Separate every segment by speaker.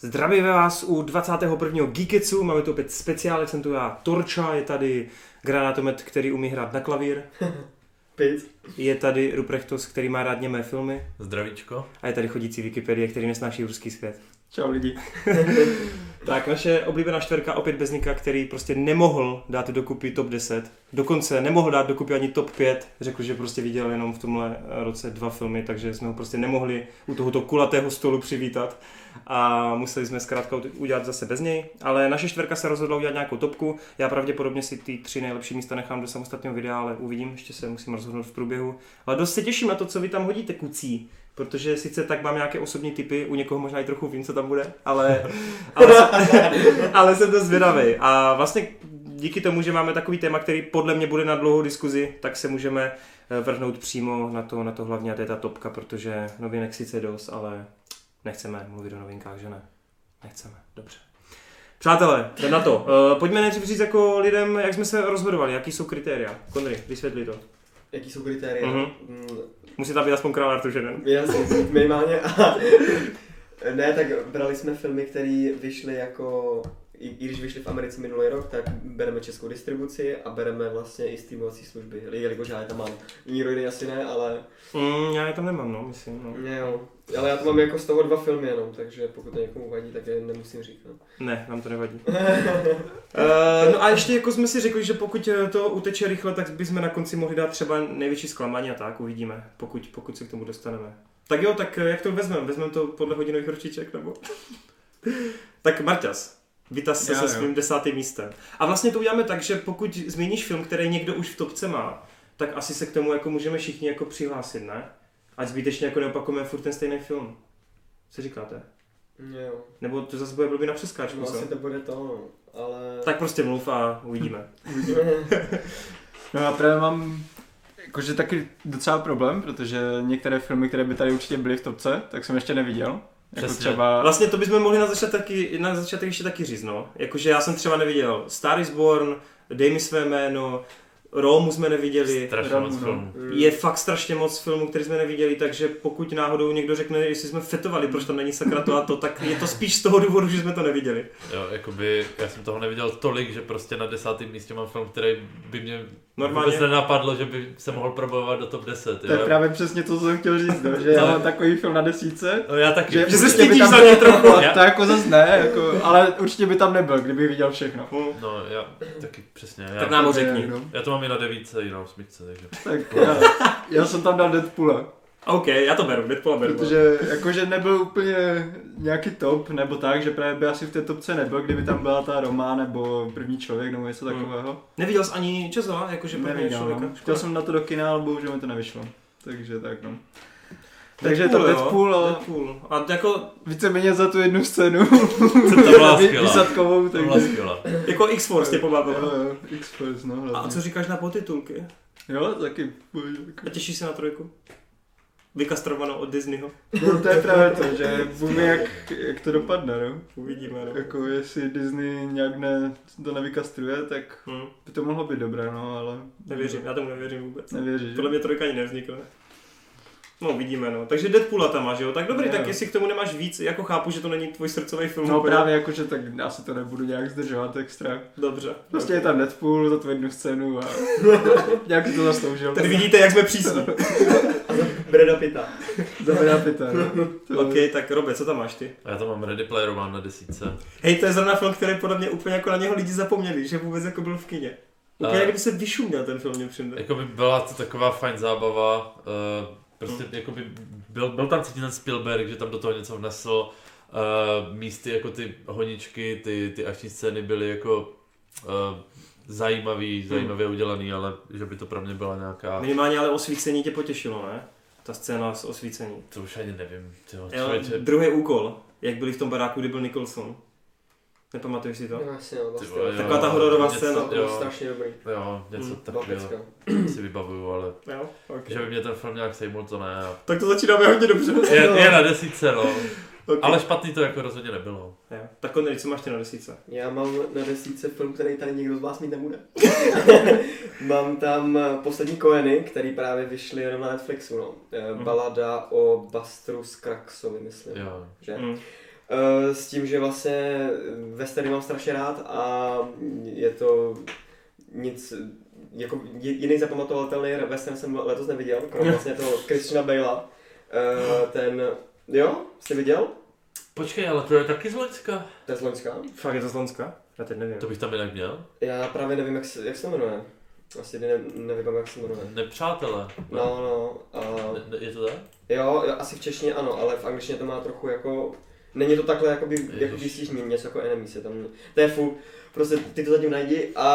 Speaker 1: Zdravíme vás u 21. Geeketsu, máme tu opět speciál, jsem tu já, Torča, je tady granátomet, který umí hrát na klavír,
Speaker 2: Pic.
Speaker 1: je tady Ruprechtos, který má rád němé filmy
Speaker 3: Zdravíčko.
Speaker 1: a je tady chodící Wikipedie, který nesnáší ruský svět.
Speaker 2: Čau lidi.
Speaker 1: Tak, naše oblíbená čtverka opět bez Nika, který prostě nemohl dát dokupy top 10. Dokonce nemohl dát dokupy ani top 5. Řekl, že prostě viděl jenom v tomhle roce dva filmy, takže jsme ho prostě nemohli u tohoto kulatého stolu přivítat. A museli jsme zkrátka udělat zase bez něj. Ale naše čtverka se rozhodla udělat nějakou topku. Já pravděpodobně si ty tři nejlepší místa nechám do samostatného videa, ale uvidím, ještě se musím rozhodnout v průběhu. Ale dost se těším na to, co vy tam hodíte, kucí. Protože sice tak mám nějaké osobní typy, u někoho možná i trochu vím, co tam bude, ale, ale, ale jsem to zvědavý. A vlastně díky tomu, že máme takový téma, který podle mě bude na dlouhou diskuzi, tak se můžeme eh, vrhnout přímo na to, na to hlavně, a to je ta topka, protože novinek sice dost, ale nechceme mluvit o novinkách, že ne? Nechceme, dobře. Přátelé, jdem na to. Eh, Pojďme nejdřív říct jako lidem, jak jsme se rozhodovali, jaký jsou kritéria. Konry, vysvětli to.
Speaker 2: Jaký jsou kritéria?
Speaker 1: Mhm.
Speaker 2: Mm-hmm.
Speaker 1: Musí tam být aspoň král Artur, že ne?
Speaker 2: Jasně, minimálně. A... ne, tak brali jsme filmy, které vyšly jako... I, I když vyšly v Americe minulý rok, tak bereme českou distribuci a bereme vlastně i streamovací služby. Jelikož já je tam mám. Jiný rodiny asi ne, ale...
Speaker 1: Mm, já je tam nemám, no, myslím. No.
Speaker 2: Ne, jo. Ale já to mám jako z toho dva filmy jenom, takže pokud to někomu vadí, tak je nemusím no. říkat.
Speaker 1: Ne, nám to nevadí. Eh, no a ještě jako jsme si řekli, že pokud eh, to uteče rychle, tak bychom na konci mohli dát třeba největší zklamání a tak uvidíme, pokud, pokud se k tomu dostaneme. Tak jo, tak eh, jak to vezmeme? Vezmeme to podle hodinových ročiček nebo? tak Marťas, vytaz se
Speaker 3: Já,
Speaker 1: se
Speaker 3: jo.
Speaker 1: svým desátým místem. A vlastně to uděláme tak, že pokud změníš film, který někdo už v topce má, tak asi se k tomu jako můžeme všichni jako přihlásit, ne? Ať zbytečně jako neopakujeme furt ten stejný film. Co říkáte?
Speaker 2: Ne, jo.
Speaker 1: Nebo to zase bude blbý na přeskáčku,
Speaker 2: No,
Speaker 3: Vlastně
Speaker 1: co?
Speaker 2: asi to bude to, no. ale...
Speaker 1: Tak prostě mluv a uvidíme.
Speaker 4: No já právě mám jakože taky docela problém, protože některé filmy, které by tady určitě byly v topce, tak jsem ještě neviděl. Jako
Speaker 3: Přesně.
Speaker 4: třeba...
Speaker 1: Vlastně to bychom mohli na začátek, taky, na začátek ještě taky říct, no. Jakože já jsem třeba neviděl Star is Born, Dej mi své jméno, Romu jsme neviděli.
Speaker 3: Strašně
Speaker 4: Ramu,
Speaker 3: moc
Speaker 4: no.
Speaker 3: filmů.
Speaker 1: Je fakt strašně moc filmů, který jsme neviděli, takže pokud náhodou někdo řekne, jestli jsme fetovali, proč tam není sakra to a to, tak je to spíš z toho důvodu, že jsme to neviděli.
Speaker 3: Jo, jakoby, já jsem toho neviděl tolik, že prostě na desátém místě mám film, který by mě
Speaker 1: Normálně.
Speaker 3: Normálně. vůbec nenapadlo, že by se mohl probojovat do top 10.
Speaker 4: To je
Speaker 3: jo.
Speaker 4: právě přesně to, co jsem chtěl říct, no, že já mám takový film na desíce,
Speaker 3: No, já taky.
Speaker 4: že,
Speaker 1: Že se
Speaker 4: určitě by
Speaker 1: stydíš
Speaker 4: tam
Speaker 1: za ně
Speaker 4: byl-
Speaker 1: trochu.
Speaker 4: To jako zase ne, jako, ale určitě by tam nebyl, kdybych viděl všechno.
Speaker 1: Hm.
Speaker 3: No, já taky přesně.
Speaker 1: Tak
Speaker 3: Já,
Speaker 1: nám ho řekni.
Speaker 4: No,
Speaker 3: já to mám i na devíce, i na osmičce, takže.
Speaker 4: tak já, já, jsem tam dal Deadpoola,
Speaker 1: OK, já to beru, Deadpoola beru.
Speaker 4: protože jakože nebyl úplně nějaký top, nebo tak, že právě by asi v té topce nebyl, kdyby tam byla ta Roma, nebo první člověk, nebo něco
Speaker 1: Hmm.
Speaker 4: takového.
Speaker 1: Neviděl jsi ani Česla, jakože první
Speaker 4: Neviděl,
Speaker 1: člověka.
Speaker 4: no. Chtěl jsem na to do kina, ale bohužel mi to nevyšlo. Takže tak no.
Speaker 1: Takže
Speaker 4: Takže je to Deadpool, no.
Speaker 1: jo.
Speaker 4: ale
Speaker 1: Deadpool. A jako,
Speaker 4: víceméně za tu jednu scénu
Speaker 3: To byla
Speaker 4: vy-
Speaker 3: skvělá.
Speaker 4: vysadkovou,
Speaker 3: To
Speaker 4: takže...
Speaker 3: byla skvělá. Prostě
Speaker 1: jako X-Force tě pobavilo.
Speaker 4: Jo, jo, X-Force, no
Speaker 1: A
Speaker 4: hlavně.
Speaker 1: co říkáš na podtitulky?
Speaker 4: Jo, taky. jako-
Speaker 1: A těšíš se na trojku? Vykastrovanou od Disneyho?
Speaker 4: No, to je právě to, že vůbec jak, jak to dopadne, no.
Speaker 1: Uvidíme, no.
Speaker 4: Jako jestli Disney nějak ne, to nevykastruje, tak
Speaker 1: Hm,
Speaker 4: by to mohlo být dobré, no, ale...
Speaker 1: nevěřím, já tomu nevěřím vůbec.
Speaker 4: Nevěřím.
Speaker 1: Podle mě trojka ani nevznikne. No, uvidíme, no. Takže Deadpoola tam máš, jo? Tak dobrý,
Speaker 4: Jo.
Speaker 1: tak jestli k tomu nemáš víc, jako chápu, že to není tvůj srdcový film. jako
Speaker 4: No
Speaker 1: úplně.
Speaker 4: právě jakože tak asi to nebudu nějak zdržovat extra.
Speaker 1: Dobře.
Speaker 4: Prostě je tam Deadpool za tu jednu scénu a nějak si to zasloužil.
Speaker 1: Tady vidíte, jak jsme přísní.
Speaker 2: Breda Pita.
Speaker 4: Dobrá pita. no. To-
Speaker 1: OK, tak Robe, co tam máš ty?
Speaker 3: A já tam mám Ready Player One na desítce.
Speaker 1: Hej, to je zrovna film, který podle mě úplně jako na něho lidi zapomněli, že vůbec jako byl v kině. Úplně,
Speaker 3: A-
Speaker 1: jak kdyby se vyšuměl ten film, mě přijde.
Speaker 3: Jakoby byla to taková fajn zábava, eh, prostě
Speaker 1: Hmm.
Speaker 3: jakoby byl, byl tam cítit ten Spielberg, že tam do toho něco vnesl, eh, místy jako ty honičky, ty, ty akční scény byly jako eh,
Speaker 1: Hmm.
Speaker 3: zajímavý, zajímavě udělaný, ale že by to pro mě byla nějaká,
Speaker 1: Minimálně ale osvícení tě potěšilo, ne? Ta scéna s osvícení.
Speaker 3: to už ani nevím,
Speaker 1: Jo,
Speaker 3: tyjo,
Speaker 1: vlastně.
Speaker 3: člověče,
Speaker 1: druhý úkol, jak byli v tom baráku, kdy byl Nicholson. Nepamatuješ si to?
Speaker 2: No, jasně, no,
Speaker 3: ty
Speaker 2: vlastně.
Speaker 3: vole, jo,
Speaker 1: Taková ta hororová
Speaker 3: něco-
Speaker 1: scéna,
Speaker 2: To bylo
Speaker 3: Jo,
Speaker 2: strašně dobrý.
Speaker 3: jo, něco
Speaker 1: Mm,
Speaker 3: takového
Speaker 2: Babecka.
Speaker 3: si vybavuju, ale
Speaker 1: Jo, okay.
Speaker 3: že by mě ten film nějak sejmul, to ne.
Speaker 1: Tak to začínáme hodně dobře.
Speaker 3: Je, je na desítce, no.
Speaker 1: okay.
Speaker 3: Ale špatný to jako rozhodně nebylo.
Speaker 1: Jo. Tak Konry, co máš ty na desíce?
Speaker 2: Já mám na desíce film, který tady nikdo z vás mít nebude. mám tam eh, Poslední koeny, který právě vyšly jenom na Netflixu, no. Eh,
Speaker 1: Mhm.
Speaker 2: Balada o Bastru z Kraksovy, myslím.
Speaker 3: Jo.
Speaker 2: Že?
Speaker 1: Mm.
Speaker 2: Eh, s tím, že vlastně westery mám strašně rád a je to nic, jako je- jiný zapamatovatelný western jsem letos neviděl, kromě vlastně toho Christiana Bale'a. Eh, ten, jo, jsi viděl?
Speaker 3: Počkej, ale to je taky z Loňska.
Speaker 2: To je z Loňska.
Speaker 1: Fakt je to z Lonska? Já teď nevím.
Speaker 3: To bych tam jinak měl.
Speaker 2: Já právě nevím, jak se, jak se to jmenuje. Asi ne, nevím, jak se jmenuje.
Speaker 3: Nepřátelé.
Speaker 2: No, no, a...
Speaker 3: Ne- ne- Je to tak?
Speaker 2: Jo, jo, asi v češtině ano, ale v angličtině to má trochu jako... Není to takhle jakoby, jako výstižný, něco jako enemies je tam. To je fu, prostě ty to zatím najdi a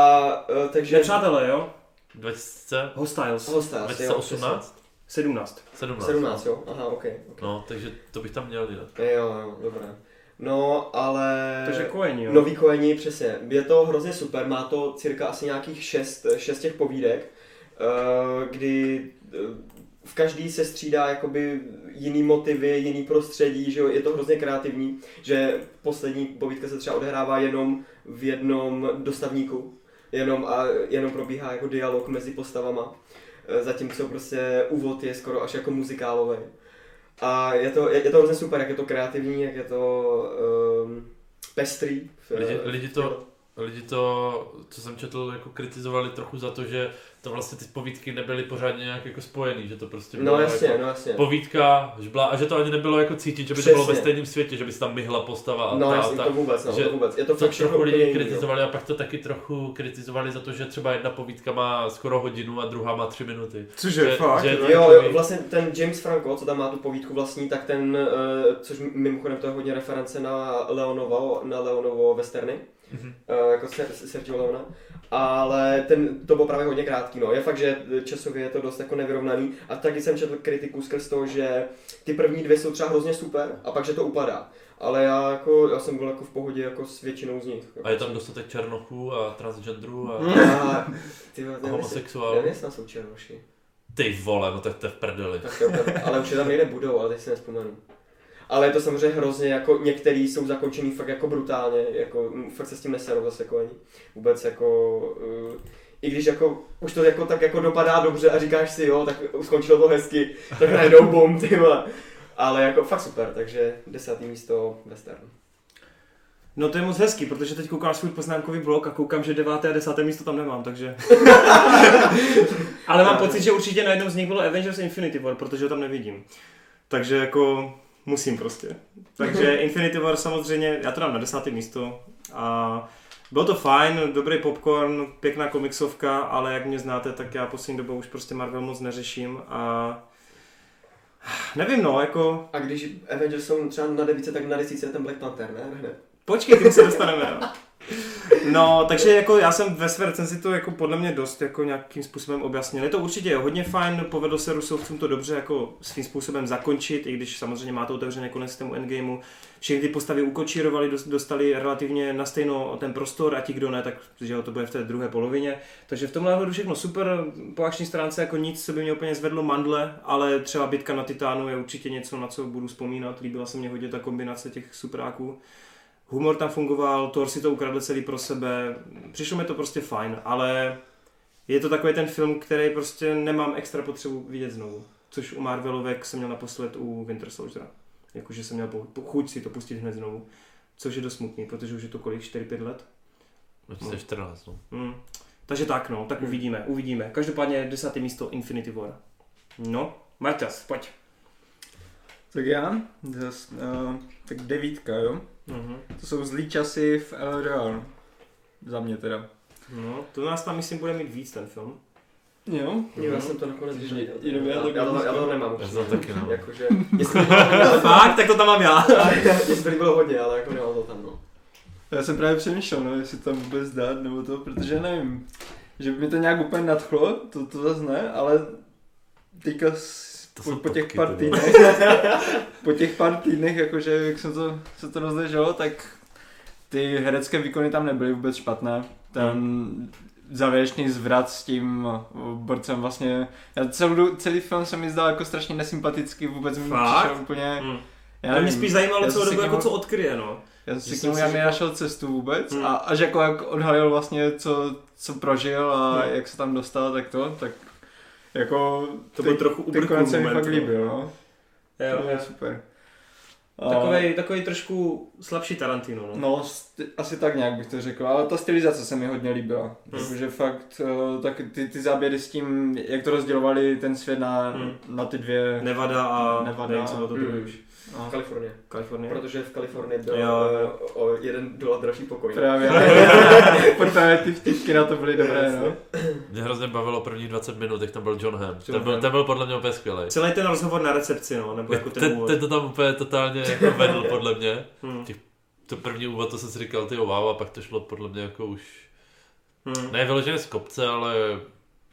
Speaker 2: uh, takže...
Speaker 1: Nepřátelé, jo?
Speaker 3: 2000?
Speaker 1: Hostiles.
Speaker 2: Hostář, jo,
Speaker 3: 2018?
Speaker 1: 17.
Speaker 3: 17.
Speaker 2: 17, jo? Aha, ok. okay.
Speaker 3: No, takže to bych tam měl jinak.
Speaker 2: Jo, jo, dobré. No, ale...
Speaker 1: Takže Cohen, jako jo?
Speaker 2: Nový kojení, přesně. Je to hrozně super, má to cirka asi nějakých šest, šest těch povídek, eh, kdy eh, v každý se střídá jakoby jiný motivy, jiný prostředí, že jo, je to hrozně kreativní, že poslední povídka se třeba odehrává jenom v jednom dostavníku, jenom a jenom probíhá jako dialog mezi postavama, eh, zatímco prostě úvod je skoro až jako muzikálový. A je to, je, je to hrozně super, jak je to kreativní, jak je to um, pestrý.
Speaker 3: Lidi- lidi to- Lidi to, co jsem četl, jako kritizovali trochu za to, že to vlastně ty povídky nebyly pořádně nějak jako spojený, že to prostě
Speaker 2: No
Speaker 3: bylo
Speaker 2: jasně,
Speaker 3: jako
Speaker 2: no jasně.
Speaker 3: povídka, žbla, a že to ani nebylo jako cítit, že by to
Speaker 2: Přesně.
Speaker 3: bylo ve stejném světě, že by se tam myhla postava a
Speaker 2: No
Speaker 3: ta,
Speaker 2: jasně,
Speaker 3: a ta.
Speaker 2: to vůbec, no,
Speaker 3: že
Speaker 2: to vůbec. Je to
Speaker 3: To
Speaker 2: fakt
Speaker 3: trochu
Speaker 2: všechno úplně
Speaker 3: lidi
Speaker 2: jiný, jo.
Speaker 3: kritizovali a pak to taky trochu kritizovali za to, že třeba jedna povídka má skoro hodinu a druhá má tři minuty.
Speaker 4: Cože,
Speaker 3: Že-
Speaker 4: fakt?
Speaker 3: Eh, že-
Speaker 4: jo?
Speaker 2: Jo,
Speaker 3: Takový-
Speaker 2: jo, vlastně ten James Franco, co tam má tu povídku vlastní, tak ten, eh, což mimochodem to je hodně reference na Leonovo, na Leonovo westerny,
Speaker 3: Mhm.
Speaker 2: eh, jako Ser- Sergio Leona, ale ten, to bylo právě hodně krátký, no. Je fakt, že časově je to dost jako nevyrovnaný a taky jsem četl kritiku skrz to, že ty první dvě jsou třeba hrozně super a pak, že to upadá. Ale já, jako, já jsem byl jako v pohodě jako s většinou z nich.
Speaker 3: A je tam dostatek černochů a transgenderů a,
Speaker 2: A, ty, vole,
Speaker 3: a
Speaker 2: nevím, jestli-
Speaker 3: homosexuálů.
Speaker 2: Hmm. nevím, jestli tam jsou černoši.
Speaker 3: Ty vole, no tak to je v prdeli.
Speaker 2: Tak jo, tak- ale už je tam někde budou, ale teď si nespomenu. Ale je to samozřejmě hrozně, jako některý jsou zakončený fakt jako brutálně, jako mm, fakt se s tím neserou zase jako ani. Vůbec jako, uh, i když jako, už to jako, tak jako dopadá dobře a říkáš si jo, tak skončilo to hezky, tak najednou bum, ty vole. Ale jako fakt super, takže desátý místo Western.
Speaker 1: No to je moc hezký, protože teď koukám svůj poznámkový blok a koukám, že deváté a desáté místo tam nemám, takže... Ale mám pocit, že určitě na jednom z nich bylo Avengers Infinity War, protože ho tam nevidím. Takže jako musím prostě. Takže Infinity War samozřejmě, já to dám na desáté místo a bylo to fajn, dobrý popcorn, pěkná komiksovka, ale jak mě znáte, tak já poslední dobou už prostě Marvel moc neřeším a nevím no, jako
Speaker 2: A když Avengers jsou třeba na devíce, tak na desíce je ten Black Panther, ne? Hned.
Speaker 1: Počkej, tím se dostaneme. jo. No, takže jako já jsem ve své recenzi to jako podle mě dost jako nějakým způsobem objasnil. Je to určitě hodně fajn, povedlo se Rusovcům to dobře jako svým způsobem zakončit, i když samozřejmě má to otevřené konec tomu endgameu. Všechny ty postavy ukočírovali, dos- dostali relativně na stejno ten prostor a ti, kdo ne, tak že jo, to bude v té druhé polovině. Takže v tomhle hledu všechno super, po akční stránce jako nic, co by mě úplně zvedlo mandle, ale třeba bitka na Titánu je určitě něco, na co budu vzpomínat. Líbila se mě hodně ta kombinace těch supráků. Humor tam fungoval, Thor si to ukradl celý pro sebe, přišlo mi to prostě fajn, ale je to takový ten film, který prostě nemám extra potřebu vidět znovu. Což u Marvelovek jsem měl naposled u Winter Soldiera. Jakože jsem měl po- po- chuť si to pustit hned znovu. Což je dost smutný, protože už je to kolik, 4-5 let?
Speaker 3: No, to je 14, no.
Speaker 1: Hmm. Takže tak no, tak uvidíme, uvidíme. Každopádně desáté místo Infinity War. No, Martas, pojď.
Speaker 4: Tak já? Zas, uh, tak devítka, jo?
Speaker 1: Mhm.
Speaker 4: To jsou zlý časy v El Real. Za mě teda.
Speaker 1: No, to nás tam myslím bude mít víc ten film.
Speaker 4: Jo?
Speaker 3: no.
Speaker 2: Já jsem to nakonec
Speaker 4: Jdem
Speaker 2: neviděl.
Speaker 4: já to
Speaker 2: já, já, to, já to nemám.
Speaker 3: Já to taky nemám.
Speaker 2: Jakože,
Speaker 1: Fakt, tak to tam mám já.
Speaker 2: Mně se to líbilo hodně, ale jako nemám to tam, no.
Speaker 4: Já jsem právě přemýšlel, no, jestli tam vůbec dát, nebo to, protože nevím. Že by mi to nějak úplně nadchlo, to, to zase ne, ale teďka s,
Speaker 3: To
Speaker 4: po,
Speaker 3: jsou
Speaker 4: po, těch
Speaker 3: topky,
Speaker 4: pár
Speaker 3: to bylo.
Speaker 4: týdnech, po těch pár týdnech, jakože jak jsem to, se to rozleželo, tak ty herecké výkony tam nebyly vůbec špatné. Ten závěrečný zvrat s tím borcem vlastně, já celou, celý film se mi zdal jako strašně nesympatický, vůbec mi
Speaker 1: Fakt?
Speaker 4: přišel úplně,
Speaker 1: Hmm.
Speaker 4: já
Speaker 1: Ale
Speaker 4: nevím,
Speaker 1: mě spíš zajímalo
Speaker 4: já
Speaker 1: celou
Speaker 4: jsem si
Speaker 1: dobu,
Speaker 4: k
Speaker 1: jako
Speaker 4: němu-
Speaker 1: co odkryje, no.
Speaker 4: já jsem si k
Speaker 1: Jestli
Speaker 4: němu
Speaker 1: jsi
Speaker 4: já
Speaker 1: říkal-
Speaker 4: nenašel cestu vůbec
Speaker 1: Hmm.
Speaker 4: a až jako jak odhalil vlastně, co, co prožil a
Speaker 1: Hmm.
Speaker 4: jak se tam dostal, tak to, tak jako
Speaker 1: To
Speaker 4: ty,
Speaker 1: byl trochu
Speaker 4: ty
Speaker 1: ubrků
Speaker 4: konec se mi
Speaker 1: moment,
Speaker 4: fakt
Speaker 1: no.
Speaker 4: líbil, no.
Speaker 1: Jo,
Speaker 4: to je super.
Speaker 1: Takovej, takovej trošku slabší Tarantino, no.
Speaker 4: No, st- asi tak nějak bych to řekl, ale ta stylizace se mi hodně líbila.
Speaker 1: Hmm.
Speaker 4: Protože fakt eh, tak ty, ty záběry s tím, jak to rozdělovali ten svět na,
Speaker 1: Hmm.
Speaker 4: na ty dvě...
Speaker 1: Nevada a
Speaker 4: Nevada.
Speaker 1: nevím, co bylo to
Speaker 2: Mm.
Speaker 1: druhé už.
Speaker 4: No.
Speaker 2: Kalifornie.
Speaker 1: Kalifornie.
Speaker 2: Protože v Kalifornii byl
Speaker 1: Jo, jo.
Speaker 2: eh, o jeden dolar dražší pokoj.
Speaker 4: Právě, protože ty vtipky na to byly dobré, no.
Speaker 3: Mě hrozně bavilo prvních 20 minut, jak tam byl John Hamm. Ten
Speaker 4: John
Speaker 3: byl,
Speaker 4: Hamm.
Speaker 3: ten byl podle mě úplně skvělý.
Speaker 1: Celý ten rozhovor na recepci, no, nebo jako ten
Speaker 3: Ten,
Speaker 1: úvod.
Speaker 3: ten to tam úplně totálně jako vedl, podle mě.
Speaker 1: Hmm.
Speaker 3: To první úvod, to jsem si říkal, ty wow, a pak to šlo podle mě jako už,
Speaker 1: Hmm.
Speaker 3: ne vyloženě z kopce, ale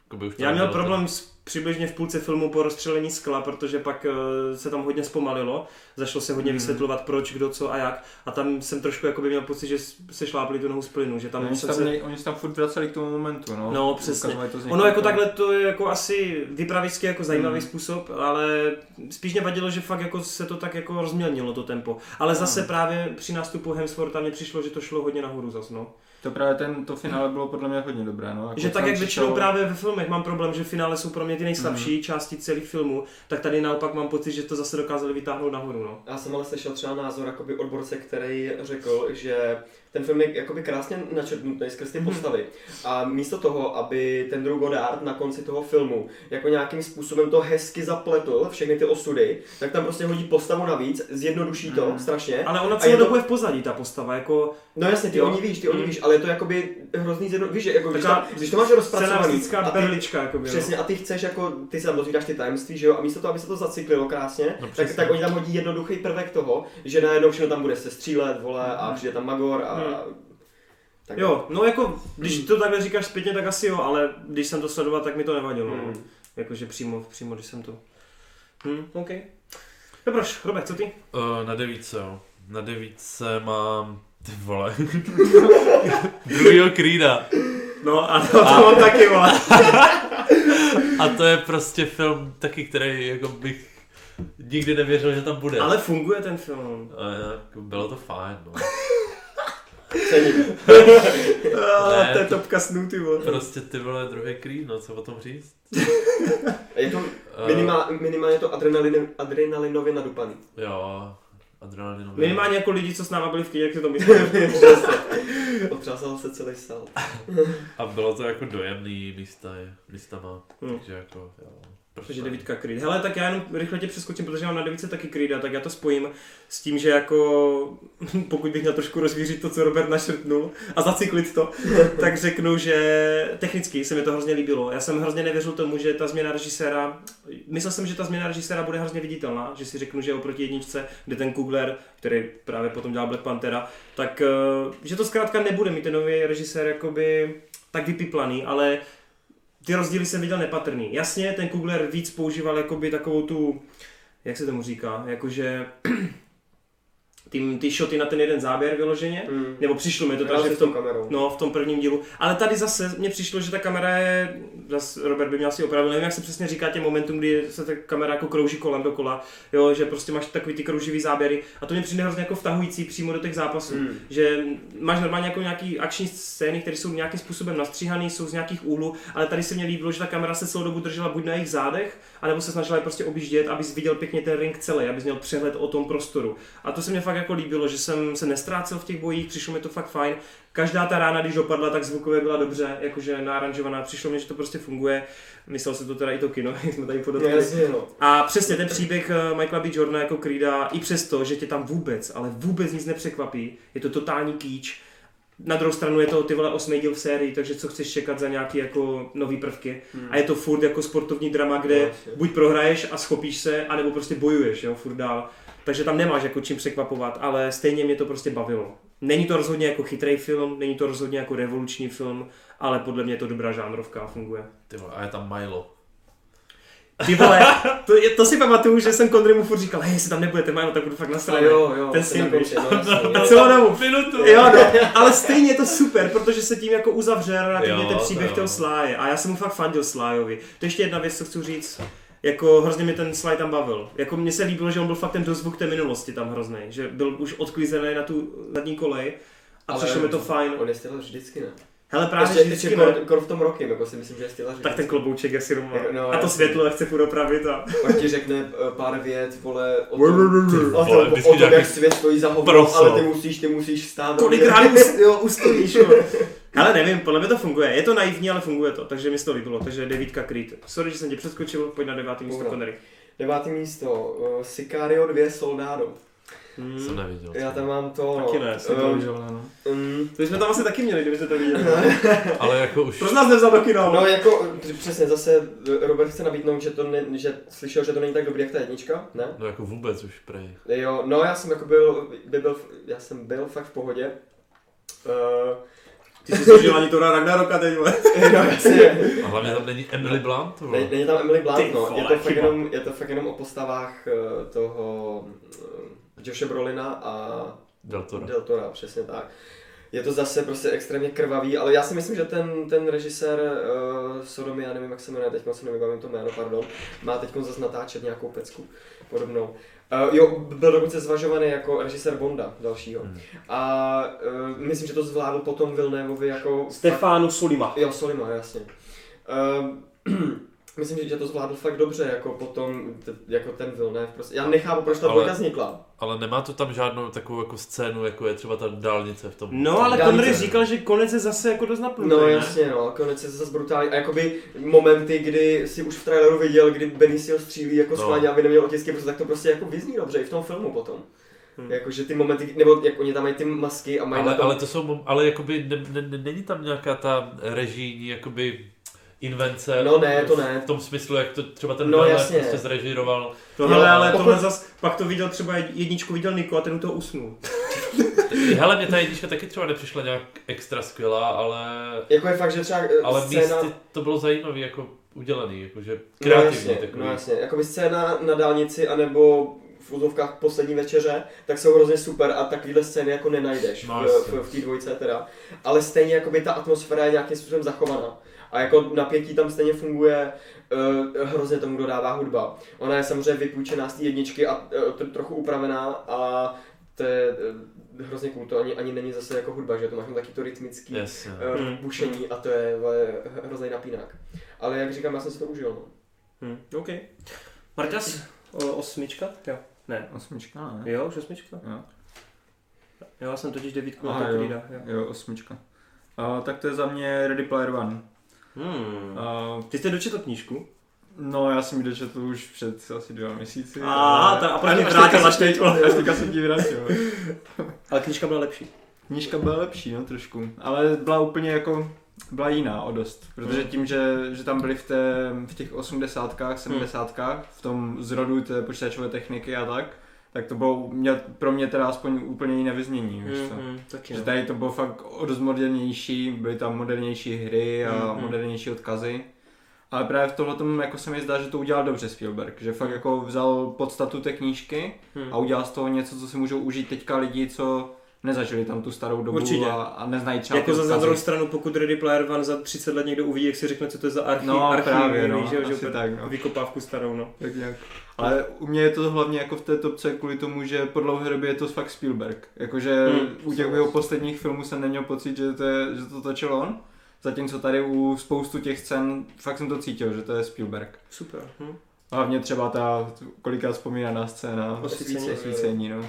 Speaker 3: jakoby už to
Speaker 1: Já měl
Speaker 3: nebylo
Speaker 1: problém s, přibližně v půlce filmu po rozstřelení skla, protože pak eh, se tam hodně zpomalilo, zašlo se hodně
Speaker 4: Hmm.
Speaker 1: vysvětlovat proč, kdo, co a jak a tam jsem trošku jakoby měl pocit, že s- se šlápli tu nohu z plynu, že tam
Speaker 4: Oni se
Speaker 1: jsem
Speaker 4: tam,
Speaker 1: se...
Speaker 4: nej, oni se tam furt vraceli k tomu momentu, no.
Speaker 1: No, přesně.
Speaker 4: Ukazovali to z
Speaker 1: Ono jako
Speaker 4: několika-
Speaker 1: takhle to je jako asi vypravický jako zajímavý
Speaker 4: Hmm.
Speaker 1: způsob, ale spíš mě vadilo, že fakt jako se to tak jako rozmělnilo to tempo. Ale zase
Speaker 4: Hmm.
Speaker 1: právě při nástupu Hemswortha mi přišlo, že to šlo hodně nahoru zas, no.
Speaker 4: To právě ten, to finále bylo podle mě hodně dobré, no. Jako
Speaker 1: Že tak,
Speaker 4: tam
Speaker 1: jak
Speaker 4: přišel-
Speaker 1: většinou právě ve filmech mám problém, že finále jsou pro mě ty nejslabší
Speaker 2: Hmm.
Speaker 1: části celých filmů, tak tady naopak mám pocit, že to zase dokázali vytáhnout nahoru, no.
Speaker 2: Já jsem ale slyšel třeba názor jakoby odborce, který řekl, že ten film je jakoby krásně načrtnutý skrz ty postavy. A místo toho, aby ten Drew Goddard na konci toho filmu jako nějakým způsobem to hezky zapletl, všechny ty osudy, tak tam prostě hodí postavu navíc, zjednoduší to
Speaker 4: Mm.
Speaker 2: strašně.
Speaker 1: Ale ona
Speaker 2: A
Speaker 1: celou
Speaker 2: je to-
Speaker 1: dobu je v pozadí, ta postava, jako
Speaker 2: No jasně, ty
Speaker 1: Jo.
Speaker 2: o ní víš, ty o ní
Speaker 1: Mm.
Speaker 2: víš, ale je to jakoby hrozný zjedno... Víš, že jako, když,
Speaker 1: Taková
Speaker 2: tam, když to máš rozpracovaný
Speaker 1: scenaristická
Speaker 2: a ty,
Speaker 1: perlička, jako
Speaker 2: Přesně, a ty chceš jako, ty se tam dozvídáš ty tajemství, že jo, a místo toho, aby se to zaciklilo krásně,
Speaker 3: No
Speaker 2: no,
Speaker 3: přesně.
Speaker 2: tak, tak oni tam hodí jednoduchý prvek toho, že najednou všechno tam bude se střílet, vole, a přijde tam Magor a...
Speaker 1: Hmm.
Speaker 2: Tak.
Speaker 1: Mhm. Jo, no jako, když to takhle říkáš zpětně, tak asi jo, ale když jsem to sledoval, tak mi to nevadilo, no.
Speaker 2: Hmm.
Speaker 1: Jakože přímo, přímo, když jsem to... Hm, OK. Dobroš, Robe, co ty?
Speaker 3: Eh, na devítce, jo. Na devítce mám, ty vole, druhýho Creeda.
Speaker 1: No a to, to mám taky, vole.
Speaker 3: A to je prostě film taky, který jako bych nikdy nevěřil, že tam bude.
Speaker 1: Ale funguje ten film.
Speaker 3: A jako bylo to fajn, no.
Speaker 2: Cením.
Speaker 1: Ah,
Speaker 3: Ne,
Speaker 1: to je
Speaker 3: to-
Speaker 1: topka snů, ty vole.
Speaker 3: Prostě ty vole druhý Creed, no co o tom říct?
Speaker 2: Je to
Speaker 3: Eh,
Speaker 2: minimál, minimálně to adrenalin, adrenalinově nadupaný.
Speaker 3: Jo, adrenalinový.
Speaker 1: Minimálně jako lidi, co s náma byli v kyně, jak se to myslí.
Speaker 2: Otřásal se celý sál.
Speaker 3: A bylo to jako dojemný místa, je- místama,
Speaker 1: Hmm.
Speaker 3: takže jako, jo.
Speaker 1: Takže
Speaker 3: Prostě.
Speaker 1: devítka Creed. Hele, tak já jenom rychle tě přeskočím, protože mám na devítce taky Creed, tak já to spojím s tím, že jako, pokud bych měl trošku rozvířit to, co Robert našrtnul a zacyklit to, tak řeknu, že technicky se mi to hrozně líbilo. Já jsem hrozně nevěřil tomu, že ta změna režiséra, myslel jsem, že ta změna režiséra bude hrozně viditelná, že si řeknu, že oproti jedničce, kde ten Kugler, který právě potom dělal Black Panthera, tak eh, že to zkrátka nebude mít ten nový režisér jakoby tak vypiplaný, ale ty rozdíly jsem viděl nepatrný. Jasně, ten Kugler víc používal jakoby takovou tu, jak se tomu říká, jakože ty, ty shoty na ten jeden záběr vyloženě,
Speaker 2: Mm.
Speaker 1: nebo přišlo mi to tak,
Speaker 2: Hrál
Speaker 1: že
Speaker 2: si
Speaker 1: v
Speaker 2: s tou
Speaker 1: tom,
Speaker 2: kamerou.
Speaker 1: no, v tom prvním dílu. Ale tady zase mně přišlo, že ta kamera je, zase Robert by mě asi opravil, nevím, jak se přesně říká těm momentům, kdy se ta kamera jako krouží kolem dokola, jo, že prostě máš takový ty krouživý záběry a to mě přijde hrozně jako vtahující přímo do těch zápasů
Speaker 2: Mm.
Speaker 1: že máš normálně jako nějaký akční scény, které jsou nějakým způsobem nastříhané, jsou z nějakých úhlů, ale tady se mě líbilo, že ta kamera se celou dobu držela buď na jejich zádech, anebo se snažila je prostě objíždět, abys viděl pěkně ten ring celý, abys měl přehled o tom prostoru. A to se mě fakt jako líbilo, že jsem se nestrácel v těch bojích, přišlo mi to fakt fajn. Každá ta rána, když dopadla, tak zvukově byla dobře, jakože náranžovaná, přišlo mi, že to prostě funguje. Myslel si to teda i to kino, jak jsme tady
Speaker 2: No,
Speaker 1: podotkli.
Speaker 2: jasně, no.
Speaker 1: A přesně ten příběh eh, Michaela B. Jordana jako Creeda, i přesto, že tě tam vůbec, ale vůbec nic nepřekvapí, je to totální kýč. Na druhou stranu je to ty vole osmý díl v sérii, takže co chceš čekat za nějaký jako nový prvky.
Speaker 2: Hmm.
Speaker 1: A je to furt jako sportovní drama,
Speaker 2: No,
Speaker 1: kde
Speaker 2: jasně.
Speaker 1: buď prohraješ a schopíš se, anebo prostě bojuješ, jo, furt dál. Takže tam nemáš jako čím překvapovat, ale stejně mě to prostě bavilo. Není to rozhodně jako chytrý film, není to rozhodně jako revoluční film, ale podle mě je to dobrá žánrovka a funguje.
Speaker 3: Ty vole, a je tam Milo.
Speaker 1: Ty vole, to, je, to si pamatuju, že jsem Kondry mu furt říkal, hej, jestli tam nebudete Milo, tak budu fakt
Speaker 2: A
Speaker 1: nasraný.
Speaker 2: jo, jo,
Speaker 1: Ten
Speaker 2: no. to
Speaker 1: syn, prostě.
Speaker 2: na konci, no, jasně.
Speaker 1: A celou dobu.
Speaker 3: Minutu!
Speaker 1: Jo, no, ale stejně je to super, protože se tím jako uzavře relativně
Speaker 3: Jo,
Speaker 1: ten příběh
Speaker 3: to jo.
Speaker 1: toho Sláje. A já jsem mu fakt fandil Slájovi. To je ještě jedna věc, co chci říct. Jako hrozně mi ten Sly tam bavil. Jako mně se líbilo, že on byl fakt ten dozvuk té minulosti tam hrozný. Že byl už odklizený na tu zadní kolej. A
Speaker 2: Ale
Speaker 1: přišlo mi to fajn.
Speaker 2: On je styl vždycky, ne?
Speaker 1: Hele, právě
Speaker 2: Ještě,
Speaker 1: vždycky,
Speaker 2: ještě
Speaker 1: ne.
Speaker 2: kor, kor, v tom roky, jako si myslím, že je stylař.
Speaker 1: Tak ten klobouček asi rovná.
Speaker 2: No,
Speaker 1: a to
Speaker 2: jasně.
Speaker 1: světlo, jak chce furt opravit a...
Speaker 2: On ti řekne eh, pár vět, vole, o
Speaker 1: Brr, brr,
Speaker 2: tom,
Speaker 1: brr.
Speaker 2: o
Speaker 3: Vole,
Speaker 2: tom,
Speaker 3: vždycky
Speaker 2: o tom
Speaker 3: nějaký
Speaker 2: jak svět stojí za hovno,
Speaker 3: proso.
Speaker 2: ale ty musíš, ty musíš stát.
Speaker 1: Kolikrát us, jo, ustojíš, jo. Hele, nevím, podle mě to funguje. Je to naivní, ale funguje to, takže mi se to líbilo. Takže devítka Creed. Sorry, že jsem tě přeskočil, pojď na devátý místo
Speaker 2: Dobrá.
Speaker 1: Connery.
Speaker 2: Devátý místo, eh, Sicario 2 Soldado.
Speaker 3: Jsem
Speaker 1: Hmm.
Speaker 3: neviděl.
Speaker 2: Já tam mám to, no.
Speaker 1: Taky ne, jsem
Speaker 2: eh,
Speaker 4: no.
Speaker 2: mm,
Speaker 1: To jsme tam asi taky měli, kdybyste to viděli.
Speaker 3: Ale jako už...
Speaker 1: Proč nás nevzal do kina?
Speaker 2: No jako, přesně, zase eh, Robert chce nabídnout, že to ne, že slyšel, že to není tak dobrý, jak ta jednička, ne?
Speaker 3: No jako vůbec už prej.
Speaker 2: Jo, no já jsem jako byl, by byl, já jsem byl fakt v pohodě. Uh,
Speaker 1: Ty jsi slyšel ani Tora Ragnaroka teď, vole.
Speaker 2: no jasně.
Speaker 3: A hlavně tam není Emily Blunt,
Speaker 2: Ne,
Speaker 3: vole.
Speaker 2: není tam Emily
Speaker 1: No. Ty
Speaker 2: Blunt, no.
Speaker 1: vole,
Speaker 2: je, to fakt
Speaker 1: chyba.
Speaker 2: jenom, je to fakt jenom o postavách eh, toho eh, Joshe Brolina a
Speaker 3: Del Toro.
Speaker 2: Del Tora, přesně tak. Je to zase prostě extrémně krvavý, ale já si myslím, že ten, ten režisér uh, Sodomy, já nevím, jak se jmenuje, teď se nevybavím to jméno, pardon, má teď zase natáčet nějakou pecku podobnou. Uh, jo, byl dokonce zvažovaný jako režisér Bonda dalšího.
Speaker 3: Hmm.
Speaker 2: A uh, myslím, že to zvládl potom Vilnévovi jako... fakt-
Speaker 1: Stefánu Sulima.
Speaker 2: Jo, Solima, jasně. Ehm, myslím, že, že to zvládl fakt dobře, jako potom, t- jako ten Vilnév, prostě. Já nechápu, proč ta
Speaker 3: Ale-
Speaker 2: dvojka vznikla.
Speaker 3: Ale nemá to tam žádnou takovou jako scénu, jako je třeba ta dálnice v tom.
Speaker 1: No, ale
Speaker 2: Dálnice.
Speaker 1: Connery říkal, že konec je zase jako dost naplnutý,
Speaker 2: No
Speaker 1: ne?
Speaker 2: jasně, no, konec je zase brutální. A jakoby momenty, kdy si už v traileru viděl, kdy Benicio střílí jako
Speaker 3: No.
Speaker 2: no. schválně, aby neměl otisky, prostě tak to prostě jako vyzní dobře i v tom filmu potom.
Speaker 1: Hmm.
Speaker 2: Hmm. Jakože ty momenty, nebo jak oni tam mají ty masky a mají
Speaker 3: Ale,
Speaker 2: na tom,
Speaker 3: ale to jsou, mom- ale jakoby ne, ne, ne, není tam nějaká ta režijní, jakoby invence.
Speaker 2: No ne, to ne.
Speaker 3: V tom smyslu, jak to třeba ten
Speaker 2: No,
Speaker 3: no,
Speaker 2: jasně.
Speaker 3: prostě zrežíroval.
Speaker 1: To hele,
Speaker 2: Jo,
Speaker 1: ale
Speaker 2: pokud-
Speaker 1: tohle zas, pak to viděl třeba jedničku, viděl Niko a ten u toho usnul.
Speaker 3: Hele, mě ta jednička taky třeba nepřišla nějak extra skvělá, ale,
Speaker 2: Jako je fakt, že třeba eh,
Speaker 3: ale
Speaker 2: scéna...
Speaker 3: místy to bylo zajímavý, jako udělaný, jakože
Speaker 2: no
Speaker 3: kreativní
Speaker 2: jasně,
Speaker 3: takový.
Speaker 2: No jasně, jakoby scéna na dálnici, anebo v úzovkách poslední večeře, tak jsou hrozně super a takovýhle scény jako nenajdeš
Speaker 3: No
Speaker 2: v,
Speaker 3: jasně.
Speaker 2: v, v té dvojce teda. Ale stejně jakoby ta atmosféra je nějakým způsobem zachovaná. A jako napětí tam stejně funguje, uh, hrozně tomu dodává hudba. Ona je samozřejmě vypůjčená z té jedničky a uh, trochu upravená a to je eh, hrozně cool, to ani, ani není zase jako hudba, že to máš tam taky to rytmický yes.
Speaker 3: Jasně.
Speaker 1: Hmm.
Speaker 2: bušení a to je vole, hrozný napínák. Ale jak říkám, já jsem si to užil. No.
Speaker 1: Hm, OK. Marťas, o, osmička? Jo. Ne.
Speaker 4: Osmička, ne?
Speaker 1: Jo, už osmička?
Speaker 4: Jo.
Speaker 1: Jo, já jsem totiž devítku na
Speaker 4: Aha,
Speaker 1: to
Speaker 4: jo.
Speaker 1: Creeda. Jo.
Speaker 4: Jo, osmička. A, tak to je za mě Ready Player One.
Speaker 1: Hmm.
Speaker 4: A,
Speaker 1: Ty jste dočetl knížku?
Speaker 4: no, já jsem ji dočetl už před asi dvěma měsíci.
Speaker 1: A,
Speaker 4: ale-
Speaker 1: ta, a proč mě
Speaker 4: až
Speaker 1: vrátil
Speaker 4: teďka
Speaker 1: až
Speaker 4: jsem-
Speaker 1: teď? vole?
Speaker 4: Až teďka jsem ti vrátil.
Speaker 1: Ale knížka byla lepší.
Speaker 4: Knížka byla lepší, no trošku, ale byla úplně jako, byla jiná o dost, protože tím, že, že tam byli v, té, v těch osmdesátkách, sedmdesátkách, v tom zrodu té počítačové techniky a tak, tak to bylo mě, pro mě teda aspoň úplně jiné vyznění, Hmm, víš co.
Speaker 1: Mm, taky
Speaker 4: Že
Speaker 1: no.
Speaker 4: tady to bylo fakt o dost modernější, byly tam modernější hry a
Speaker 1: Mhm.
Speaker 4: modernější odkazy. Ale právě v tomhle jako se mi zdá, že to udělal dobře Spielberg, že fakt jako vzal podstatu té knížky
Speaker 1: Hmm.
Speaker 4: a udělal z toho něco, co si můžou užít teďka lidi, co nezažili tam tu starou dobu
Speaker 1: Určitě.
Speaker 4: A, a neznají třeba
Speaker 1: Jako
Speaker 4: ty
Speaker 1: za, za
Speaker 4: odkazy.
Speaker 1: druhou stranu, pokud Ready Player One za 30 let někdo uvidí, jak si řekne, co to je za archiv,
Speaker 4: No,
Speaker 1: archiv
Speaker 4: právě, no,
Speaker 1: víš, že, jo, že
Speaker 4: asi
Speaker 1: úplně
Speaker 4: tak, no.
Speaker 1: vykopávku starou, no.
Speaker 4: Tak nějak. Ale u mě je to hlavně jako v té topce kvůli tomu, že po dlouhé době je to fakt Spielberg. Jakože
Speaker 1: Hmm,
Speaker 4: u těch jeho posledních filmů jsem neměl pocit, že to, je, že to točil on. Zatímco tady u spoustu těch scén fakt jsem to cítil, že to je Spielberg.
Speaker 1: Super. Hm.
Speaker 4: Hlavně třeba ta koliká vzpomínaná scéna.
Speaker 2: Osvícení.
Speaker 4: Osvícení, no.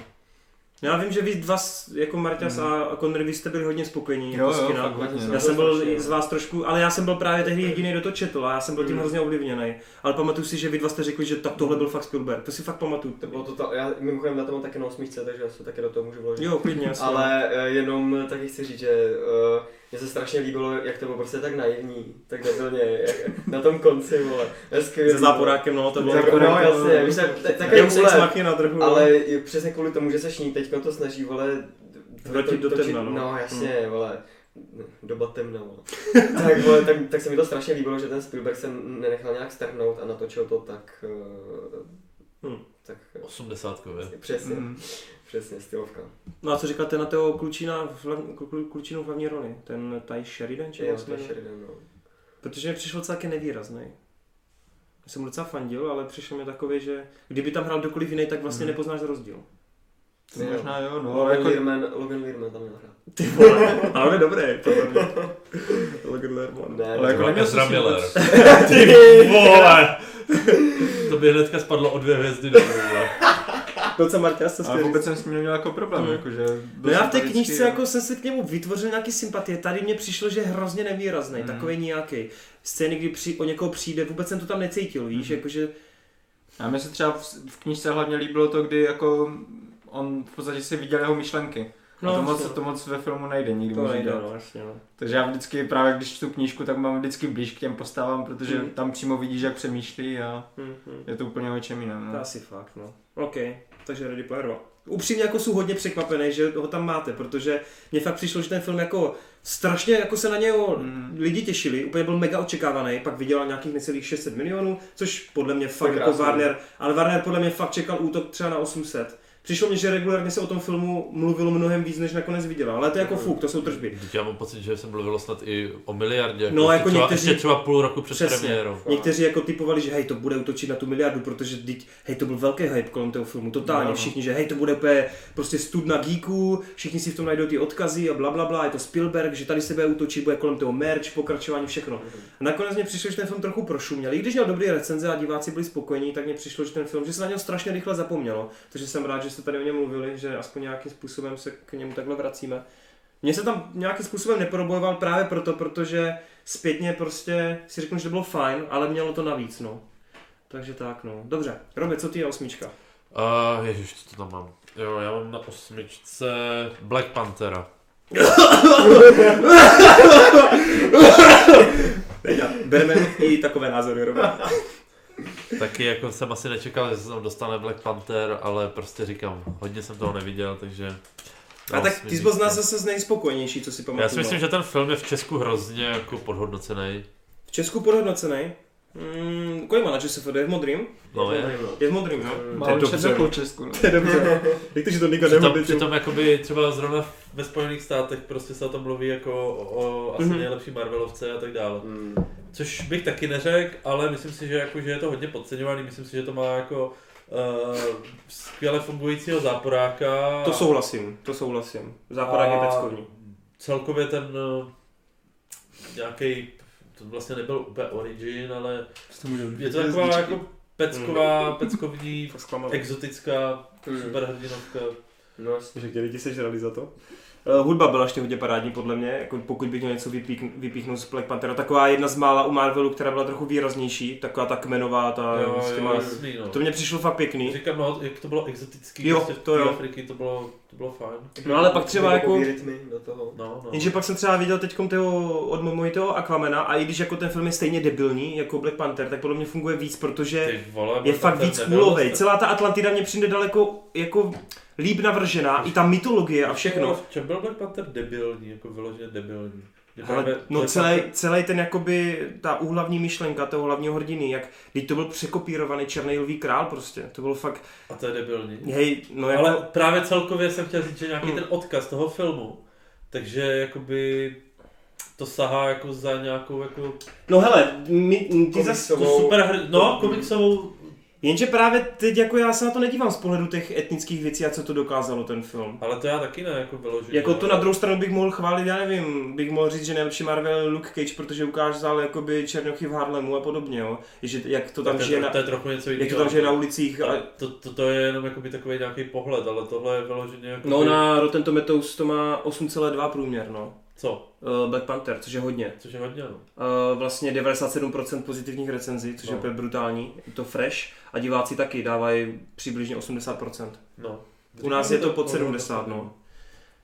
Speaker 1: Já vím, že vy dva, s- jako Marťas
Speaker 4: Mm.
Speaker 1: a Connery, vy jste byli hodně spokojení
Speaker 4: Jo,
Speaker 1: jako z
Speaker 4: jo,
Speaker 1: kina.
Speaker 4: fakt hodně.
Speaker 1: Já
Speaker 4: No.
Speaker 1: jsem byl
Speaker 2: Strašně.
Speaker 1: z vás trošku, ale já jsem byl právě tehdy jediný, kdo to četl a já jsem byl tím
Speaker 2: Mm.
Speaker 1: hrozně ovlivněný. Ale pamatuju si, že vy dva jste řekli, že tak tohle byl fakt Spielberg. To si fakt pamatuju.
Speaker 2: To bylo to, to já mimochodem na tom mám taky na osmičce, takže já se taky do toho můžu vložit.
Speaker 1: Jo, klidně, jasně.
Speaker 2: Ale eh, jenom taky chci říct, že eh, mně se strašně líbilo, jak to bylo prostě tak naivní, tak debilně, jak- na tom konci, vole. To je skvělý,
Speaker 1: Se záporákem, no, to bylo
Speaker 2: Jako,
Speaker 1: takové-
Speaker 2: no, jasně, víš, tak- tak- takové
Speaker 1: Deus Ex
Speaker 2: vůle.
Speaker 1: Machina trochu.
Speaker 2: vole. Ale je přesně kvůli tomu, že se šní teďka to snaží, vole, to-
Speaker 1: Vrátit
Speaker 2: to-
Speaker 1: do
Speaker 2: točit-
Speaker 1: temna, no.
Speaker 2: No, jasně, vole. Doba temna, vole. tak, vole, tak, tak se mi to strašně líbilo, že ten Spielberg se nenechal nějak strhnout a natočil to tak... eh,
Speaker 1: Hmm.
Speaker 2: Tak,
Speaker 3: Osmdesátkově.
Speaker 2: eh, přesně,
Speaker 4: Mm.
Speaker 2: přesně, stylovka.
Speaker 1: No a co říkáte na toho klučina, v hlavní- klu- klu- klučinu v hlavní roli? Ten Taj Sheridan, či
Speaker 2: Jo,
Speaker 1: jak
Speaker 2: to
Speaker 1: se
Speaker 2: je
Speaker 1: jmenuje?
Speaker 2: Sheridan, no.
Speaker 1: Protože mi přišel celkem nevýrazný. Já jsem mu docela fandil, ale přišel mi takový, že kdyby tam hrál kdokoliv jiný, tak vlastně
Speaker 4: Mhm.
Speaker 1: nepoznáš rozdíl.
Speaker 4: To možná jo, no.
Speaker 2: Logan
Speaker 4: Jako,
Speaker 2: Learman, Logan Learman tam měl hrát.
Speaker 1: Ty vole, ale on je dobrý, podle mě. L. Guillermo.
Speaker 2: Ne,
Speaker 4: Ale jako
Speaker 3: Jako
Speaker 4: neměl
Speaker 3: Ezra
Speaker 4: jsem si
Speaker 3: Miller.
Speaker 4: vůbec...
Speaker 1: Ty vole!
Speaker 3: To by hnedka spadlo o dvě hvězdy dolů. vole.
Speaker 1: Doce Martina se
Speaker 4: Ale
Speaker 1: skvělý.
Speaker 4: vůbec jsem s ním neměl jako problém,
Speaker 1: Hmm.
Speaker 4: jakože...
Speaker 1: No
Speaker 4: byl
Speaker 1: já v té
Speaker 4: sympatický,
Speaker 1: knížce
Speaker 4: jo.
Speaker 1: jako jsem si k němu vytvořil nějaký sympatie, tady mě přišlo, že je hrozně nevýrazný,
Speaker 4: Mm.
Speaker 1: takový nějaký. Scény, kdy při, o někoho přijde, vůbec jsem to tam necítil, víš,
Speaker 4: Hmm.
Speaker 1: jakože...
Speaker 4: A mně se třeba v, v knížce hlavně líbilo to, kdy jako on v podstatě si viděl jeho myšlenky. No, a to moc,
Speaker 1: vlastně,
Speaker 4: to moc ve filmu nejde nikdy.
Speaker 1: to
Speaker 4: moc
Speaker 1: nejde,
Speaker 4: dělat.
Speaker 1: no, vlastně, no.
Speaker 4: Takže já vždycky, právě když tu knížku, tak mám vždycky blíž k těm postavám, protože
Speaker 1: Mhm.
Speaker 4: tam přímo vidíš, jak přemýšlí a
Speaker 1: Mm-hmm.
Speaker 4: je to úplně o čem jiném.
Speaker 1: To
Speaker 4: No.
Speaker 1: asi fakt, no. OK, takže Ready Player 2. Upřímně jako jsou hodně překvapený, že ho tam máte, protože mně fakt přišlo, že ten film jako strašně jako se na něho
Speaker 2: Mhm.
Speaker 4: Mm.
Speaker 1: lidi těšili, úplně byl mega očekávaný, pak vydělal nějakých necelých 600 milionů, což podle mě fakt
Speaker 2: To je
Speaker 1: jako
Speaker 2: krásný.
Speaker 1: Warner, ale Warner podle mě fakt čekal útok třeba na 800. Přišlo mě, že regulárně se o tom filmu mluvilo mnohem víc, než nakonec viděla, ale to je jako
Speaker 2: Mhm.
Speaker 1: fuk, to jsou tržby.
Speaker 3: Vždyť já mám pocit, že jsem mluvil snad i o miliardě.
Speaker 1: No,
Speaker 3: ještě
Speaker 1: jako
Speaker 3: třeba,
Speaker 1: někteří-
Speaker 3: Ještě třeba půl roku před
Speaker 1: Přesně.
Speaker 3: premiérou.
Speaker 1: Někteří jako typovali, že hej, to bude útočit na tu miliardu, protože teď, hej, to byl velký hype kolem toho filmu, totálně.
Speaker 4: No.
Speaker 1: Všichni, že hej, to bude úplně prostě studna geeků, všichni si v tom najdou ty odkazy a bla, bla, bla, je to Spielberg, že tady se bude útočit, bude kolem toho merch, pokračování, všechno. A nakonec mě přišlo, že ten film trochu prošuměl. I když měl dobrý recenze a diváci byli spokojení, tak mě přišlo, že ten film, že se na něj strašně rychle zapomnělo. Takže jsem rád, že jste tady o něm mluvili, že aspoň nějakým způsobem se k němu takhle vracíme. Mně se tam nějakým způsobem neprobojoval právě proto, protože zpětně prostě si řeknu, že to bylo fajn, ale mělo to navíc, no. Takže tak, no. Dobře, Robe, co ty je osmička?
Speaker 3: Uh, ježiš, co to tam mám? Jo, já mám na osmičce Black Panthera.
Speaker 1: Bereme i takové názory, Robe.
Speaker 3: Taky jako jsem asi nečekal, že se tam dostane Black Panther, ale prostě říkám, hodně jsem toho neviděl, takže...
Speaker 1: A tak ty jsi byl z nás zase z nejspokojenější, co si pamatuju. no.
Speaker 3: Já si myslím, že ten film je v Česku hrozně jako podhodnocený.
Speaker 1: V Česku podhodnocený. Mm, kolik má na ČSFD? Je v modrým?
Speaker 3: No je.
Speaker 1: Je v modrým, jo?
Speaker 4: Málo
Speaker 1: To je dobře.
Speaker 4: četl Česku. No.
Speaker 1: To je dobře. Víte, že to nikdo
Speaker 3: Přitom,
Speaker 1: nebude.
Speaker 3: přitom jakoby třeba zrovna ve Spojených státech prostě se o tom mluví jako o, o asi
Speaker 1: Mhm.
Speaker 3: nejlepší Marvelovce a tak dále.
Speaker 2: Mm.
Speaker 3: Což bych taky neřekl, ale myslím si, že, jako, že je to hodně podceňovaný, myslím si, že to má jako uh, skvěle fungujícího záporáka.
Speaker 1: To souhlasím, to souhlasím. Západák je
Speaker 3: A
Speaker 1: peckovní.
Speaker 3: Celkově ten nějaký to vlastně nebyl úplně origin, ale je to taková
Speaker 4: Hvězdičky.
Speaker 3: jako
Speaker 1: Mm.
Speaker 3: pecková, peckovní,
Speaker 1: Fakt zklamal.
Speaker 3: exotická
Speaker 2: Mm.
Speaker 3: superhrdinovka.
Speaker 2: No,
Speaker 1: Že tě lidi sežrali za to. Uh, hudba byla ještě hodně parádní podle mě, jako pokud bych měl něco vypíkn, vypíchnout z Black Panthera. Taková jedna z mála u Marvelu, která byla trochu výraznější, taková ta kmenová, ta
Speaker 3: Jo,
Speaker 1: s těma...
Speaker 3: jo, jasný, no.
Speaker 1: To mě přišlo fakt pěkný.
Speaker 3: Říkám, no, jak to bylo exotický,
Speaker 1: Jo,
Speaker 3: prostě v
Speaker 1: to
Speaker 3: té
Speaker 1: jo.
Speaker 3: Afriky, to bylo, to bylo fajn.
Speaker 1: No ale pak třeba jako...
Speaker 2: rytmy do toho.
Speaker 3: No, no.
Speaker 1: Jenže pak jsem třeba viděl teď toho od Momoitého Aquamana a i když jako ten film je stejně debilní jako Black Panther, tak podle mě funguje víc, protože
Speaker 3: Ty vole,
Speaker 1: je
Speaker 3: Black
Speaker 1: fakt
Speaker 3: Panther
Speaker 1: víc
Speaker 3: nebyl
Speaker 1: kůlovej.
Speaker 3: dost-
Speaker 1: Celá ta Atlantida mě přijde daleko jako líp navržená, i ta mytologie a všechno.
Speaker 3: V čem No, byl Black Panther debilní, jako vyloženě debilní? Že právě
Speaker 1: Ale, no
Speaker 3: Black
Speaker 1: celý,
Speaker 3: Panther-
Speaker 1: celý ten jakoby, ta úhlavní myšlenka toho hlavního hrdiny, jak, teď to byl překopírovaný černý lvý král prostě, to bylo fakt,
Speaker 3: A to je debilní.
Speaker 1: hej, no jako,
Speaker 3: Ale právě celkově jsem chtěl říct, že nějaký
Speaker 1: Hmm.
Speaker 3: ten odkaz toho filmu, takže jakoby to sahá jako za nějakou jako
Speaker 1: no hele, my, ty zas,
Speaker 2: Komiksovou-
Speaker 3: tu super hr... no
Speaker 1: Hmm.
Speaker 3: komiksovou
Speaker 1: jenže právě teď jako já se na to nedívám z pohledu těch etnických věcí a co to dokázalo ten film.
Speaker 3: ale to já taky ne jako vyloženě.
Speaker 1: Jako to na druhou stranu bych mohl chválit, já nevím, bych mohl říct, že nejlepší Marvel je Luke Cage, protože ukázal jakoby černochy v Harlemu a podobně, jo. Že jak to tam
Speaker 3: to,
Speaker 1: žije
Speaker 3: je,
Speaker 1: na,
Speaker 3: to je trochu něco jiného.
Speaker 1: jak to tam žije na ulicích a,
Speaker 3: Ale to, to, to, je jenom jakoby takový nějaký pohled, ale tohle je vyloženě jako
Speaker 1: No na Rotten Tomatoes to má 8,2 průměr, no.
Speaker 3: co?
Speaker 1: Eh, Black Panther, což je hodně.
Speaker 3: Což je hodně no.
Speaker 1: Eh, Vlastně 97% pozitivních recenzí, což je
Speaker 3: No.
Speaker 1: úplně brutální. Je to fresh a diváci taky dávají přibližně 80%.
Speaker 3: no.
Speaker 1: U nás je to pod 70, no.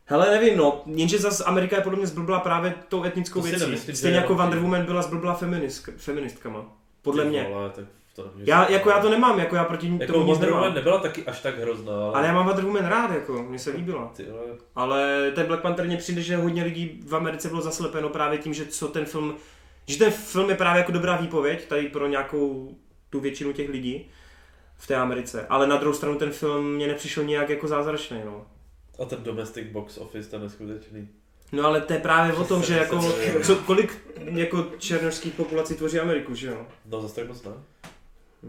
Speaker 1: Hele, nevím, no, jenže zase Amerika je podle mě zblblá právě tou etnickou
Speaker 3: To si
Speaker 1: věcí.
Speaker 3: nemyslím, že
Speaker 1: Stejně
Speaker 3: je
Speaker 1: jako
Speaker 3: jenom
Speaker 1: Wonder
Speaker 3: tím.
Speaker 1: Woman byla zblblá feministk, feministkama. Podle
Speaker 3: Ty
Speaker 1: mě.
Speaker 3: Vole, tak to nemůžu-
Speaker 1: Já, jako já to nemám, jako já proti
Speaker 3: Jako
Speaker 1: tomu nic
Speaker 3: Wonder
Speaker 1: nemám.
Speaker 3: Woman nebyla taky až tak hrozná, ale...
Speaker 1: Ale já mám Wonder Woman rád, jako, mně se líbila.
Speaker 3: Ty vole,
Speaker 1: Ale ten Black Panther mě přijde, že hodně lidí v Americe bylo zaslepeno právě tím, že co ten film, že ten film je právě jako dobrá výpověď tady pro nějakou tu většinu těch lidí v té Americe. Ale na druhou stranu ten film mě nepřišel nějak jako zázračný, no.
Speaker 3: a ten domestic box office, ten neskutečný.
Speaker 1: No ale to je právě o tom, že jako, co, kolik jako černožských populací tvoří Ameriku, že jo?
Speaker 3: No zase tak moc ne.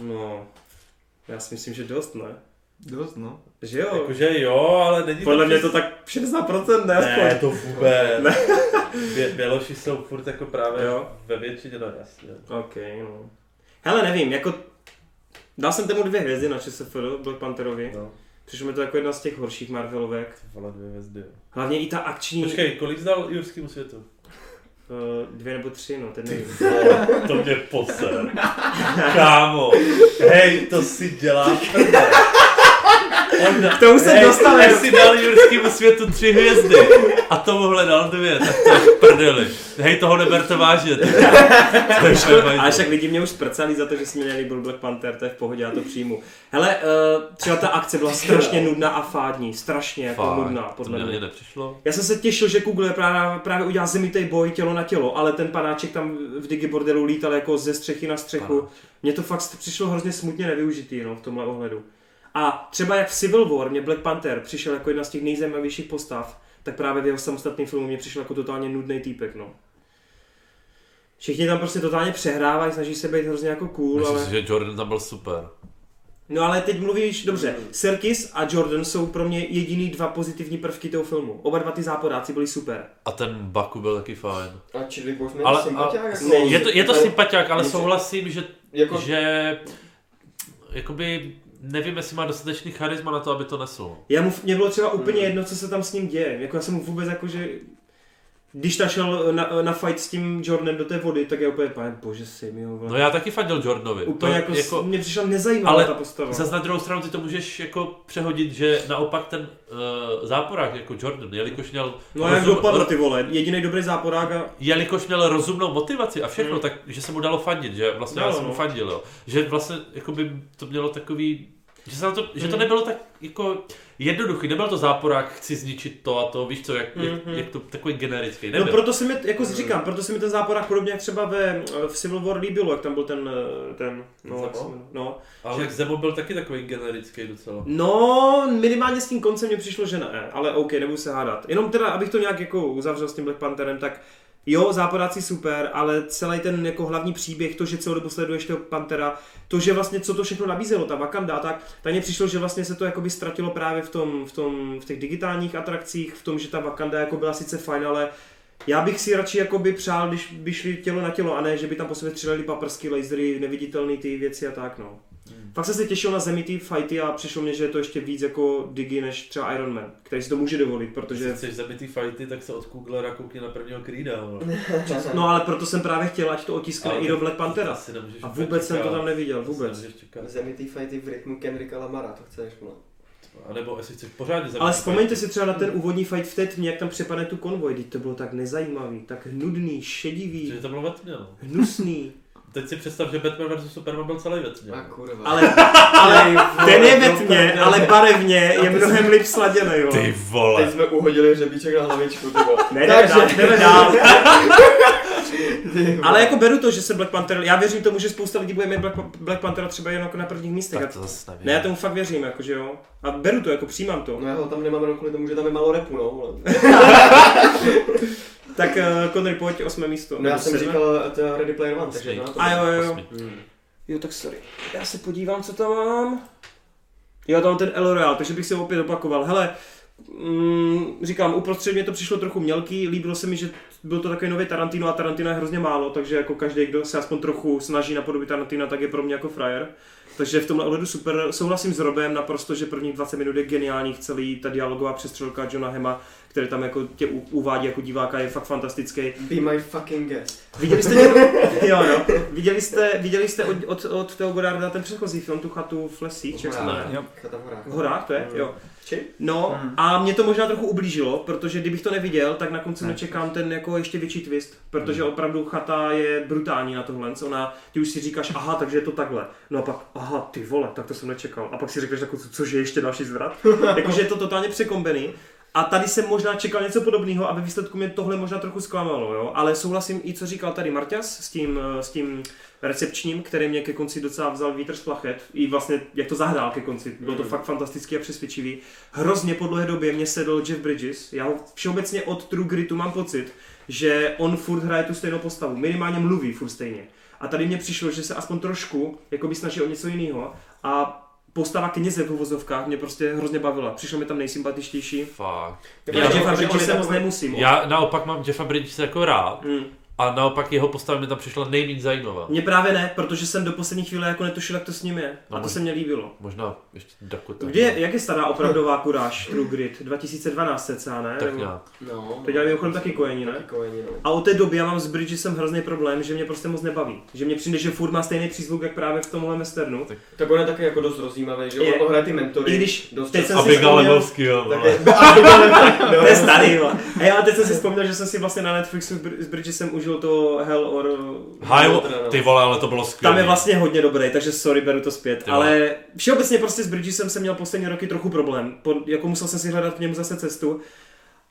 Speaker 1: No, já si myslím, že dost, ne?
Speaker 4: Dost, no.
Speaker 1: Že jo?
Speaker 3: Jakože jo, ale není
Speaker 1: Podle mě
Speaker 3: přes-
Speaker 1: to tak 60% ne,
Speaker 3: Jako- Ne,
Speaker 1: aspoň.
Speaker 3: to vůbec. Bě- Běloši jsou furt jako právě
Speaker 1: Jo.
Speaker 3: ve většině, no jasně.
Speaker 1: Ok, no. Hele, nevím, jako... Dal jsem tomu dvě hvězdy na ČSFD, Black Pantherovi.
Speaker 3: No,
Speaker 1: Přišlo mi to jako jedna z těch horších Marvelovek.
Speaker 3: ty vole dvě hvězdy. jo.
Speaker 1: Hlavně i ta akční...
Speaker 3: Počkej, kolik zdal Jurskému světu?
Speaker 1: eh, dvě nebo tři, no, ten nevím.
Speaker 3: To mě poser. Kámo, hej, to si dělá prdel. On,
Speaker 1: K tomu se
Speaker 3: hej,
Speaker 1: dostali.
Speaker 3: ten si dal Jurskému světu tři hvězdy a tomuhle dal dvě, tak to je v prdeli. Hej, toho neberte vážně. ty vole. To je fajn,
Speaker 1: Ale však lidi mě už prcali za to, že se mi nelíbil Black Panther, to je v pohodě, já to přijmu. Hele, eh, třeba ta akce byla strašně nudná a fádní, strašně jako
Speaker 3: Fakt,
Speaker 1: nudná,
Speaker 3: to
Speaker 1: podle
Speaker 3: mě ani
Speaker 1: mě.
Speaker 3: nepřišlo.
Speaker 1: Já jsem se těšil, že Google právě, právě udělá zemitej boj tělo na tělo, ale ten panáček tam v Digibordelu lítal jako ze střechy na střechu. Mně to fakt přišlo hrozně smutně nevyužitý no, v tomhle ohledu. A třeba jak v Civil War mě Black Panther přišel jako jedna z těch nejzajímavějších postav, tak právě v jeho samostatném filmu mě přišel jako totálně nudný týpek. No. Všichni tam prostě totálně přehrávají, snaží se být hrozně jako cool,
Speaker 3: Myslím
Speaker 1: ale...
Speaker 3: si, že Jordan tam byl super.
Speaker 1: No ale teď mluvíš, dobře,
Speaker 3: Mm.
Speaker 1: Serkis a Jordan jsou pro mě jediný dva pozitivní prvky toho filmu. Oba dva ty záporáci byli super.
Speaker 3: A ten Baku byl taky fajn.
Speaker 2: A Chili Boseman
Speaker 3: Ale,
Speaker 2: sympatiák,
Speaker 3: ale
Speaker 2: jako-
Speaker 1: není.
Speaker 3: je to, je to
Speaker 2: ale-
Speaker 3: sympatiák, ale
Speaker 2: Něco-
Speaker 3: souhlasím, že,
Speaker 2: Jako,
Speaker 3: že jakoby nevím, jestli má dostatečný charisma na to, aby to neslo.
Speaker 1: Já mu, mě bylo třeba
Speaker 3: Hmm.
Speaker 1: úplně jedno, co se tam s ním děje. Jako já jsem mu vůbec jako, že... Když ta šel na, na fight s tím Jordanem do té vody, tak já úplně, pane bože si mi ho
Speaker 3: No já taky fandil Jordanovi.
Speaker 1: Úplně jako, jako, mě přišla nezajímavá
Speaker 3: Ale
Speaker 1: ta postava.
Speaker 3: Zas na druhou stranu ty to můžeš jako přehodit, že naopak ten uh, záporák jako Jordan, jelikož měl,
Speaker 1: No a jak dopadl ty vole, jediný dobrý záporák a...
Speaker 3: jelikož měl rozumnou motivaci a všechno,
Speaker 1: Hmm.
Speaker 3: tak že se mu dalo fandit, že vlastně
Speaker 1: Dalo,
Speaker 3: já jsem mu
Speaker 1: no.
Speaker 3: fandil, jo. že vlastně jako by to mělo takový, že, se na to, že to
Speaker 1: Hmm.
Speaker 3: nebylo tak jako jednoduchý, nebyl to záporák, chci zničit to a to, víš co, jak, jak,
Speaker 1: Mhm.
Speaker 3: jak to takový generický,
Speaker 1: No
Speaker 3: nebyl.
Speaker 1: proto se mi, jako
Speaker 3: Hmm.
Speaker 1: říkám, proto se mi ten záporák podobně jak třeba ve, v Civil War líbilo, jak tam byl ten, eh, ten, no, jak se
Speaker 2: Zemo?
Speaker 1: jmenuje, no,
Speaker 3: Ale že... Zemo byl taky takový generický docela.
Speaker 1: No, minimálně s tím koncem mě přišlo, že ne, ale OK, nebudu se hádat. Jenom teda, abych to nějak jako uzavřel s tím Black Pantherem, tak jo, západáci super, ale celý ten jako hlavní příběh, to, že celou dobu sleduješ toho Pantera, to, že vlastně co to všechno nabízelo, ta Wakanda, a tak, tak mně přišlo, že vlastně se to jakoby ztratilo právě v, tom, v, tom, v těch digitálních atrakcích, v tom, že ta Wakanda jako byla sice fajn, ale já bych si radši jakoby přál, když by šli tělo na tělo, a ne, že by tam po sobě stříleli paprsky, lasery, neviditelné ty věci a tak, no. Fakt jsem se těšil na zemi ty fighty a přišlo mě, že je to ještě víc jako digi než třeba Iron Man, který si to může dovolit,
Speaker 3: Protože
Speaker 1: protože...
Speaker 3: chceš zabít ty fighty, tak se od Googlera koukni na prvního Creeda, vole.
Speaker 1: No ale proto jsem právě chtěl, ať to otiskne
Speaker 3: Ale
Speaker 1: i
Speaker 3: tak
Speaker 1: do Black Panthera.
Speaker 3: asi nemůžeš
Speaker 1: A vůbec jsem to
Speaker 3: čekat.
Speaker 1: tam neviděl, vůbec.
Speaker 3: Nemůžeš čekat.
Speaker 2: Zemitý fighty v rytmu Kendricka Lamara, to chceš, no.
Speaker 3: A nebo jestli chceš pořádně zabít.
Speaker 1: Ale vzpomeňte si třeba na ten úvodní fight v té tmě, jak tam přepadne tu konvoj, teď to bylo tak nezajímavý, tak hnudný, šedivý,
Speaker 3: Že to bylo ve tmě, no.
Speaker 1: hnusný.
Speaker 3: Teď si představ, že Batman vs Superman byl celý ve tmě.
Speaker 2: A kurva.
Speaker 1: Ale
Speaker 2: ale
Speaker 1: ten je ve tmě, ale barevně je mnohem líp sladěný, jo.
Speaker 2: Teď
Speaker 3: vole.
Speaker 2: jsme uhodili hřebíček na hlavičku, ty vole.
Speaker 1: Ne, jdeme dál, jdeme dál.
Speaker 2: Ty vole.
Speaker 1: Ale jako beru to, že se Black Panther, já věřím tomu, že spousta lidí bude mít Black, Black Panthera třeba jen jako na prvních místech.
Speaker 3: Tak
Speaker 1: A
Speaker 3: to zase nevím.
Speaker 1: Ne, já tomu fakt věřím, jakože jo. A beru to, jako přijímám to.
Speaker 2: No já ho tam nemám jenom kvůli tomu, že tam je málo repu, no. vole.
Speaker 1: Tak uh, Connery, pojď, osmé místo.
Speaker 2: No já
Speaker 1: Nebo
Speaker 2: jsem
Speaker 1: sedmé?
Speaker 2: říkal to Ready Player One, takže
Speaker 3: Osmý.
Speaker 2: no. to-
Speaker 1: A jo, jo, jo.
Speaker 3: Osmý.
Speaker 2: Hmm.
Speaker 1: Jo, tak sorry. Já se podívám, co tam mám. Jo, tam mám ten El Royale, takže bych se opět opakoval. Hele, mm, říkám, uprostřed mě to přišlo trochu mělký, líbilo se mi, že byl to takový nový Tarantino a Tarantino je hrozně málo, takže jako každý, kdo se aspoň trochu snaží napodobit Tarantina, tak je pro mě jako frajer. Takže v tomhle ohledu super, souhlasím s Robem naprosto, že prvních 20 minut je geniálních, celý ta dialogová přestřelka Johna Hema, který tam jako tě u- uvádí jako diváka, je fakt fantastický.
Speaker 2: Be my fucking guest.
Speaker 1: Viděli jste, jo, no. viděli jste, viděli jste od, od, od Teo Godarda ten předchozí film, tu chatu v lesích, jak se
Speaker 2: Horách.
Speaker 1: jmenuje?
Speaker 4: Jo.
Speaker 2: Chata v horách.
Speaker 1: V horách to je,
Speaker 2: Mm.
Speaker 1: jo.
Speaker 2: Či?
Speaker 1: No
Speaker 4: Mhm.
Speaker 1: a mě to možná trochu ublížilo, protože kdybych to neviděl, tak na konci nečekám ten jako ještě větší twist, protože
Speaker 2: Mm.
Speaker 1: opravdu chata je brutální na tohle, co ona, ty už si říkáš, aha, takže je to takhle, no a pak, aha, ty vole, tak to jsem nečekal, a pak si řekneš takovou, co- cože je ještě další zvrat, jakože je to totálně překombený, a tady jsem možná čekal něco podobného a ve výsledku mě tohle možná trochu zklamalo, jo? ale souhlasím i co říkal tady Marťas s tím, eh, s tím recepčním, který mě ke konci docela vzal vítr z plachet, i vlastně jak to zahrál ke konci, bylo to
Speaker 2: Mm.
Speaker 1: fakt fantastický a přesvědčivý. Hrozně po dlouhé době mě sedl Jeff Bridges, já ho všeobecně od True Gritu mám pocit, že on furt hraje tu stejnou postavu, minimálně mluví furt stejně. A tady mě přišlo, že se aspoň trošku jakoby snaží o něco jiného a postava kněze v uvozovkách mě prostě hrozně bavila. Přišlo mi tam nejsympatičtější.
Speaker 3: Fakt.
Speaker 1: Já, já,
Speaker 3: Já-
Speaker 1: já,
Speaker 2: protože on je
Speaker 1: se moc
Speaker 2: takový-
Speaker 1: nemusím.
Speaker 3: Já naopak mám Jeffa Bridges jako rád
Speaker 1: Mm.
Speaker 3: a naopak jeho postava mi tam přišla nejméně zajímavá.
Speaker 1: Mně právě ne, protože jsem do poslední chvíle jako netušil, jak to s ním je.
Speaker 3: No,
Speaker 1: A to
Speaker 3: možná.
Speaker 1: se mně líbilo.
Speaker 3: Možná ještě Dakota.
Speaker 1: Kde, je- jak je stará opravdová kuráž True Grit? 2012 cca, ne?
Speaker 3: Tak
Speaker 1: Nebo-
Speaker 3: nějak.
Speaker 2: No.
Speaker 1: To dělají mimochodem taky kojeni, ne?
Speaker 2: Taky kojeni, no.
Speaker 1: A od té doby já mám s Bridgesem hrozný problém, že mě prostě moc nebaví. Že mě přijde, že furt má stejný přízvuk, jak právě v tomhle westernu.
Speaker 2: Tak on je taky jako dost rozjímavý, že
Speaker 1: Je.
Speaker 2: on, on hraje ty mentory.
Speaker 1: I když
Speaker 2: dost
Speaker 1: teď
Speaker 2: často.
Speaker 1: jsem si
Speaker 3: Abigail
Speaker 1: vzpomněl-
Speaker 3: Lebowski, jo.
Speaker 2: Tak
Speaker 3: vole.
Speaker 2: je- a Abigail, tak, no.
Speaker 1: To je starý, jo. A já teď jsem si vzpomněl, že jsem si vlastně na Netflixu s Br- s Bridgesem užil to Hell or...
Speaker 3: High, ty vole, ale to bylo skvělé.
Speaker 1: Tam je vlastně hodně dobrý, takže sorry, beru to zpět.
Speaker 3: Ty
Speaker 1: Ale všeobecně prostě s Bridgesem jsem měl poslední roky trochu problém. Po, jako musel jsem si hledat k němu zase cestu.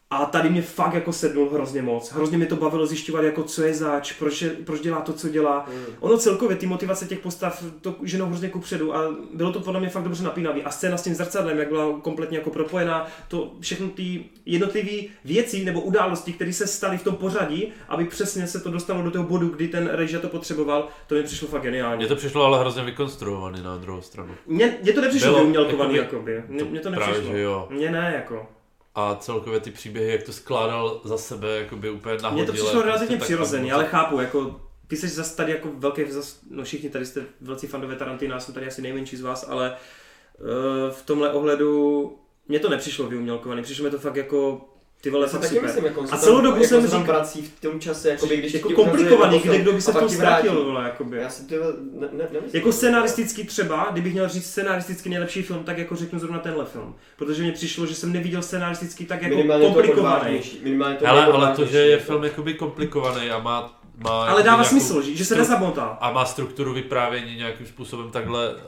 Speaker 1: A tady mě fakt jako sednul hrozně moc. Hrozně mě to bavilo zjišťovat, jako co je zač, proč, je, proč dělá to, co dělá. Ono celkově, ty motivace těch postav, to ženou hrozně kupředu a bylo to podle mě fakt dobře napínavý. A scéna s tím zrcadlem, jak byla kompletně jako propojená, to všechno ty jednotlivé věci nebo události, které se staly v tom pořadí, aby přesně se to dostalo do toho bodu, kdy ten režia to potřeboval, to mi přišlo fakt geniálně.
Speaker 3: Mně to přišlo ale hrozně vykonstruovaný na druhou stranu.
Speaker 1: Mně, mně to nepřišlo
Speaker 3: Bylo,
Speaker 1: vyumělkovaný,
Speaker 3: jakoby-
Speaker 1: jakoby. Mně,
Speaker 3: to
Speaker 1: mně to
Speaker 3: právě,
Speaker 1: nepřišlo.
Speaker 3: že jo.
Speaker 1: Mně ne, jako.
Speaker 3: A celkově ty příběhy, jak to skládal za sebe, jakoby úplně nahodile.
Speaker 1: Mně to přišlo
Speaker 3: prostě
Speaker 1: relativně
Speaker 3: tak
Speaker 1: přirozený,
Speaker 3: tam-
Speaker 1: ale chápu, jako ty jsi zase tady jako velký, zas, no všichni tady jste velcí fandové Tarantina, já jsem tady asi nejmenší z vás, ale eh, v tomhle ohledu mně to nepřišlo vyumělkovaný, přišlo mi to fakt jako ty vole,
Speaker 2: Já si
Speaker 1: fakt
Speaker 2: taky
Speaker 1: super.
Speaker 2: myslím, jako on se
Speaker 1: A
Speaker 2: tam-
Speaker 1: celou dobu
Speaker 2: jako
Speaker 1: jsem
Speaker 2: se tam
Speaker 1: říkal-
Speaker 2: vrací v tom čase, jakoby, když
Speaker 1: jako
Speaker 2: ti ukazuje
Speaker 1: komplikovaný,
Speaker 2: ten
Speaker 1: kde kdo by se
Speaker 2: a
Speaker 1: v
Speaker 2: pak
Speaker 1: tom
Speaker 2: ti vrátí.
Speaker 1: ztratil, vole, jakoby.
Speaker 2: Já si to ne, ne, nemyslím.
Speaker 1: Jako scenaristicky třeba, kdybych měl říct scenaristicky nejlepší film, tak jako řeknu zrovna tenhle film. Protože mně přišlo, že jsem neviděl scenaristicky tak jako
Speaker 2: minimálně to
Speaker 1: komplikovaný.
Speaker 2: odvážnější, Minimálně to
Speaker 3: Hele, ale to,
Speaker 2: odvážnější,
Speaker 3: že je
Speaker 2: jako.
Speaker 3: film jakoby komplikovaný a má... má
Speaker 1: Ale
Speaker 3: jakoby
Speaker 1: dává
Speaker 3: nějakou-
Speaker 1: smysl, že, že se nezamotá.
Speaker 3: a má strukturu vyprávění nějakým způsobem takhle, uh,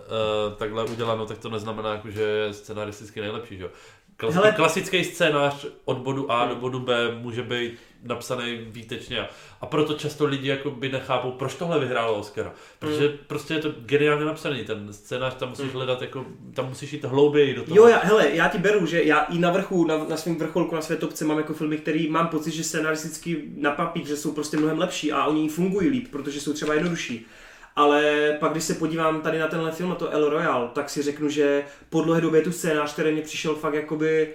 Speaker 3: takhle udělanou, tak to neznamená, jako, že je scenaristicky nejlepší. Že? jo? Klas,
Speaker 1: Hele-
Speaker 3: Hele. Klasický scénář od bodu A do bodu B může být napsaný výtečně. A proto často lidi jakoby nechápou, proč tohle vyhrálo Oscara. Protože
Speaker 1: Hmm.
Speaker 3: prostě je to geniálně napsaný. Ten scénář tam musíš hledat, jako, tam musíš jít hlouběji do toho.
Speaker 1: Jo, já, hele, já ti beru, že já i na vrchu, na, na svém vrcholku, na své topce mám jako filmy, který mám pocit, že scenaristicky na papír, že jsou prostě mnohem lepší a oni fungují líp, protože jsou třeba jednodušší. Ale pak, když se podívám tady na tenhle film, na to El Royal, tak si řeknu, že po dlouhé době je tu scénář, který mě přišel fakt jakoby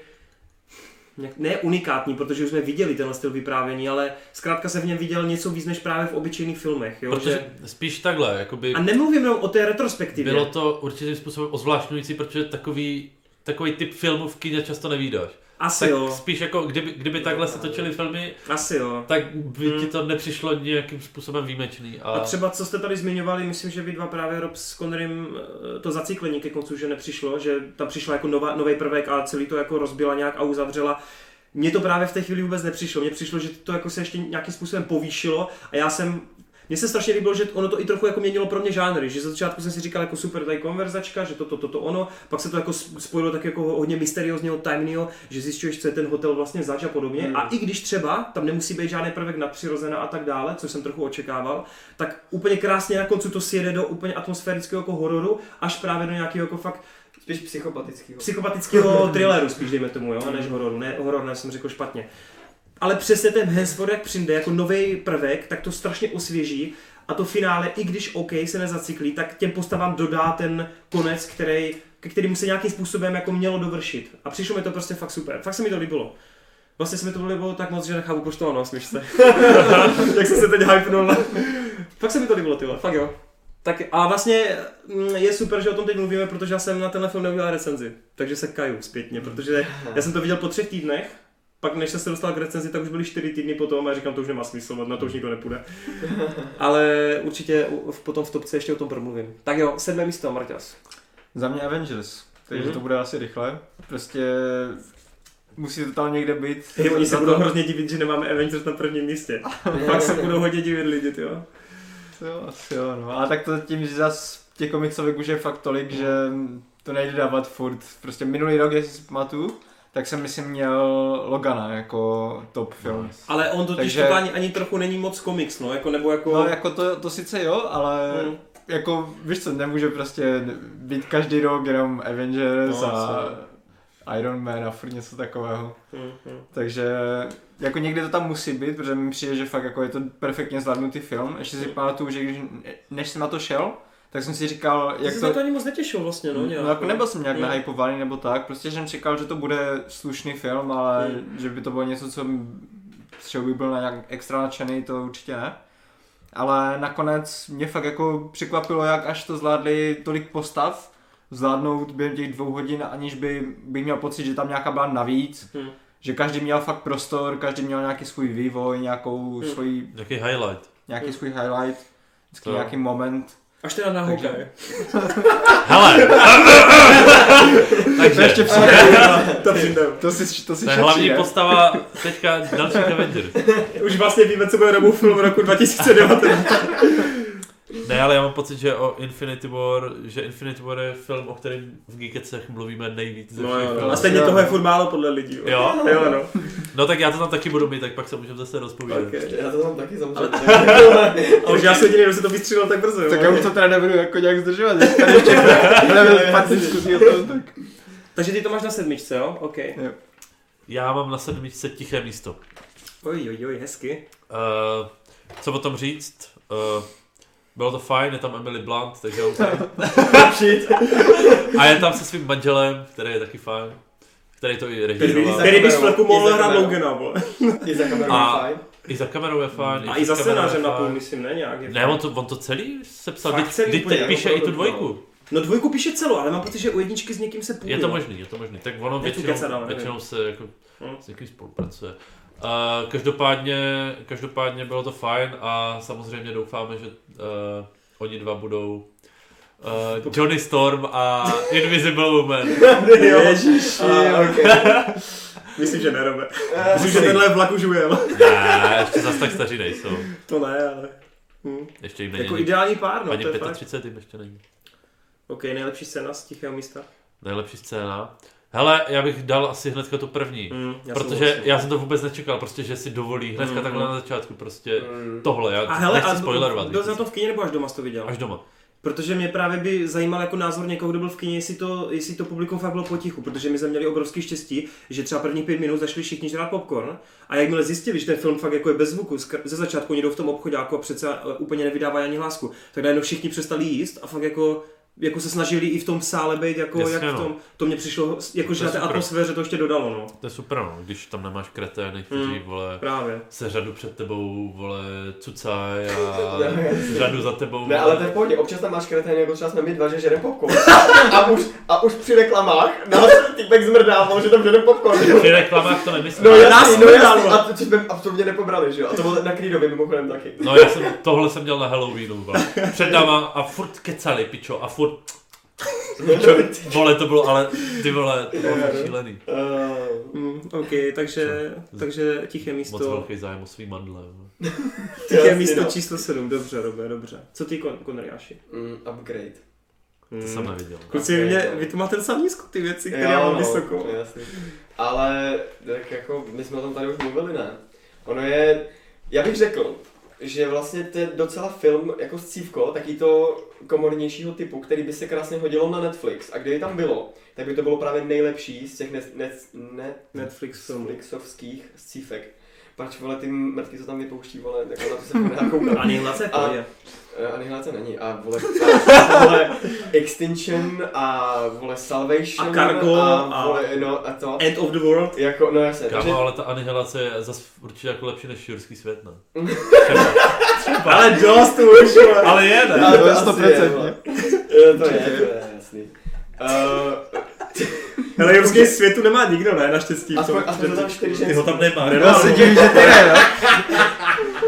Speaker 1: nějak- ne unikátní, protože už jsme viděli tenhle styl vyprávění, ale zkrátka jsem v něm viděl něco víc než právě v obyčejných filmech. Jo? Že...
Speaker 3: Protože spíš takhle, jakoby
Speaker 1: A nemluvím jenom o té retrospektivě.
Speaker 3: bylo to určitým způsobem ozvláštňující, protože takový, takový typ filmu v kyně často nevídáš.
Speaker 1: Asi
Speaker 3: Tak
Speaker 1: jo,
Speaker 3: spíš jako, kdyby, kdyby takhle se točily filmy,
Speaker 1: asi jo.
Speaker 3: tak by
Speaker 1: Hmm.
Speaker 3: ti to nepřišlo nějakým způsobem výjimečný. A,
Speaker 1: A třeba, co jste tady zmiňovali, myslím, že vy dva právě Rob s Connerym eh, to zaciklení ke koncu, že nepřišlo, že tam přišla jako nová, nový prvek a celý to jako rozbila nějak a uzavřela. Mně to právě v té chvíli vůbec nepřišlo. Mně přišlo, že to jako se ještě nějakým způsobem povýšilo a já jsem mně se strašně líbilo, že ono to i trochu jako měnilo pro mě žánry, že za začátku jsem si říkal jako super tady konverzačka, že toto, toto, to, ono, pak se to jako spojilo tak jako hodně mysteriózního, tajemného, že zjišťuješ, co je ten hotel vlastně zač a podobně.
Speaker 2: Hmm.
Speaker 1: A i když třeba tam nemusí být žádný prvek nadpřirozená a tak dále, což jsem trochu očekával, tak úplně krásně na konci to sjede do úplně atmosférického jako hororu, až právě do nějakého jako fakt
Speaker 2: Spíš psychopatický.
Speaker 1: psychopatického thrilleru spíš dejme tomu, jo, než hororu. Ne, horor, ne, jsem řekl špatně. Ale přesně ten Hensford, jak přijde jako nový prvek, tak to strašně osvěží a to finále, i když OK se nezacyklí, tak těm postavám dodá ten konec, který, ke kterému se nějakým způsobem jako mělo dovršit. A přišlo mi to prostě fakt super. Fakt se mi to líbilo. Vlastně se mi to líbilo tak moc, že nechápu, proč to mám na osmičce. Jak jsem se teď hypnul. na- Fakt se mi to líbilo, tyhle, fakt jo. Tak a vlastně mm, je super, že o tom teď mluvíme, protože já jsem na tenhle film neudělal recenzi. Takže se kaju zpětně, protože já jsem to viděl po třech týdnech, pak než jsem se dostal k recenzi, tak už byly čtyři týdny potom a já říkám, to už nemá smysl, na to už nikdo nepůjde. Ale určitě u- v- potom v topce ještě o tom promluvím. Tak jo, sedmé místo, Marťas.
Speaker 4: Za mě Avengers, takže
Speaker 1: Mhm.
Speaker 4: mm-hmm. to bude asi rychle. Prostě musí to tam někde být.
Speaker 1: Hej, oni se
Speaker 4: Za to-
Speaker 1: budou hrozně divit, že nemáme Avengers na prvním místě. Fakt se budou hodně divit lidi, jo.
Speaker 4: Jo, asi jo, no. Ale tak to tím, že zas těch komiksovek už je fakt tolik, že to nejde dávat furt. Prostě minulý rok, jestli si pamatuju, tak jsem myslím měl Logana jako top film.
Speaker 1: Ale on totiž
Speaker 4: Takže-
Speaker 1: Takže... ani, ani trochu není moc komiks, no, jako, nebo jako...
Speaker 4: No jako to, to sice jo, ale
Speaker 1: Mm.
Speaker 4: jako víš co, nemůže prostě být každý rok jenom Avengers
Speaker 1: No,
Speaker 4: a Iron Man a furt něco takového.
Speaker 1: Hm, hm.
Speaker 4: Takže jako někdy to tam musí být, protože
Speaker 1: Hmm.
Speaker 4: mi přijde, že fakt jako je to perfektně zvládnutý film. Ještě si pamatuju, že když, než jsem na to šel, tak jsem si říkal,
Speaker 1: Jak
Speaker 4: jak
Speaker 1: jsi to...
Speaker 4: to...
Speaker 1: na to ani moc netěšil vlastně, no nějak.
Speaker 4: no jako nebyl jsem nějak
Speaker 1: Jo.
Speaker 4: nahypovaný nebo tak, prostě jsem čekal, že to bude slušný film, ale že by to bylo něco, co m- z čeho bych byl na nějak extra nadšený, to určitě ne. Ale nakonec mě fakt jako překvapilo, jak až to zvládli tolik postav zvládnout během těch dvou hodin, aniž by, by měl pocit, že tam nějaká byla navíc.
Speaker 1: Hmm.
Speaker 4: Že každý měl fakt prostor, každý měl nějaký svůj vývoj, nějakou
Speaker 1: Hmm.
Speaker 4: svoji,
Speaker 3: Nějaký highlight.
Speaker 4: nějaký
Speaker 1: Hmm.
Speaker 4: svůj highlight, vždycky
Speaker 3: To-
Speaker 4: nějaký moment.
Speaker 1: Až teda na
Speaker 4: Takže-
Speaker 1: hokej.
Speaker 3: Hele!
Speaker 4: To ještě
Speaker 3: Takže,
Speaker 4: přijde.
Speaker 1: To přijde.
Speaker 4: To si, to si
Speaker 3: to je
Speaker 4: šetří,
Speaker 3: hlavní
Speaker 4: ne?
Speaker 3: postava teďka dalších Avengers.
Speaker 1: Už vlastně víme, co bude Robu film roku 2019.
Speaker 3: Ne, ale já mám pocit, že o Infinity War, že Infinity War je film, o kterém v Geekecech mluvíme nejvíc ze všech filmů.
Speaker 1: No A stejně
Speaker 4: Jo.
Speaker 1: toho je furt málo podle lidí.
Speaker 3: Jo?
Speaker 1: Jo, no.
Speaker 3: No tak já to tam taky budu mít, tak pak se můžeme zase rozpovídat.
Speaker 1: Okay.
Speaker 2: Já to tam taky samozřejmě.
Speaker 1: Ale že já jsem jediný, kdo se to vystřílel tak brzo.
Speaker 4: Tak
Speaker 1: jo.
Speaker 4: já už to teda nebudu jako nějak zdržovat, jak tady ještě budeme pat diskuzí o tom, tak.
Speaker 1: Takže ty to máš na sedmičce, jo? OK.
Speaker 3: Já mám na sedmičce tiché místo.
Speaker 1: Oj, oj, oj, hezky.
Speaker 3: Uh, co o tom říct? Uh, bylo to fajn, je tam Emily Blunt, takže OK. A je tam se svým manželem, který je taky fajn, který to i režíroval.
Speaker 2: Který-
Speaker 1: Který bys v
Speaker 2: kamerou,
Speaker 1: fleku
Speaker 2: i
Speaker 1: mohl
Speaker 2: za
Speaker 1: hrát
Speaker 2: kamerou.
Speaker 1: Logana, vole.
Speaker 2: I za kamerou
Speaker 3: A-
Speaker 2: je fajn.
Speaker 3: I za kamerou je fajn.
Speaker 1: A i za
Speaker 3: před kamerou je
Speaker 1: scénářem na půl,
Speaker 3: fajn.
Speaker 1: myslím, ne nějak. jako. je
Speaker 3: Ne,
Speaker 1: fajn.
Speaker 3: on to, on to celý sepsal,
Speaker 1: Fakt
Speaker 3: teď,
Speaker 1: celý
Speaker 3: teď,
Speaker 1: úplně,
Speaker 3: teď
Speaker 1: jako
Speaker 3: píše i tu
Speaker 2: opravdu, no.
Speaker 3: dvojku.
Speaker 1: No dvojku píše celou, ale mám pocit, že u jedničky s někým se půjde.
Speaker 3: Je to možný, je to možný. Tak ono
Speaker 1: Nechci
Speaker 3: většinou,
Speaker 1: kecat, ale nevím.
Speaker 3: většinou se jako
Speaker 1: Hm.
Speaker 3: s někým spolupracuje. Uh, každopádně, každopádně bylo to fajn a samozřejmě doufáme, že uh, oni dva budou uh, Johnny Storm a Invisible Woman.
Speaker 1: Ježiši,
Speaker 2: A,
Speaker 1: jo.
Speaker 2: okay.
Speaker 1: Myslím, že nerobe.
Speaker 3: Eh,
Speaker 1: Myslím, že tenhle vlak už ujel.
Speaker 3: Ne, ještě zas tak staří nejsou.
Speaker 1: To ne, ale... Hm.
Speaker 3: Ještě jim není
Speaker 1: Jako
Speaker 3: ani,
Speaker 1: ideální pár, no,
Speaker 3: ani
Speaker 1: to je fakt.
Speaker 3: 35 jim ještě není.
Speaker 1: OK, nejlepší scéna z tichého místa.
Speaker 3: Nejlepší scéna. Hele, já bych dal asi hnedka to první.
Speaker 1: Mm, já
Speaker 3: protože já jsem to vůbec nečekal, prostě, že si dovolí hnedka
Speaker 1: Mm,
Speaker 3: takhle
Speaker 1: mm.
Speaker 3: na začátku prostě
Speaker 2: Mm.
Speaker 3: tohle, já
Speaker 1: Hmm. A hele,
Speaker 3: nechci
Speaker 1: a
Speaker 3: spoilerovat.
Speaker 1: byl jsi na to v kyně nebo až doma jsi to viděl?
Speaker 3: Až doma.
Speaker 1: Protože mě právě by zajímal jako názor někoho, kdo byl v kyně, jestli to, jestli to publikum fakt bylo potichu, protože my jsme měli obrovský štěstí, že třeba prvních pět minut zašli všichni žrát popcorn a jakmile zjistili, že ten film fakt jako je bez zvuku, skr- ze začátku oni jdou v tom obchodě jako přece eh, úplně nevydává ani hlásku, tak najednou všichni přestali jíst a fakt jako jako se snažili i v tom sále být, jako
Speaker 3: Jasně,
Speaker 1: jak
Speaker 3: no.
Speaker 1: v tom, to mě přišlo, jako že
Speaker 3: je
Speaker 1: na té
Speaker 3: super.
Speaker 1: atmosféře to ještě dodalo, no.
Speaker 3: To je super, no, když tam nemáš kretény, kteří,
Speaker 2: Hmm.
Speaker 1: Mm.
Speaker 3: vole,
Speaker 1: Právě.
Speaker 3: se řadu před tebou, vole, cucaj a
Speaker 2: Ne, ne.
Speaker 3: řadu za tebou.
Speaker 2: Ne, ale to je v pohodě, občas tam máš kretény, jako třeba jsme my dva, že žerem popcorn. A už, a už při reklamách nás týpek zmrdával, že tam žerem popcorn.
Speaker 3: Při reklamách to nemyslím.
Speaker 2: No
Speaker 1: Nás
Speaker 2: jasný, no jasný,
Speaker 1: zmrdával.
Speaker 2: a to, co jsme absolutně nepobrali, že jo? A to bylo na Creedově mimochodem taky.
Speaker 3: No já jsem, tohle jsem dělal na Halloweenu, vole. Před náma a furt kecali, pičo, a furt, pičo, vole, to bylo, ale ty vole, to bylo
Speaker 2: Jo, jo.
Speaker 3: fakt šílený.
Speaker 2: Eh,
Speaker 1: Mm, OK, takže, takže tiché
Speaker 3: Moc
Speaker 1: místo,
Speaker 3: velký zájem o svý mandle. vole.
Speaker 1: tiché
Speaker 2: jasný,
Speaker 1: místo
Speaker 2: no.
Speaker 1: číslo 7, dobře, dobře, dobře. Co ty, Kon- Konriáši? Mm.
Speaker 2: Mm, upgrade.
Speaker 3: To jsem
Speaker 2: Hmm.
Speaker 3: neviděl.
Speaker 1: Kluci, mě,
Speaker 2: no.
Speaker 1: vy to máte docela nízko ty věci, které já mám vysoko.
Speaker 2: Jasný. Ale tak jako my jsme o tom tady už mluvili, ne? Ono je, já bych řekl, že vlastně to je docela film jako scívko, taky to komornějšího typu, který by se krásně hodilo na Netflix. A kdyby tam bylo, tak by to bylo právě nejlepší z těch net, net, net,
Speaker 1: Netflix filmů.
Speaker 2: Netflixovských scívek. Pač vole, ty mrtky, co tam vypouští, vole, tak na to se nedá koukat.
Speaker 1: Ani hlace
Speaker 2: A-
Speaker 1: je.
Speaker 2: Eh, Anihilace není, a vole, a, vole Extinction a vole Salvation
Speaker 1: A Cargo
Speaker 2: a
Speaker 1: a-
Speaker 2: vole, no a to.
Speaker 1: End of the world.
Speaker 2: Jako, no jasně, takže,
Speaker 3: Kámo, ale ta anihilace je zas určitě jako lepší než Jurský svět, ne?
Speaker 1: Ale dost už.
Speaker 3: Ale je, ne?
Speaker 2: ale
Speaker 4: Jo,
Speaker 2: asi No, je,
Speaker 4: 100%.
Speaker 2: vole. Jo, to je, to je jasný. Uh,
Speaker 1: Ale Jurský světu nemá nikdo, ne? Naštěstí.
Speaker 2: aspoň, aspoň to tam čtyři
Speaker 3: Ty ho
Speaker 2: ženský.
Speaker 3: tam nemáš.
Speaker 1: Ne,
Speaker 4: Já
Speaker 1: no,
Speaker 4: se divím, že ty ne, no.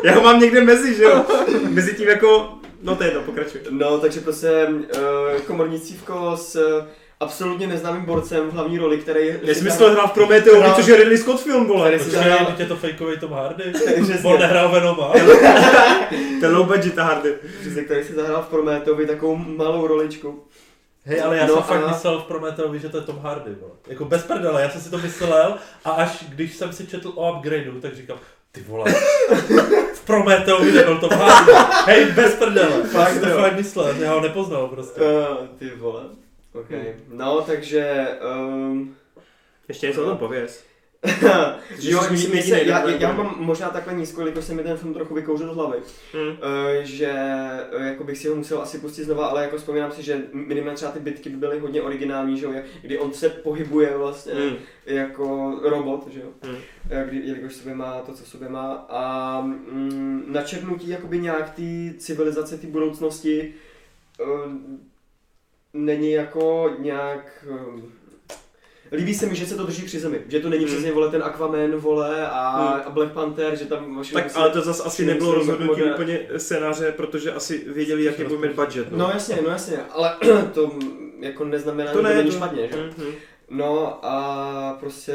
Speaker 1: Já ho mám někde mezi, že jo? Mezi tím jako... No to je to, pokračuj.
Speaker 2: No, takže prostě uh, komorní cívko s eh, absolutně neznámým borcem v hlavní roli, který...
Speaker 1: Nesmysl hrál v Prometeu,
Speaker 2: No.
Speaker 1: což je Ridley Scott film, vole.
Speaker 2: Tady si zahrál-
Speaker 3: je to fejkovej Tom Hardy.
Speaker 2: Přesně.
Speaker 3: On nehrál Venoma.
Speaker 1: Ten low budget a hardy.
Speaker 2: Přesně, který si zahrál v Prometovi takovou malou roličku.
Speaker 3: Hej, ale já jsem
Speaker 2: No
Speaker 3: fakt
Speaker 2: a-
Speaker 3: myslel v Prometeovi, že to je Tom Hardy, vole. Jako bez prdele, já jsem si to myslel a až když jsem si četl o upgradeu, tak říkám, ty vole, v Prometeovi nebyl Tom Hardy. Hej, bez prdele, fakt
Speaker 2: Fakt
Speaker 3: jsem to
Speaker 2: jo.
Speaker 3: fakt myslel, já ho nepoznal prostě.
Speaker 2: Uh, ty vole. Okay. No, takže... Um,
Speaker 1: Ještě něco o tom pověz. Že
Speaker 2: jo,
Speaker 1: jsi
Speaker 2: my, my
Speaker 1: jediný,
Speaker 2: se,
Speaker 1: kdo
Speaker 2: já,
Speaker 1: bude
Speaker 2: já
Speaker 1: brát.
Speaker 2: mám možná takhle nízko, jelikož se mi ten film trochu vykouřil z hlavy,
Speaker 1: Hmm.
Speaker 2: eh, že eh, jako bych si ho musel asi pustit znova, ale jako vzpomínám si, že minimálně třeba ty bitky by byly hodně originální, že jo, jak- kdy on se pohybuje vlastně
Speaker 1: Hmm.
Speaker 2: jako robot, že jo,
Speaker 1: Hmm.
Speaker 2: eh, kdy, jelikož v sobě má to, co v sobě má a mm, načrtnutí jakoby nějak té civilizace, té budoucnosti eh, není jako nějak... ehm, Líbí se mi, že se to drží při zemi, že to není
Speaker 1: Hmm.
Speaker 2: přesně vole ten Aquaman, vole a,
Speaker 1: Hmm.
Speaker 2: a Black Panther, že tam vlastně...
Speaker 1: Tak ale to zase asi
Speaker 2: Musíme
Speaker 1: nebylo
Speaker 2: se
Speaker 1: rozhodnutí
Speaker 2: rozhodnout.
Speaker 1: úplně scénáře, protože asi věděli, jaký
Speaker 3: Musíme
Speaker 1: bude mít budget.
Speaker 2: No jasně, no jasně, ale to jako neznamená,
Speaker 1: To
Speaker 2: že
Speaker 1: ne,
Speaker 2: to není
Speaker 1: to-
Speaker 2: špatně, že?
Speaker 1: Mhm.
Speaker 2: No a prostě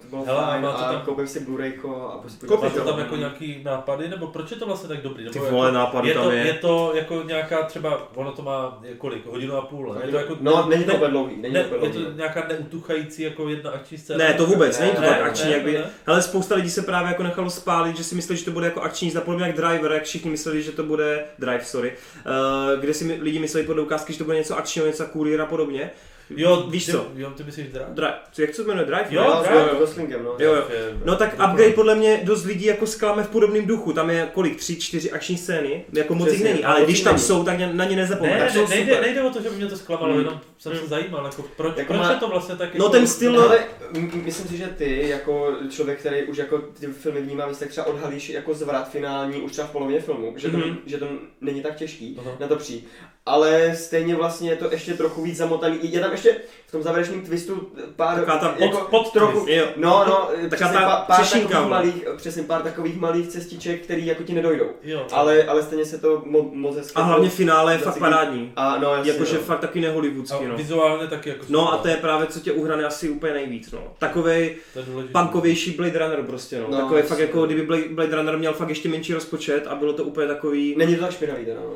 Speaker 2: to bylo
Speaker 3: Hele,
Speaker 2: fajn
Speaker 3: má to
Speaker 2: a
Speaker 3: tam-
Speaker 2: koupím si Blu-rayko a prostě
Speaker 1: Koupil
Speaker 3: Má
Speaker 2: podívám
Speaker 3: to
Speaker 1: jo.
Speaker 2: se.
Speaker 3: tam jako nějaký nápady, nebo proč je to vlastně tak dobrý? Nebo
Speaker 1: Ty
Speaker 3: jako-
Speaker 1: vole, nápadu
Speaker 3: je
Speaker 1: tam
Speaker 3: to,
Speaker 1: je.
Speaker 3: je to jako nějaká třeba, ono to má kolik, hodinu a půl, ne? Je to jako,
Speaker 2: No, není to
Speaker 3: ne,
Speaker 2: úplně dlouhý, není to
Speaker 3: ne,
Speaker 2: úplně
Speaker 3: je
Speaker 2: dlouhý.
Speaker 3: to nějaká neutuchající jako jedna akční scéna?
Speaker 1: Ne, to vůbec,
Speaker 2: Ne,
Speaker 1: není to
Speaker 2: ne,
Speaker 1: tak
Speaker 2: ne,
Speaker 1: akční,
Speaker 3: ne,
Speaker 1: jak by...
Speaker 3: ne.
Speaker 1: Ale spousta lidí se právě jako nechalo spálit, že si mysleli, že to bude jako akční, napodobně jak Driver, jak všichni mysleli, že to bude Drive, sorry, eh, kde si my- lidi mysleli podle ukázky, že to bude něco akčního, něco jako courier a podobně.
Speaker 3: Jo,
Speaker 1: Víš
Speaker 3: ty,
Speaker 1: co?
Speaker 3: Jo, ty myslíš drag?
Speaker 1: Drive, co, jak se to jmenuje, Drive?
Speaker 3: Jo,
Speaker 1: ne?
Speaker 2: Jo,
Speaker 3: právě.
Speaker 2: s Goslingem, no.
Speaker 1: Jo, jo.
Speaker 3: Je-
Speaker 1: No tak
Speaker 3: Děkuji.
Speaker 1: Upgrade podle mě dost lidí jako sklame v podobném duchu, tam je kolik, tři, čtyři akční scény, jako moc jich
Speaker 2: Přesně,
Speaker 1: není,
Speaker 2: tam
Speaker 1: ale
Speaker 2: moc
Speaker 1: když
Speaker 2: jich
Speaker 1: tam
Speaker 2: není.
Speaker 1: jsou, tak ně- na ně
Speaker 3: Ne,
Speaker 1: nezapomeneš.
Speaker 3: ne,
Speaker 2: jsou
Speaker 3: nejde,
Speaker 2: super.
Speaker 3: nejde o to, že by mě to zklamalo,
Speaker 1: Mm.
Speaker 3: jenom jsem se zajímal, jako proč,
Speaker 2: Jako
Speaker 3: proč
Speaker 2: má-
Speaker 3: je to vlastně tak
Speaker 1: No
Speaker 3: jako,
Speaker 1: ten styl-
Speaker 2: Ale m- myslím si, že ty jako člověk, který už jako ty filmy vnímá víc, tak třeba odhalíš jako zvrat finální už třeba v polovině filmu, že to,
Speaker 1: Mhm.
Speaker 2: že to není tak těžký
Speaker 3: Aha.
Speaker 2: na to přijít. Ale stejně vlastně je to ještě trochu víc zamotaný. Je tam ještě v tom závěrečném twistu pár
Speaker 1: Taková ta pod-
Speaker 2: jako
Speaker 3: pod
Speaker 2: trochu,
Speaker 1: Jo.
Speaker 2: No, no, přesně
Speaker 1: ta
Speaker 2: pár, pár
Speaker 1: třešínka,
Speaker 2: takových
Speaker 1: vole.
Speaker 2: malých, přesně pár takových malých cestiček, které jako ti nedojdou.
Speaker 3: Jo.
Speaker 2: Ale, ale stejně se to mo- moc hezky.
Speaker 1: A hlavně finále je
Speaker 2: Za
Speaker 1: fakt
Speaker 2: cigí-
Speaker 1: parádní.
Speaker 2: A no, jasně,
Speaker 1: Jakože
Speaker 2: no.
Speaker 1: fakt taky
Speaker 3: A
Speaker 1: nehollywoodský, no.
Speaker 3: vizuálně taky jako
Speaker 1: No a
Speaker 3: super.
Speaker 1: to je právě, co tě uhrane asi úplně nejvíc, no. Takovej
Speaker 3: to je důležitý.
Speaker 1: punkovější Blade Runner prostě, no.
Speaker 2: No,
Speaker 1: Takový
Speaker 2: jasně.
Speaker 1: fakt jako, kdyby Blade- Blade Runner měl fakt ještě menší rozpočet a bylo to úplně takový...
Speaker 2: Není to tak špinavý, teda, no.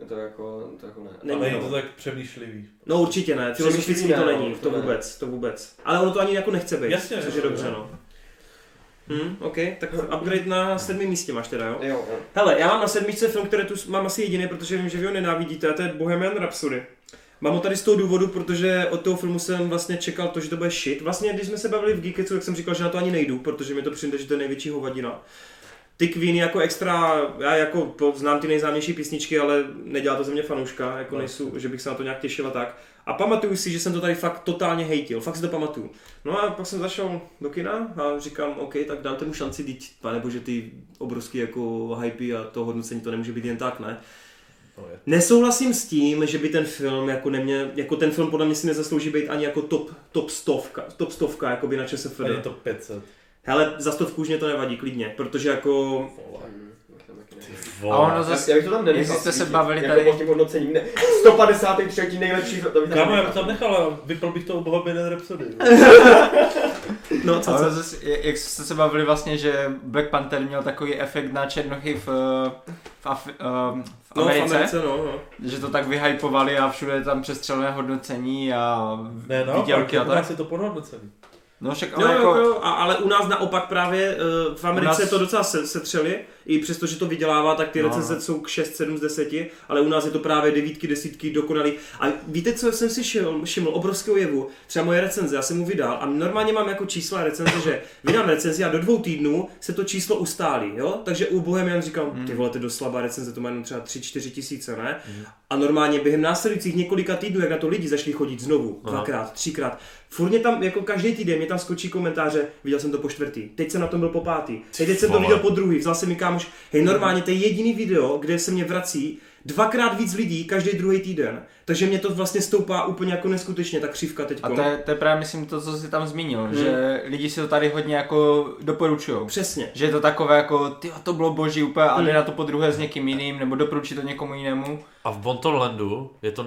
Speaker 2: Je to jako, to jako ne.
Speaker 1: Není,
Speaker 3: Ale je
Speaker 1: no.
Speaker 3: to tak přemýšlivý.
Speaker 1: No určitě ne, filozofický to
Speaker 2: Přesně,
Speaker 1: není,
Speaker 2: no,
Speaker 1: to
Speaker 2: to ne.
Speaker 1: vůbec, to vůbec. Ale ono to ani jako nechce být,
Speaker 3: Jasně,
Speaker 1: což je
Speaker 3: jo,
Speaker 1: dobře,
Speaker 3: jo.
Speaker 1: no. Hm, ok, tak upgrade na sedmém místě máš teda, jo?
Speaker 2: Jo, jo.
Speaker 1: Hele, já mám na sedmičce film, který tu s- mám asi jediný, protože vím, že vy ho nenávidíte, a to je Bohemian Rhapsody. Mám ho tady z toho důvodu, protože od toho filmu jsem vlastně čekal to, že to bude shit. Vlastně, když jsme se bavili v Geekecu, tak jsem říkal, že na to ani nejdu, protože mi to přijde, že to je největší hovadina. Ty Queen jako extra, já jako po- znám ty nejznámější písničky, ale nedělá to ze mě fanouška, jako
Speaker 3: No.
Speaker 1: nejsou, že bych se na to nějak těšil a tak. A pamatuju si, že jsem to tady fakt totálně hejtil, fakt si to pamatuju. No a pak jsem zašel do kina a říkám, OK, tak dám mu šanci, dít, panebože ty obrovský jako hypy a to hodnocení to nemůže být jen tak, ne?
Speaker 3: No, je.
Speaker 1: Nesouhlasím s tím, že by ten film, jako, nemě, jako ten film podle mě si nezaslouží být ani jako top, top stovka, top stovka jakoby na ČSFD.
Speaker 3: Tady je to 500.
Speaker 1: Hele, za stovku už mě to nevadí klidně, protože jako...
Speaker 3: Vole.
Speaker 2: Hm, tak tam taky ne.
Speaker 3: Vole.
Speaker 4: A ono
Speaker 2: Já,
Speaker 4: zase,
Speaker 2: já bych to tam nenechal.
Speaker 4: jestli jste se
Speaker 2: svítit,
Speaker 4: bavili
Speaker 2: jako
Speaker 4: tady-
Speaker 2: o tím hodnocením, ne. 153. nejlepší, to bych tam
Speaker 3: Kámo, já bych
Speaker 2: nenechal.
Speaker 3: tam nechal, ale vypl bych to u Bohemian Rhapsody.
Speaker 1: No, co,
Speaker 4: ale
Speaker 1: co?
Speaker 4: zase, jak jste se bavili vlastně, že Black Panther měl takový efekt na černochy v, v, Af, ehm, v
Speaker 1: No, v
Speaker 4: Americe,
Speaker 1: Americe, no, no.
Speaker 4: že to tak vyhypovali a všude je tam přestřelené hodnocení a
Speaker 3: Ne, no,
Speaker 4: výdělky a
Speaker 3: tak u
Speaker 4: tak.
Speaker 3: nás je to podhodnocený.
Speaker 4: No však
Speaker 1: Jo,
Speaker 4: ale
Speaker 1: jako...
Speaker 4: jako,
Speaker 1: jo, a, ale u nás naopak právě eh, v Americe
Speaker 4: U nás-
Speaker 1: to docela se, setřeli, i přesto, že to vydělává, tak ty
Speaker 4: No,
Speaker 1: recenze
Speaker 4: no.
Speaker 1: jsou k 6, 7 z 10, ale u nás je to právě devítky, desítky, dokonalý. A víte, co jsem si šil, všiml, obrovského jevu, třeba moje recenze, já jsem mu vydal a normálně mám jako čísla recenze, že vydám recenzi a do dvou týdnů se to číslo ustálí, jo? Takže u Bohemian říkám,
Speaker 4: Hmm.
Speaker 1: ty vole, to je dost slabá recenze, to má jenom třeba 3-4 tisíce, ne? A normálně během následujících několika týdnů, jak na to lidi začali chodit znovu,
Speaker 3: Aha.
Speaker 1: dvakrát, třikrát, furt mě tam, jako každý týden, mě tam skočí komentáře, viděl jsem to po čtvrtý, teď jsem na tom byl po pátý, teď, teď jsem to
Speaker 3: vole. Mhm.
Speaker 1: viděl po druhý, vzal jsem mi kámoš, hej, normálně to je jediný video, kde se mě vrací dvakrát víc lidí každý druhý týden, takže mě to vlastně stoupá úplně jako neskutečně, ta křivka teď.
Speaker 4: a to je, to je právě myslím to, co jsi tam zmínil, že lidi si to tady hodně jako doporučujou.
Speaker 1: Přesně.
Speaker 4: Že je to takové jako, ty to bylo boží úplně a
Speaker 1: Hmm.
Speaker 4: jde na to po druhé s někým jiným, nebo doporučí to někomu jinému.
Speaker 3: A v Bontonlandu je to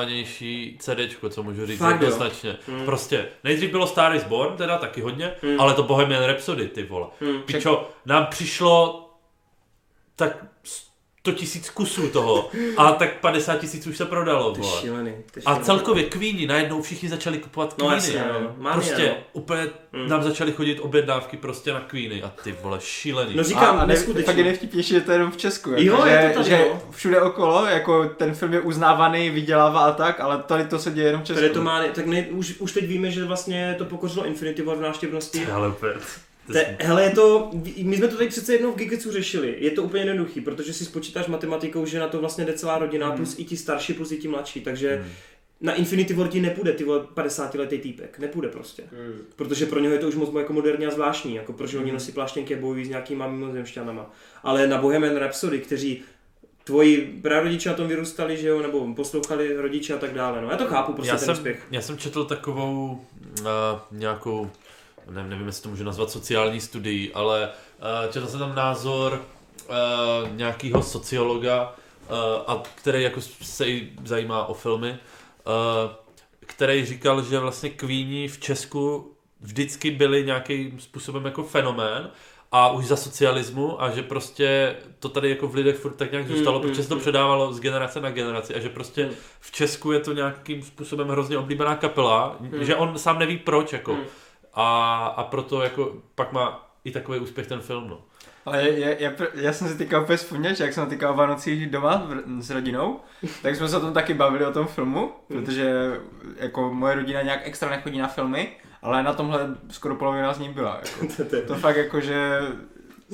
Speaker 3: nejprodávanější CD, co můžu říct
Speaker 1: Fakt jo. Hmm.
Speaker 3: jednoznačně. Prostě, nejdřív bylo Star is Born, teda taky hodně, ale to
Speaker 1: Hmm.
Speaker 3: Bohemian Rhapsody, ty vole. Pičo, nám přišlo tak 100 tisíc kusů toho a tak 50 tisíc už se prodalo.
Speaker 1: Ty
Speaker 3: Vole.
Speaker 1: šílený. Ty šílený.
Speaker 3: A celkově Queeny, najednou všichni začali kupovat
Speaker 1: No
Speaker 3: Queeny.
Speaker 1: jasně, no. Mám
Speaker 3: prostě
Speaker 1: je, no.
Speaker 3: úplně
Speaker 1: Mm.
Speaker 3: nám začaly chodit objednávky prostě na Queeny a ty vole šílený.
Speaker 1: No říkám,
Speaker 4: a, a ne, pak je
Speaker 1: neskutečný.
Speaker 4: nejvtipnější, že to je jenom v Česku. Jako,
Speaker 1: Jo,
Speaker 4: že,
Speaker 1: je to tady,
Speaker 4: že
Speaker 1: no.
Speaker 4: všude okolo, jako ten film je uznávaný, vydělává a tak, ale tady to se děje jenom v Česku.
Speaker 1: Tady to má, tak ne, už, už teď víme, že vlastně to pokořilo Infinity War v návštěvnosti.
Speaker 3: Ty, ale úplně. to
Speaker 1: Te,
Speaker 3: jsem-
Speaker 1: hele, je to, my jsme to tady přece jednou v Gigecu řešili. Je to úplně jednoduchý, protože si spočítáš matematikou, že na to vlastně jde celá rodina, hmm. plus i ti starší, plus i ti mladší. Takže hmm. na Infinity War ti nepůjde ty 50 letý týpek. Nepůjde prostě.
Speaker 2: Hmm.
Speaker 1: Protože pro něho je to už moc jako moderní a zvláštní, jako proč oni nosí pláštěnky a bojují s nějakýma mimozemšťanama. Ale na Bohemian Rhapsody, kteří tvoji prarodiče na tom vyrůstali, že jo, nebo poslouchali rodiče a tak dále. No, já to chápu, prostě
Speaker 3: já
Speaker 1: ten
Speaker 3: jsem,
Speaker 1: úspěch.
Speaker 3: Já jsem četl takovou uh, nějakou, nevím, nevím, jestli to můžu nazvat sociální studii, ale uh, četl jsem tam názor uh, nějakého sociologa, uh, a který jako se i zajímá o filmy, uh, který říkal, že vlastně Queeni v Česku vždycky byli nějakým způsobem jako fenomén a už za socialismu a že prostě to tady jako v lidech furt tak nějak zůstalo,
Speaker 1: Mm,
Speaker 3: protože se to
Speaker 1: mm,
Speaker 3: předávalo z generace na generaci a že prostě
Speaker 1: Mm.
Speaker 3: v Česku je to nějakým způsobem hrozně oblíbená kapela, že on sám neví proč jako
Speaker 1: Mm.
Speaker 3: a, a proto jako pak má i takový úspěch ten film, no.
Speaker 4: Ale je, je, je, pr- já jsem si teďka úplně vzpomněl, že jak jsem teďka o Vánocích doma v, r- s rodinou, tak jsme se o tom taky bavili o tom filmu, protože jako moje rodina nějak extra nechodí na filmy, ale na tomhle skoro polovina z ní byla. Jako. To fakt jako, že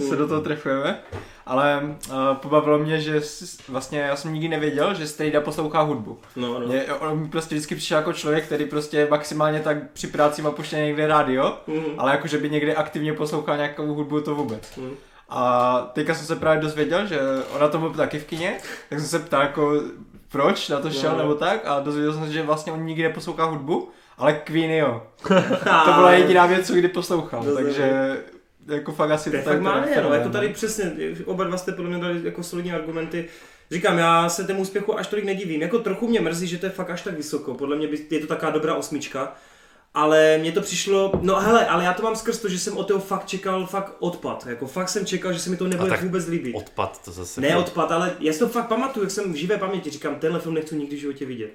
Speaker 4: se do toho trefujeme. Ale uh, pobavilo mě, že s, vlastně já jsem nikdy nevěděl, že Strejda poslouchá hudbu.
Speaker 1: No, no.
Speaker 4: Mě, on mi prostě vždycky přišel jako člověk, který prostě maximálně tak při práci má puštěné někde rádio,
Speaker 1: Mhm.
Speaker 4: ale jakože by někde aktivně poslouchal nějakou hudbu, to vůbec.
Speaker 1: Mhm.
Speaker 4: A teďka jsem se právě dozvěděl, že ona to byl taky v kině, tak jsem se ptal jako proč na to šel
Speaker 1: No.
Speaker 4: nebo tak a dozvěděl jsem se, že vlastně on nikdy neposlouchá hudbu, ale Queen jo. To byla jediná věc, co kdy poslouchal,
Speaker 1: To
Speaker 4: takže jako fakt asi
Speaker 1: No, To je
Speaker 4: tady
Speaker 1: fakt mánie, no,
Speaker 4: fenomén,
Speaker 1: jako tady přesně, oba dva jste podle mě dali jako solidní argumenty. Říkám, já se tomu úspěchu až tolik nedivím, jako trochu mě mrzí, že to je fakt až tak vysoko, podle mě by- je to taková dobrá osmička, ale mně to přišlo, no hele, ale já to mám skrz to, že jsem od toho fakt čekal fakt odpad, jako fakt jsem čekal, že se mi to
Speaker 3: A
Speaker 1: nebude
Speaker 3: tak
Speaker 1: vůbec líbit.
Speaker 3: Odpad to zase. jako
Speaker 1: Ne odpad, ale já si to fakt pamatuju, jak jsem v živé paměti říkám, tenhle film nechci nikdy v životě vidět.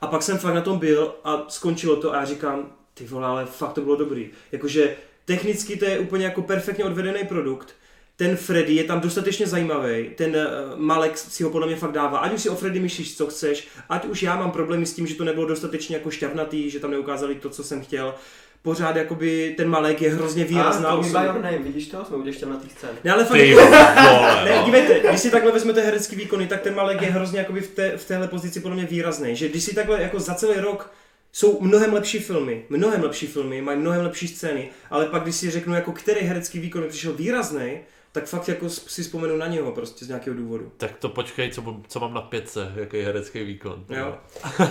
Speaker 1: A pak jsem fakt na tom byl a skončilo to a já říkám, ty vole, ale fakt to bylo dobrý. Jakože technicky to je úplně jako perfektně odvedený produkt, ten Freddy je tam dostatečně zajímavý, ten eh, Malek si ho podle mě fakt dává, ať už si o Freddy myslíš, co chceš, ať už já mám problémy s tím, že to nebylo dostatečně jako šťavnatý, že tam neukázali to, co jsem chtěl, pořád jakoby ten Malek je hrozně výrazná
Speaker 2: A to
Speaker 1: osoba.
Speaker 2: bývá, ne, vidíš to? Jsme udělali tam na té scéně.
Speaker 1: Ne, ale fakt, jako-
Speaker 3: Ty vole,
Speaker 1: ne,
Speaker 3: no.
Speaker 1: dívejte, když si takhle vezmete herecký výkony, tak ten Malek je hrozně jakoby v, té, v téhle pozici podle mě výrazný. Že když si takhle jako za celý rok jsou mnohem lepší filmy, mnohem lepší filmy, mají mnohem lepší scény, ale pak když si řeknu, jako který herecký výkon mi přišel výrazný, tak fakt jako s- si vzpomenu na něho prostě z nějakého důvodu.
Speaker 3: Tak to počkej, co, bu- co mám na pětce, jaký je herecký výkon.
Speaker 1: Jo.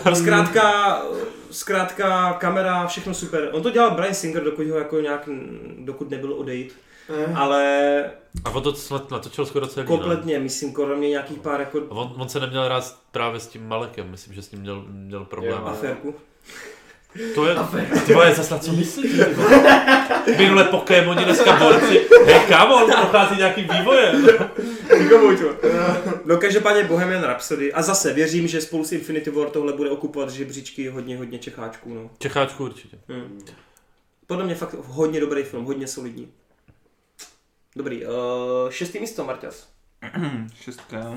Speaker 1: No zkrátka, zkrátka, kamera, všechno super. On to dělal Brian Singer, dokud ho jako nějak, dokud nebyl odejít. Ale
Speaker 3: A on to snad natočil skoro celý. ne?
Speaker 1: kompletně, myslím, kolem mě nějakých pár jako
Speaker 3: A On, on se neměl rád právě s tím Malekem, myslím, že s ním měl, měl problém.
Speaker 2: Jo.
Speaker 1: aférku.
Speaker 3: To je, ty vole, zase na co myslíš? ty vole? Minule Pokémoni, dneska borci. Hej, kámo, on prochází nějakým vývojem.
Speaker 1: Nikomu to. No každopádně Bohemian Rhapsody. A zase věřím, že spolu s Infinity War tohle bude okupovat žebříčky hodně, hodně Čecháčků. No.
Speaker 3: Čecháčku určitě.
Speaker 1: Hmm. Podle mě fakt hodně dobrý film, hodně solidní. Dobrý, uh, šestý místo, Marťas.
Speaker 4: no. Šestka, jo.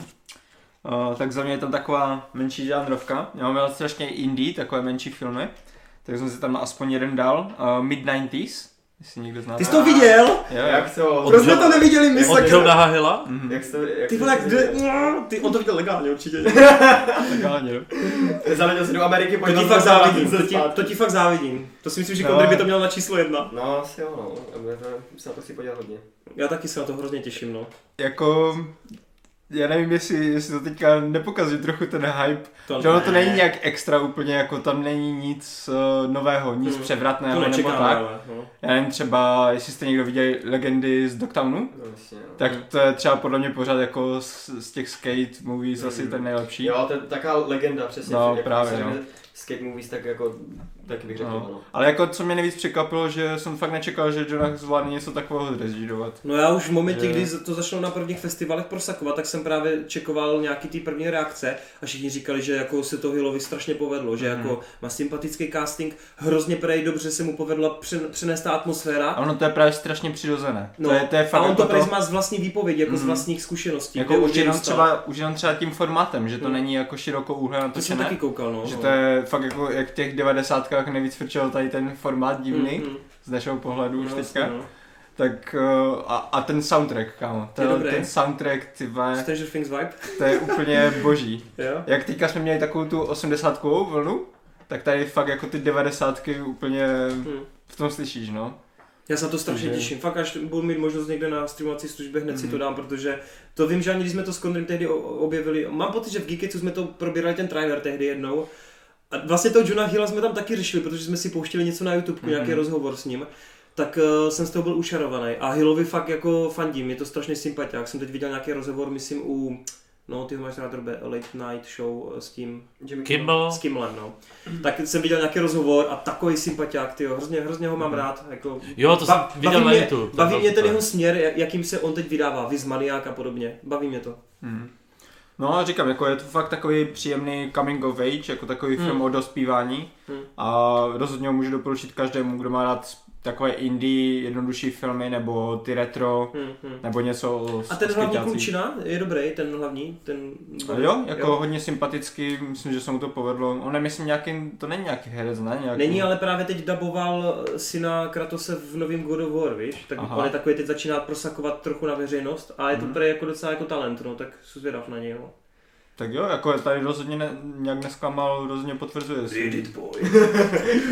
Speaker 4: Uh, tak za mě je tam taková menší žánrovka. Já mám rád strašně indie, takové menší filmy. Tak jsem si tam aspoň jeden dal. Uh, Mid-90s, jestli někdo zná.
Speaker 1: Ty jsi to viděl?
Speaker 4: Jo, jo.
Speaker 2: Jak to?
Speaker 3: Od
Speaker 1: Proč jsme
Speaker 3: Johna-
Speaker 1: to neviděli my, Mm.
Speaker 3: Od
Speaker 1: sakra?
Speaker 3: Johna Hilla?
Speaker 4: Mhm,
Speaker 2: Jak to? Jak
Speaker 1: Ty
Speaker 2: to-
Speaker 1: vole, jak jde... Ty, on to viděl legálně určitě.
Speaker 4: legálně, jo.
Speaker 2: Zaletěl se do Ameriky,
Speaker 1: To ti
Speaker 2: podíval
Speaker 1: fakt
Speaker 2: se na
Speaker 1: závidím,
Speaker 2: zase
Speaker 1: to ti, to
Speaker 2: zpátky.
Speaker 1: ti fakt závidím. To si myslím, že
Speaker 4: No.
Speaker 1: Kondry by to měl na číslo jedna.
Speaker 2: No, asi jo, no. A budeme se na to si podívat hodně.
Speaker 1: Já taky se na to hrozně těším, no.
Speaker 4: Jako... Já nevím, jestli, jestli to teďka nepokazí trochu ten hype.
Speaker 1: To,
Speaker 4: Že ono to není nějak extra úplně, jako tam není nic uh, nového, nic
Speaker 1: Hmm.
Speaker 4: převratného
Speaker 1: to
Speaker 4: nebo
Speaker 1: nečekám,
Speaker 4: tak.
Speaker 1: ale, no.
Speaker 4: Já nevím, třeba, jestli jste někdo viděli legendy z Dogtownu,
Speaker 2: No, jasně, no.
Speaker 1: Hmm.
Speaker 4: Tak to je třeba podle mě pořád jako z, z těch skate movies asi ten nejlepší.
Speaker 2: Jo, to je taková legenda, přesně.
Speaker 4: No,
Speaker 2: jak
Speaker 4: právě,
Speaker 2: se
Speaker 4: no.
Speaker 2: řekne skate movies, tak jako taky bych řekl,
Speaker 4: No.
Speaker 2: no. ano.
Speaker 4: Ale jako co mě nejvíc překvapilo, že jsem fakt nečekal, že Jonah zvládne něco takového zrežírovat.
Speaker 1: No já už v momentě,
Speaker 4: Že-
Speaker 1: kdy to začalo na prvních festivalech prosakovat, tak jsem právě čekoval nějaký ty první reakce a všichni říkali, že jako se to Hillovi strašně povedlo,
Speaker 4: Mhm.
Speaker 1: že jako má sympatický casting, hrozně prej dobře se mu povedla přen- přenést ta atmosféra.
Speaker 4: A ono to je právě strašně přirozené. No, to je, to je fakt
Speaker 1: a on
Speaker 4: jako
Speaker 1: to prý má z vlastní výpovědi, jako z vlastních zkušeností.
Speaker 4: jako
Speaker 1: kde
Speaker 4: už
Speaker 1: on
Speaker 4: jenom,
Speaker 1: vyrůstal.
Speaker 4: třeba, už jenom třeba tím formátem, že to
Speaker 1: Mm.
Speaker 4: není jako široko
Speaker 1: To
Speaker 4: úhle
Speaker 1: jsem
Speaker 4: natočené.
Speaker 1: taky koukal, no.
Speaker 4: Že
Speaker 1: no.
Speaker 4: to je fakt jako, jak v těch devadesátkách nejvíc frčel tady ten formát divný,
Speaker 1: Mm, mm.
Speaker 4: z našeho pohledu už
Speaker 1: No,
Speaker 4: teďka.
Speaker 1: jasně, no.
Speaker 4: Tak uh, a, a ten soundtrack, kámo.
Speaker 1: Je
Speaker 4: Ten,
Speaker 1: dobrý.
Speaker 4: ten soundtrack, ty vole,
Speaker 1: Stranger Things vibe,
Speaker 4: to je úplně boží.
Speaker 1: jo?
Speaker 4: Jak teďka jsme měli takovou tu osmdesátkovou vlnu, tak tady fakt jako ty devadesátky úplně
Speaker 1: Hm.
Speaker 4: v tom slyšíš, no.
Speaker 1: Já se na to strašně
Speaker 4: Takže-
Speaker 1: těším. Fakt, až budu mít možnost někde na streamovací službě, hned si to
Speaker 4: Mhm.
Speaker 1: dám, protože to vím, že ani když jsme to s Kondrem tehdy o- objevili, mám pocit, že v Geekicu jsme to probírali ten trailer tehdy jednou. A vlastně toho Johna Hilla jsme tam taky řešili, protože jsme si pouštěli něco na YouTube,
Speaker 4: Mhm.
Speaker 1: nějaký rozhovor s ním. Tak uh, jsem z toho byl ušarovaný. A Hillovi fakt jako fandím, je to strašně sympatiák. Jsem teď viděl nějaký rozhovor, myslím, u. No, ty ho máš rád, Robe, Late Night Show eh, s tím
Speaker 2: Jimmy
Speaker 3: Kimmel,
Speaker 1: s Kimlem, no. Tak jsem viděl nějaký rozhovor a takový sympatiák, ty hrozně, hrozně ho mám rád. Jako,
Speaker 3: Mhm. Jo, to
Speaker 1: Ba-
Speaker 3: jsem viděl
Speaker 1: baví
Speaker 3: na
Speaker 1: mě-
Speaker 3: YouTube, to
Speaker 1: Baví
Speaker 3: bylo
Speaker 1: mě ten
Speaker 3: super.
Speaker 1: jeho směr, jak- jakým se on teď vydává, Viz Maniak a podobně. Baví mě to.
Speaker 4: Mm. No a říkám, jako je to fakt takový příjemný coming of age, jako takový
Speaker 1: Mm.
Speaker 4: mm. film o dospívání.
Speaker 1: Mm.
Speaker 4: Mm. A rozhodně ho můžu doporučit každému, kdo má rád takové indie, jednodušší filmy, nebo ty retro,
Speaker 1: Hmm, hmm.
Speaker 4: nebo něco o
Speaker 1: A ten
Speaker 4: o
Speaker 1: hlavní
Speaker 4: skejťácích.
Speaker 1: klučina je dobrý, ten hlavní, ten...
Speaker 4: Jo, jako jo. hodně sympatický, myslím, že se mu to povedlo. On nemyslím nějaký, to není nějaký herec, ne? Nějaký...
Speaker 1: Není, ale právě teď daboval syna Kratose v novém God of War, víš? Tak Aha.
Speaker 4: Aha. Mhm.
Speaker 1: on je takový, teď začíná prosakovat trochu na veřejnost a je to prej jako docela jako talent, no, tak jsem zvědav na něj, no.
Speaker 4: Tak jo, jako tady rozhodně ne, nějak nesklamal, rozhodně potvrzuje si.
Speaker 1: boy.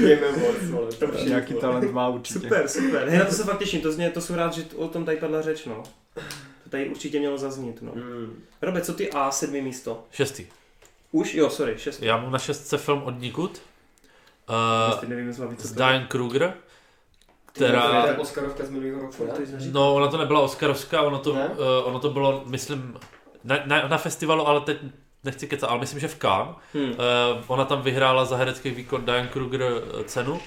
Speaker 2: Game Awards, vole. To už je jako-
Speaker 4: Nějaký
Speaker 2: vole.
Speaker 4: talent má určitě.
Speaker 1: Super, super. Hej, na to se fakt těším, to, zně, to jsem rád, že t- o tom tady padla řeč, no. To tady určitě mělo zaznít, no.
Speaker 2: Mm.
Speaker 1: Robe, co ty A, sedmý místo?
Speaker 3: šestý.
Speaker 1: Už? Jo, sorry, šest.
Speaker 3: Já mám na šestce film od nikud.
Speaker 1: Prostě
Speaker 3: Uh,
Speaker 1: nevím, jestli mám víc
Speaker 3: s
Speaker 1: co
Speaker 3: Diane Kruger,
Speaker 2: To
Speaker 3: která...
Speaker 2: je ta Oscarovka z minulého roku,
Speaker 1: to
Speaker 2: ne?
Speaker 1: jsi neříkal.
Speaker 3: No, ona to nebyla Oscarovská, ono to, uh,
Speaker 2: Ne?
Speaker 3: ono to bylo, myslím, na, na, na festivalu, ale teď nechci kecat, ale myslím, že v Cannes.
Speaker 1: Hmm.
Speaker 3: Eh, ona tam vyhrála za herecký výkon Diane Kruger eh, cenu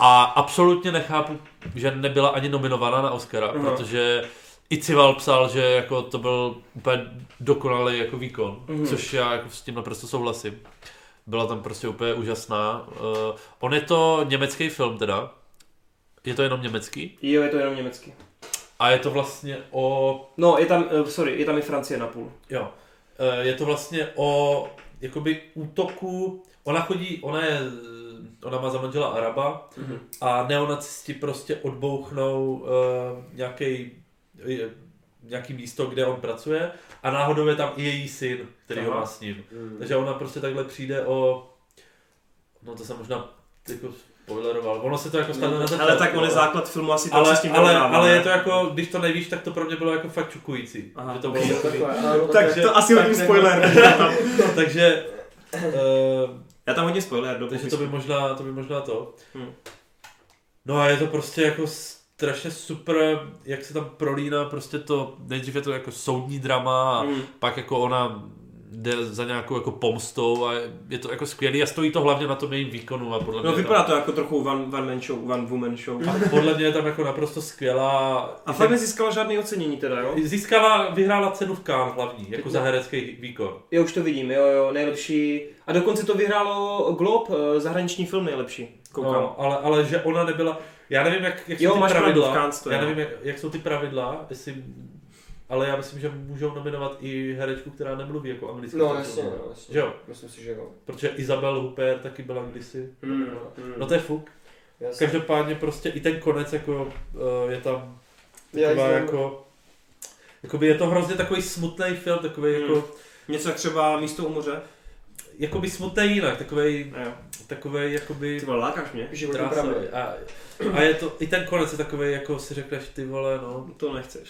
Speaker 3: a absolutně nechápu, že nebyla ani nominovaná na Oscara,
Speaker 1: Aha.
Speaker 3: protože i Cival psal, že jako to byl úplně dokonalý jako výkon,
Speaker 1: Mhm.
Speaker 3: což já jako s tím naprosto souhlasím. Byla tam prostě úplně úžasná. Eh, on je to německý film teda, je to jenom německý
Speaker 1: Jo, je to jenom německy.
Speaker 3: a je to vlastně o
Speaker 1: No, je tam, eh, sorry, je tam i Francie na půl.
Speaker 3: Jo. Eh, Je to vlastně o jakoby útoku. Ona chodí, ona je, eh, ona má za manžela Araba
Speaker 1: Mhm.
Speaker 3: a neonacisti prostě odbouchnou eh, nějaký eh, nějaký místo, kde on pracuje a náhodou je tam i její syn, který ho
Speaker 1: Aha. Mhm.
Speaker 3: má s ním.
Speaker 2: Mm.
Speaker 3: Takže ona prostě takhle přijde o... No to jsem možná jako spoileroval. Ono se to jako stane na
Speaker 1: Ale
Speaker 3: začátku,
Speaker 1: tak on je základ filmu asi
Speaker 3: ale,
Speaker 1: ale, s tím
Speaker 3: ale,
Speaker 1: dohrává,
Speaker 3: ale,
Speaker 1: ne?
Speaker 3: je to jako, když to nevíš, tak to pro mě bylo jako fakt čukující.
Speaker 1: Aha.
Speaker 3: že to
Speaker 2: Jo,
Speaker 3: bylo jakoby-
Speaker 2: takhle, ano,
Speaker 1: Tak
Speaker 3: Takže-
Speaker 1: to asi
Speaker 3: tak
Speaker 1: hodím
Speaker 3: jako-
Speaker 1: spoiler.
Speaker 3: Takže, uh,
Speaker 1: Já tam hodím spoiler, do
Speaker 3: takže to by možná, to by možná to.
Speaker 1: Hmm.
Speaker 3: No a je to prostě jako strašně super, jak se tam prolíná prostě to, nejdřív je to jako soudní drama a
Speaker 1: Hmm.
Speaker 3: pak jako ona jde za nějakou jako pomstou a je to jako skvělý a stojí to hlavně na tom jejím výkonu a podle mě
Speaker 1: No
Speaker 3: je
Speaker 1: vypadá
Speaker 3: tam,
Speaker 1: to jako trochu one, one man show, one woman show.
Speaker 3: a podle mě je tam jako naprosto skvělá.
Speaker 1: A fakt nezískala žádný ocenění teda, jo?
Speaker 3: Získala, vyhrála cenu v Cannes hlavní, jako za herecký výkon.
Speaker 1: Jo, už to vidím, jo, jo, nejlepší. A dokonce to vyhrálo Glob, eh, zahraniční film nejlepší. Koukám. No.
Speaker 3: No, ale, ale že ona nebyla, já nevím, jak, jak
Speaker 1: Jo,
Speaker 3: jsou ty
Speaker 1: máš pravdu,
Speaker 3: pravidla,
Speaker 1: v Cannes to je,
Speaker 3: já
Speaker 1: no.
Speaker 3: nevím, jak, jak jsou ty pravidla, jestli, ale já myslím, že můžou nominovat i herečku, která nemluví jako anglicky.
Speaker 2: No,
Speaker 3: Tak
Speaker 2: jasně,
Speaker 3: to-
Speaker 2: no, jasně.
Speaker 3: Že jo,
Speaker 2: Myslím si, že jo.
Speaker 3: protože Isabel Huppert taky byla kdysi.
Speaker 2: Mm,
Speaker 3: No
Speaker 2: mm,
Speaker 3: to je fuk.
Speaker 2: jasně.
Speaker 3: Každopádně prostě i ten konec jako eh, je tam
Speaker 2: Já
Speaker 3: taková
Speaker 2: jsem-
Speaker 3: jako, jakoby je to hrozně takový smutný film, takový
Speaker 1: Hmm.
Speaker 3: jako,
Speaker 1: Něco jak třeba Místo u moře.
Speaker 3: jakoby smutný jinak, takový,
Speaker 1: A jo.
Speaker 3: takový jakoby...
Speaker 1: Ty vole, lákáš mě?
Speaker 2: Životní pravda.
Speaker 3: Krásný. A, a, je to, i ten konec je takový, jako si řekneš, ty vole, no,
Speaker 1: To nechceš.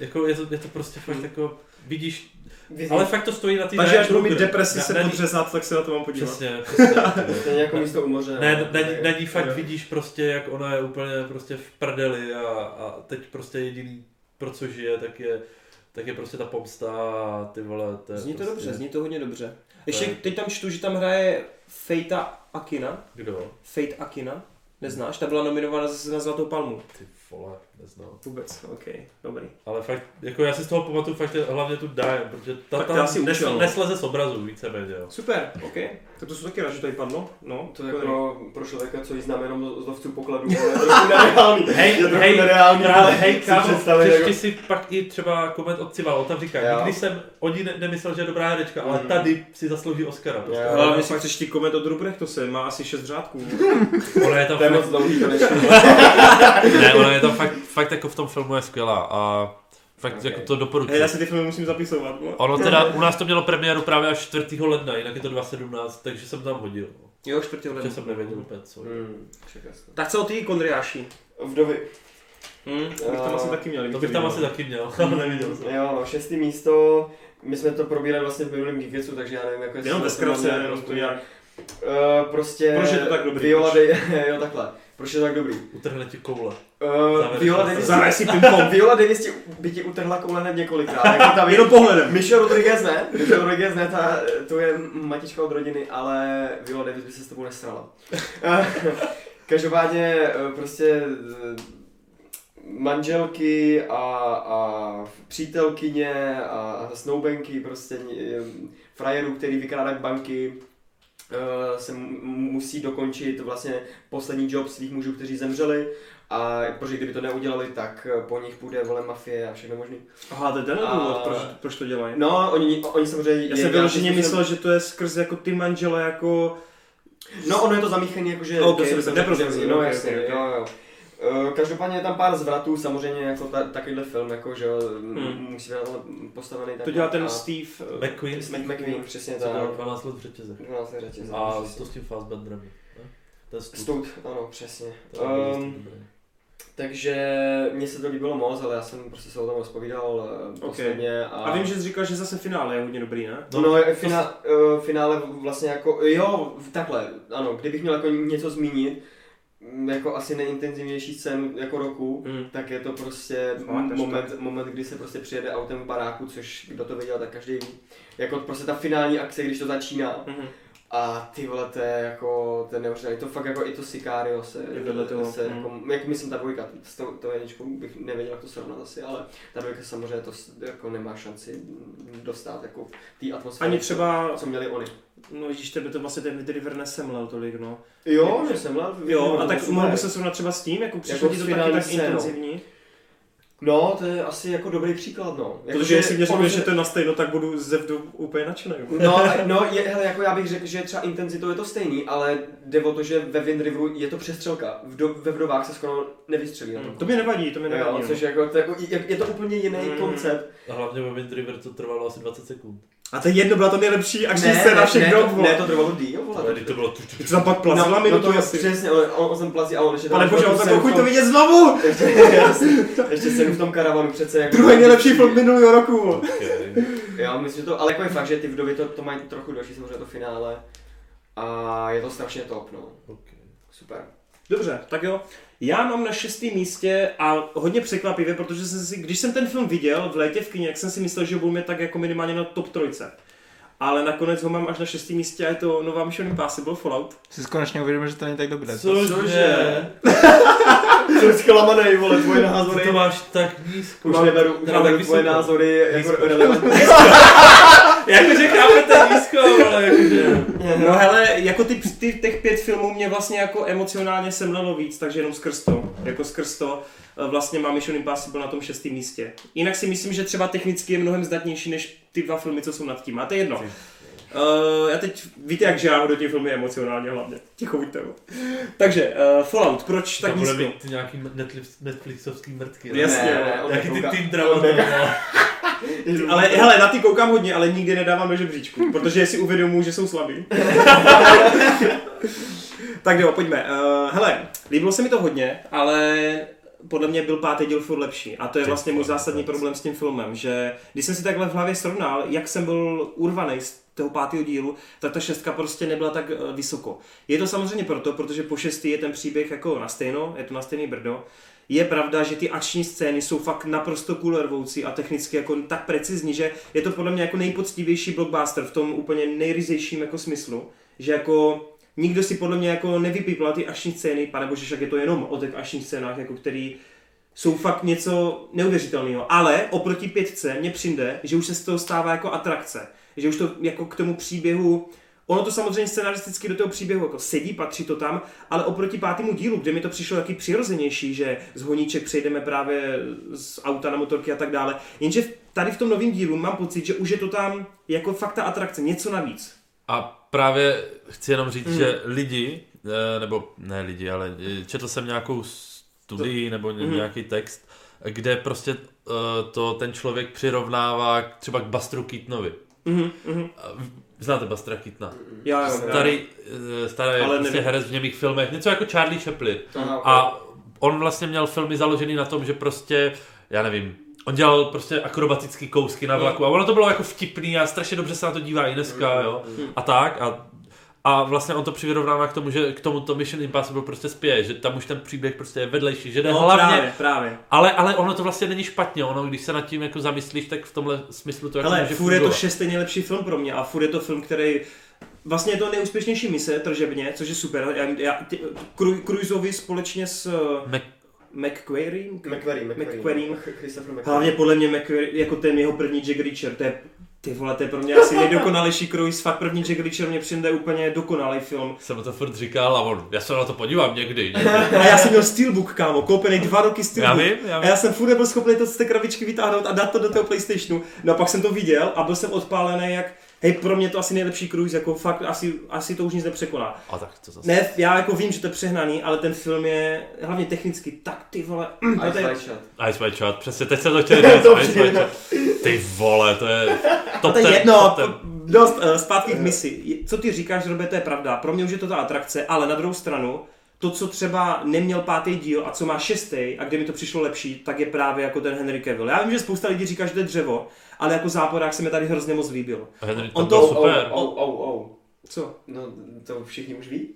Speaker 3: Jako je to, je to prostě fakt
Speaker 1: Mm.
Speaker 3: jako, vidíš,
Speaker 2: Vizí-
Speaker 3: ale fakt to stojí na ty
Speaker 1: Takže až budu mít
Speaker 3: Kruger.
Speaker 1: depresi
Speaker 3: Na-
Speaker 1: se
Speaker 3: na ní-
Speaker 1: podřezat, tak se na to mám podívat.
Speaker 3: Přesně, přesně.
Speaker 2: To je jako místo u moře.
Speaker 3: Ne,
Speaker 2: no.
Speaker 3: na, ní- na ní fakt
Speaker 1: Jo.
Speaker 3: vidíš prostě, jak ona je úplně prostě v prdeli a, a teď prostě jediný, pro co žije, tak je tak je prostě ta pomsta, ty vole, to je
Speaker 5: Zní to
Speaker 3: prostě...
Speaker 5: dobře, zní to hodně dobře. Ještě
Speaker 3: Eh.
Speaker 5: teď tam čtu, že tam hraje Fejta Akina.
Speaker 3: Kdo?
Speaker 5: Fate Akina. Neznáš? Ta byla nominována zase na Zlatou palmu.
Speaker 3: Ty vole, neznám.
Speaker 5: Vůbec, ok, dobrý.
Speaker 3: Ale fakt, jako já si z toho pamatuju fakt hlavně tu Dime, protože ta
Speaker 5: Tak
Speaker 3: tam
Speaker 5: já si
Speaker 3: nes,
Speaker 5: učil, no.
Speaker 3: nesleze z obrazu víceméně, jo.
Speaker 5: Super, ok. Tak to jsou taky rád, že tady padlo. No,
Speaker 2: To
Speaker 5: dobrý.
Speaker 2: jako prošlo takhle, co jí znám jenom z lovců pokladů, ale je trochu nereálný.
Speaker 3: Hej,
Speaker 2: je trochu
Speaker 3: hej,
Speaker 2: nereálný,
Speaker 3: Právě,
Speaker 2: ale
Speaker 3: hej, kámo,
Speaker 2: představit
Speaker 3: přečti
Speaker 2: jako-
Speaker 3: si pak i třeba koment od Civalo, tam říká,
Speaker 2: Jo.
Speaker 3: nikdy jsem o ní ne- nemyslel, že je dobrá herečka, ale
Speaker 2: Mm.
Speaker 3: tady si zaslouží Oscara. Prostě.
Speaker 2: Jo.
Speaker 1: Ale my si přečti koment od Ruprecht, to se má asi šest řádků.
Speaker 3: Ona je tam
Speaker 2: To je moc
Speaker 3: fakt,
Speaker 2: dlouhý konečně.
Speaker 3: ne, ona je tam fakt, fakt jako v tom filmu je skvělá a fakt
Speaker 2: Ok.
Speaker 3: jako to
Speaker 1: Hej,
Speaker 3: doporučuji.
Speaker 1: já si ty filmy musím zapisovat. No.
Speaker 3: Ono teda, u nás to mělo premiéru právě až 4. ledna, jinak je to 2017, takže jsem tam hodil.
Speaker 5: Jo, čtvrtý
Speaker 3: Protože
Speaker 5: hledem.
Speaker 3: jsem nevěděl úplně co.
Speaker 2: Hmm, překrásné.
Speaker 5: Tak co ty, Kondriáši?
Speaker 2: Vdovy.
Speaker 5: Hm?
Speaker 1: To bych tam asi taky měl.
Speaker 3: To
Speaker 1: víte,
Speaker 3: bych tam
Speaker 1: no.
Speaker 3: asi taky měl.
Speaker 1: Neviděl jsem.
Speaker 2: Jo, no, šestý místo. My jsme to probírali vlastně v minulém Geeketsu, takže já nevím, jako jestli...
Speaker 1: Jenom
Speaker 2: jsme
Speaker 1: ve
Speaker 2: to
Speaker 1: zkratce,
Speaker 2: měli
Speaker 1: jenom to
Speaker 2: rozpomínat.
Speaker 1: nějak.
Speaker 2: Eh, prostě...
Speaker 1: Proč je to tak dobrý?
Speaker 2: Viola
Speaker 1: Proč?
Speaker 2: Davis, jo takhle. Proč je to tak dobrý?
Speaker 3: Utrhne ti koule.
Speaker 2: Uh, Viola Davis...
Speaker 1: Zahraj si ping-pong.
Speaker 2: Viola Davis ti, by ti utrhla koule hned několikrát. Jako ta
Speaker 1: Jenom pohledem.
Speaker 2: Michelle Rodriguez ne, Michelle Rodriguez ne, ta, to je matička od rodiny, ale Viola Davis by se s tebou nesrala. Každopádně eh, prostě eh, manželky a, a přítelkyně a, a snoubenky, prostě eh, frajerů, který vykrádají banky, eh, se mu- musí dokončit vlastně poslední job svých mužů, kteří zemřeli a protože kdyby to neudělali, tak eh, po nich půjde vole mafie a všechno možný.
Speaker 1: Aha, to je ten
Speaker 2: A-
Speaker 1: důvod, proč, proč to dělají.
Speaker 2: No, oni, oni samozřejmě...
Speaker 1: Já
Speaker 2: je-
Speaker 1: jsem vyloženě
Speaker 2: myslím,
Speaker 1: myslel, že to je skrz jako ty manžele, jako...
Speaker 2: No, ono je to zamíchané jakože...
Speaker 1: Ok, neprozrazil,
Speaker 2: No,
Speaker 1: ok,
Speaker 2: jasně,
Speaker 1: ok, ok.
Speaker 2: jo, jo. Eh, Každopádně je tam pár zvratů, samozřejmě jako ta, takovýhle film, jako že jo,
Speaker 1: Hmm.
Speaker 2: hmm. musí být na tohle postavený ten...
Speaker 1: To dělá ten
Speaker 2: a-
Speaker 1: Steve... eh,
Speaker 3: McQueen,
Speaker 2: Steve McQueen, přesně
Speaker 3: co
Speaker 2: tak.
Speaker 3: byl 12 let v řetězech.
Speaker 2: 12 řetězů.
Speaker 3: A
Speaker 2: přesně.
Speaker 3: to s tím Fassbenderem. ne? To je stup.
Speaker 2: Stout, ano, přesně.
Speaker 3: To je
Speaker 2: Ehm,
Speaker 3: stup dobrý.
Speaker 2: takže mně se to líbilo moc, ale já jsem prostě se o tom rozpovídal eh, posledně. A,
Speaker 1: A vím, že jsi říkal, že zase finále je hodně dobrý, ne?
Speaker 2: No, no finá, eh, finále vlastně jako, jo, takhle, ano, kdybych měl jako něco zmínit, mm, jako asi nejintenzivnější scén jako roku,
Speaker 1: Mm.
Speaker 2: tak je to prostě
Speaker 1: Zvládneš to.
Speaker 2: moment, moment, kdy se prostě přijede autem v baráku, což kdo to viděl, tak každý ví. Jako prostě ta finální akce, když to začíná.
Speaker 1: Mhm.
Speaker 2: A ty vole, to je jako, to je neuvěřitelné. To fakt jako i to Sicario se,
Speaker 1: I vedle toho,
Speaker 2: se
Speaker 1: mm.
Speaker 2: jako, jak myslím ta dvojka, s tou, to jedničkou bych nevěděl, jak to srovnat asi, ale ta dvojka samozřejmě to s- jako nemá šanci dostat jako té atmosféry.
Speaker 1: Ani třeba,
Speaker 2: co měli oni.
Speaker 1: no vidíš, tebe to vlastně ten River nesemlel tolik, no.
Speaker 2: Jo, že jsem lel.
Speaker 1: Jo, a tak mohl by se srovnat třeba s tím, jako přišlo
Speaker 2: Jako
Speaker 1: ti to taky
Speaker 2: finální
Speaker 1: tak
Speaker 2: scénou. Jako
Speaker 1: intenzivní.
Speaker 2: No, to je asi jako dobrý příklad, no. Jako,
Speaker 1: Protože jestli mě
Speaker 2: ono
Speaker 1: řekneš,
Speaker 2: se-
Speaker 1: že to je na stejno, tak budu ze vdu úplně nadšený. jo.
Speaker 2: No, a- no je, hele, jako já bych řekl, že třeba intenzitou je to stejný, ale jde o to, že ve Wind Riveru je to přestřelka. V do, ve vdovách se skoro nevystřelí na
Speaker 1: Mm,
Speaker 2: tom.
Speaker 1: To mi nevadí, to mi
Speaker 2: jo,
Speaker 1: nevadí.
Speaker 2: což
Speaker 1: no.
Speaker 2: jako, to, jako, je, je to úplně jiný
Speaker 1: Mm.
Speaker 2: koncept.
Speaker 3: A hlavně ve Wind River to trvalo asi 20 sekund.
Speaker 1: A to je jedno, byla to nejlepší akční scéna všech
Speaker 2: ne,
Speaker 1: dob.
Speaker 2: to, ne,
Speaker 1: vole.
Speaker 2: to trvalo díl,
Speaker 3: Ale
Speaker 2: vole.
Speaker 3: když to bylo tu, tu,
Speaker 1: Ty
Speaker 3: tu.
Speaker 1: to tam pak plazila
Speaker 2: no,
Speaker 1: minutu
Speaker 2: to
Speaker 1: asi.
Speaker 2: Přesně, on, on, on jsem plazí a on ještě...
Speaker 1: Pane
Speaker 2: tam-
Speaker 1: bože,
Speaker 2: tam
Speaker 1: on
Speaker 2: jsem
Speaker 1: tam
Speaker 2: v
Speaker 1: chuť to
Speaker 2: tom-
Speaker 1: vidět znovu!
Speaker 2: ještě- ještě- Ještě jsem v tom karavanu přece jako...
Speaker 1: Druhý nejlepší film minulého roku!
Speaker 3: Okay.
Speaker 2: Jo, myslím, že to, ale jako je fakt, že ty vdovy to, to mají trochu delší samozřejmě to finále. A je to strašně top, no.
Speaker 3: Okay.
Speaker 2: Super.
Speaker 1: Dobře, tak jo. Já mám na šestém místě a hodně překvapivě, protože jsem si, když jsem ten film viděl v létě v kyně, jak jsem si myslel, že budu mít tak jako minimálně na top trojce. Ale nakonec ho mám až na šestém místě a je to No nová Mission Impossible Fallout.
Speaker 4: Jsi konečně uvědomil, že to není tak dobré.
Speaker 3: Cože?
Speaker 2: Jsem zklamanej, vole, tvoje názory.
Speaker 3: Ty to máš tak nízko.
Speaker 2: Už neberu, už
Speaker 3: Teda tak
Speaker 2: neberu tvoje
Speaker 3: vysoko.
Speaker 2: názory jako
Speaker 3: Vysoko.
Speaker 2: relevantní.
Speaker 3: Jakože chápete nízko, ale jakože...
Speaker 1: No hele, jako ty, ty, těch pět filmů mě vlastně jako emocionálně semlelo víc, takže jenom skrz to. Jako skrz to eh, vlastně má Mission Impossible na tom šestém místě. Jinak si myslím, že třeba technicky je mnohem zdatnější než ty dva filmy, co jsou nad tím. A to je jedno. Uh, já teď, víte jak žádám do těch filmů emocionálně hlavně. Ticho, buďte. jo. Takže, uh, Fallout, proč
Speaker 3: Tak
Speaker 1: tak
Speaker 3: bude
Speaker 1: nízko?
Speaker 3: mít ty nějaký Netflix, Netflixovský mrtky.
Speaker 1: Jasně.
Speaker 2: on
Speaker 3: Jaký ty
Speaker 2: nekouká.
Speaker 3: tým
Speaker 2: On
Speaker 3: drama.
Speaker 2: nekouká.
Speaker 1: Ale hele, na ty koukám hodně, ale nikdy nedávám do žebříčku, protože si uvědomuji, že jsou slabí. Eh, tak jo, pojďme. Uh, hele, líbilo se mi to hodně, ale podle mě byl pátý díl furt lepší. A to je
Speaker 3: Ty
Speaker 1: vlastně můj
Speaker 3: vole,
Speaker 1: zásadní
Speaker 3: vůbec.
Speaker 1: problém s tím filmem, že když jsem si takhle v hlavě srovnal, jak jsem byl urvaný z toho pátého dílu, tak ta šestka prostě nebyla tak eh, vysoko. Je to samozřejmě proto, protože po šestý je ten příběh jako na stejno, je to na stejný brdo. Je pravda, že ty akční scény jsou fakt naprosto kulervoucí a technicky jako tak precizní, že je to podle mě jako nejpoctivější blockbuster v tom úplně nejryzejším jako smyslu, že jako nikdo si podle mě jako nevypípla ty akční scény, panebože však je to jenom o těch akčních scénách, jako který jsou fakt něco neuvěřitelného. Ale oproti pětce mně přijde, že už se z toho stává jako atrakce. Že už to jako k tomu příběhu Ono to samozřejmě scenaristicky do toho příběhu jako sedí, patří to tam, ale oproti pátému dílu, kde mi to přišlo taky přirozenější, že z honíček přejdeme právě z auta na motorky a tak dále, jenže v- tady v tom novém dílu mám pocit, že už je to tam jako fakt ta atrakce, něco navíc.
Speaker 3: A právě chci jenom říct, mm. že lidi, eh, nebo ne lidi, ale eh, četl jsem nějakou studii nebo ně- nějaký text, kde prostě eh, to ten člověk přirovnává k- třeba k Bastru Keatonovi.
Speaker 1: Mhm, mhm.
Speaker 3: A v- Znáte Bastra Keatona?
Speaker 1: Jo, jo, jo.
Speaker 3: Starý, eh, starý
Speaker 1: Ale
Speaker 3: prostě
Speaker 1: nevím.
Speaker 3: herec v němých filmech, něco jako Charlie Chaplin.
Speaker 2: Aha,
Speaker 3: A on vlastně měl filmy založený na tom, že prostě, já nevím, on dělal prostě akrobatický kousky na vlaku a ono to bylo jako vtipný a strašně dobře se na to dívá i dneska,
Speaker 1: Mm-hmm.
Speaker 3: jo. A tak a a vlastně on to přivyrovnává k tomu, že k tomu to Mission Impossible prostě spěje, že tam už ten příběh prostě je vedlejší, že jde
Speaker 1: No,
Speaker 3: no, hlavně,
Speaker 1: právě, právě.
Speaker 3: ale, ale ono to vlastně není špatně, ono když se nad tím jako zamyslíš, tak v tomhle smyslu to jako
Speaker 1: Hele,
Speaker 3: může
Speaker 1: furt je to
Speaker 3: fungovat.
Speaker 1: šestý nejlepší film pro mě a furt je to film, který vlastně je to nejúspěšnější mise tržebně, což je super. Já, já, ty, Cru- Cruiseovi společně s eh,
Speaker 3: Mac-
Speaker 1: McQuarriem,
Speaker 2: McQuarrie,
Speaker 1: McQuarrie.
Speaker 2: McQuarrie. Ch- Christopher McQuarrie.
Speaker 1: Hlavně podle mě McQuarrie, jako ten jeho první Jack Reacher, to je ty vole, to je pro mě asi nejdokonalejší cruise, fakt první Jack Reacher mě přijde úplně dokonalý film.
Speaker 3: jsem to furt říkal a on, já se na to podívám někdy, někdy.
Speaker 1: A já jsem měl Steelbook, kámo, koupený dva roky Steelbook.
Speaker 3: Já vím, já vím.
Speaker 1: A já jsem furt nebyl schopný to z té krabičky vytáhnout a dát to do toho Playstationu. No a pak jsem to viděl a byl jsem odpálený jak, hej, pro mě to asi nejlepší cruise, jako fakt asi, asi to už nic nepřekoná.
Speaker 3: A tak to zase.
Speaker 1: Ne, já jako vím, že to je přehnaný, ale ten film je hlavně technicky tak ty vole, mm,
Speaker 2: A
Speaker 1: to je,
Speaker 2: Ice Shot.
Speaker 3: Ice White Shot, přesně, teď jsem to chtěl říct, Ice White Shot. Ty vole, to je...
Speaker 1: no. to
Speaker 3: ten-
Speaker 1: je jedno,
Speaker 3: top ten.
Speaker 1: dost uh, zpátky k misi. Co ty říkáš, Robe, to je pravda. Pro mě už je to ta atrakce, ale na druhou stranu, to, co třeba neměl pátý díl a co má šestý a kde mi to přišlo lepší, tak je právě jako ten Henry Cavill. Já vím, že spousta lidí říká, že to je dřevo, ale jako záporák se mi tady hrozně moc líbil.
Speaker 3: Henry, to
Speaker 1: On
Speaker 3: bylo
Speaker 2: Oh,
Speaker 1: to-
Speaker 3: super.
Speaker 2: Ou, ou, ou, ou.
Speaker 1: Co?
Speaker 2: oh, No, to všichni už ví.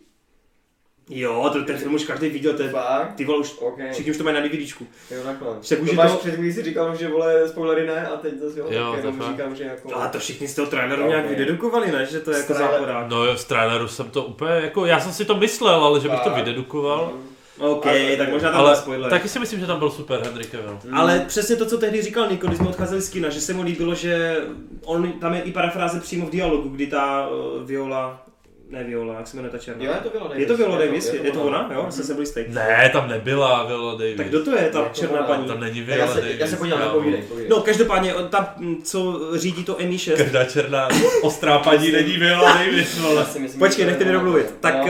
Speaker 1: Jo, to, ten film už každý viděl, to je,
Speaker 2: Fakt?
Speaker 1: ty vole, už,
Speaker 2: OK,
Speaker 1: všichni už to mají na DVDčku.
Speaker 2: jo takhle.
Speaker 1: Však už
Speaker 2: to
Speaker 1: je
Speaker 2: máš
Speaker 1: to-
Speaker 2: před chvílí si říkal, že vole spoilery ne a teď zase jo,
Speaker 3: Jo,
Speaker 2: tak
Speaker 3: to
Speaker 2: jenom
Speaker 3: fakt.
Speaker 2: říkám, že jako...
Speaker 1: Ale to všichni z toho traileru nějak
Speaker 2: Ok.
Speaker 1: vydedukovali, ne? Že to je jako
Speaker 2: Trailer-
Speaker 1: záporák.
Speaker 3: No jo, z traileru jsem to úplně, jako, já jsem si to myslel, ale že bych to
Speaker 2: Tak.
Speaker 3: vydedukoval.
Speaker 2: Hmm.
Speaker 1: OK,
Speaker 2: Ale-
Speaker 1: tak možná tam
Speaker 3: Ale
Speaker 1: byl No, spoiler.
Speaker 3: taky si myslím, že tam byl super Henry Cavill.
Speaker 1: Mm. Ale přesně to, co tehdy říkal Niko, když jsme odcházeli z kina, že se mu líbilo, že on, tam je i parafráze přímo v dialogu, kdy ta uh, Viola, ne Viola, jak se jmenuje ta černá.
Speaker 2: Jo, je to Viola Davis.
Speaker 1: je to Viola Davis, je, je to ona, jo, jsem se byl jistý.
Speaker 3: Ne, tam nebyla Viola Davis.
Speaker 1: Tak kdo to je, ta
Speaker 2: Jako
Speaker 1: černá
Speaker 2: ona,
Speaker 1: paní?
Speaker 3: Tam není
Speaker 2: Tak
Speaker 3: Viola
Speaker 2: já se,
Speaker 3: Davis.
Speaker 2: já se podívám,
Speaker 3: kámo.
Speaker 2: nepovídej, povídej.
Speaker 1: No, každopádně, on ta, m, co řídí to MI6,
Speaker 3: Každá černá ostrá paní není Viola Davis,
Speaker 2: Já
Speaker 3: vole.
Speaker 2: si myslím,
Speaker 1: Počkej,
Speaker 2: že-
Speaker 1: nechte mi domluvit. Tak
Speaker 2: No,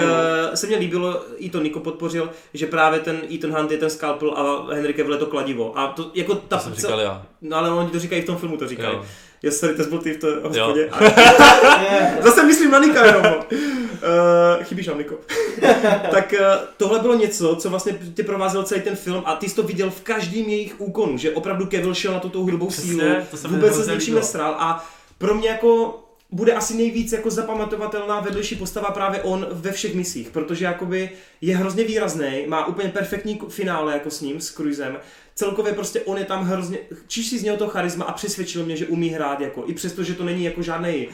Speaker 1: uh, se mně líbilo, i to Niko podpořil, že právě ten Ethan Hunt je ten skalpel a Henry Cavill je to kladivo. A to jako ta...
Speaker 3: To jsem říkal já.
Speaker 1: No ale oni to říkají v tom filmu, to říkají.
Speaker 3: Jo.
Speaker 1: Jo, sorry, to jsi byl ty v té hospodě.
Speaker 3: Jo.
Speaker 1: Zase myslím na Nika jenom. Uh, chybíš nám, Niko. tak uh, tohle bylo něco, co vlastně tě provázel celý ten film a ty jsi to viděl v každém jejich úkonu, že opravdu Cavill šel na tuto hrubou
Speaker 3: Přesně,
Speaker 1: sílu,
Speaker 3: to se mi
Speaker 1: vůbec se s
Speaker 3: hrozně
Speaker 1: ničím
Speaker 3: líbilo.
Speaker 1: nesral a pro mě jako bude asi nejvíc jako zapamatovatelná vedlejší postava právě on ve všech misích, protože jakoby je hrozně výrazný, má úplně perfektní ku- finále jako s ním, s Cruisem. Celkově prostě on je tam hrozně, číší z něho to charisma a přesvědčil mě, že umí hrát jako, i přesto, že to není jako žádný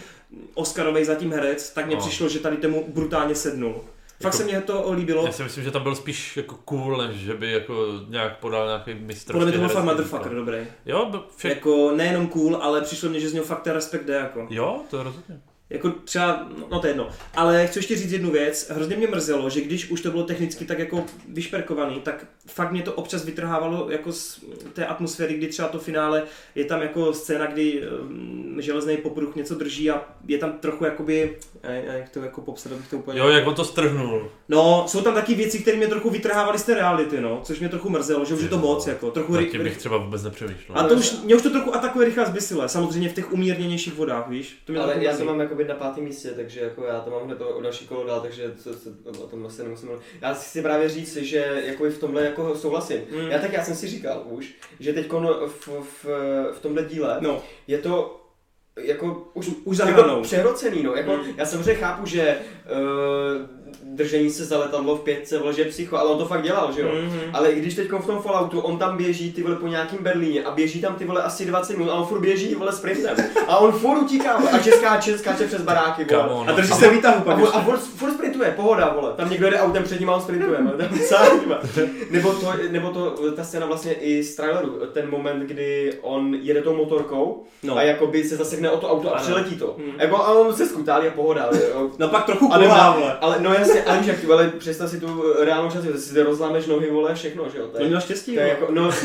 Speaker 1: Oscarový zatím herec, tak mě
Speaker 3: No.
Speaker 1: přišlo, že tady tomu brutálně sednul. Fakt
Speaker 3: Jako-
Speaker 1: se mně to líbilo.
Speaker 3: Já si myslím, že tam byl spíš jako cool, než že by jako nějak podal nějaký mistr.
Speaker 1: Podle mě to byl fakt motherfucker dobrý.
Speaker 3: Jo, byl prostě no. však...
Speaker 1: Jako nejenom cool, ale přišlo mě, že z něho fakt ten respekt jde jako.
Speaker 3: Jo, to rozhodně.
Speaker 1: Jako třeba, no, no to je jedno. Ale chci ještě říct jednu věc. Hrozně mě mrzelo, že když už to bylo technicky tak jako vyšperkovaný, tak fakt mě to občas vytrhávalo jako z té atmosféry, kdy třeba to finále je tam jako scéna, kdy mm, železný popruh něco drží a je tam trochu jakoby, eh, eh, jak to jako popsat, abych to úplně...
Speaker 3: Jo, jak on to strhnul.
Speaker 1: No, jsou tam taky věci, které mě trochu vytrhávaly z té reality, no, což mě trochu mrzelo, že už je to
Speaker 3: Jo.
Speaker 1: moc, jako, trochu...
Speaker 3: Nad
Speaker 1: ry-
Speaker 3: tím bych
Speaker 1: ry-
Speaker 3: třeba vůbec nepřemýšlel.
Speaker 1: a to už, mě už to trochu atakuje rychle zbysile, samozřejmě v těch umírněnějších vodách, víš? To mě
Speaker 2: Ale
Speaker 1: trochu
Speaker 2: já
Speaker 1: mrzí.
Speaker 2: to mám jakoby na pátém místě, takže jako já to mám hned o o další kolo dál, takže co, co, o tom asi nemusím mluvit. Já si chci právě říct, že jakoby v tomhle jako souhlasím.
Speaker 1: Mm.
Speaker 2: Já tak já jsem si říkal už, že teď v, v, v, tomhle díle
Speaker 1: No.
Speaker 2: je to jako už,
Speaker 1: už za
Speaker 2: jako
Speaker 1: hranou.
Speaker 2: přehrocený, no. Jako,
Speaker 1: Mm.
Speaker 2: Já samozřejmě chápu, že uh, držení se za letadlo v pětce vlže psycho, ale on to fakt dělal, že jo?
Speaker 1: Mhm.
Speaker 2: Ale i když teď v tom Falloutu, on tam běží ty vole po nějakým Berlíně a běží tam ty vole asi 20 minut a on furt běží vole sprintem. A on furt utíká vole, a česká česká přes baráky vole.
Speaker 3: Kamo,
Speaker 6: A
Speaker 3: no.
Speaker 6: drží se výtahu
Speaker 2: A,
Speaker 6: pak.
Speaker 2: furt- a furt, furt, sprintuje, pohoda vole. Tam někdo jede autem před ním a on sprintuje, vole, to je sám, vole. nebo, to, nebo to, ta scéna vlastně i z traileru, ten moment, kdy on jede tou motorkou
Speaker 1: No.
Speaker 2: a jakoby se zasekne o to auto a
Speaker 1: Ano.
Speaker 2: přeletí to.
Speaker 1: Hmm.
Speaker 2: Jako, a on se skutálí a pohoda. jo.
Speaker 1: No pak trochu
Speaker 2: Ale,
Speaker 1: kulhá,
Speaker 2: má,
Speaker 1: vole.
Speaker 2: ale no jasně, ale víš jak ty vole, představ si tu reálnou část, že si rozlámeš nohy, vole, všechno, že jo? To
Speaker 1: To
Speaker 2: je,
Speaker 1: měl štěstí,
Speaker 2: to je
Speaker 1: vole.
Speaker 2: jako, no,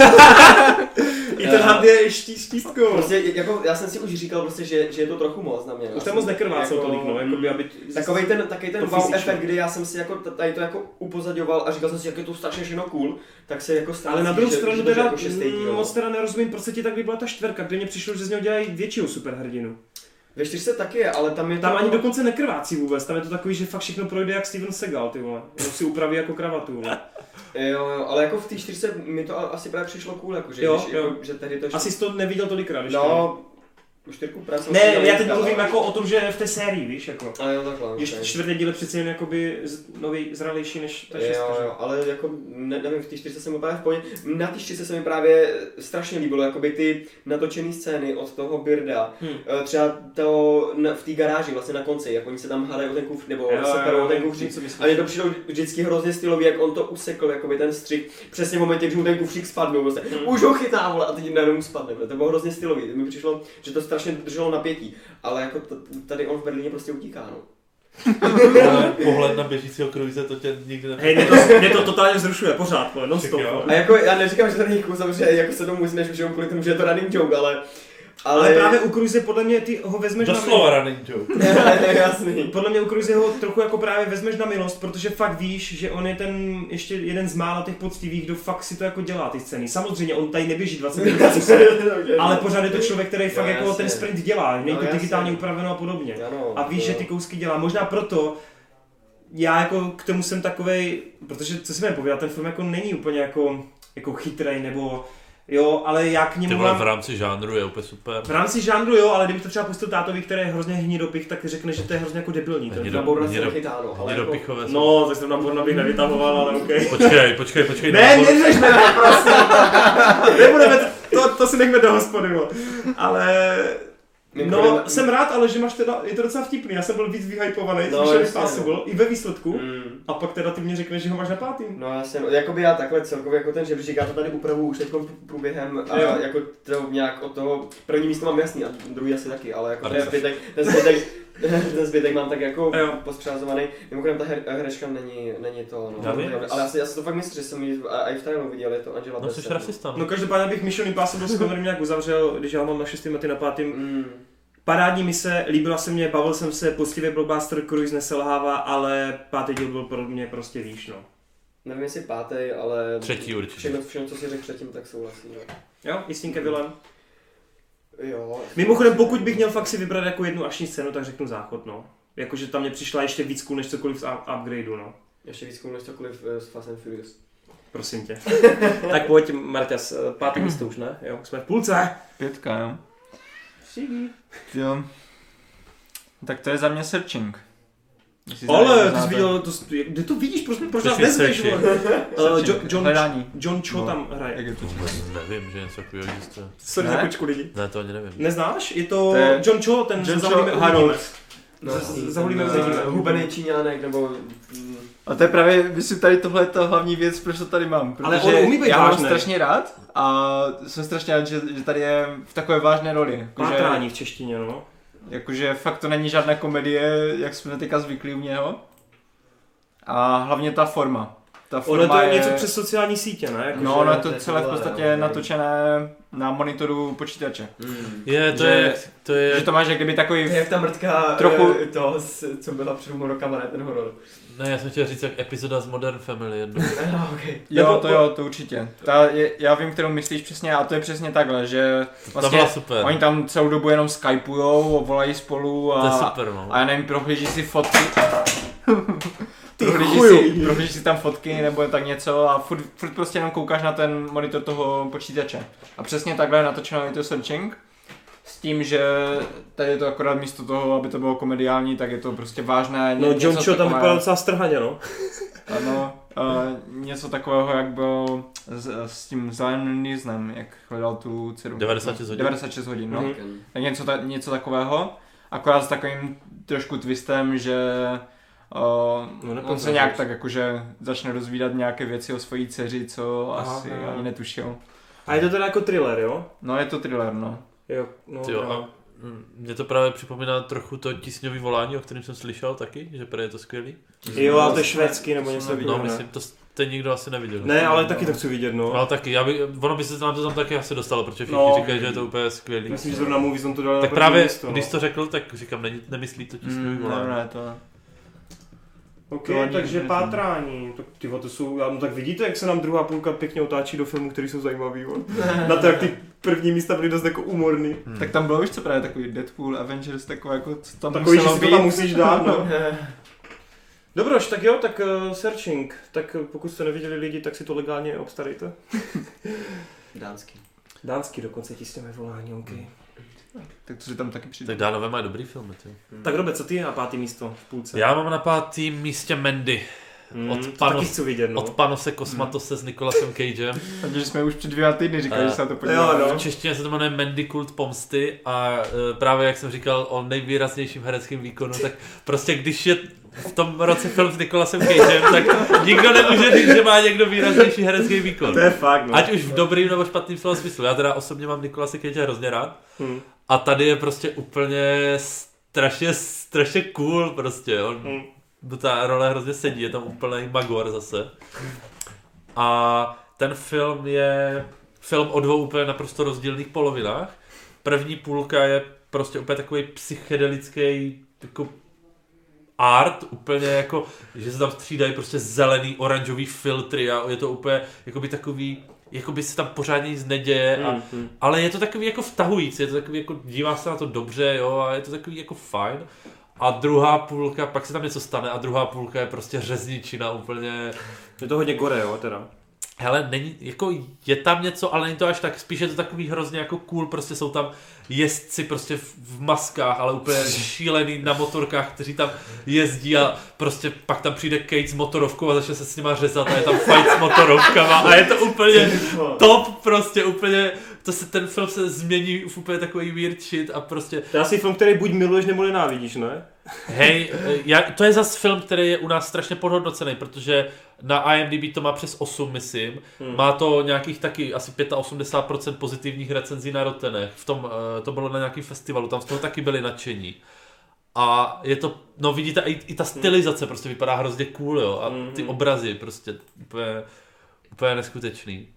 Speaker 1: I ten hand je ští, štístkou.
Speaker 2: prostě, jako, já jsem si už říkal prostě, že, že je to trochu moc na mě.
Speaker 1: Už tam moc nekrvácel
Speaker 2: jako-
Speaker 1: tolik, no, jakoby, aby...
Speaker 2: Takový ten, takový ten
Speaker 1: To
Speaker 2: wow
Speaker 1: fyzično.
Speaker 2: efekt, kdy já jsem si jako t- tady to jako upozaďoval a říkal jsem si, jak je to strašně všechno cool, tak se jako ztrácí,
Speaker 1: Ale na druhou
Speaker 2: že-
Speaker 1: stranu
Speaker 2: že to je
Speaker 1: teda
Speaker 2: jako šestý díl.
Speaker 1: mm, moc teda nerozumím, proč se ti tak líbila ta čtverka, kde mě přišlo, že z něho dělají většího superhrdinu.
Speaker 2: Ve čtyřce taky je, ale tam je
Speaker 1: Tam
Speaker 2: to,
Speaker 1: ani dokonce nekrvácí vůbec, tam je to takový, že fakt všechno projde jak Steven Segal, ty vole. Jenom si upraví jako kravatu, vole.
Speaker 2: Jo, jo, ale jako v té čtyřce mi to a- asi právě přišlo cool, jako, že,
Speaker 1: Jo,
Speaker 2: když,
Speaker 1: jo.
Speaker 2: Jako, že tady to ještě...
Speaker 1: Asi jsi to neviděl tolikrát, když to-
Speaker 2: no, už čtyřku práce...
Speaker 1: Ne, já teď mluvím jako o tom, že v té sérii, víš, jako.
Speaker 2: Ale jo, takhle.
Speaker 1: Když
Speaker 2: ok.
Speaker 1: čtvrtý díl je přece jen jakoby z- nový, zralejší než ta šestka.
Speaker 2: Jo,
Speaker 1: že?
Speaker 2: jo, ale jako, ne, nevím, v té čtyřce jsem byl právě v pohodě. Na té čtyřce se mi právě strašně líbilo, jakoby ty natočené scény od toho Birda.
Speaker 1: Hm.
Speaker 2: Eh, Třeba to na, v té garáži vlastně na konci, jak oni se tam hádají o ten kufr, nebo
Speaker 1: Jo,
Speaker 2: se
Speaker 1: jo,
Speaker 2: perou o ten
Speaker 1: vím,
Speaker 2: kufřík.
Speaker 1: co myslíš.
Speaker 2: A mně to přišlo vždycky hrozně stylový, jak on to usekl, jakoby ten střih, přesně v momentě, kdy mu ten kufřík spadnul, prostě.
Speaker 1: Hmm.
Speaker 2: už ho chytá, vole, a teď najednou mu spadne, vole. to bylo hrozně stylový, mi přišlo, že to strašně drželo napětí, ale jako t- tady on v Berlíně prostě utíká, no.
Speaker 3: Ale pohled na běžícího krvice to tě nikdy
Speaker 1: Hej, mě
Speaker 3: nepřijde.
Speaker 1: to, mě to totálně vzrušuje, pořád, vole, non stop,
Speaker 3: Tak jo.
Speaker 1: vole.
Speaker 2: A jako, já neříkám, že to není cool, samozřejmě, jako se tomu musíš, že kvůli tomu, že je to running joke, ale...
Speaker 1: Ale právě u Cruise podle mě ty ho vezmeš na milost.
Speaker 3: Doslova running joke.
Speaker 2: jasný.
Speaker 1: Podle mě u Cruise ho trochu jako právě vezmeš na milost, protože fakt víš, že on je ten ještě jeden z mála těch poctivých, kdo fakt si to jako dělá ty scény. Samozřejmě on tady neběží 20 minut, za kusem, ale pořád je to člověk, který
Speaker 2: Jo,
Speaker 1: fakt jako
Speaker 2: jasně.
Speaker 1: ten sprint dělá, není
Speaker 2: No,
Speaker 1: to
Speaker 2: jasně.
Speaker 1: digitálně upraveno a podobně.
Speaker 2: Ano,
Speaker 1: A víš,
Speaker 2: to-
Speaker 1: že ty kousky dělá. Možná proto já jako k tomu jsem takovej, protože co si mám povědět, ten film jako není úplně jako, jako chytrej nebo jo, ale já k
Speaker 3: Ty
Speaker 1: němu
Speaker 3: vole,
Speaker 1: mám
Speaker 3: v rámci žánru je úplně super.
Speaker 1: v rámci žánru jo, ale kdyby to třeba pustil tátovi, který je hrozně hnidopich, tak řekne, že to je hrozně jako debilní. Ten.
Speaker 3: Hnido-
Speaker 2: Na bourna
Speaker 3: hnido-
Speaker 2: se nechytáno, ale
Speaker 3: Hnido
Speaker 2: jako...
Speaker 3: pichové jsou-
Speaker 1: No, tak jsem na porno bych nevytahoval, ale OK.
Speaker 3: Počkej, počkej, počkej.
Speaker 1: Ne,
Speaker 3: na-
Speaker 1: neřešme to, prosím. Nebudeme, to- to, to si nechme do hospody, jo. Ale...
Speaker 2: My
Speaker 1: No,
Speaker 2: budeme-
Speaker 1: jsem rád, ale že máš teda, je to docela vtipný, já jsem byl víc vyhypovaný,
Speaker 2: No,
Speaker 1: no, což je
Speaker 2: jasně,
Speaker 1: possible, i ve výsledku.
Speaker 2: Mm.
Speaker 1: A pak teda ty mě řekneš, že ho máš na pátým.
Speaker 2: No jasně, no, jakoby já takhle celkově jako ten žebřík, já to tady upravu už teď průběhem a
Speaker 1: Jo.
Speaker 2: jako to nějak od toho, první místo mám jasný a druhý asi taky, ale jako ten
Speaker 3: Pardon.
Speaker 2: zbytek, ten zbytek, ten zbytek mám tak jako
Speaker 1: Jo.
Speaker 2: postřázovaný. Mimochodem ta her, herečka není, není to, no.
Speaker 3: Já vím.
Speaker 2: ale já si, já si to fakt myslím, že jsem ji v- a i v traileru viděl, je to Angela
Speaker 3: No,
Speaker 2: Bassett,
Speaker 3: jsi rasista.
Speaker 1: No
Speaker 3: No.
Speaker 1: každopádně bych Mission Impossible s Connerem nějak uzavřel, když já mám na šestým a ty na pátým.
Speaker 2: Mm.
Speaker 1: Parádní mise, líbila se mě, bavil jsem se, poctivě blockbuster, Cruise neselhává, ale pátý díl byl pro mě prostě výš, no.
Speaker 2: Nevím jestli pátý, ale...
Speaker 3: Třetí určitě.
Speaker 2: Všechno, všechno, co si řekl předtím, tak souhlasí. No.
Speaker 1: Jo, Jistínka Vilem.
Speaker 2: Jo.
Speaker 1: Mimochodem, pokud bych měl fakt si vybrat jako jednu akční scénu, tak řeknu záchod, no. Jakože tam mě přišla ještě víc cool než cokoliv z up- upgradeu, no.
Speaker 2: Ještě víc koumneš cokoliv eh, z Fast and Furious.
Speaker 1: Prosím tě. tak pojď, Marťas, eh, pátý místo už, ne? Jo, jsme v půlce.
Speaker 4: Pětka, jo. Jo. Tak to je za mě searching. Jestli
Speaker 1: Ale, ty
Speaker 4: znáte-
Speaker 1: jsi viděl, to, jsi- kde to vidíš, proč, proč nás
Speaker 3: Slyším,
Speaker 1: nezveš,
Speaker 3: slyším.
Speaker 1: vole? Eh, Jo-
Speaker 4: Searching,
Speaker 1: John,
Speaker 4: hledání.
Speaker 1: John Cho
Speaker 4: No.
Speaker 1: tam hraje.
Speaker 4: Jak je to
Speaker 3: Vůbec nevím, že něco takového existuje.
Speaker 1: Sorry
Speaker 4: Ne?
Speaker 1: za kočku lidi.
Speaker 3: Ne, to ani nevím.
Speaker 1: Neznáš? Je to,
Speaker 4: To je-
Speaker 1: John Cho, ten
Speaker 4: John
Speaker 1: zavolíme
Speaker 4: Cho,
Speaker 1: uvidíme.
Speaker 4: Harold.
Speaker 1: No, zavolíme
Speaker 2: Zaholíme
Speaker 4: no,
Speaker 1: uvidíme.
Speaker 4: no.
Speaker 2: Hubený Číňánek, nebo... mm,
Speaker 4: A to je právě, myslím, tady tohle je ta hlavní věc, proč to tady mám. Protože
Speaker 1: Ale on umí být
Speaker 4: já mám
Speaker 1: vážnej.
Speaker 4: strašně rád a jsem strašně rád, že, že tady je v takové vážné roli. Jako Jakože,
Speaker 1: Pátrání v češtině, no.
Speaker 4: jakože fakt to není žádná komedie, jak jsme teďka zvyklí u něho. A hlavně ta forma. ta
Speaker 6: Ono je
Speaker 4: forma
Speaker 6: to
Speaker 4: je...
Speaker 6: něco přes sociální sítě, ne? Jako,
Speaker 4: No, ono je
Speaker 2: to
Speaker 4: to
Speaker 2: je
Speaker 4: celé v
Speaker 2: tohle,
Speaker 4: podstatě
Speaker 2: jo.
Speaker 4: natočené na monitoru počítače.
Speaker 2: Mm.
Speaker 3: Je, to
Speaker 4: Že-
Speaker 3: je, to
Speaker 4: Že
Speaker 3: je,
Speaker 4: to máš jak kdyby
Speaker 2: To
Speaker 4: takový...
Speaker 2: je jak ta mrtka
Speaker 4: Trochu-
Speaker 2: eh, to, s- co byla před dvěma rokama, ne ten horor.
Speaker 3: ne, já jsem chtěl říct jak epizoda z Modern Family jednou.
Speaker 2: Ah, okay.
Speaker 4: Jo,
Speaker 6: Nebo-
Speaker 4: to jo, to určitě. Ta, je, já vím, kterou myslíš přesně a to je přesně takhle, že
Speaker 3: To
Speaker 4: vlastně
Speaker 3: byla super,
Speaker 4: oni tam celou dobu jenom skypujou, volají spolu
Speaker 3: to je
Speaker 4: a,
Speaker 3: super, no.
Speaker 4: a já nevím, prohlíží si fotky.
Speaker 6: Ty
Speaker 4: prohlíží,
Speaker 6: chuju.
Speaker 4: si, prohlíží si tam fotky nebo tak něco a furt, furt prostě jenom koukáš na ten monitor toho počítače. A přesně takhle je natočeno i to searching. S tím, že tady je to akorát místo toho, aby to bylo komediální, tak je to prostě vážné. ně-
Speaker 6: No, John
Speaker 4: něco
Speaker 6: Cho tam
Speaker 4: takové-
Speaker 6: vypadal docela strhaně, no.
Speaker 4: Ano, uh, něco takového, jak byl s, s tím Zelenem Niznem, jak hledal tu dceru.
Speaker 3: 96 hodin.
Speaker 4: 96 hodin, no.
Speaker 6: Mhm.
Speaker 4: Tak něco, ta, něco takového, akorát s takovým trošku twistem, že
Speaker 6: No,
Speaker 4: uh, no, on
Speaker 6: nepoznáš.
Speaker 4: se nějak tak jakože začne rozvídat nějaké věci o svojí dceři, co
Speaker 6: Aha,
Speaker 4: asi
Speaker 6: jo.
Speaker 4: ani netušil.
Speaker 6: A je to teda jako thriller, jo?
Speaker 4: No je to thriller, no.
Speaker 6: Jo, no,
Speaker 3: Ty jo,
Speaker 6: no.
Speaker 3: a mm, mě to právě připomíná trochu to tísňový volání, o kterém jsem slyšel taky, že prý je to skvělý.
Speaker 6: jo, ale to je švédský nebo něco
Speaker 4: No,
Speaker 6: takového.
Speaker 3: No,
Speaker 6: ne?
Speaker 3: myslím, to ten nikdo asi neviděl.
Speaker 6: Ne, ale taky to chci vidět,
Speaker 3: No, ale
Speaker 6: no.
Speaker 3: taky, já bych, ono by se nám to tam taky asi dostalo, protože všichni
Speaker 6: No.
Speaker 3: říkají, že je to úplně skvělý.
Speaker 6: Myslím, že zrovna Movies on to dal
Speaker 3: Tak
Speaker 6: na
Speaker 3: právě,
Speaker 6: první místo, no.
Speaker 3: když to řekl, tak říkám, není, nemyslí No, to tísňový
Speaker 4: Mm,
Speaker 3: volání.
Speaker 4: ne, ne, to...
Speaker 6: Ok,
Speaker 4: To ani
Speaker 6: takže
Speaker 4: neznám.
Speaker 6: pátrání. Tak, tyvo, to jsou, já- no, tak vidíte, jak se nám druhá půlka pěkně otáčí do filmů, které jsou zajímavý. Jo? Na to, jak ty první místa byly dost jako úmorný.
Speaker 3: Hmm.
Speaker 4: Tak tam bylo už co právě takový Deadpool, Avengers, takové jako co tam
Speaker 6: Takový, že
Speaker 4: muselo
Speaker 6: si to
Speaker 4: být.
Speaker 6: tam musíš dát, no.
Speaker 2: Eh,
Speaker 6: Dobroš, tak jo, tak uh, searching. Tak eh, pokud jste neviděli lidi, tak si to legálně obstarejte.
Speaker 2: Dánský.
Speaker 6: Dánský dokonce tisňové volání, ok. Hmm.
Speaker 4: Tak to si tam taky přijde.
Speaker 3: Tak dánové mají dobrý filmy, ty.
Speaker 2: Hmm.
Speaker 6: Tak Robe, co ty je na pátý místo v půlce?
Speaker 3: Já mám na pátém místě Mendy.
Speaker 6: Hmm,
Speaker 3: od
Speaker 6: to
Speaker 3: panu-
Speaker 6: taky chci vidět, no.
Speaker 3: Od Panose Kosmatose s Nikolasem Cagem.
Speaker 4: Takže jsme už před dvěma týdny říkali,
Speaker 3: Eh,
Speaker 4: že se na to
Speaker 6: jo,
Speaker 4: podíváme.
Speaker 6: no.
Speaker 3: V češtině se to jmenuje Mendy Kult Pomsty a e, právě jak jsem říkal o nejvýraznějším hereckém výkonu, tak prostě když je v tom roce film s Nikolasem Cagem, tak nikdo nemůže říct, že má někdo výraznější herecký výkon.
Speaker 6: To je fakt, no.
Speaker 3: Ať už v dobrým nebo špatným slova smyslu. Já teda osobně mám Nikolase Cage hrozně rád.
Speaker 6: Hmm.
Speaker 3: A tady je prostě úplně strašně, strašně cool prostě. On,
Speaker 6: Hmm.
Speaker 3: mu Ta role hrozně sedí, je tam úplný magor zase. A ten film je film o dvou úplně naprosto rozdílných polovinách. První půlka je prostě úplně takový psychedelický jako art, úplně jako, že se tam střídají prostě zelený, oranžový filtry a je to úplně jakoby takový, jakoby se tam pořádně nic neděje a
Speaker 6: Hmm.
Speaker 3: ale je to takový jako vtahující, je to takový jako, dívá se na to dobře, jo, a je to takový jako fajn. A druhá půlka, pak se tam něco stane a druhá půlka je prostě řezničina úplně.
Speaker 6: Je to hodně gore, jo, teda.
Speaker 3: Hele, není, jako je tam něco, ale není to až tak, spíš je to takový hrozně jako cool, prostě jsou tam jezdci prostě v, v maskách, ale úplně šílený na motorkách, kteří tam jezdí a prostě pak tam přijde Kate s motorovkou a začne se s nima řezat a je tam fight s motorovkama a je to úplně top prostě úplně, to se ten film se změní v úplně takový weird shit a prostě,
Speaker 6: To je asi film, který buď miluješ nebo nenávidíš, ne?
Speaker 3: hej, eh, já, to je zas film, který je u nás strašně podhodnocený, protože na IMDb to má přes 8, myslím,
Speaker 6: Hmm.
Speaker 3: má to nějakých taky asi 85% pozitivních recenzí na Rotenech, v tom, eh, to bylo na nějakém festivalu, tam z toho taky byli nadšení. A je to, no vidíte, i, i ta stylizace prostě vypadá hrozně cool, jo, a ty
Speaker 6: Mhm.
Speaker 3: obrazy prostě úplně, úplně neskutečný.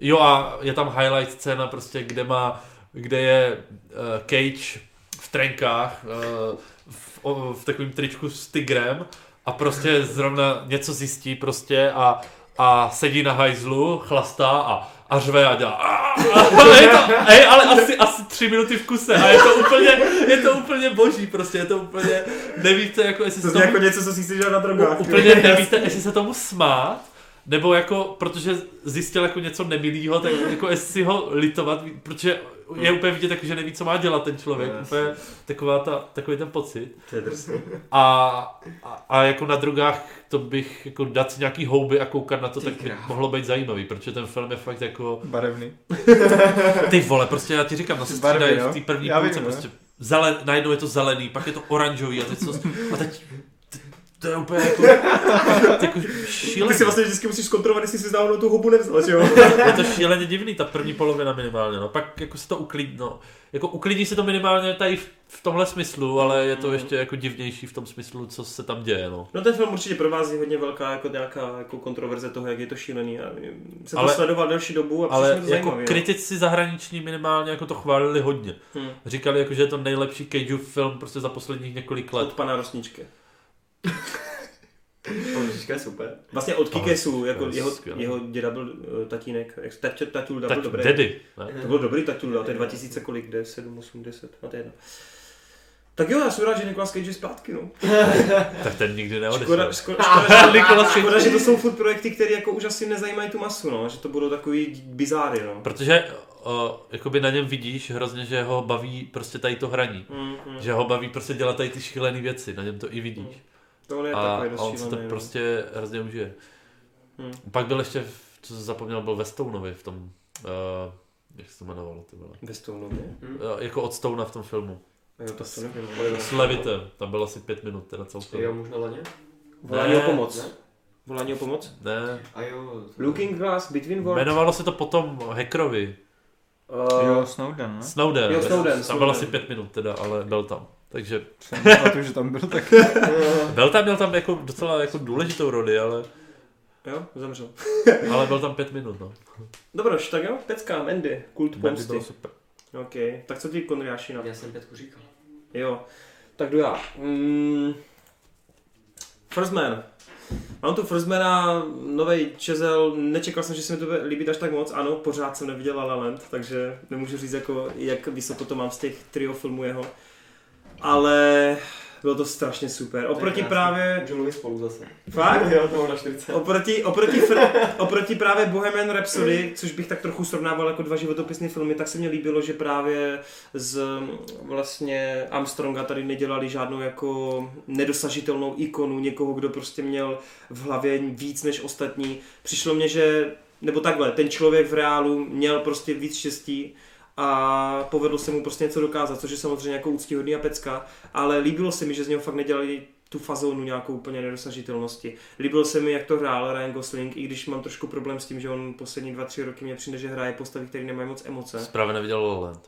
Speaker 3: Jo a je tam highlight scéna prostě, kde má, kde je uh, Cage v trenkách, uh, v, o, v takovém tričku s tigrem a prostě zrovna něco zjistí prostě a, a sedí na hajzlu, chlastá a a řve a dělá. "Ah, ah." Je to, hej, ale asi, asi tři minuty v kuse a je to úplně, je to úplně boží prostě, je to úplně, nevíte jako jestli
Speaker 6: To je
Speaker 3: se tomu
Speaker 6: jako něco, co si chceš dát na drogách.
Speaker 3: u- úplně nevíte, jestli se tomu smát, nebo jako, protože zjistil jako něco nemilýho, tak jako jestli si ho litovat, protože je úplně vidět, jako, že neví, co má dělat ten člověk.
Speaker 2: No, jasně.
Speaker 3: Úplně taková ta, takový ten pocit.
Speaker 2: To je drsný.
Speaker 3: A, a, a, jako na drogách to bych jako dát si nějaký houby a koukat na to,
Speaker 2: Ty
Speaker 3: tak by
Speaker 2: krávo.
Speaker 3: mohlo být zajímavý, protože ten film je fakt jako,
Speaker 4: Barevný.
Speaker 3: ty vole, prostě já ti říkám, no se
Speaker 4: Ty barvy,
Speaker 3: střídají
Speaker 4: jo?
Speaker 3: v té první
Speaker 4: Já
Speaker 1: no.
Speaker 3: půlce
Speaker 4: vím,
Speaker 3: prostě zelen, najednou je to zelený, pak je to oranžový a teď, to, a teď to je úplně jako, jako
Speaker 1: Ty
Speaker 3: šílený.
Speaker 1: si vlastně vždycky musíš zkontrolovat, jestli jsi náhodou tu hubu nevzal, že jo?
Speaker 3: Je to šíleně divný, ta první polovina minimálně, no. Pak jako se to uklidí, no. Jako uklidí se to minimálně tady v, v tomhle smyslu, ale je
Speaker 1: Mhm.
Speaker 3: to ještě jako divnější v tom smyslu, co se tam děje, no.
Speaker 1: No ten film určitě provází hodně velká jako nějaká jako kontroverze toho, jak je to šílený. A mm, jsem
Speaker 3: Ale-
Speaker 1: to sledoval delší dobu a přišlo
Speaker 3: Ale
Speaker 1: mi to
Speaker 3: jako
Speaker 1: zajímavý, no.
Speaker 3: kritici zahraniční minimálně jako to chválili hodně.
Speaker 1: Hmm.
Speaker 3: Říkali jako, že je to nejlepší Keiju film prostě za posledních několik let.
Speaker 1: Od pana Rosničky.
Speaker 2: Pomůžička je super.
Speaker 1: Vlastně od Kikesu, jako
Speaker 3: to je
Speaker 1: jeho,
Speaker 3: skvělé.
Speaker 1: jeho děda byl eh, tatínek, jak- tatě- tatulda
Speaker 3: Tak
Speaker 1: byl dobrý.
Speaker 3: Daddy, ne?
Speaker 1: To byl dobrý tatulda, to je 2000 kolik, 10, 7, 8, 10, a No, to je jedno. Tak jo, já jsem rád, že Nicolas Cage je zpátky, no.
Speaker 3: Tak ten nikdy
Speaker 1: Škoda,
Speaker 3: neodešel.
Speaker 1: ško- škoda, že-
Speaker 3: Nicolas Cage.
Speaker 1: škoda, že to jsou furt projekty, které jako už asi nezajímají tu masu, no. Že to budou takový bizáry, no.
Speaker 3: Protože o, jakoby na něm vidíš hrozně, že ho baví prostě tady to hraní.
Speaker 1: Mm, mm.
Speaker 3: Že ho baví prostě dělat tady ty šílené věci, na něm to i vidíš.
Speaker 1: Hmm. To on je
Speaker 3: A,
Speaker 1: takový dost
Speaker 3: a on se to
Speaker 1: šílený, no.
Speaker 3: prostě hrozně užije.
Speaker 1: Hmm.
Speaker 3: Pak byl ještě, v- co jsem zapomněl, byl ve Stounovi v tom, uh, jak se to jmenovalo ty vole.
Speaker 1: Ve Stounově?
Speaker 3: Eh, jako od Stouna v tom filmu.
Speaker 1: Jo, to se nevím.
Speaker 3: S Levitem, tam bylo asi pět minut teda celkově.
Speaker 2: Jo, možná Laně?
Speaker 1: Volání o pomoc.
Speaker 2: Ne?
Speaker 1: Volání o pomoc?
Speaker 3: Ne,
Speaker 2: A jo.
Speaker 1: Looking Glass, Between Worlds.
Speaker 3: jmenovalo se to potom Hackerovi,
Speaker 1: Uh,
Speaker 4: Jo, Snowden, no. ne?
Speaker 3: Snowden.
Speaker 1: Jo,
Speaker 3: Ve-
Speaker 1: Snowden,
Speaker 3: tam
Speaker 1: Snowden.
Speaker 3: bylo asi pět minut teda, ale byl tam. Takže
Speaker 4: Na to, že tam byl tak.
Speaker 3: byl tam, měl tam jako docela jako důležitou roli, ale,
Speaker 1: jo, zemřel.
Speaker 3: ale byl tam pět minut, no.
Speaker 1: Dobroš, tak jo, pecka, Mendy, kult
Speaker 3: Mandy
Speaker 1: pomsty.
Speaker 3: bylo super.
Speaker 1: OK, tak co ty Konriáši na
Speaker 2: Já jsem pětku říkal.
Speaker 1: Jo, tak jdu já. Mm. First Man. Mám tu First Mana, novej čezel, nečekal jsem, že se mi to bude líbit až tak moc, ano, pořád jsem neviděl La La Land, takže nemůžu říct, jako, jak vysoko to mám z těch trio filmů jeho. Ale bylo to strašně super. Oproti právě...
Speaker 2: Můžeme mluvit spolu zase.
Speaker 1: Fakt?
Speaker 2: Jo, to mám na 40.
Speaker 1: Oproti, oproti, fr- oproti právě Bohemian Rhapsody, což bych tak trochu srovnával jako dva životopisné filmy, tak se mně líbilo, že právě z mm, vlastně Armstronga tady nedělali žádnou jako nedosažitelnou ikonu, někoho, kdo prostě měl v hlavě víc než ostatní. Přišlo mně, že, nebo takhle, ten člověk v reálu měl prostě víc štěstí a povedlo se mu prostě něco dokázat, což je samozřejmě jako úctíhodný a pecka, ale líbilo se mi, že z něho fakt nedělali tu fazonu nějakou úplně nedosažitelnosti. Líbil se mi, jak to hrál Ryan Gosling, i když mám trošku problém s tím, že on poslední dva, tři roky mě přijde, že hraje postavy, které nemají moc emoce.
Speaker 3: Správně neviděl Lowland.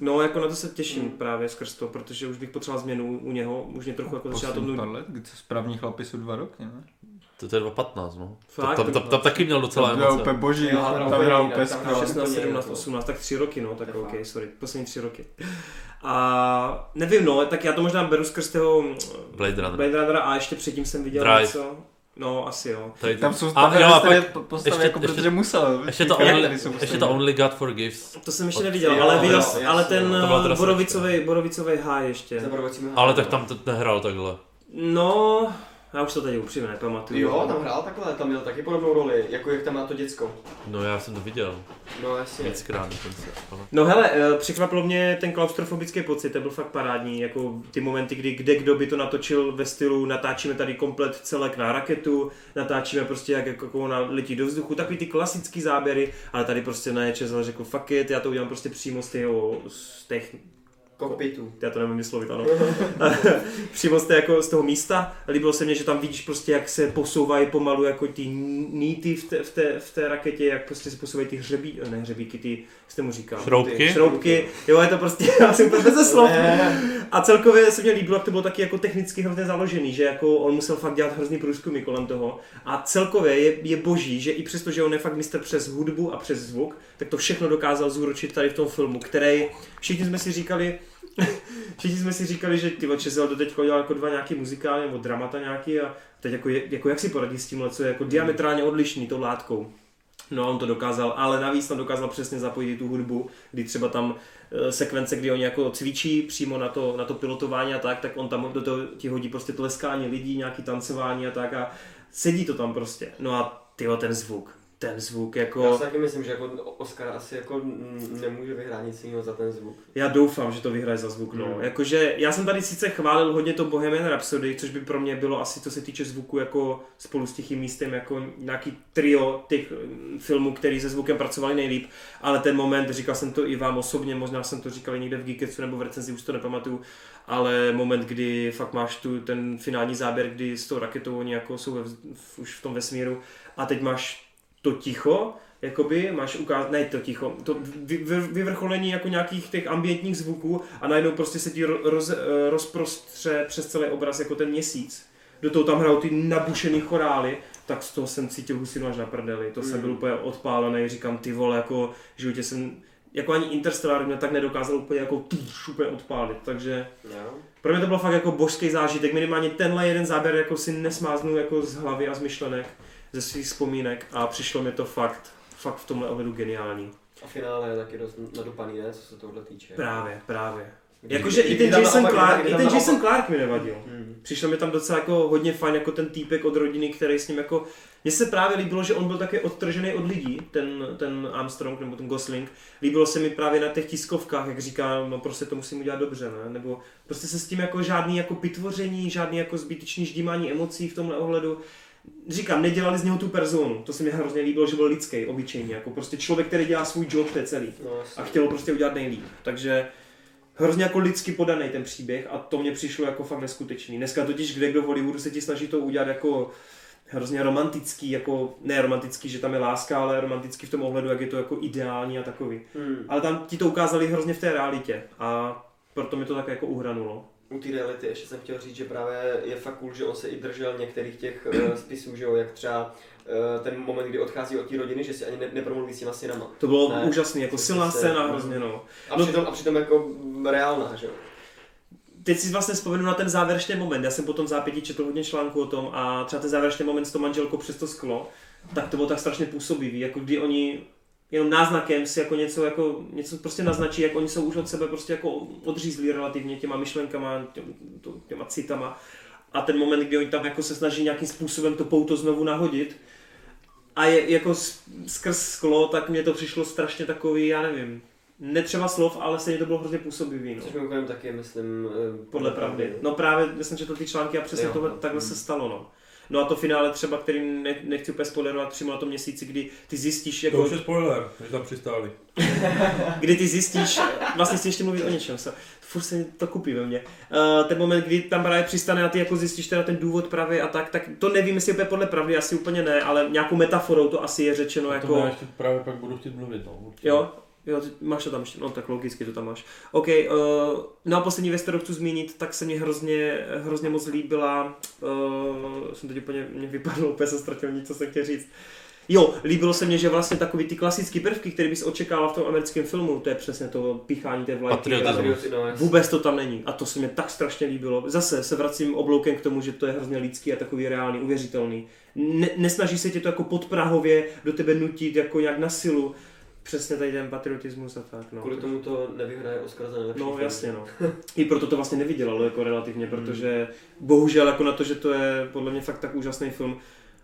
Speaker 1: No, jako na to se těším
Speaker 2: Hmm.
Speaker 1: mm. právě skrz to, protože už bych potřeboval změnu u něho, už mě trochu jako začíná to
Speaker 4: Poslední
Speaker 1: nudit.
Speaker 4: pár let, kdy co správní chlapi jsou dva roky, ne?
Speaker 3: To, to je 2.15, no.
Speaker 1: Fakt?
Speaker 3: Fakt, tam, tam, tam, taky měl docela
Speaker 4: To bylo
Speaker 3: emoce.
Speaker 4: úplně boží,
Speaker 2: Jo,
Speaker 4: tam
Speaker 2: tam
Speaker 4: hrál
Speaker 2: No, úplně jako-
Speaker 4: úplně
Speaker 2: jinak, tam
Speaker 4: skvěle.
Speaker 2: hrál
Speaker 1: 16, 17, 18, tak tři roky, no, tak OK, sorry, poslední tři roky. A nevím, no, tak já to možná beru skrz toho mm,
Speaker 3: Blade Runner.
Speaker 1: Blade Runnera a ještě předtím jsem viděl
Speaker 3: Drive.
Speaker 1: něco. No, asi jo.
Speaker 3: Tady,
Speaker 4: Tam jsou
Speaker 3: a, jo, a pak,
Speaker 4: pak, postavy,
Speaker 3: ještě-
Speaker 4: jako
Speaker 3: ještě-
Speaker 4: protože musel.
Speaker 3: ještě to,
Speaker 4: Ty charaktery
Speaker 3: only,
Speaker 4: jsou
Speaker 3: ještě
Speaker 4: postavy.
Speaker 3: to Only God Forgives.
Speaker 1: To jsem ještě
Speaker 3: Od-
Speaker 1: neviděl,
Speaker 2: jo,
Speaker 1: ale,
Speaker 2: jo,
Speaker 1: viděl,
Speaker 2: jasně,
Speaker 1: ale
Speaker 2: jo.
Speaker 1: ten
Speaker 3: To byla teda
Speaker 1: borovicový, borovicový high ještě.
Speaker 2: Zabarvacíme
Speaker 3: Ale tak tam to nehrál takhle.
Speaker 1: No, já už to tady upřímně nepamatuju.
Speaker 2: Jo, tam hrál takhle, tam měl taky podobnou roli, jako jak tam má to děcko.
Speaker 3: No já jsem to viděl.
Speaker 2: No jasně.
Speaker 3: Víckrát dokonce. ale-
Speaker 1: No hele, eh, překvapilo mě ten klaustrofobický pocit, to byl fakt parádní, jako ty momenty, kdy kde kdo by to natočil ve stylu natáčíme tady komplet celek na raketu, natáčíme prostě jak jako ona letí do vzduchu, takový ty klasický záběry, ale tady prostě na ČSL řekl fuck it, já to udělám prostě přímo z, těho, z těch
Speaker 2: Kokpitu.
Speaker 1: já to nemůžu vyslovit, ano. Přímo jste jako z toho místa, líbilo se mně, že tam vidíš prostě, jak se posouvají pomalu jako ty nýty v té, v té, v té raketě, jak prostě se posouvají ty hřebí, ne hřebíky, ty, jak jste mu říkal?
Speaker 3: Šroubky?
Speaker 1: Šroubky, jo, je to prostě, já jsem úplně ze slov. A celkově se mě líbilo, jak to bylo taky jako technicky hrozně založený, že jako on musel fakt dělat hrozný průzkumy kolem toho. A celkově je, je boží, že i přesto, že on je fakt mistr přes hudbu a přes zvuk, tak to všechno dokázal zúročit tady v tom filmu, který všichni jsme si říkali, všichni jsme si říkali, že ty Čezel do teďka udělal jako dva nějaký muzikály nebo dramata nějaký a teď jako, je- jako jak si poradí s tímhle, co je jako diametrálně odlišný tou látkou. No, on to dokázal, ale navíc tam dokázal přesně zapojit i tu hudbu, kdy třeba tam eh, sekvence, kdy oni jako cvičí přímo na to, na to pilotování a tak, tak on tam do toho ti hodí prostě tleskání lidí, nějaký tancování a tak a sedí to tam prostě. No a tyjo, ten zvuk. ten zvuk, jako...
Speaker 2: Já si taky myslím, že jako Oscar asi jako mm, nemůže vyhrát nic jiného za ten zvuk.
Speaker 1: Já doufám, že to vyhraje za zvuk, no.
Speaker 2: Mm.
Speaker 1: Jakože, já jsem tady sice chválil hodně to Bohemian Rhapsody, což by pro mě bylo asi, co se týče zvuku, jako spolu s Tichým místem, jako nějaký trio těch mm, filmů, který se zvukem pracovali nejlíp, ale ten moment, říkal jsem to i vám osobně, možná jsem to říkal i někde v Geekecu nebo v recenzi, už to nepamatuju, ale moment, kdy fakt máš tu ten finální záběr, kdy s tou raketou oni jako jsou ve, vz- v, už v tom vesmíru a teď máš to ticho, jakoby máš ukázat, ne to ticho, to vy, vy, vyvrcholení jako nějakých těch ambientních zvuků a najednou prostě se ti ro- roz, eh, rozprostře přes celý obraz jako ten měsíc. Do toho tam hrajou ty nabušený chorály, tak z toho jsem cítil husinu až na prdeli, to
Speaker 2: Mm.
Speaker 1: jsem byl úplně odpálený, říkám ty vole, jako v životě jsem, jako ani Interstellar mě tak nedokázal úplně jako tuš, úplně odpálit, takže
Speaker 2: Jo.
Speaker 1: pro mě to byl fakt jako božský zážitek, minimálně tenhle jeden záběr jako si nesmáznu jako z hlavy a z myšlenek, ze svých vzpomínek a přišlo mi to fakt, fakt v tomhle ohledu geniální.
Speaker 2: A finále je taky dost nadupaný, ne, co se tohle týče.
Speaker 1: Právě, právě.
Speaker 2: Kdy-
Speaker 1: Jakože
Speaker 2: kdy-
Speaker 1: i ten
Speaker 2: kdy tam
Speaker 1: Jason
Speaker 2: naopak-
Speaker 1: Clark,
Speaker 2: kdy
Speaker 1: i
Speaker 2: tam
Speaker 1: ten
Speaker 2: naopak-
Speaker 1: Jason Clark mi nevadil.
Speaker 2: Hmm.
Speaker 1: Přišlo mi tam docela jako hodně fajn, jako ten týpek od rodiny, který s ním jako... Mně se právě líbilo, že on byl také odtržený od lidí, ten, ten Armstrong nebo ten Gosling. Líbilo se mi právě na těch tiskovkách, jak říká, no prostě to musím udělat dobře, ne? Nebo prostě se s tím jako žádný jako pitvoření, žádný jako zbytečný ždímání emocí v tomhle ohledu. Říkám, nedělali z něho tu personu, to se mi hrozně líbilo, že byl lidský, obyčejně, jako prostě člověk, který dělá svůj job, to je celý
Speaker 2: No, jasně.
Speaker 1: a chtěl prostě udělat nejlíp. Takže hrozně jako lidsky podaný ten příběh a to mě přišlo jako fakt neskutečný. Dneska totiž kde kdo v Hollywoodu se ti snaží to udělat jako hrozně romantický, jako ne romantický, že tam je láska, ale romantický v tom ohledu, jak je to jako ideální a takový.
Speaker 2: Hmm.
Speaker 1: Ale tam ti to ukázali hrozně v té realitě a proto mi to tak jako uhranulo.
Speaker 2: U té reality ještě jsem chtěl říct, že právě je fakt cool, že on se i držel některých těch eh, spisů, že jo, jak třeba eh, ten moment, kdy odchází od té rodiny, že si ani ne- nepromluví s těma synama.
Speaker 1: To bylo
Speaker 2: Ne,
Speaker 1: ne, úžasný, jako
Speaker 2: to
Speaker 1: silná
Speaker 2: se-
Speaker 1: scéna hrozně, no.
Speaker 2: A,
Speaker 1: No-
Speaker 2: přitom, a přitom jako mm, reálná, že jo.
Speaker 1: teď si vlastně vzpomenu na ten závěrečný moment. Já jsem potom zápětí četl hodně článků o tom a třeba ten závěrečný moment s tou manželkou přes to sklo, tak to bylo tak strašně působivý, jako kdy oni jenom náznakem si jako něco, jako něco prostě naznačí, jak oni jsou už od sebe prostě jako odřízlí relativně těma myšlenkama, těm, to- těma citama. A ten moment, kdy oni tam jako se snaží nějakým způsobem to pouto znovu nahodit, a je, jako s- skrz sklo, tak mě to přišlo strašně takový, já nevím, netřeba slov, ale stejně to bylo hrozně působivý. No.
Speaker 2: Což mimochodem taky, myslím, eh,
Speaker 1: Podle pravdy. No právě, já jsem četl ty články a přesně
Speaker 2: Jo.
Speaker 1: tohle, takhle se stalo, no. No a to finále třeba, který ne, nechci úplně spoilerovat, přímo na tom měsíci, kdy ty zjistíš,
Speaker 7: To
Speaker 1: jako,
Speaker 7: už je spoiler, že tam přistáli.
Speaker 1: kdy ty zjistíš, vlastně si ještě mluvit o něčem, se, furt se to kupí ve mně. Uh, ten moment, kdy tam právě přistane a ty jako zjistíš teda ten důvod právě a tak, tak to nevím, jestli úplně podle pravdy, asi úplně ne, ale nějakou metaforou to asi je řečeno
Speaker 3: No, jako...
Speaker 1: jako...
Speaker 3: To ještě právě pak budu chtít mluvit, no. určitě.
Speaker 1: Jo, jo, ty máš to tam ještě, no tak logicky to tam máš. OK, uh, no a poslední věc, kterou chci zmínit, tak se mě hrozně, hrozně moc líbila, uh, jsem teď úplně, mě vypadlo, úplně jsem ztratil nic, co jsem chtěl říct. Jo, líbilo se mně, že vlastně takový ty klasické prvky, které bys očekával v tom americkém filmu, to je přesně to píchání té vlajky.
Speaker 3: Patriotismus.
Speaker 2: Patrioty, no, jasně.
Speaker 1: Vůbec to tam není. A to se mě tak strašně líbilo. Zase se vracím obloukem k tomu, že to je hrozně lidský a takový reálný, uvěřitelný. Ne, nesnaží se tě to jako podprahově do tebe nutit jako nějak na silu. Přesně tady ten patriotismus a tak. No.
Speaker 2: Kvůli tomu to nevyhraje Oscar za nejlepší
Speaker 1: No
Speaker 2: film.
Speaker 1: jasně no. I proto to vlastně nevydělalo jako relativně, protože bohužel jako na to, že to je podle mě fakt tak úžasný film,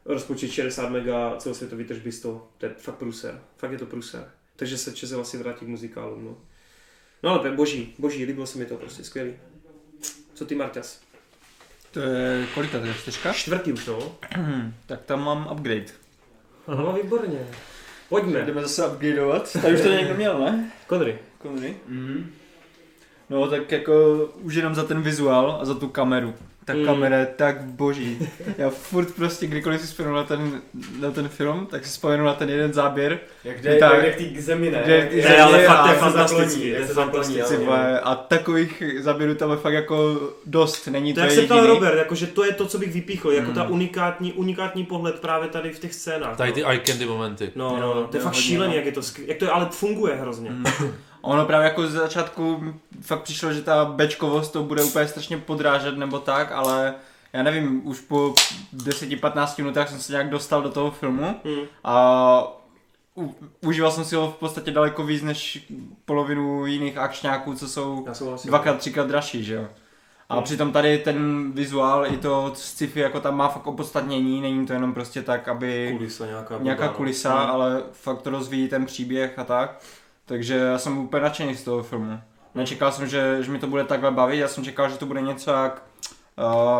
Speaker 1: rozpočet 60 mega, celosvětový tržby 100, to je fakt průser, fakt je to průser. Takže se Čezel asi vrátí k muzikálům, no. No ale to je boží, boží, líbilo se mi to prostě, skvělý. Co ty Marťas?
Speaker 4: To je kolika, to je čtyřka?
Speaker 1: Čtvrtý už no.
Speaker 4: tak tam mám upgrade.
Speaker 1: Aha. No výborně. Pojďme,
Speaker 4: Jdeme zase upgradeovat. Tady už to někdo měl, ne?
Speaker 1: Konry.
Speaker 4: Konry?
Speaker 2: Mhm.
Speaker 4: No tak jako už jenom za ten vizuál a za tu kameru. Ta
Speaker 1: Mm.
Speaker 3: Hmm.
Speaker 4: mm. kamera je tak boží. Já furt prostě kdykoliv si vzpomenu na ten, na ten film, tak si vzpomenu na ten jeden záběr.
Speaker 2: Jak
Speaker 4: jde- Tak. jak jde
Speaker 2: k té zemi,
Speaker 4: ne? Jde k té
Speaker 1: To je ale
Speaker 4: je-
Speaker 1: fakt to je
Speaker 4: jak se
Speaker 1: fantastický, to je fantastický.
Speaker 4: Ty vole, a takových záběrů tam je fakt jako dost, není
Speaker 1: To
Speaker 4: to,
Speaker 1: jak se
Speaker 4: jediný.
Speaker 1: ptal Robert, jakože to je to, co bych vypíchl, jako
Speaker 4: Mm.
Speaker 1: ta unikátní, unikátní pohled právě tady v těch scénách.
Speaker 3: Tady
Speaker 1: no.
Speaker 3: ty eye candy momenty.
Speaker 1: No,
Speaker 4: Jo,
Speaker 1: no, no, to je
Speaker 4: jo,
Speaker 1: fakt
Speaker 4: hodně,
Speaker 1: šílený,
Speaker 4: no.
Speaker 1: jak je to, skr- jak to je, ale funguje hrozně.
Speaker 4: Mm. A Ono právě jako ze začátku mi fakt přišlo, že ta bečkovost to bude úplně strašně podrážet nebo tak, ale já nevím, už po 10-15 minutách jsem se nějak dostal do toho filmu
Speaker 1: Mm.
Speaker 4: a u, užíval jsem si ho v podstatě daleko víc než polovinu jiných akčňáků, co jsou
Speaker 1: Já vlastně souhlasím.
Speaker 4: dvakrát, třikrát dražší, že jo.
Speaker 1: Hmm.
Speaker 4: A přitom tady ten vizuál i to sci-fi jako tam má fakt opodstatnění, není to jenom prostě tak, aby
Speaker 7: Kulisa nějaká.
Speaker 4: nějaká
Speaker 7: blbá, no.
Speaker 4: kulisa,
Speaker 1: Mm.
Speaker 4: ale fakt to rozvíjí ten příběh a tak. Takže já jsem úplně nadšený z toho filmu. Nečekal jsem, že, že mi to bude takhle bavit, já jsem čekal, že to bude něco jak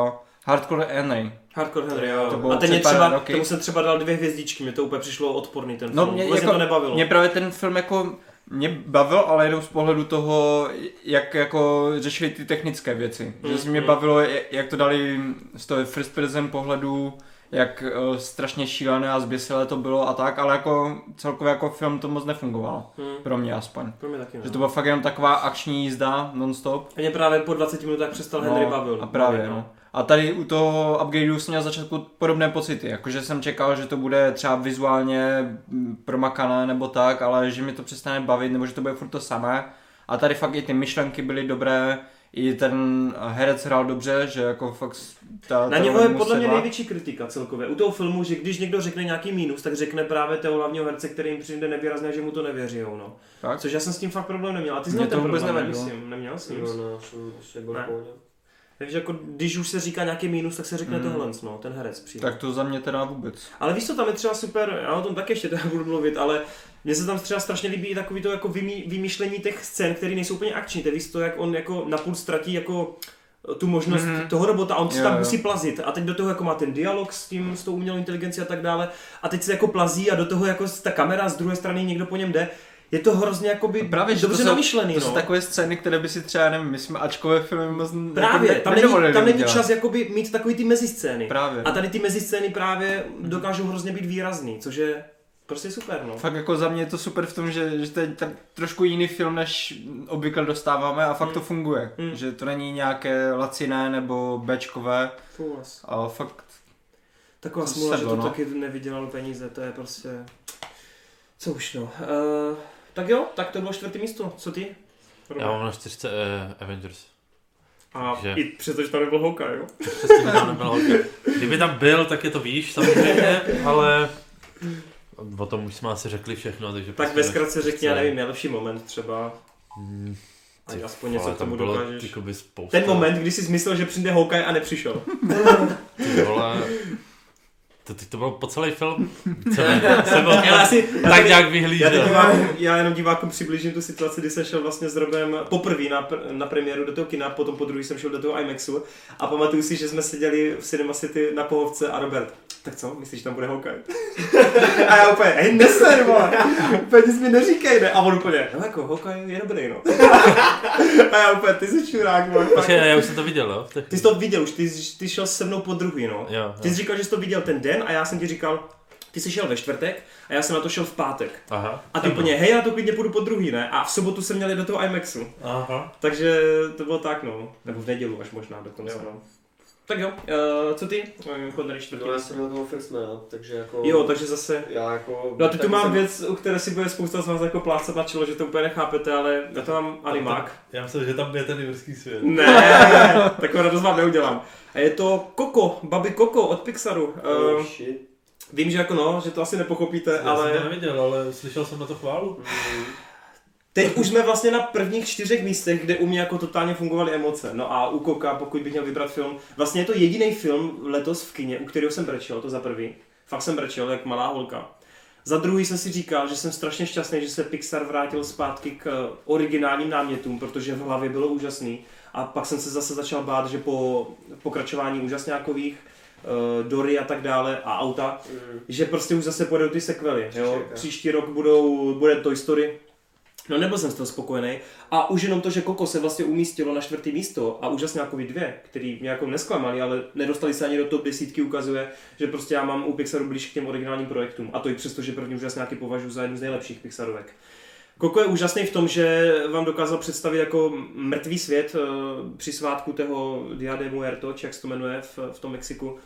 Speaker 4: uh, Hardcore Henry.
Speaker 1: Hardcore Henry,
Speaker 4: To
Speaker 1: jo.
Speaker 4: bylo
Speaker 1: A ten
Speaker 4: před
Speaker 1: mě
Speaker 4: pár
Speaker 1: třeba,
Speaker 4: roky.
Speaker 1: tomu jsem třeba dal dvě hvězdičky, mě to úplně přišlo odporný ten film.
Speaker 4: No,
Speaker 1: No, mě,
Speaker 4: mě
Speaker 1: Vůbec jako,
Speaker 4: jako-
Speaker 1: to nebavilo.
Speaker 4: Mě právě ten film jako mě bavil, ale jenom z pohledu toho, jak jako řešili ty technické věci. Mm, že se mě
Speaker 1: Mm.
Speaker 4: bavilo, j- jak to dali z toho first person pohledu, jak eh, strašně šílené a zběsilé to bylo a tak, ale jako celkově jako film to moc nefungoval.
Speaker 1: Hm,
Speaker 4: Pro mě aspoň.
Speaker 1: pro mě taky, no.
Speaker 4: Že to byla fakt jenom taková akční jízda non-stop.
Speaker 1: A mě právě po 20 minutách přestal Henry bavil.
Speaker 4: No, a právě,
Speaker 1: Bavil,
Speaker 4: no. A tady u toho upgradeu jsem měl začátku podobné pocity, jakože jsem čekal, že to bude třeba vizuálně mm, promakané nebo tak, ale že mi to přestane bavit, nebo že to bude furt to samé. A tady fakt i ty myšlenky byly dobré, i ten herec hrál dobře, že jako fakt s- ta,
Speaker 1: Na
Speaker 4: ta
Speaker 1: něho
Speaker 4: role
Speaker 1: je
Speaker 4: mu
Speaker 1: podle mě
Speaker 4: sedla.
Speaker 1: největší kritika celkově. U toho filmu, že když někdo řekne nějaký mínus, tak řekne právě toho hlavního herce, který jim přijde nevýrazné, že mu to nevěří. No.
Speaker 4: Tak?
Speaker 1: Což já jsem s tím fakt problém neměl. A ty jsi
Speaker 4: Mě
Speaker 1: měl
Speaker 4: to
Speaker 1: ten
Speaker 4: vůbec
Speaker 1: problém,
Speaker 4: nevadilo.
Speaker 1: myslím. Neměl jsi
Speaker 2: No,
Speaker 1: nic.
Speaker 2: no, jsem se byl
Speaker 1: Ne.
Speaker 2: pohodě.
Speaker 1: Takže jako, když už se říká nějaký mínus, tak se řekne
Speaker 4: Mm.
Speaker 1: tohle, no, ten herec přijde.
Speaker 4: Tak to za mě teda vůbec.
Speaker 1: Ale víš co, tam je třeba super, já o tom taky ještě teda budu mluvit, ale mně se tam třeba strašně líbí i takový to jako vymý, vymýšlení těch scén, které nejsou úplně akční. Ty víš to, jak on jako napůl ztratí jako tu možnost mm-hmm.
Speaker 4: Mhm.
Speaker 1: toho robota, a on se
Speaker 4: Jo,
Speaker 1: tam
Speaker 4: jo.
Speaker 1: musí plazit a teď do toho jako má ten dialog s tím, s tou umělou inteligencí a tak dále a teď se jako plazí a do toho jako ta kamera z druhé strany někdo po něm jde. Je to hrozně jakoby
Speaker 4: Právě, že
Speaker 1: dobře
Speaker 4: to, jsou,
Speaker 1: namyšlený,
Speaker 4: to jsou
Speaker 1: no.
Speaker 4: takové scény, které by si třeba, nevím, my jsme Ačkové filmy moc n-
Speaker 1: Právě,
Speaker 4: jako
Speaker 1: tam není, tam není
Speaker 4: udělat.
Speaker 1: čas jakoby mít takový ty meziscény.
Speaker 4: Právě.
Speaker 1: A tady ty meziscény právě dokážou hrozně být výrazný, což je prostě super, no.
Speaker 4: Fakt jako za mě je to super v tom, že, že to je tak trošku jiný film, než obvykle dostáváme a fakt to funguje.
Speaker 1: Mm.
Speaker 4: Že to není nějaké laciné nebo bečkové,
Speaker 1: Fůj, vás.
Speaker 4: ale fakt
Speaker 1: Taková
Speaker 4: To
Speaker 1: smůla, že
Speaker 4: sedlo,
Speaker 1: to
Speaker 4: no.
Speaker 1: taky nevydělalo peníze, to je prostě... Co už no. Uh, tak jo, tak to bylo čtvrté místo, co ty?
Speaker 3: Já mám na čtyřce eh, Avengers.
Speaker 1: A
Speaker 3: že-
Speaker 1: i přesto, že tam nebyl Hoka, jo?
Speaker 3: Přesně že tam nebyl holka. Kdyby tam byl, tak je to víš, samozřejmě, ale o tom už jsme asi řekli všechno, takže...
Speaker 1: Tak
Speaker 3: prostě
Speaker 1: ve zkratce řekni,
Speaker 3: nechci-
Speaker 1: já nevím, nejlepší moment třeba.
Speaker 3: Hmm,
Speaker 1: Ať
Speaker 3: ty
Speaker 1: aspoň něco
Speaker 3: vole,
Speaker 1: k tomu
Speaker 3: tam bylo
Speaker 1: dokážeš.
Speaker 3: jakoby spousta-
Speaker 1: Ten moment, kdy jsi myslel, že přijde Hawkeye a nepřišel.
Speaker 3: Ty vole. To, ty to bylo po celý film? Celý, jsem byl
Speaker 1: Já, si, já,
Speaker 3: tak
Speaker 1: tady,
Speaker 3: nějak
Speaker 1: já, tady
Speaker 3: vyhlížel.
Speaker 1: divákům, já jenom divákům přiblížím tu situaci, kdy jsem šel vlastně s Robem poprvé na, pr- na premiéru do toho kina, potom po druhý jsem šel do toho IMAXu a pamatuju si, že jsme seděli v Cinema City na pohovce a Robert, tak co, myslíš, že tam bude Hawkeye? A já úplně, hej, neser, vole, úplně nic mi neříkej, ne? A on úplně, no jako, Hawkeye je dobrý, no. A já úplně, ty jsi čurák, vole, fakt.
Speaker 3: Počkej, já už jsem to viděl, jo? Ty-
Speaker 1: Ty jsi to viděl už, ty, jsi- ty šel se mnou po druhý, no.
Speaker 3: Jo,
Speaker 1: Ty
Speaker 3: jo.
Speaker 1: jsi říkal, že jsi to viděl ten den a já jsem ti říkal, ty jsi šel ve čtvrtek a já jsem na to šel v pátek.
Speaker 3: Aha.
Speaker 1: A ty úplně, hej, já to klidně půjdu po druhý, ne? A v sobotu jsem měl jít do toho IMAXu.
Speaker 7: Aha.
Speaker 1: Takže to bylo tak, no. Nebo v neděli až možná dokonce, no. Tak jo, eh, co ty? Eh, Konrad čtvrtý.
Speaker 2: No, já jsem měl toho Firstmana, takže jako...
Speaker 1: Jo, takže zase...
Speaker 2: Já jako...
Speaker 1: No a teď
Speaker 2: taky
Speaker 1: tu mám
Speaker 2: jsem-
Speaker 1: věc, u které si bude spousta z vás jako plácat na čelo, že to úplně nechápete, ale já to mám animák.
Speaker 7: Já myslím, že tam je ten jurský svět.
Speaker 1: Ne, takovou radost vám neudělám. A je to Koko, Babi Koko od Pixaru.
Speaker 2: Oh,
Speaker 1: Eh,
Speaker 2: shit.
Speaker 1: Vím, že jako no, že to asi nepochopíte,
Speaker 7: Já jsem to
Speaker 1: ale
Speaker 7: neviděl, ale slyšel jsem na to chválu.
Speaker 1: teď už jsme vlastně na prvních čtyřech místech, kde u mě jako totálně fungovaly emoce. No a u Koka, pokud bych měl vybrat film, vlastně je to jediný film letos v kině, u kterého jsem brečel, to za prvý. Fakt jsem brečel, jak malá holka. Za druhý jsem si říkal, že jsem strašně šťastný, že se Pixar vrátil zpátky k eh, originálním námětům, protože v hlavě bylo úžasný. A pak jsem se zase začal bát, že po pokračování úžasňákových, eh, Dory a tak dále a auta,
Speaker 2: Mm.
Speaker 1: že prostě už zase pojedou ty sekvely, jo?
Speaker 2: Příští rok, jo.
Speaker 1: Příští rok budou, bude Toy Story. No nebyl jsem z toho spokojený. A už jenom to, že Koko se vlastně umístilo na čtvrtý místo a úžasně jako dvě, který mě jako nesklamali, ale nedostali se ani do top desítky, ukazuje, že prostě já mám u Pixaru blíž k těm originálním projektům. A to i přesto, že první úžasňáky považuji za jednu z nejlepších Pixarovek. Koko je úžasný v tom, že vám dokázal představit jako mrtvý svět eh, při svátku toho Dia de Muerto, či jak se to jmenuje v, v tom Mexiku.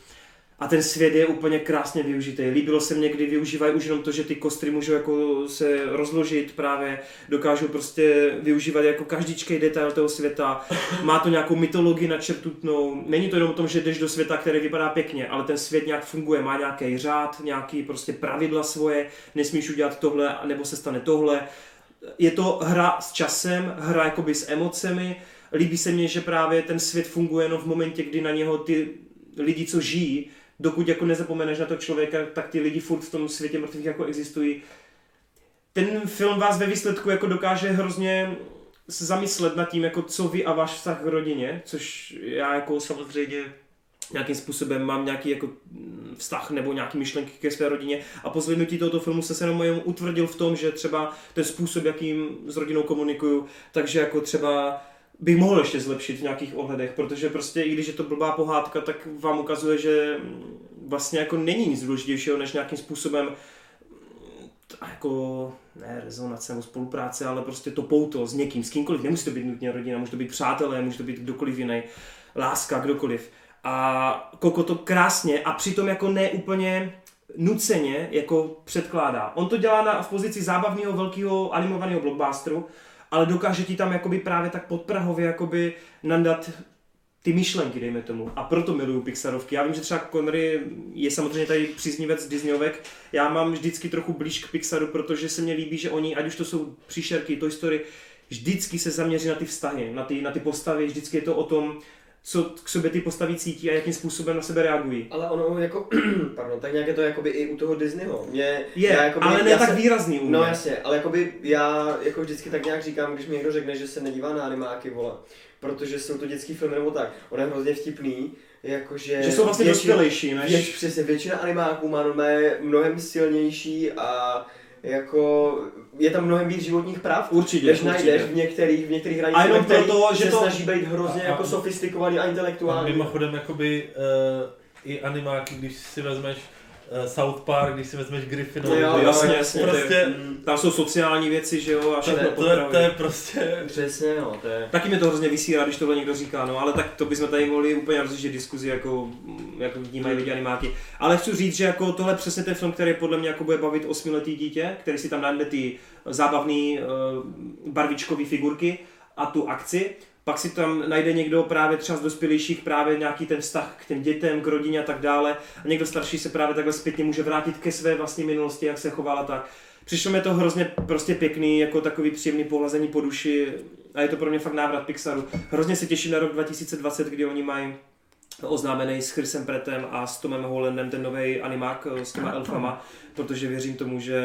Speaker 1: A ten svět je úplně krásně využitý. Líbilo se mě, kdy využívají už jenom to, že ty kostry můžou jako se rozložit právě, dokážou prostě využívat jako každičkej detail toho světa. Má to nějakou mytologii načrtutnou. Není to jenom o tom, že jdeš do světa, který vypadá pěkně, ale ten svět nějak funguje, má nějaký řád, nějaký prostě pravidla svoje, nesmíš udělat tohle, nebo se stane tohle je to hra s časem, hra jakoby s emocemi, Líbí se mně, že právě ten svět funguje jenom v momentě, kdy na něho ty lidi, co žijí, dokud jako nezapomeneš na to člověka, tak ty lidi furt v tom světě mrtvých jako existují. Ten film vás ve výsledku jako dokáže hrozně se zamyslet nad tím, jako co vy a váš vztah k rodině, což já jako samozřejmě nějakým způsobem mám nějaký jako mm, vztah nebo nějaký myšlenky ke své rodině a po zhlédnutí tohoto filmu se se jenom jenom utvrdil v tom, že třeba ten způsob, jakým s rodinou komunikuju, takže jako třeba bych mohl ještě zlepšit v nějakých ohledech, protože prostě i když je to blbá pohádka, tak vám ukazuje, že mm, vlastně jako není nic důležitějšího, než nějakým způsobem a jako ne rezonace nebo spolupráce, ale prostě to pouto s někým, s kýmkoliv. Nemusí to být nutně rodina, může to být přátelé, může to být kdokoliv jiný, láska, kdokoliv. A Koko to krásně a přitom jako ne úplně nuceně jako předkládá. On to dělá na, v pozici zábavného velkého animovaného blockbusteru, ale dokáže ti tam jakoby právě tak podprahově jakoby nandat ty myšlenky, dejme tomu. A proto miluju Pixarovky. Já vím, že třeba Connery je samozřejmě tady příznivec Disneyovek. Já mám vždycky trochu blíž k Pixaru, protože se mně líbí, že oni, ať už to jsou příšerky, Toy Story, vždycky se zaměří na ty vztahy, na ty, na ty postavy, vždycky je to o tom, co k sobě ty postavy cítí a jakým způsobem na sebe reagují.
Speaker 2: Ale ono jako, pardon, tak nějak je to jakoby i u toho Disneyho. Mě,
Speaker 1: Je,
Speaker 2: já jakoby,
Speaker 1: ale ne
Speaker 2: já
Speaker 1: tak
Speaker 2: se-
Speaker 1: výrazný u mě.
Speaker 2: No jasně, ale jakoby já jako vždycky tak nějak říkám, když mi někdo řekne, že se nedívá na animáky, vole, protože jsou to dětský filmy nebo tak, on je hrozně vtipný, jakože...
Speaker 1: že jsou vlastně
Speaker 2: většina-
Speaker 1: dospělejší, než...
Speaker 2: Věč, přesně, většina animáků má normálně mnohem silnější a jako je tam mnohem víc životních práv.
Speaker 1: Určitě,
Speaker 2: než
Speaker 1: určitě.
Speaker 2: najdeš v některých, v některých
Speaker 1: A jenom
Speaker 2: ve kterých
Speaker 1: proto, že
Speaker 2: se
Speaker 1: to-
Speaker 2: snaží být hrozně
Speaker 7: A- a-
Speaker 2: jako sofistikovaný a
Speaker 7: A
Speaker 2: intelektuální.
Speaker 7: mimochodem, jakoby uh, i animáky, když si vezmeš uh, South Park, když si vezmeš Gryffindor,
Speaker 2: No jo,
Speaker 7: že
Speaker 1: jasně,
Speaker 7: tak
Speaker 1: jasně,
Speaker 7: prostě,
Speaker 2: Mm,
Speaker 1: Tam jsou sociální věci, že jo, a
Speaker 7: to,
Speaker 1: všechno
Speaker 4: vlastně
Speaker 7: to, to, je, to
Speaker 1: popravdě.
Speaker 7: je prostě,
Speaker 2: Přesně, no, to je...
Speaker 1: Taky mě to hrozně vysírá, když tohle někdo říká, no ale tak to bychom tady mohli úplně rozjíždět diskuzi, jako, mm, jak vnímají lidi animáky. Ale chci říct, že jako tohle je přesně ten film, který podle mě jako bude bavit osmiletý dítě, který si tam najde ty eh, zábavné uh, barvičkové figurky a tu akci. Pak si tam najde někdo právě třeba z dospělejších právě nějaký ten vztah k těm dětem, k rodině a tak dále. A někdo starší se právě takhle zpětně může vrátit ke své vlastní minulosti, jak se chovala tak. Přišlo mi to hrozně prostě pěkný, jako takový příjemný pohlazení po duši a je to pro mě fakt návrat Pixaru. Hrozně se těším na rok 2020, kdy oni mají oznámený s Chrisem Pretem a s Tomem Hollandem ten nový animák eh, s těma elfama, protože věřím tomu, že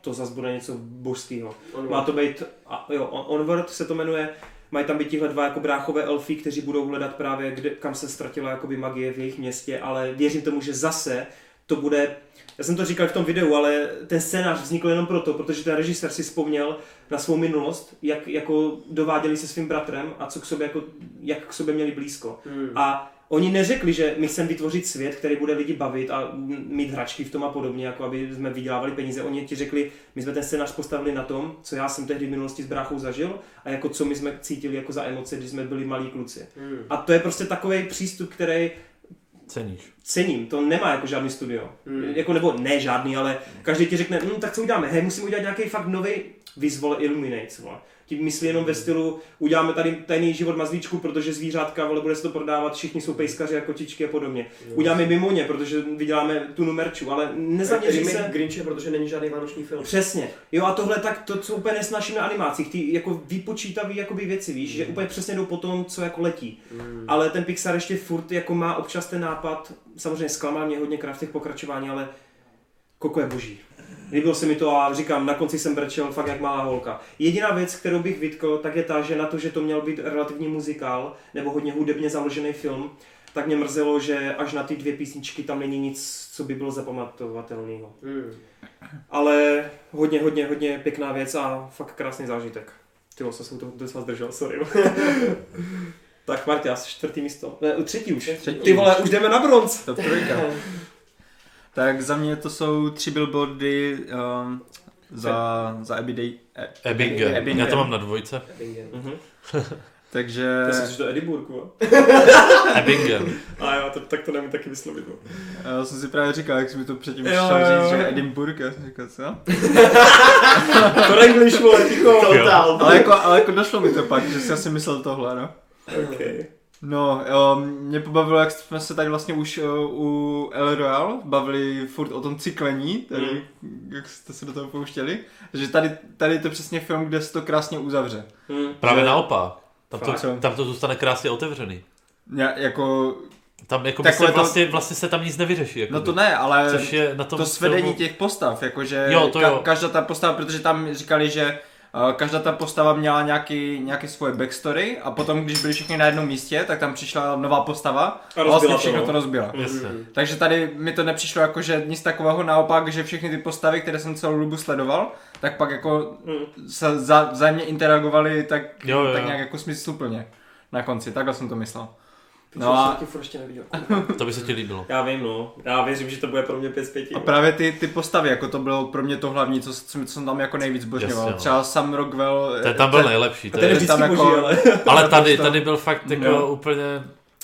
Speaker 1: to zas bude něco božského. Má to být, a- jo, On- Onward se to jmenuje, mají tam být tihle dva jako bráchové elfy, kteří budou hledat právě, kde, kam se ztratila jakoby magie v jejich městě, ale věřím tomu, že zase to bude, já jsem to říkal v tom videu, ale ten scénář vznikl jenom proto, protože ten režisér si vzpomněl na svou minulost, jak jako dováděli se svým bratrem a co k sobě, jako, jak k sobě měli blízko.
Speaker 2: Hmm.
Speaker 1: A oni neřekli, že my chceme vytvořit svět, který bude lidi bavit a m- mít hračky v tom a podobně, jako aby jsme vydělávali peníze. Oni ti řekli, my jsme ten scénář postavili na tom, co já jsem tehdy v minulosti s bráchou zažil a jako co my jsme cítili jako za emoce, když jsme byli malí kluci.
Speaker 2: Hmm.
Speaker 1: A to je prostě takový přístup, který
Speaker 3: Ceníš.
Speaker 1: cením, to nemá jako žádný studio.
Speaker 2: Hmm.
Speaker 1: Jako, nebo ne žádný, ale každý ti řekne, hm, tak co uděláme, hej, musíme udělat nějaký fakt nový vyzvol Illuminates, vole. Ti myslí jenom ve stylu, uděláme tady tajný život mazlíčku, protože zvířátka, vole, bude se to prodávat, všichni jsou pejskaři a kočičky a podobně. Uděláme mimoně, protože vyděláme tu numerču, ale nezaměří
Speaker 2: Remake
Speaker 1: se...
Speaker 2: Grinche, protože není žádný vánoční film.
Speaker 1: Přesně. Jo a tohle tak, to co úplně nesnáším na animacích, ty jako vypočítavý jakoby věci, víš,
Speaker 2: Hmm.
Speaker 1: že úplně přesně jdou po tom, co jako letí. Ale ten Pixar ještě furt jako má občas ten nápad, samozřejmě zklamal mě hodněkrát v těch pokračování, ale Koko je boží. Líbilo se mi to a říkám, na konci jsem brečel fakt jak malá holka. Jediná věc, kterou bych vytkl, tak je ta, že na to, že to měl být relativní muzikál, nebo hodně hudebně založený film, tak mě mrzelo, že až na ty dvě písničky tam není nic, co by bylo zapamatovatelného.
Speaker 2: Hmm.
Speaker 1: Ale hodně, hodně, hodně pěkná věc a fakt krásný zážitek. Ty jo, jsem to docela zdržel, sorry. tak Martě, asi čtvrtý místo. Ne, třetí už.
Speaker 4: Třetí.
Speaker 1: Ty vole, už jdeme na bronz.
Speaker 4: Top trojka. tak za mě to jsou tři billboardy um, za, za Abbey Day,
Speaker 3: Ebinger.
Speaker 4: Ebinger.
Speaker 3: Já to mám na dvojce.
Speaker 1: Mhm.
Speaker 4: Takže,
Speaker 1: Já jsem si to Edinburghu.
Speaker 3: Ebinger.
Speaker 1: A jo, to, tak to nemůžu taky vyslovit. no.
Speaker 4: eh, já jsem si právě říkal, jak jsi mi to předtím
Speaker 1: Jo,
Speaker 4: šel
Speaker 1: jo,
Speaker 4: říct,
Speaker 1: jo.
Speaker 4: že Edinburgh, já jsem říkal, co?
Speaker 1: To English, vole, ticho.
Speaker 2: Total.
Speaker 4: Ale jako, ale jako došlo mi to pak, že jsem si myslel tohle, no.
Speaker 1: Okay.
Speaker 4: No, jo, mě pobavilo, jak jsme se tady vlastně už jo, u El Royal bavili furt o tom cyklení, tady,
Speaker 3: Hmm.
Speaker 4: jak jste se do toho pouštěli. Takže tady, tady je to přesně film, kde se to krásně uzavře.
Speaker 1: Hmm.
Speaker 3: Právě
Speaker 4: Že-
Speaker 3: naopak. Tam to,
Speaker 4: Fakt?
Speaker 3: tam to zůstane krásně otevřený.
Speaker 4: Já, jako,
Speaker 3: Tam jako
Speaker 4: Takové
Speaker 3: se
Speaker 4: to-
Speaker 3: vlastně, vlastně se tam nic nevyřeší. Jakoby.
Speaker 4: no to ne, ale...
Speaker 3: Což je na tom
Speaker 4: to svedení
Speaker 3: filmu...
Speaker 4: těch postav, jakože
Speaker 3: Jo, to jo.
Speaker 4: Ka- každá ta postava, protože tam říkali, že eh, každá ta postava měla nějaký, nějaké svoje backstory a potom, když byli všichni na jednom místě, tak tam přišla nová postava a,
Speaker 6: rozbila
Speaker 4: vlastně
Speaker 6: to,
Speaker 4: všechno
Speaker 6: no.
Speaker 4: to rozbila.
Speaker 3: Jasně.
Speaker 4: Takže tady mi to nepřišlo jako, že nic takového, naopak, že všechny ty postavy, které jsem celou dobu sledoval, tak pak jako
Speaker 1: Hmm.
Speaker 4: se za, vzájemně interagovaly tak,
Speaker 3: Jo, jo,
Speaker 4: tak
Speaker 3: jo.
Speaker 4: nějak jako smysluplně na konci, takhle jsem to myslel.
Speaker 1: No
Speaker 4: No
Speaker 1: a...
Speaker 4: a,
Speaker 1: Taky furt ještě neviděl.
Speaker 3: To by se ti líbilo.
Speaker 1: Já vím, no. Já věřím, že to bude pro mě 5 z 5.
Speaker 4: A právě ty, ty postavy, jako to bylo pro mě to hlavní, co, co, co jsem tam jako nejvíc zbožňoval.
Speaker 3: Jasně, no.
Speaker 4: Třeba sam Rockwell.
Speaker 3: Ten
Speaker 4: eh,
Speaker 3: tam byl nejlepší. To
Speaker 1: Ten je
Speaker 3: je,
Speaker 4: je tam
Speaker 1: vždycky boží,
Speaker 4: jako-
Speaker 1: ale...
Speaker 3: ale tady, tady byl fakt jako úplně...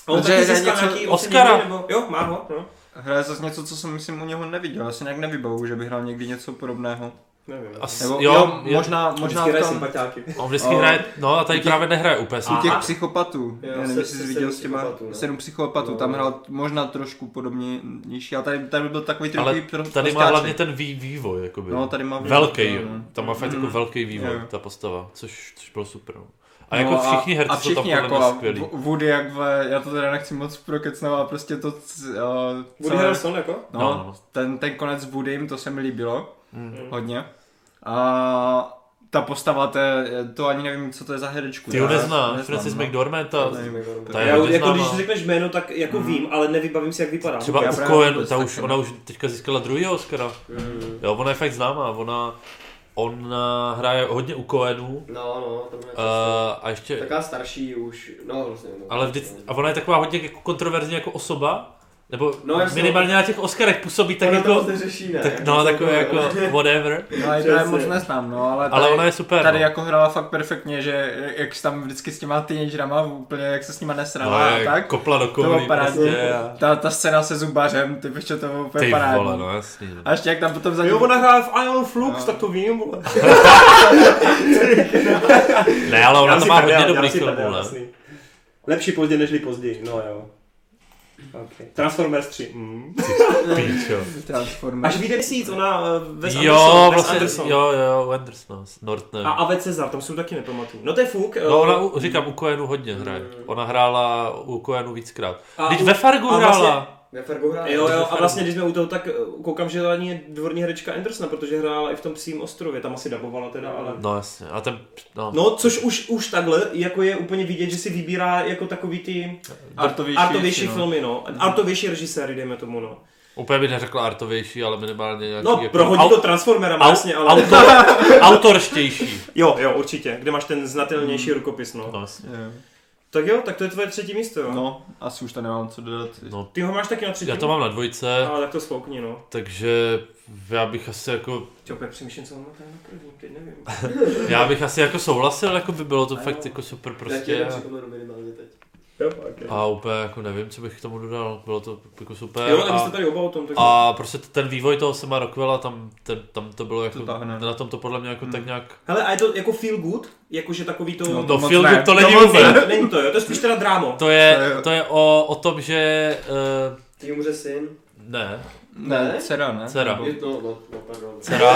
Speaker 1: A on
Speaker 4: Protože
Speaker 1: taky
Speaker 4: je
Speaker 1: získal
Speaker 4: něco-
Speaker 1: nějaký
Speaker 3: Oscara.
Speaker 1: Oscara. Nebo... Jo, má ho, no.
Speaker 4: Hraje zase něco, co jsem myslím u něho neviděl. Asi nějak nevybavu, že by hrál někdy něco podobného.
Speaker 1: Nevím.
Speaker 3: As,
Speaker 4: Nebo,
Speaker 3: jo,
Speaker 4: jo, jo,
Speaker 3: je-
Speaker 4: možná, možná
Speaker 1: Možná
Speaker 4: v
Speaker 1: hraje
Speaker 4: tom,
Speaker 1: sympatiáky.
Speaker 3: on vždycky
Speaker 4: o,
Speaker 3: hraje, no a tady
Speaker 4: u těch-
Speaker 3: právě nehraje úplně.
Speaker 4: u těch
Speaker 3: Aha.
Speaker 4: psychopatů.
Speaker 2: Jo,
Speaker 4: Já nevím,
Speaker 2: se-
Speaker 4: jestli jsi
Speaker 2: se-
Speaker 4: viděl
Speaker 2: sedm
Speaker 4: s těma
Speaker 2: psychopatů, no.
Speaker 4: sedm psychopatů.
Speaker 2: No.
Speaker 4: Tam hrál možná trošku podobnější. A tady, tady byl takový
Speaker 3: Ale
Speaker 4: trochu pro-
Speaker 3: tady má
Speaker 4: prostáček.
Speaker 3: hlavně ten vý, vývoj, jakoby.
Speaker 4: No, tady má
Speaker 3: velký,
Speaker 4: no,
Speaker 3: jo.
Speaker 4: no.
Speaker 3: Tam má fakt jako
Speaker 4: Mm.
Speaker 3: velký vývoj,
Speaker 4: Jo.
Speaker 3: ta postava, což, což bylo super. No. A jako všichny herci
Speaker 4: a
Speaker 3: jsou tam
Speaker 4: všichni
Speaker 3: podle jako, mě
Speaker 4: jako
Speaker 3: skvělí.
Speaker 4: Wo- Woody, jak ve, já to teda nechci moc prokecnout, ale prostě to... c- eh,
Speaker 1: Woody
Speaker 4: celé-
Speaker 1: Harrelson, jako?
Speaker 4: No,
Speaker 3: No, no.
Speaker 4: Ten, ten konec s Woodym, to se mi líbilo
Speaker 3: Mm.
Speaker 2: Hmm.
Speaker 4: hodně. A ta postava, to, je- to ani nevím, co to je za herečku.
Speaker 3: Ty ho
Speaker 4: Já
Speaker 3: neznáš,
Speaker 4: neznám,
Speaker 3: Francis
Speaker 4: no.
Speaker 3: McDormanda,
Speaker 4: Nevím, jak to
Speaker 3: ta
Speaker 4: je.
Speaker 3: je
Speaker 1: Já,
Speaker 3: hodně
Speaker 1: jako když
Speaker 3: známá. Hmm.
Speaker 1: řekneš jméno, tak jako vím, ale nevybavím si, jak vypadá.
Speaker 3: Třeba
Speaker 4: Já
Speaker 3: u
Speaker 4: právě
Speaker 3: Cohen,
Speaker 4: vůbec
Speaker 3: ta už,
Speaker 4: taky
Speaker 3: ona
Speaker 4: ne.
Speaker 3: už teďka získala druhýho Oscara.
Speaker 2: Mm.
Speaker 3: Jo, ona je fakt známá, ona, ona hraje hodně u Cohenů.
Speaker 2: No, no, tam je
Speaker 3: Uh, a ještě,
Speaker 2: Taká starší už, no vlastně. No,
Speaker 3: ale vždycky, a ona je taková hodně jako kontroverzní jako osoba, nebo
Speaker 2: No,
Speaker 3: no,
Speaker 2: jasně.
Speaker 3: minimálně na těch Oscarech působí tak
Speaker 2: tak ono to
Speaker 3: jako,
Speaker 4: prostě-
Speaker 2: moc neřeší, ne?
Speaker 3: tak, no takové jako whatever,
Speaker 4: No, já je moc neznám, no, ale,
Speaker 3: ale ona je super.
Speaker 4: tady
Speaker 3: no.
Speaker 4: jako hrála fakt perfektně, že jak se tam vždycky s těma teenagerama, úplně jak se s nima
Speaker 3: no,
Speaker 4: nesrala a
Speaker 3: je
Speaker 4: tak.
Speaker 3: kopla do
Speaker 4: To
Speaker 3: koulí
Speaker 4: bylo parádně.
Speaker 3: prostě. a-
Speaker 4: Ta, ta scéna se zubařem, ty pičo, to bylo úplně
Speaker 3: Ty vole,
Speaker 4: parádní.
Speaker 3: no jasný. no.
Speaker 4: A ještě jak tam potom za
Speaker 1: Jo,
Speaker 4: ním-
Speaker 1: ona hrála v Iron Flux, tak to vím, vole.
Speaker 3: Ne, ale ona
Speaker 1: Já
Speaker 3: to
Speaker 1: si
Speaker 3: má
Speaker 1: prdel,
Speaker 3: hodně
Speaker 1: já
Speaker 3: dobrých
Speaker 1: si prdel,
Speaker 3: filmů, ne?
Speaker 1: jasný. Lepší pozdě, nežli později, no jo. Okay. Transformers 3. Mm.
Speaker 3: Píčo.
Speaker 4: Transformers.
Speaker 1: Až vyjde měsíc, ona eh, Wes
Speaker 3: Jo,
Speaker 1: Anderson, Wes Anderson.
Speaker 3: vlastně, jo, jo, Anders, no, s Nortonem.
Speaker 1: A Ave Cezar, tam jsem taky nepamatuju. No to je fuk. eh,
Speaker 3: No ona, u- říkám, u Coenu hodně hraje. Ona hrála u Coenu víckrát.
Speaker 1: Mm. A
Speaker 3: Teď
Speaker 1: u-
Speaker 3: ve Fargu
Speaker 1: a vlastně-
Speaker 3: hrála.
Speaker 2: Ve Fargo hraje.
Speaker 1: Jo, jo, a
Speaker 3: Fargo.
Speaker 1: vlastně, když jsme u toho, tak eh, koukám, že to ani je dvorní herečka Andersona, protože hrála i v tom psím ostrově, tam asi dabovala teda, ale...
Speaker 3: No jasně, a ten, no,
Speaker 1: No, což už, už takhle, jako je úplně vidět, že si vybírá jako takový ty
Speaker 4: Artovější,
Speaker 1: artovější
Speaker 4: no.
Speaker 1: filmy, no.
Speaker 3: Mhm.
Speaker 1: Artovější režiséry, dejme tomu, no.
Speaker 3: úplně bych neřekl artovější, ale minimálně nějaký
Speaker 1: No,
Speaker 3: jako-
Speaker 1: prohodí
Speaker 3: au-
Speaker 1: to Transformera,
Speaker 3: au-
Speaker 1: vlastně, ale...
Speaker 3: autor, autorštější.
Speaker 1: Jo, jo, určitě, kde máš ten znatelnější rukopis, no.
Speaker 3: No jasně.
Speaker 4: Jo.
Speaker 1: Tak jo, tak to je tvoje třetí místo, jo.
Speaker 4: No, asi už to nemám co dodat.
Speaker 3: No.
Speaker 1: Ty ho máš taky na třetí?
Speaker 3: Já to mám na dvojce,
Speaker 1: Ale tak to spoukni, no.
Speaker 3: takže já bych asi jako,
Speaker 1: Ty opět přemýšlím, co mám na ten na první, teď nevím.
Speaker 3: já bych asi jako souhlasil, jako by bylo to fakt jako super
Speaker 2: Já ti
Speaker 3: prostě.
Speaker 2: jenom připomenu minimálně teď.
Speaker 1: Jo, okay.
Speaker 3: A úplně jako nevím, co bych k tomu dodal, bylo to jako super.
Speaker 1: Jo, tak vy
Speaker 3: a...
Speaker 1: jste tady oba o tom, tak...
Speaker 3: A prostě t- ten vývoj toho Sema Rockwella, tam, ten, tam to bylo jako,
Speaker 4: To tahne.
Speaker 3: na tom to podle mě jako
Speaker 4: Hmm.
Speaker 3: tak nějak,
Speaker 1: Hele, a je to jako feel good? Jakože takový to...
Speaker 4: No
Speaker 3: do
Speaker 4: moc
Speaker 3: filmu
Speaker 4: ne.
Speaker 3: to není
Speaker 1: No,
Speaker 3: vůbec.
Speaker 1: není, není to, jo, to je spíš teda drámo.
Speaker 3: To
Speaker 4: To
Speaker 3: je,
Speaker 4: je-
Speaker 3: to je o, o tom, že, uh,
Speaker 2: Ty umře syn.
Speaker 3: ne,
Speaker 4: Ne,
Speaker 2: Ne?
Speaker 4: dcera, ne?
Speaker 3: Dcera.
Speaker 4: Nebo-
Speaker 2: Je- No, no, no, pardon.
Speaker 3: dcera,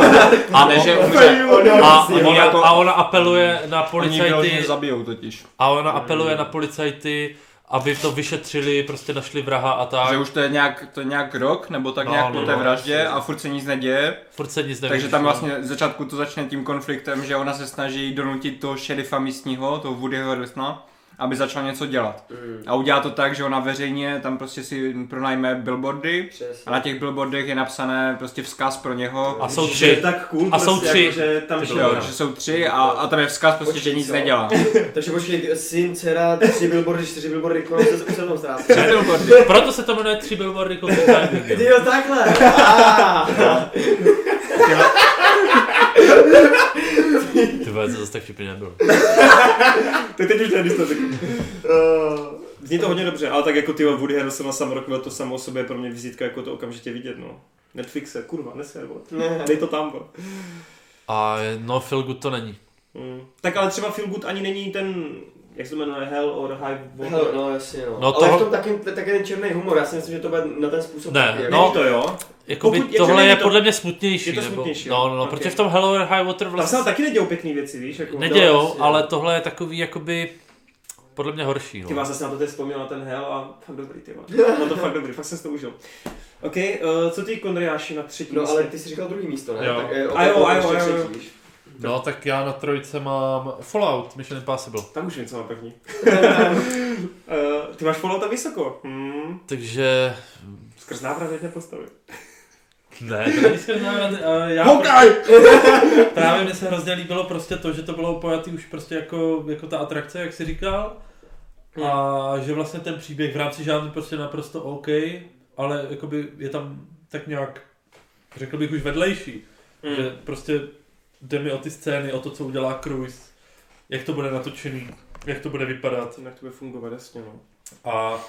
Speaker 3: a,
Speaker 4: Ne,
Speaker 3: o,
Speaker 4: že umře.
Speaker 3: a,
Speaker 4: Oni
Speaker 3: ona,
Speaker 4: jako-
Speaker 3: a ona apeluje na
Speaker 4: Oni vyloženě
Speaker 3: policajty,
Speaker 4: zabijou totiž.
Speaker 3: a ona
Speaker 4: Hmm.
Speaker 3: apeluje na policajty, aby to vyšetřili, prostě našli vraha a
Speaker 4: Že
Speaker 3: tak,
Speaker 4: už to je nějak, to je nějak rok, nebo tak
Speaker 3: No,
Speaker 4: nějak
Speaker 3: no,
Speaker 4: po té
Speaker 3: no,
Speaker 4: vraždě a furt se nic neděje.
Speaker 3: furt se nic nevíš.
Speaker 4: Takže tam vlastně z začátku to začne tím konfliktem, že ona se snaží donutit toho šerifa místního, toho Woodyho Harrisona, aby začal něco dělat.
Speaker 2: Mm,
Speaker 4: A udělá to tak, že ona veřejně tam prostě si pronajme billboardy
Speaker 2: přesně.
Speaker 4: a na těch billboardech je napsané prostě vzkaz pro něho,
Speaker 3: A jsou
Speaker 1: Že
Speaker 3: tři.
Speaker 1: je tak cool,
Speaker 3: A jsou
Speaker 1: prostě,
Speaker 3: tři.
Speaker 1: Jako, že tam
Speaker 3: Ty
Speaker 1: šel.
Speaker 4: jo, že jsou tři a, a tam je vzkaz prostě, že
Speaker 2: Počkej,
Speaker 4: nic
Speaker 2: co?
Speaker 4: nedělá.
Speaker 2: Takže počkej, syn, dcera, tři billboardy, čtyři billboardy, kolem se už se tam ztrácí.
Speaker 4: Tři billboardy.
Speaker 3: Proto se to jmenuje tři billboardy Coffee Time.
Speaker 2: Ty jo, takhle. Ah.
Speaker 3: Ty vole, to zase tak vtipný nebylo.
Speaker 1: To teď už tady Zní to hodně dobře, ale tak jako ty vole, Woody Harrelson a Sam Rockwell, to samo o sobě je pro mě vizitka, jako to okamžitě vidět, no. Netflixe, kurva, neser, vole. Dej to tam, vole.
Speaker 3: A no, Feel Good to není.
Speaker 1: Mm. Tak ale třeba Feel Good ani není ten, jak se to jmenuje, Hell or High
Speaker 2: Hele,
Speaker 1: Water.
Speaker 2: no jasně no.
Speaker 3: No
Speaker 2: Ale
Speaker 3: toho-
Speaker 2: v tom taky, taky ten černý humor, já si myslím, že to bude na ten způsob.
Speaker 3: Ne,
Speaker 2: taky, jako,
Speaker 3: no.
Speaker 1: Není to jo?
Speaker 3: Jakoby
Speaker 1: Pokud je, že
Speaker 3: tohle
Speaker 1: není
Speaker 3: je
Speaker 1: to-
Speaker 3: podle mě smutnější.
Speaker 1: je to smutnější,
Speaker 3: nebo,
Speaker 1: jo.
Speaker 3: no, no, no,
Speaker 1: Ok.
Speaker 3: protože v tom Hello or High Water
Speaker 1: Tam se
Speaker 3: vlastně
Speaker 1: ale taky nedějou pěkný věci, víš? Jako,
Speaker 3: nedějou,
Speaker 2: jasně.
Speaker 3: ale tohle je takový jakoby podle mě horší.
Speaker 1: Ty
Speaker 3: No.
Speaker 1: vás zase na to teď vzpomněl na ten hell a fakt dobrý, ty vole. Bylo to fakt dobrý, fakt jsem si to užil. OK, uh, co ty Kondriáši na třetí
Speaker 2: No
Speaker 1: místě?
Speaker 2: ale ty jsi říkal druhý místo, ne?
Speaker 3: Jo.
Speaker 2: Tak, eh,
Speaker 1: A jo,
Speaker 2: opravdu
Speaker 1: a jo,
Speaker 2: ještě
Speaker 1: a jo,
Speaker 2: třetí,
Speaker 1: jo.
Speaker 2: víš.
Speaker 3: no tak já na trojce mám Fallout, Mission Impossible.
Speaker 1: Tam už něco mám pevný. uh, ty máš Fallouta vysoko. Hmm.
Speaker 3: Takže...
Speaker 1: Skrz návrat jedné postavy.
Speaker 3: Ne,
Speaker 7: Tady se znamená, eh, já prostě- právě mně se hrozně líbilo prostě to, že to bylo pojatý už prostě jako, jako ta atrakce, jak jsi říkal. A že vlastně ten příběh v rámci žádný prostě naprosto OK, ale jakoby je tam tak nějak, řekl bych už vedlejší.
Speaker 1: Hmm.
Speaker 7: Že prostě jde mi o ty scény, o to, co udělá Cruise, jak to bude natočený, jak to bude vypadat.
Speaker 1: Jinak to bude fungovat, jasně no.
Speaker 7: A,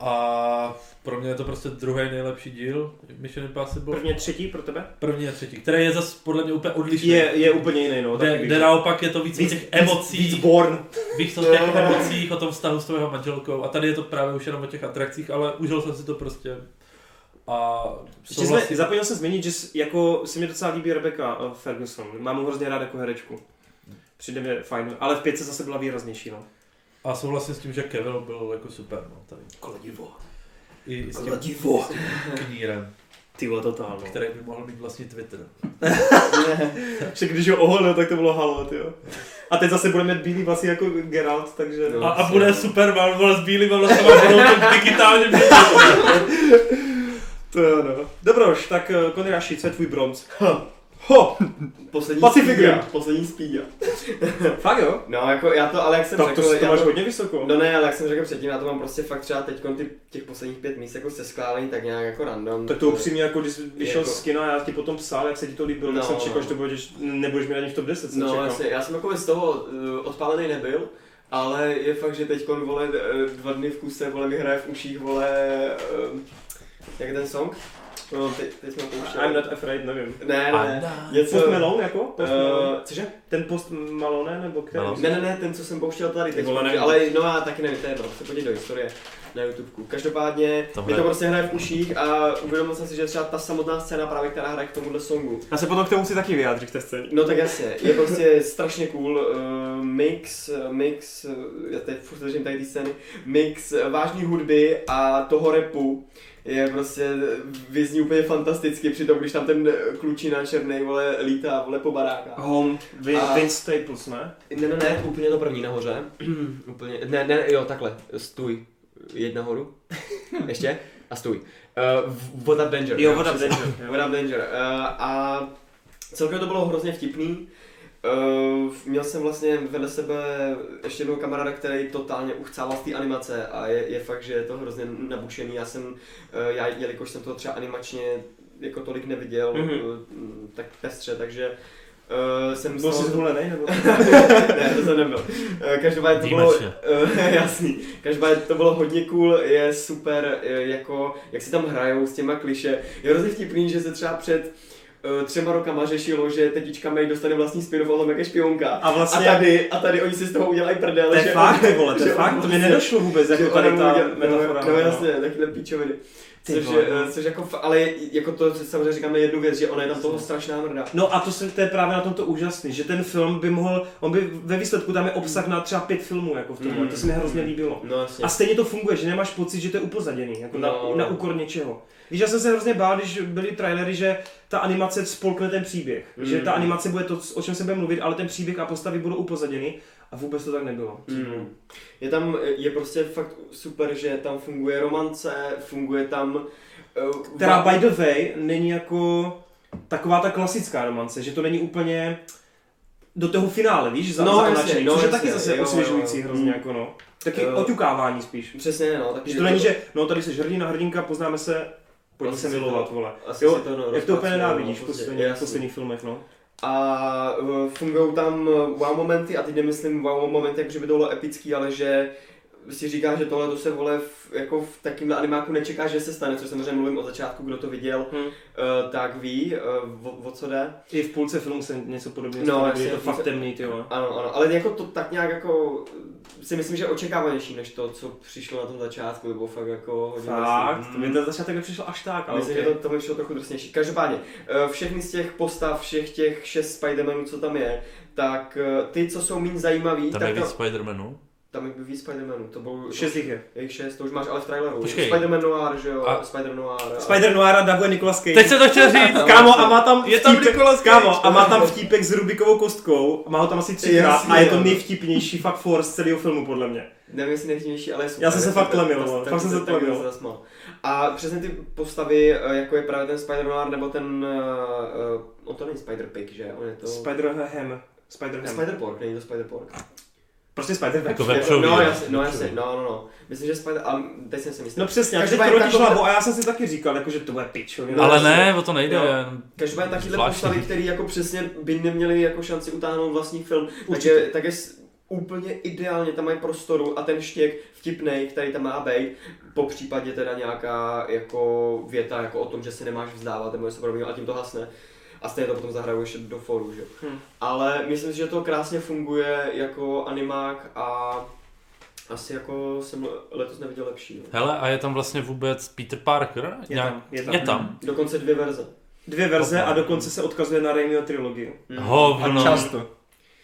Speaker 7: a pro mě je to prostě druhý nejlepší díl Mission Impossible.
Speaker 1: Prvně třetí pro tebe?
Speaker 7: První a třetí, který je zase podle mě úplně odlišný.
Speaker 1: Je, je úplně jiný, no.
Speaker 7: Kde,
Speaker 1: taky bych
Speaker 7: kde
Speaker 1: řekl.
Speaker 7: naopak je to víc, víc o těch emocích,
Speaker 1: Víc, víc born.
Speaker 7: víc o těch emocích, o tom vztahu s tou jeho manželkou a tady je to právě už jenom o těch atrakcích, ale užil jsem si to prostě a
Speaker 1: Ještě jsme,
Speaker 7: souhlasím.
Speaker 1: zapomněl jsem zmínit, že s- jako se mi docela líbí Rebecca eh, Ferguson. Mám ho hrozně rád jako herečku. Přijde mi fajn, ale v pětce zase byla výraznější, no.
Speaker 7: a souhlasím s tím, že Kevin byl jako super, no, tady.
Speaker 1: Kladivo.
Speaker 7: I, i s tím
Speaker 1: Kladivo.
Speaker 2: no.
Speaker 7: knírem,
Speaker 1: Ty vole, totál, no.
Speaker 7: který by mohl mít vlastně Twitter.
Speaker 1: Že když ho oholil, tak to bylo halo, ty jo. A teď zase budeme mít bílý vlasy jako Geralt, takže...
Speaker 2: No.
Speaker 7: A, a bude Superman, vole, s bílým vlasama, budou to digitálně měnit.
Speaker 1: To jo, no. Dobroš, tak eh, Konraši, co je tvůj bronz? Ho!
Speaker 2: Poslední
Speaker 1: Pacific
Speaker 2: Speedia,
Speaker 1: Rim.
Speaker 2: Poslední spíďa.
Speaker 1: Fakt jo?
Speaker 2: No jako já to, ale jak jsem
Speaker 1: Tak
Speaker 2: řekl,
Speaker 1: to, to
Speaker 2: já
Speaker 1: máš hodně vysoko.
Speaker 2: No ne, ale jak jsem řekl předtím, já to mám prostě fakt třeba teď ty, těch posledních pět míst jako seskládaný tak nějak jako random.
Speaker 1: Tak to upřímně, jako když jsi vyšel
Speaker 2: Jako-
Speaker 1: z kina a já ti potom psal, jak se ti to líbilo, tak
Speaker 2: No,
Speaker 1: jsem čekal,
Speaker 2: no.
Speaker 1: že to budeš, nebudeš mít ani v top 10, jsem
Speaker 2: No
Speaker 1: čekal.
Speaker 2: jasně, já jsem jako z toho uh, odpálený nebyl, ale je fakt, že teď vole eh, dva dny v kuse, vole vyhraje v uších, vole, uh, jak je ten song? No, teď, teď jsme pouštěli.
Speaker 1: I'm not afraid, nevím.
Speaker 2: Ne, ne, ne, něco...
Speaker 1: Post Malone jako? Post Malone?
Speaker 2: Uh, cože?
Speaker 1: Ten Post Malone nebo který?
Speaker 3: Malone.
Speaker 2: Ne, ne, ne, ten, co jsem pouštěl tady,
Speaker 1: Ty
Speaker 2: teď,
Speaker 1: vole, nevím.
Speaker 2: ale no já taky nevím, to je jedno, se podívej do historie na YouTubeku. Každopádně
Speaker 3: Tohle-
Speaker 2: mi to prostě hraje v uších a uvědomil jsem si, že třeba ta samotná scéna právě, která hraje k tomuhle songu,
Speaker 1: Já se potom k tomu si taky vyjádřit k té scéně.
Speaker 2: No tak jasně, je prostě strašně cool uh, mix, mix, uh, já teď furt držím tady ty scény, mix eh, vážné hudby a toho repu je prostě, vyzní úplně fantasticky, přitom když tam ten klučina černý vole lítá vole po baráka.
Speaker 1: Home, Vin,
Speaker 2: A-
Speaker 1: Vince Staples, ne?
Speaker 2: Ne, ne, ne, úplně to první nahoře, úplně, ne, ne, jo, takhle, stůj, jedna horu, ještě, a stůj. Uh, what up danger.
Speaker 1: Jo, voda v
Speaker 2: What Up Danger. Uh, a celkově to bylo hrozně vtipný. Uh, měl jsem vlastně vedle sebe ještě jednoho kamaráda, který totálně uchcával z té animace a je, je fakt, že je to hrozně nabušený. Já jsem, uh, já jelikož jsem to třeba animačně jako tolik neviděl,
Speaker 1: Mhm.
Speaker 2: mm-hmm. uh, tak pestře, takže uh, jsem z
Speaker 1: Byl
Speaker 2: toho-
Speaker 1: jsi zhulenej, nebo?
Speaker 2: ne, to jsem nebyl. Eh, Každopádně to bylo,
Speaker 3: Výjimečně.
Speaker 2: eh, jasný, každopádně to bylo hodně cool, je super, eh, jako, jak si tam hrajou s těma kliše. Je hrozně vtipný, že se třeba před eh, třema rokama řešilo, že tetička May dostane vlastní spin-off o tom, jak je špionka.
Speaker 1: A
Speaker 2: A
Speaker 1: vlastně,
Speaker 2: tady, a tady oni si z toho udělají prdel.
Speaker 1: to je
Speaker 2: že-
Speaker 1: fakt, ty vole, to je
Speaker 2: že
Speaker 1: fakt, to mi
Speaker 2: prostě-
Speaker 1: nedošlo vůbec,
Speaker 2: že
Speaker 1: jako
Speaker 2: ona
Speaker 1: tady
Speaker 2: mu
Speaker 1: ta
Speaker 2: udělá-
Speaker 1: metafora.
Speaker 2: No, no jasně, takhle píčoviny.
Speaker 1: Ty
Speaker 2: Což,
Speaker 1: vole,
Speaker 2: je,
Speaker 1: no.
Speaker 2: eh, což jako, f- ale je- jako to samozřejmě říkáme jednu věc, že ona je tam toho strašná mrda.
Speaker 1: No a to, se, to je právě na tomto úžasný, že ten film by mohl, on by ve výsledku tam je obsah na třeba pět filmů jako v tomhle,
Speaker 2: Mm.
Speaker 1: to se mi hrozně líbilo.
Speaker 2: No jasně.
Speaker 1: A stejně to funguje, že nemáš pocit, že to je upozaděný, jako na,
Speaker 2: No.
Speaker 1: na úkor něčeho. Víš, já jsem se hrozně bál, když byly trailery, že ta animace spolkne ten příběh. Mm. Že ta
Speaker 2: Mm.
Speaker 1: animace bude to, o čem se bude mluvit, ale ten příběh a postavy budou upozaděny. A vůbec to tak nebylo.
Speaker 2: Mm. Je tam, je prostě fakt super, že tam funguje romance, funguje tam... eh,
Speaker 1: Která
Speaker 2: va-
Speaker 1: by the way není jako taková ta klasická romance, že to není úplně do toho finále, víš, za,
Speaker 2: No,
Speaker 1: no,
Speaker 2: jasně,
Speaker 1: zatlačený, no,
Speaker 2: no,
Speaker 1: což je
Speaker 2: jasně,
Speaker 1: taky zase
Speaker 2: jo,
Speaker 1: osvěžující
Speaker 2: jo.
Speaker 1: hrozně,
Speaker 2: Mm.
Speaker 1: jako no. Taky
Speaker 2: Jo.
Speaker 1: oťukávání spíš.
Speaker 2: Přesně, no. Takže
Speaker 1: Že to není, že no tady jsi hrdina, hrdinka, poznáme se, pojďme
Speaker 2: Asi
Speaker 1: se
Speaker 2: si to-
Speaker 1: milovat, vole.
Speaker 2: Asi
Speaker 1: Jo,
Speaker 2: si to, no,
Speaker 1: Jak to úplně
Speaker 2: rozpracuje,
Speaker 1: nenávidíš v
Speaker 2: prostě,
Speaker 1: posledních, v
Speaker 2: jasný.
Speaker 1: posledních filmech, no.
Speaker 2: A eh, fungují tam wow momenty, a teď nemyslím wow momenty, jako že by to bylo epický, ale že si říká, že tohle to se vole v, jako v takýmhle animáku nečeká, že se stane, což samozřejmě mluvím od začátku, kdo to viděl,
Speaker 1: Hmm.
Speaker 2: hmm. tak ví, eh, o, o co jde.
Speaker 1: I v půlce filmu se něco podobného
Speaker 2: No,
Speaker 1: stane, kdy
Speaker 2: jasně,
Speaker 1: je to
Speaker 2: v půlce-
Speaker 1: fakt temný, ty jo.
Speaker 2: Ano, ano, ale jako to tak nějak jako si myslím, že je očekávanější než to, co přišlo na tom začátku, nebo fakt jako hodně
Speaker 1: Fakt, Hmm.
Speaker 2: drsný.
Speaker 1: to mi ten začátek nepřišel až tak, ale
Speaker 2: Myslím,
Speaker 1: okay.
Speaker 2: že to, to mi šlo trochu drsnější. Každopádně, eh, všechny z těch postav, všech těch šest Spidermanů, co tam je, tak eh, ty, co jsou méně zajímavý,
Speaker 3: Tam je
Speaker 2: tak,
Speaker 3: víc
Speaker 2: tam,
Speaker 3: Spidermanů.
Speaker 2: tam jak by víc Spider-Manů, to bylo
Speaker 1: Šest jich je.
Speaker 2: je jich šest, to už máš ale v traileru.
Speaker 3: Počkej.
Speaker 2: Spider-Man Noir, že jo,
Speaker 3: A-
Speaker 2: a... Spider-Man Noir. A...
Speaker 1: Spider Noir a dabuje Nicolas Cage.
Speaker 3: Teď se to chtěl říct.
Speaker 1: Kámo, a má tam
Speaker 3: Je tam Nicolas Cage.
Speaker 1: Kámo, a má tam vtípek s Rubikovou kostkou, má ho tam asi třikrát
Speaker 2: Jasně,
Speaker 1: a je to
Speaker 2: jo.
Speaker 1: nejvtipnější fuck force celého filmu, podle mě.
Speaker 2: Nevím, jestli nejvtipnější, ale je super.
Speaker 1: Já jsem se
Speaker 2: Tak-
Speaker 1: fakt
Speaker 2: tak-
Speaker 1: tlemil,
Speaker 2: tak-
Speaker 1: vole,
Speaker 2: tak-
Speaker 1: fakt jsem se
Speaker 2: tak- tak-
Speaker 1: tlemil.
Speaker 2: tak- zasmál. A přesně ty postavy, eh, jako je právě ten Spider-Man nebo ten, eh, eh, on to není Spider-Pig, že? On je to...
Speaker 1: Spider-Ham. Spider-Ham.
Speaker 2: Spider-Pork, není to Spider-Pork.
Speaker 1: Prostě Spider-Ham.
Speaker 3: Jako vepřový.
Speaker 2: No, jasně, no, jasně, no, no, no. Myslím, že Spider... A teď jsem si myslel.
Speaker 1: No přesně, a teď
Speaker 2: Každopádně
Speaker 1: krotíš
Speaker 2: takovou-
Speaker 1: hlavu a já jsem si taky říkal, jako, že to bude pičovina.
Speaker 3: Ale ne, o to nejde.
Speaker 2: Jo.
Speaker 3: jen-
Speaker 2: Každopádně takovýhle
Speaker 3: Zvláštní.
Speaker 2: postavy, který jako přesně by neměli jako šanci utáhnout vlastní film, takže, tak je s- úplně ideálně tam mají prostoru a ten štěk vtipnej, který tam má být, po případě teda nějaká jako věta jako o tom, že se nemáš vzdávat nebo něco podobného a tím to hasne. A stejně to potom zahraju ještě do foru, že? jo.
Speaker 1: Hmm.
Speaker 2: Ale myslím si, že to krásně funguje jako animák a asi jako jsem letos neviděl lepší. No.
Speaker 3: Hele, a je tam vlastně vůbec Peter Parker?
Speaker 1: Je
Speaker 3: Nějak-
Speaker 1: tam, je tam.
Speaker 3: Je tam.
Speaker 2: Dokonce dvě verze.
Speaker 1: Dvě verze a dokonce se odkazuje na Raimiho trilogii.
Speaker 4: A
Speaker 3: Hovno.
Speaker 4: často.
Speaker 1: Mm.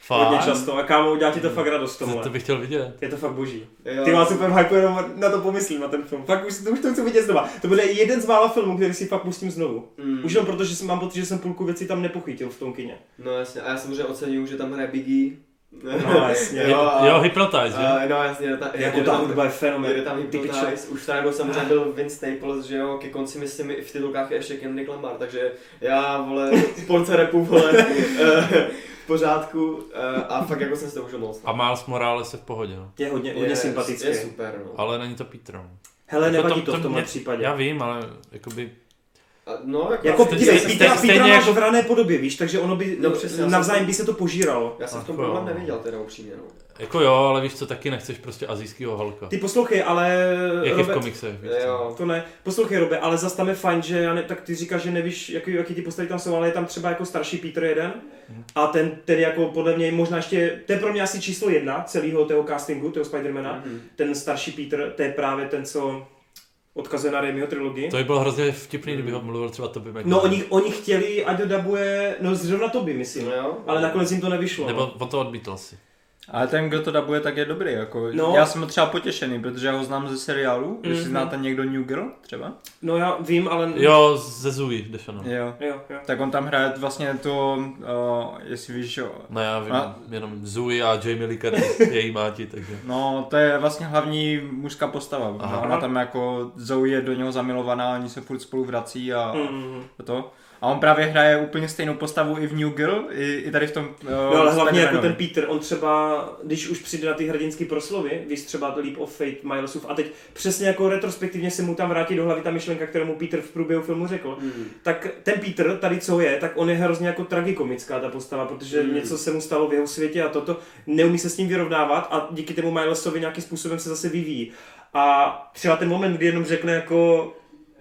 Speaker 1: Hodně
Speaker 3: Fakt.
Speaker 1: často a kámo, udělá ti to fakt radost
Speaker 3: To,
Speaker 1: tohle.
Speaker 3: to bych chtěl vidět.
Speaker 1: Je to fakt boží.
Speaker 2: Mm. Jo.
Speaker 1: Ty vás super hype, jenom na to pomyslím, na ten film. Fakt už, to, už to chci vidět znova. To bude jeden z mála filmů, který si fakt pustím znovu.
Speaker 2: Mm.
Speaker 1: Už jenom proto, že jsem, mám pocit, že jsem půlku věcí tam nepochytil v tom kině.
Speaker 2: No jasně, a já samozřejmě oceňuju, že tam hraje Biggie.
Speaker 1: No jasně.
Speaker 2: jo, a,
Speaker 3: Jo, hypnotize, že?
Speaker 2: a, no jasně, ta,
Speaker 1: Jako ta hudba je
Speaker 2: Jede
Speaker 1: fenomén.
Speaker 2: tam
Speaker 1: Ty pičo.
Speaker 2: Hypnotize, už tady byl samozřejmě byl Vince Staples, že jo, ke konci myslím i v titulkách je ještě Kendrick Lamar, takže já, vole, porce repu, vole, eh, v pořádku eh, a fakt jako jsem si to užil moc.
Speaker 3: A Miles Morales je v pohodě. no.
Speaker 1: Je hodně, hodně
Speaker 2: Je-
Speaker 1: sympatický.
Speaker 2: Je super, no.
Speaker 3: Ale není to Peter. no.
Speaker 1: Hele,
Speaker 3: Jako
Speaker 1: nevadí
Speaker 3: to-
Speaker 1: to,
Speaker 3: to
Speaker 1: v tomhle
Speaker 3: mě-
Speaker 1: případě.
Speaker 3: Já vím, ale jakoby...
Speaker 2: A, no, jako,
Speaker 1: Jako
Speaker 2: já,
Speaker 1: dívej,
Speaker 2: jsem-
Speaker 3: stej-
Speaker 1: Petra,
Speaker 3: stej-
Speaker 1: Petra
Speaker 3: stejně
Speaker 1: máš
Speaker 3: jak-
Speaker 1: v rané podobě, víš, takže ono by
Speaker 2: No, přesně, já
Speaker 1: navzájem
Speaker 2: jsem-
Speaker 1: by se to požíralo.
Speaker 2: já jsem v tom
Speaker 3: Ach, jo.
Speaker 2: problém neviděl, teda upřímně, no.
Speaker 3: Jako jo, ale víš co, taky nechceš prostě azijskýho halka.
Speaker 1: Ty poslouchej, ale...
Speaker 3: Jak je v
Speaker 1: Robe,
Speaker 3: komiksech, víš co.
Speaker 2: Jo.
Speaker 1: No, to ne. Poslouchej, Robe, ale zas tam je fajn, že já ne, tak ty říkáš, že nevíš, jaký, jaký ty postavy tam jsou, ale je tam třeba jako starší Peter jeden. A ten, ten jako podle mě je možná ještě, to je pro mě asi číslo jedna celého tého castingu, toho Spidermana.
Speaker 2: Mhm.
Speaker 1: Ten starší Peter, to je právě ten, co odkazuje na Raimiho trilogii.
Speaker 3: To by bylo hrozně vtipný, kdyby ho mluvil třeba Toby Mac.
Speaker 1: No oni, oni chtěli, ať dodabuje, no zrovna to by, myslím.
Speaker 2: No jo.
Speaker 1: Ale nakonec jim to nevyšlo.
Speaker 3: Nebo on to odmítl si.
Speaker 4: Ale ten, kdo to dabuje, tak je dobrý. Jako.
Speaker 1: No.
Speaker 4: Já jsem byl třeba potěšený, protože ho znám ze seriálu. Mm-hmm. Jestli znáte někdo New Girl třeba?
Speaker 1: No já vím, ale...
Speaker 3: Jo, ze Zui, Defano.
Speaker 4: Jo.
Speaker 1: Jo, jo.
Speaker 4: Tak on tam hraje vlastně to, uh, jestli víš, jo.
Speaker 3: No já vím,
Speaker 4: A-
Speaker 3: jenom Zui a Jamie Lee Curtis, její máti, takže.
Speaker 4: No, to je vlastně hlavní mužská postava.
Speaker 3: Aha.
Speaker 4: Aha. Ona tam jako Zoe je do něho zamilovaná, oni se furt spolu vrací a
Speaker 1: Mm.
Speaker 4: a to. A on právě hraje úplně stejnou postavu i v New Girl, i, i tady v tom uh,
Speaker 1: No, ale hlavně jako ten Peter, on třeba, když už přijde na ty hrdinský proslovy, víš třeba Leap of Fate, Milesův, a teď přesně jako retrospektivně se mu tam vrátí do hlavy ta myšlenka, kterou mu Peter v průběhu filmu řekl,
Speaker 2: Mhm.
Speaker 1: tak ten Peter, tady co je, tak on je hrozně jako tragikomická ta postava, protože
Speaker 2: Mm.
Speaker 1: něco se mu stalo v jeho světě a toto, neumí se s ním vyrovnávat a díky tomu Milesovi nějakým způsobem se zase vyvíjí. A třeba ten moment, kdy jenom řekne jako,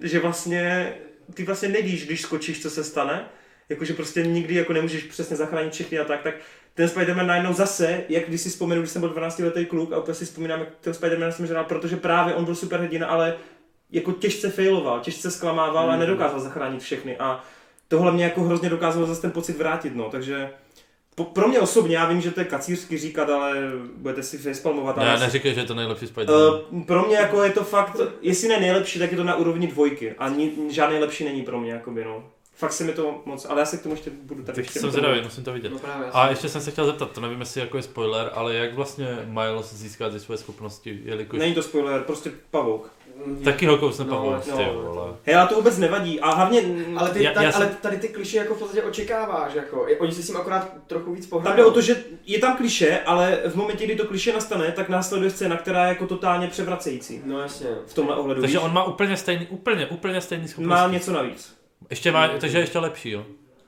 Speaker 1: že vlastně, ty vlastně nevíš, když skočíš, co se stane, jakože prostě nikdy jako nemůžeš přesně zachránit všechny a tak, tak ten Spider-Man najednou zase, jak když si vzpomenu, když jsem byl 12 letý kluk a úplně si vzpomínám, jak ten Spider-Man jsem žral, protože právě on byl superhrdina, ale jako těžce failoval, těžce zklamával
Speaker 3: Mm.
Speaker 1: a nedokázal zachránit všechny a tohle mě jako hrozně dokázalo zase ten pocit vrátit, no, takže po, pro mě osobně, já vím, že to je kacířsky říkat, ale budete si facepalmovat, ale
Speaker 3: Ne,
Speaker 1: já si-
Speaker 3: neříkej, že je to nejlepší Spider.
Speaker 1: Uh, pro mě jako je to fakt, jestli ne nejlepší, tak je to na úrovni dvojky a ni, žádný lepší není pro mě, jakoby, no. Fakt se mi to moc, ale já se k tomu ještě budu tady
Speaker 3: Teď
Speaker 1: ještě.
Speaker 3: jsem zvědavý, musím to vidět.
Speaker 2: No právě, já
Speaker 3: A
Speaker 2: jsem-
Speaker 3: ještě jsem se chtěl zeptat, to nevím, jestli jako je spoiler, ale jak vlastně Miles získá ty svoje schopnosti, jelikož...
Speaker 1: Není to spoiler, prostě pavouk.
Speaker 2: Mhm.
Speaker 3: Taky ho kousne
Speaker 2: No,
Speaker 3: Pavel,
Speaker 2: no.
Speaker 3: ty vole.
Speaker 1: Hej, ale to vůbec nevadí a hlavně ale
Speaker 2: Ale, ty,
Speaker 3: Já-
Speaker 2: já, tak,
Speaker 3: já
Speaker 2: já
Speaker 3: jsem-
Speaker 2: ale tady ty kliše jako v podstatě očekáváš, jako. Je- Oni se s tím akorát trochu víc
Speaker 1: tam
Speaker 2: pohrajou.
Speaker 1: jde o to, že je tam kliše, ale v momentě, kdy to kliše nastane, tak následuje scéna, která je jako totálně převracející
Speaker 2: No jasně.
Speaker 1: v tomhle ohledu.
Speaker 3: Takže
Speaker 1: víš?
Speaker 3: on má úplně stejný, úplně, úplně stejný schopnosti.
Speaker 1: má něco navíc.
Speaker 3: Ještě má, takže je ještě lepší, jo.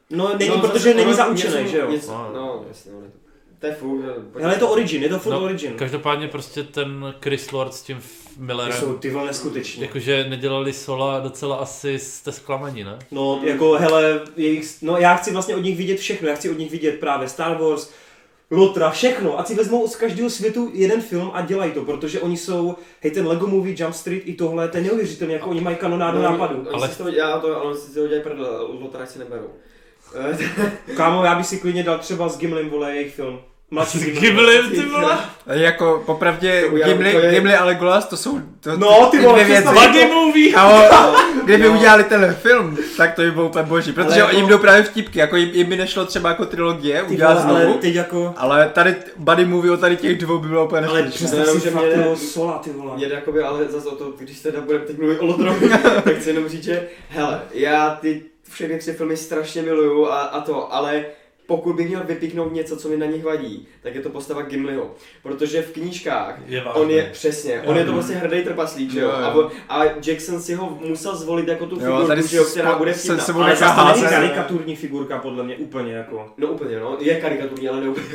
Speaker 1: No není,
Speaker 2: no,
Speaker 1: protože
Speaker 2: zase
Speaker 1: není
Speaker 2: ono-
Speaker 1: zaučený,
Speaker 2: něco-
Speaker 1: že jo?
Speaker 2: Něco,
Speaker 3: No.
Speaker 2: no, no jasně, ono je to- to je furt.
Speaker 1: Hele, je to origin, je to furt
Speaker 3: No,
Speaker 1: origin.
Speaker 3: Každopádně prostě ten Chris Lord s tím F-
Speaker 1: Ty jsou
Speaker 3: Millerem,
Speaker 1: ty vole neskuteční.
Speaker 3: jakože nedělali sola docela asi jste zklamaní, ne?
Speaker 1: No, jako, hele, jejich, no já chci vlastně od nich vidět všechno, já chci od nich vidět právě Star Wars, Lotra, všechno. A si vezmou z každého světu jeden film a dělají to, protože oni jsou, hej, ten Lego Movie, Jump Street i tohle, to je neuvěřitelné, jako oni mají kanonádu
Speaker 2: No,
Speaker 1: nápadu.
Speaker 2: oni
Speaker 3: Ale-
Speaker 2: si to, já to, ale oni si to dělají prdel, Lotra si neberou. Eh,
Speaker 1: Kámo, já bych si klidně dal třeba s Gimlim, vole, jejich film. Mladší Ghibli.
Speaker 8: Ghibli, ty vole.
Speaker 4: Jako, popravdě,
Speaker 2: To já-
Speaker 4: Gimli,
Speaker 2: to je-
Speaker 4: Gimli a Legolas, to jsou to,
Speaker 1: No, ty vole,
Speaker 4: dvě věci.
Speaker 1: přestaň.
Speaker 8: Buddy movie.
Speaker 4: Kámo,
Speaker 2: no,
Speaker 4: kdyby udělali tenhle film, tak to by bylo úplně boží, protože
Speaker 1: No. jako-
Speaker 4: jako... jim jdou právě vtipky, jako jim, jim by nešlo třeba jako trilogie
Speaker 1: Ty
Speaker 4: udělat
Speaker 1: vole, ale
Speaker 4: znovu,
Speaker 1: teď jako...
Speaker 4: ale tady t- buddy movie o tady těch dvou by bylo úplně
Speaker 1: Ale
Speaker 4: neskutečné.
Speaker 1: přestaň
Speaker 2: jenom,
Speaker 1: si
Speaker 2: že
Speaker 1: fakt
Speaker 2: mě-
Speaker 1: toho sola, ty vole.
Speaker 2: Mě jde jakoby, ale zase o to, když teda budeme teď mluvit o Lotrovi, tak chci jenom říct, že hele, já ty všechny tři filmy strašně miluju a, a to, ale pokud bych měl vypíknout něco, co mi na nich vadí, tak je to postava Gimliho. Protože v knížkách
Speaker 3: Je vážný.
Speaker 2: on je přesně, on
Speaker 3: Jo.
Speaker 2: je to vlastně hrdý trpaslík, že jo?
Speaker 4: Jo, jo.
Speaker 2: A, bo- a Jackson si ho musel zvolit jako tu
Speaker 4: Jo,
Speaker 2: figurku,
Speaker 4: tady
Speaker 2: že jo,
Speaker 4: s-
Speaker 2: která bude
Speaker 4: se-
Speaker 2: vtipná.
Speaker 4: sebou
Speaker 2: Ale
Speaker 1: Ale
Speaker 4: nechá
Speaker 2: zase
Speaker 1: zase to
Speaker 2: není
Speaker 1: není
Speaker 4: házet.
Speaker 2: karikatura.
Speaker 1: karikaturní figurka, podle mě, úplně jako.
Speaker 2: No úplně, no, je karikaturní, ale ne úplně.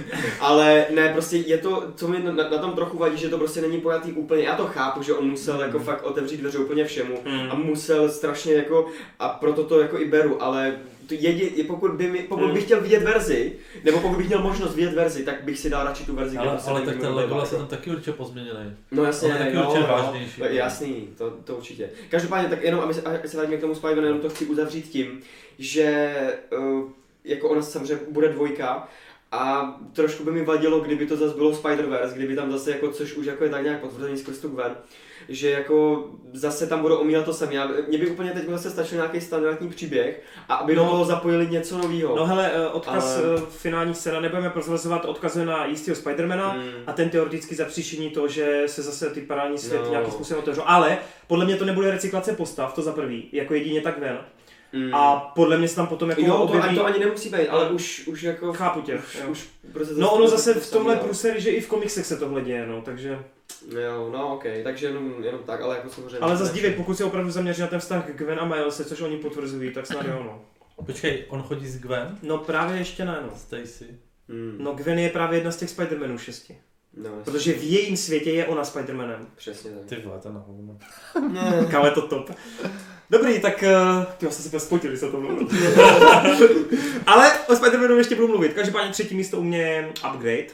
Speaker 2: ale ne, prostě je to, co mi na, na tom trochu vadí, že to prostě není pojatý úplně. Já to chápu, že on musel
Speaker 3: Mm.
Speaker 2: jako fakt otevřít dveře úplně všemu a musel strašně jako, a proto to jako i beru, ale to jedin, pokud, by mi,
Speaker 3: Mm.
Speaker 2: pokud bych chtěl vidět verzi, nebo pokud bych měl možnost vidět verzi, tak bych si dal radši tu verzi,
Speaker 3: Ale,
Speaker 2: prostě
Speaker 3: ale
Speaker 2: není
Speaker 3: tak ten
Speaker 2: mimo
Speaker 3: Legolas
Speaker 2: jako.
Speaker 3: je tam taky určitě pozměněný.
Speaker 2: No jasně,
Speaker 3: Ale taky
Speaker 2: no,
Speaker 3: určitě
Speaker 2: no,
Speaker 3: vážnější.
Speaker 2: tak Jasný, to, to určitě. Každopádně, tak jenom, aby se, aby se vrátíme k tomu Spivenu, jenom to chci uzavřít tím, že uh, jako ona samozřejmě bude dvojka, a trošku by mi vadilo, kdyby to zase bylo Spider-Verse, kdyby tam zase jako, což už jako je tak nějak potvrzený skrz tu Gwen, že jako zase tam budou omílat to samé. Já- Mně by úplně teď zase stačil nějaký standardní příběh a aby do
Speaker 1: No.
Speaker 2: toho zapojili něco nového.
Speaker 1: No hele, eh, odkaz
Speaker 2: Ale-
Speaker 1: ale... finální scéna nebudeme prozrazovat, odkazuje na jistého Spidermana
Speaker 2: Mm.
Speaker 1: a ten teoreticky zapříčiní to, že se zase ty parální svět
Speaker 2: No.
Speaker 1: nějakým způsobem otevřou. Ale podle mě to nebude recyklace postav, to za prvý, jako jedině tak ven.
Speaker 2: Mm.
Speaker 1: A podle mě se tam potom jako
Speaker 2: jo, to,
Speaker 1: objeví...
Speaker 2: ani to ani nemusí být, ale už, už jako...
Speaker 1: Chápu tě.
Speaker 2: Už,
Speaker 1: jo.
Speaker 2: už prostě
Speaker 1: No ono zase
Speaker 2: to
Speaker 1: v tomhle
Speaker 2: samý, jo.
Speaker 1: průseri, že i v komiksech se tohle děje, no, takže...
Speaker 2: Jo, no ok, takže jenom, jenom tak, ale jako samozřejmě...
Speaker 1: Ale zase dívej, pokud se opravdu zaměří na ten vztah k Gwen a Milese, což oni potvrzují, tak snad jo, no.
Speaker 3: Počkej, on chodí s Gwen?
Speaker 1: No právě ještě ne, no.
Speaker 3: Stacy.
Speaker 2: Hmm.
Speaker 1: No Gwen je právě jedna z těch Spidermanů šesti.
Speaker 2: no jasně,
Speaker 1: Protože v jejím světě je ona Spidermanem.
Speaker 2: Přesně tak.
Speaker 3: Ty vole, to na hovno.
Speaker 1: Kam je to top. Dobrý, tak uh, ty se se spotili, se to mluvil. Ale o Spider-Manu ještě budu mluvit. Každopádně třetí místo u mě je Upgrade.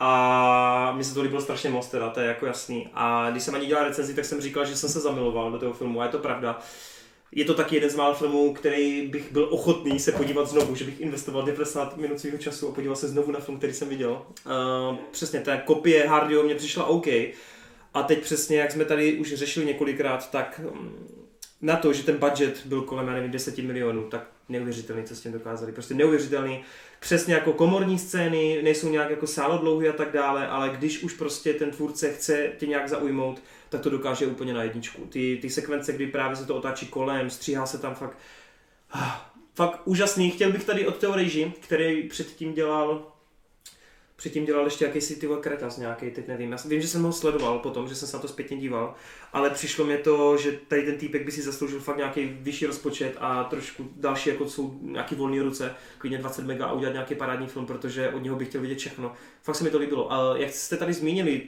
Speaker 1: A mně se to líbilo strašně moc teda, to je jako jasný. A když jsem ani dělal recenzi, tak jsem říkal, že jsem se zamiloval do toho filmu a je to pravda. Je to taky jeden z mála filmů, který bych byl ochotný se podívat znovu, že bych investoval 90 minut svého času a podíval se znovu na film, který jsem viděl. Uh, přesně, ta kopie Hardyho mě přišla OK. A teď přesně, jak jsme tady už řešili několikrát, tak mm, na to, že ten budget byl kolem, já nevím, 10 milionů, tak neuvěřitelný, co s tím dokázali. Prostě neuvěřitelný. Přesně jako komorní scény, nejsou nějak jako sálodlouhy a tak dále, ale když už prostě ten tvůrce chce tě nějak zaujmout, tak to dokáže úplně na jedničku. Ty, ty sekvence, kdy právě se to otáčí kolem, stříhá se tam fakt... ah, Fakt úžasný. Chtěl bych tady od toho reži, který předtím dělal Předtím dělal ještě jakýsi ty vole, kretas nějaký, teď nevím. Já s- vím, že jsem ho sledoval potom, že jsem se na to zpětně díval, ale přišlo mě to, že tady ten týpek by si zasloužil fakt nějaký vyšší rozpočet a trošku další, jako jsou nějaký volné ruce, klidně 20 mega a udělat nějaký parádní film, protože od něho bych chtěl vidět všechno. Fakt se mi to líbilo. A jak jste tady zmínili,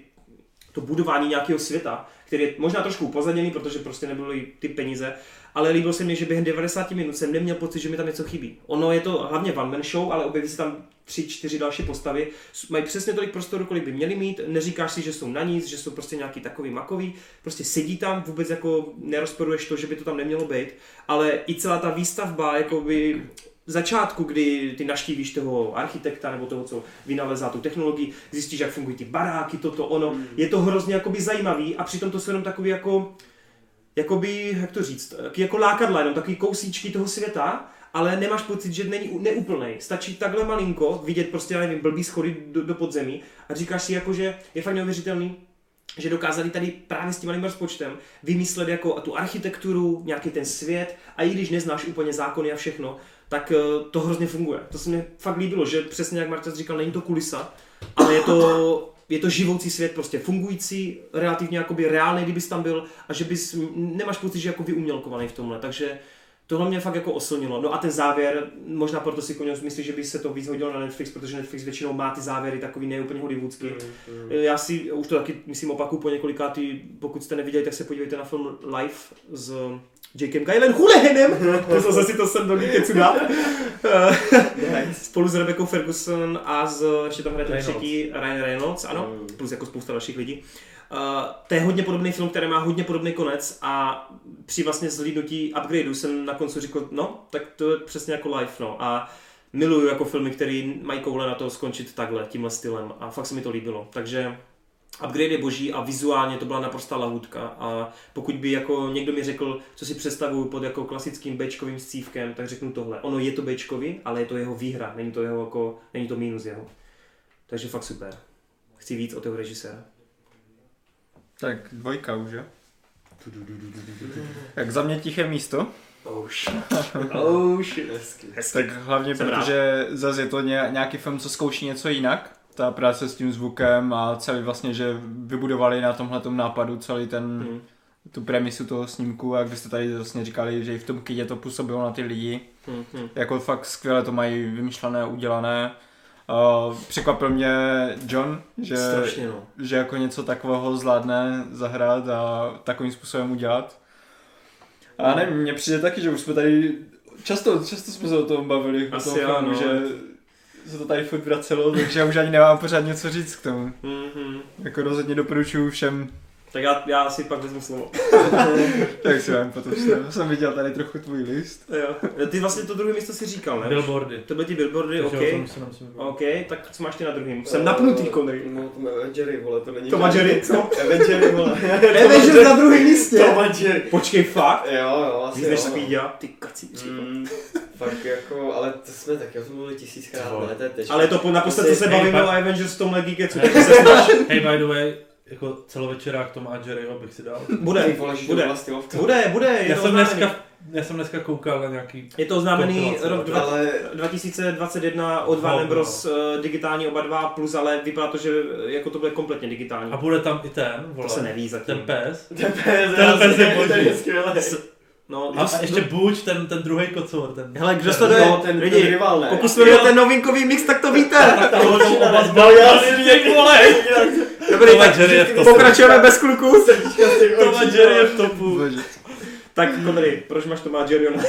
Speaker 1: to budování nějakého světa, který je možná trošku upozaděný, protože prostě nebyly ty peníze, ale líbilo se mi, že během 90 minut jsem neměl pocit, že mi tam něco chybí. Ono je to hlavně one man show, ale objeví se tam tři, čtyři další postavy, S- mají přesně tolik prostoru, kolik by měli mít, neříkáš si, že jsou na nic, že jsou prostě nějaký takový makový, prostě sedí tam, vůbec jako nerozporuješ to, že by to tam nemělo být, ale i celá ta výstavba, jako by začátku, kdy ty naštívíš toho architekta nebo toho, co vynalezá tu technologii, zjistíš, jak fungují ty baráky, toto, ono. Je to hrozně jakoby zajímavý a přitom to jsou jenom takový jako, jakoby, jak to říct, taky jako lákadla, jenom takový kousíčky toho světa, ale nemáš pocit, že není u- neúplnej. Stačí takhle malinko vidět prostě, já nevím, blbý schody do, do podzemí a říkáš si jako, že je fakt neuvěřitelný, že dokázali tady právě s tím malým rozpočtem vymyslet jako tu architekturu, nějaký ten svět a i když neznáš úplně zákony a všechno, tak eh, to hrozně funguje. To se mi fakt líbilo, že přesně jak Marta říkal, není to kulisa, ale je to, je to živoucí svět, prostě fungující, relativně jakoby reálný, kdybys tam byl a že bys, m, nemáš pocit, že jako vyumělkovaný v tomhle, takže Tohle mě fakt jako oslnilo. No a ten závěr, možná proto si koně myslí, že by se to víc hodilo na Netflix, protože Netflix většinou má ty závěry takový neúplně hollywoodský. Mm, Já si už to taky, myslím, opakuju po několikátý, pokud jste neviděli, tak se podívejte na film Live s eh, Jakem Gyllen Hulehenem, to jsem si to sem do Geekecu dát, spolu s Rebecca Ferguson a s, eh, ještě tam hraje ten
Speaker 3: Reynolds.
Speaker 1: třetí, Ryan Reynolds, ano, plus jako spousta dalších lidí. Uh, to je hodně podobný film, který má hodně podobný konec a při vlastně zhlídnutí upgradeu jsem na konci řekl, no, tak to je přesně jako live, no. A miluju jako filmy, které mají koule na to skončit takhle, tímhle stylem a fakt se mi to líbilo. Takže Upgrade je boží a vizuálně to byla naprostá lahůdka a pokud by jako někdo mi řekl, co si představuju pod jako klasickým Bčkovým scívkem, tak řeknu tohle. Ono je to Bčkový, ale je to jeho výhra, není to jeho jako, není to minus jeho. Takže fakt super. Chci víc od toho režiséra.
Speaker 4: Tak dvojka už, jo? Tak za mě tiché místo.
Speaker 1: Oh shit.
Speaker 2: Oh shit. Hezky.
Speaker 4: Tak hlavně
Speaker 1: Jsem rád.
Speaker 4: protože zase je to ně, nějaký film, co zkouší něco jinak. Ta práce s tím zvukem a celý vlastně, že vybudovali na tomhletom nápadu celý ten, hmm.
Speaker 1: Mhm,
Speaker 4: tu premisu toho snímku a když jste tady vlastně říkali, že i v tom kyně to působilo na ty lidi.
Speaker 1: Hm, hm.
Speaker 4: Jako fakt skvěle to mají vymyšlené, udělané. Uh, překvapil mě John, že,
Speaker 1: Strašně no.
Speaker 4: že jako něco takového zvládne zahrát a takovým způsobem udělat. A nevím, mně přijde taky, že už jsme tady často, často jsme se o tom bavili,
Speaker 1: Asi
Speaker 4: o tom filmu,
Speaker 1: ano.
Speaker 4: že se to tady furt vracelo, takže já už ani nemám pořád něco říct k tomu.
Speaker 1: Mm-hmm.
Speaker 4: Jako rozhodně doporučuji všem,
Speaker 1: Tak já, já si pak vezmu slovo.
Speaker 4: tak si vám potom jsem, jsem viděl tady trochu tvůj list.
Speaker 1: Jo. Ty vlastně to druhé místo si říkal, ne?
Speaker 7: Billboardy.
Speaker 1: To byly ty billboardy,
Speaker 7: Takže o tom
Speaker 1: OK.
Speaker 7: se nemusíme bavit.
Speaker 1: OK, tak co máš ty na druhém? Jsem napnutý, Conry.
Speaker 2: No, to má Jerry, vole, to není...
Speaker 1: To má Eh, Jerry, co?
Speaker 2: Jerry, vole.
Speaker 1: Avengers na druhém místě!
Speaker 2: To má Jerry.
Speaker 1: Počkej, fakt?
Speaker 2: Jo, jo, asi
Speaker 1: Víš, než
Speaker 2: jo, no.
Speaker 1: takový já, ty kacíci.
Speaker 2: Mm, fakt jako, ale to jsme taky o tom mluvili tisíckrát, ne, to je Prostě těžké.
Speaker 1: Ale to po, naposled, co se
Speaker 7: Hej,
Speaker 1: bavíme
Speaker 7: pa-
Speaker 1: o Avengers v tomhle geekecu,
Speaker 7: Hej.
Speaker 1: takže se snaž.
Speaker 7: Hej, by the way, jako celovečerák Toma a Jerryho bych si dal.
Speaker 1: Bude,
Speaker 2: bude.
Speaker 1: bude, bude, bude, je
Speaker 7: Já
Speaker 1: to
Speaker 7: jsem,
Speaker 1: oznámený.
Speaker 7: dneska, já jsem dneska koukal na nějaký...
Speaker 1: Je to oznámený
Speaker 7: Kompilace,
Speaker 1: rok
Speaker 7: no.
Speaker 1: dva-
Speaker 2: Ale
Speaker 1: 2021 od
Speaker 7: Hovno.
Speaker 1: Warner Bros. eh, digitální oba dva plus, ale vypadá to, že eh, jako to bude kompletně digitální.
Speaker 7: A bude tam i ten, vole.
Speaker 1: To se neví zatím.
Speaker 7: Ten pes.
Speaker 2: TPS,
Speaker 7: Ten pes je
Speaker 2: to
Speaker 7: boží.
Speaker 2: je skvělé.
Speaker 1: No,
Speaker 7: A ještě Buč, ten, ten druhý kocour, ten...
Speaker 1: Hele, kdo sleduje,
Speaker 2: No, ten,
Speaker 1: lidi,
Speaker 2: ten rival, ne?
Speaker 1: pokud sleduje ten novinkový mix, tak to víte.
Speaker 7: Ta hodnou oba
Speaker 2: No
Speaker 7: zbalil, vole!
Speaker 1: Dobrý,
Speaker 7: Toma
Speaker 1: tak
Speaker 7: Jerry je v topu.
Speaker 1: pokračujeme bez kluku.
Speaker 2: Srdíčka z těch
Speaker 7: Toma
Speaker 2: očí,
Speaker 7: Jerry
Speaker 2: jo.
Speaker 7: je v topu.
Speaker 4: Bože.
Speaker 1: Tak, Konry, proč máš to má Jerry na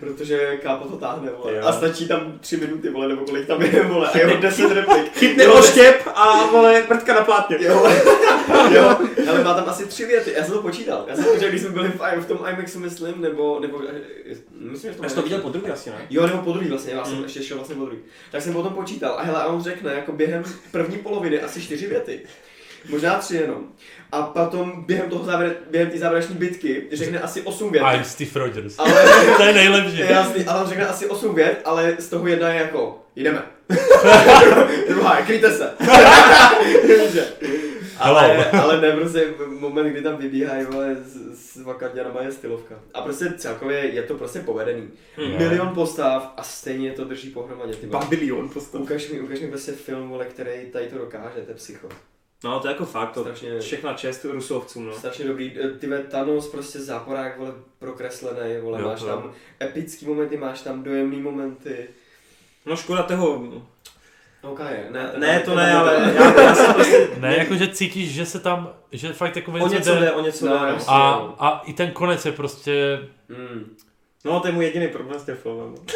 Speaker 2: Protože kápo to táhne, vole.
Speaker 1: Jo.
Speaker 2: A stačí tam tři minuty, vole, nebo kolik tam je, vole. A jeho 10 replik.
Speaker 1: Chytne
Speaker 2: Jo,
Speaker 1: oštěp a vole, prtka na plátně.
Speaker 2: Jo, jo, ale má tam asi tři věty, já jsem to počítal. Já jsem to počítal, když jsme byli v, I- v tom IMAXu, myslím, nebo, nebo, eh, myslím, že v tom
Speaker 1: Já jsi to viděl po druhé asi, ne?
Speaker 2: Jo, nebo po druhý vlastně, já jsem
Speaker 1: Mm.
Speaker 2: ještě šel vlastně po druhý. Tak jsem potom počítal a hele, a on řekne jako během první poloviny asi čtyři věty. Možná tři jenom. A potom během toho závěre, během té závěrečné bitky řekne asi osm vět.
Speaker 7: I'm Steve Rogers.
Speaker 2: Ale,
Speaker 7: To je nejlepší.
Speaker 2: jasný, ale on řekne asi osm vět, ale z toho jedna je jako, jdeme. Druhá je, kryjte se. Že? ale, ale ne, prostě moment, kdy tam vybíhají, vole, s, s vakarďanama je stylovka. A prostě celkově je to prostě povedený.
Speaker 7: Hmm.
Speaker 2: Milion postav a stejně to drží pohromadě. Ty vole.
Speaker 1: Babilion prostě.
Speaker 2: Ukaž mi, ukaž mi prostě film, vole, který tady to dokáže, to je psycho.
Speaker 1: No, to je jako fakt, to
Speaker 2: Strašně,
Speaker 1: všechna čest Rusovcům, no.
Speaker 2: strašně dobrý. Eh, Ty ve Thanos prostě záporák, vole, prokreslený, vole,
Speaker 7: Jo,
Speaker 2: máš
Speaker 7: jo.
Speaker 2: tam epický momenty, máš tam dojemný momenty.
Speaker 1: No škoda toho,
Speaker 2: Ok, je. No, ne,
Speaker 1: ne to ne,
Speaker 2: tam-
Speaker 1: ale já, já jsem prostě,
Speaker 7: Ne, jakože cítíš, že se tam, že fakt jako
Speaker 1: o
Speaker 7: něco
Speaker 1: něco
Speaker 7: jde.
Speaker 1: jde, o něco
Speaker 2: No,
Speaker 1: jde.
Speaker 2: jasně.
Speaker 1: no.
Speaker 7: A, a i ten konec je prostě,
Speaker 2: Mm.
Speaker 1: No, to je můj jediný problém s tím filmem. no.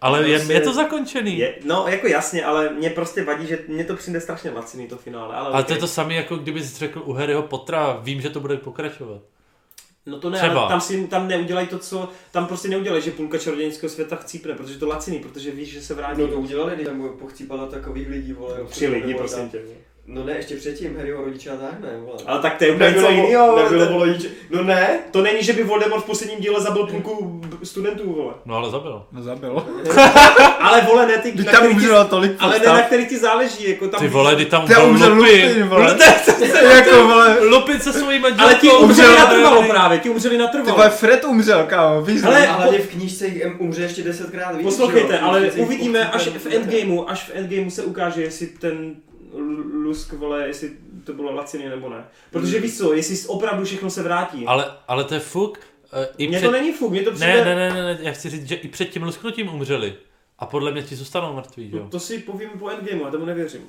Speaker 7: ale je,
Speaker 1: Prostě-
Speaker 7: je to zakončený.
Speaker 1: Je, no, jako jasně, ale mě prostě vadí, že mě to přijde strašně laciný to finále, ale,
Speaker 7: Ale
Speaker 1: okej.
Speaker 7: to je to samé, jako kdyby jsi řekl u Harryho Pottera, vím, že to bude pokračovat.
Speaker 1: No to ne,
Speaker 7: Třeba.
Speaker 1: ale tam, si, tam neudělají to, co, tam prostě neudělají, že půlka čarodějnického světa chcípne, protože to laciný, protože víš, že se vrátí.
Speaker 2: No to udělali, když tam pochcípala takových lidí, vole.
Speaker 1: No, tři lidi,
Speaker 2: vole,
Speaker 1: prosím
Speaker 2: tam-
Speaker 1: tě.
Speaker 2: No ne, ještě předtím, Harryho rodiče a táhne, vole.
Speaker 1: Ale tak to je úplně něco jiného.
Speaker 2: nebylo vole, nič- no ne,
Speaker 1: To není, že by Voldemort v posledním díle zabil půlku b- studentů, vole.
Speaker 7: No ale zabil.
Speaker 4: No zabilo.
Speaker 1: Ale vole, ne ty,
Speaker 4: Když
Speaker 1: na
Speaker 4: tam
Speaker 1: který ti,
Speaker 4: umřelo tolik
Speaker 1: ale ne na
Speaker 4: postav.
Speaker 1: který ti záleží, jako tam...
Speaker 7: Ty vole, kdy tam
Speaker 4: Já
Speaker 7: byl
Speaker 4: umřel
Speaker 7: Lupin.
Speaker 4: Lupin, vole. jako, vole,
Speaker 7: Lupin se svojí manželkou.
Speaker 1: Ale ti umřeli
Speaker 7: umřel
Speaker 1: natrvalo
Speaker 7: Adrian.
Speaker 1: právě, ti umřeli
Speaker 4: ty
Speaker 1: natrvalo.
Speaker 4: vole, Fred umřel, kámo, víš? no.
Speaker 1: Hele,
Speaker 2: ale hlavně v knížce jich em- umře ještě desetkrát víc. že
Speaker 1: Poslouchejte,
Speaker 2: jo?
Speaker 1: ale
Speaker 2: Knížce jich
Speaker 1: uvidíme až
Speaker 2: pochcípá
Speaker 1: v
Speaker 2: desetkrát.
Speaker 1: endgameu, až v endgameu se ukáže, jestli ten l- lusk, vole, jestli to bylo lacině nebo ne. Protože víš co, jestli opravdu všechno se vrátí.
Speaker 7: Ale, ale to je fuk. eh, I
Speaker 1: Mně
Speaker 7: před...
Speaker 1: to není fuk, mně to
Speaker 7: ne,
Speaker 1: přijde...
Speaker 7: ne, ne, ne, ne, já chci říct, že i před tím lusknutím umřeli. A podle mě ti zůstanou mrtví, jo.
Speaker 1: To si povím po endgameu, já tomu nevěřím.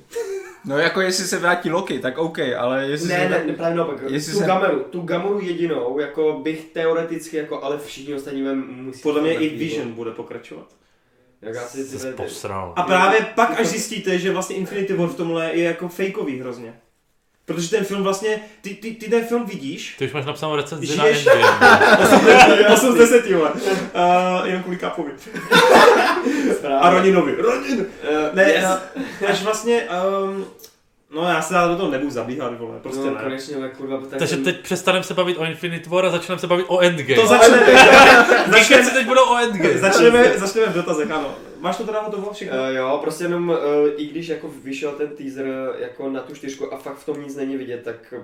Speaker 4: No jako jestli se vrátí Loki, tak OK, ale jestli se
Speaker 2: Ne, ne, ne, právě naopak.
Speaker 4: Jestli
Speaker 2: tu
Speaker 4: jsem-
Speaker 2: Gamoru, tu Gamoru jedinou, jako bych teoreticky, jako, ale všichni ostatní vem musí...
Speaker 1: Podle mě
Speaker 2: taky,
Speaker 1: i Vision bude pokračovat.
Speaker 2: Jak já si
Speaker 7: Jsi se
Speaker 2: ty
Speaker 7: posral.
Speaker 1: A právě pak, až zjistíte, že vlastně Infinity War v tomhle je jako fejkový hrozně. Protože ten film vlastně, ty, ty, ty ten film vidíš,
Speaker 3: Ty už máš napsanou recenzi na
Speaker 1: Žiješ-
Speaker 3: Endgame. vole.
Speaker 1: 8 z 10, vole. Uh, jenom kvůli kapovi. A Roninovi. Ronin! Uh, ne, yes. až vlastně, um, no já se do toho nebudu zabíhat, vole, prostě
Speaker 2: No,
Speaker 1: ne.
Speaker 2: konečně, ale kurva, tak
Speaker 3: Takže
Speaker 2: ten-
Speaker 3: teď přestaneme se bavit o Infinite War a začneme se bavit o Endgame.
Speaker 1: To začneme,
Speaker 3: Začneme se teď budou o Endgame.
Speaker 1: začneme, začneme v dotazech, ano. Máš to teda hotovo všechno?
Speaker 2: Uh, jo, prostě jenom, uh, i když jako vyšel ten teaser eh, jako na tu čtyřku a fakt v tom nic není vidět, tak eh,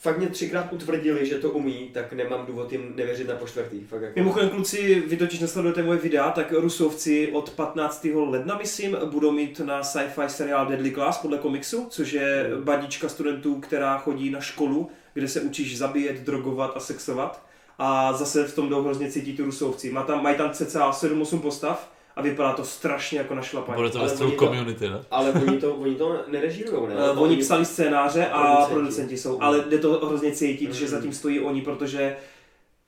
Speaker 2: fakt mě třikrát utvrdili, že to umí, tak nemám důvod jim nevěřit na poštvrtý. Fakt jako.
Speaker 1: Mimochodem, kluci, vy totiž nesledujete moje videa, tak Rusovci od 15. ledna, myslím, budou mít na sci-fi seriál Deadly Class podle komiksu, což je badička studentů, která chodí na školu, kde se učíš zabíjet, drogovat a sexovat. A zase v tom jdou hrozně cítit tu Rusovci. Má tam, mají tam cca 7-8 postav a vypadá to strašně jako našlapaní.
Speaker 3: Bude to ve
Speaker 2: Ale
Speaker 3: stylu
Speaker 2: oni to-
Speaker 3: community, ne?
Speaker 2: Ale oni to, oni to nerežírujou, ne?
Speaker 1: Eh, Oni psali scénáře a
Speaker 2: Producenti.
Speaker 1: producenti jsou, ale jde to hrozně cítit, že zatím stojí oni, protože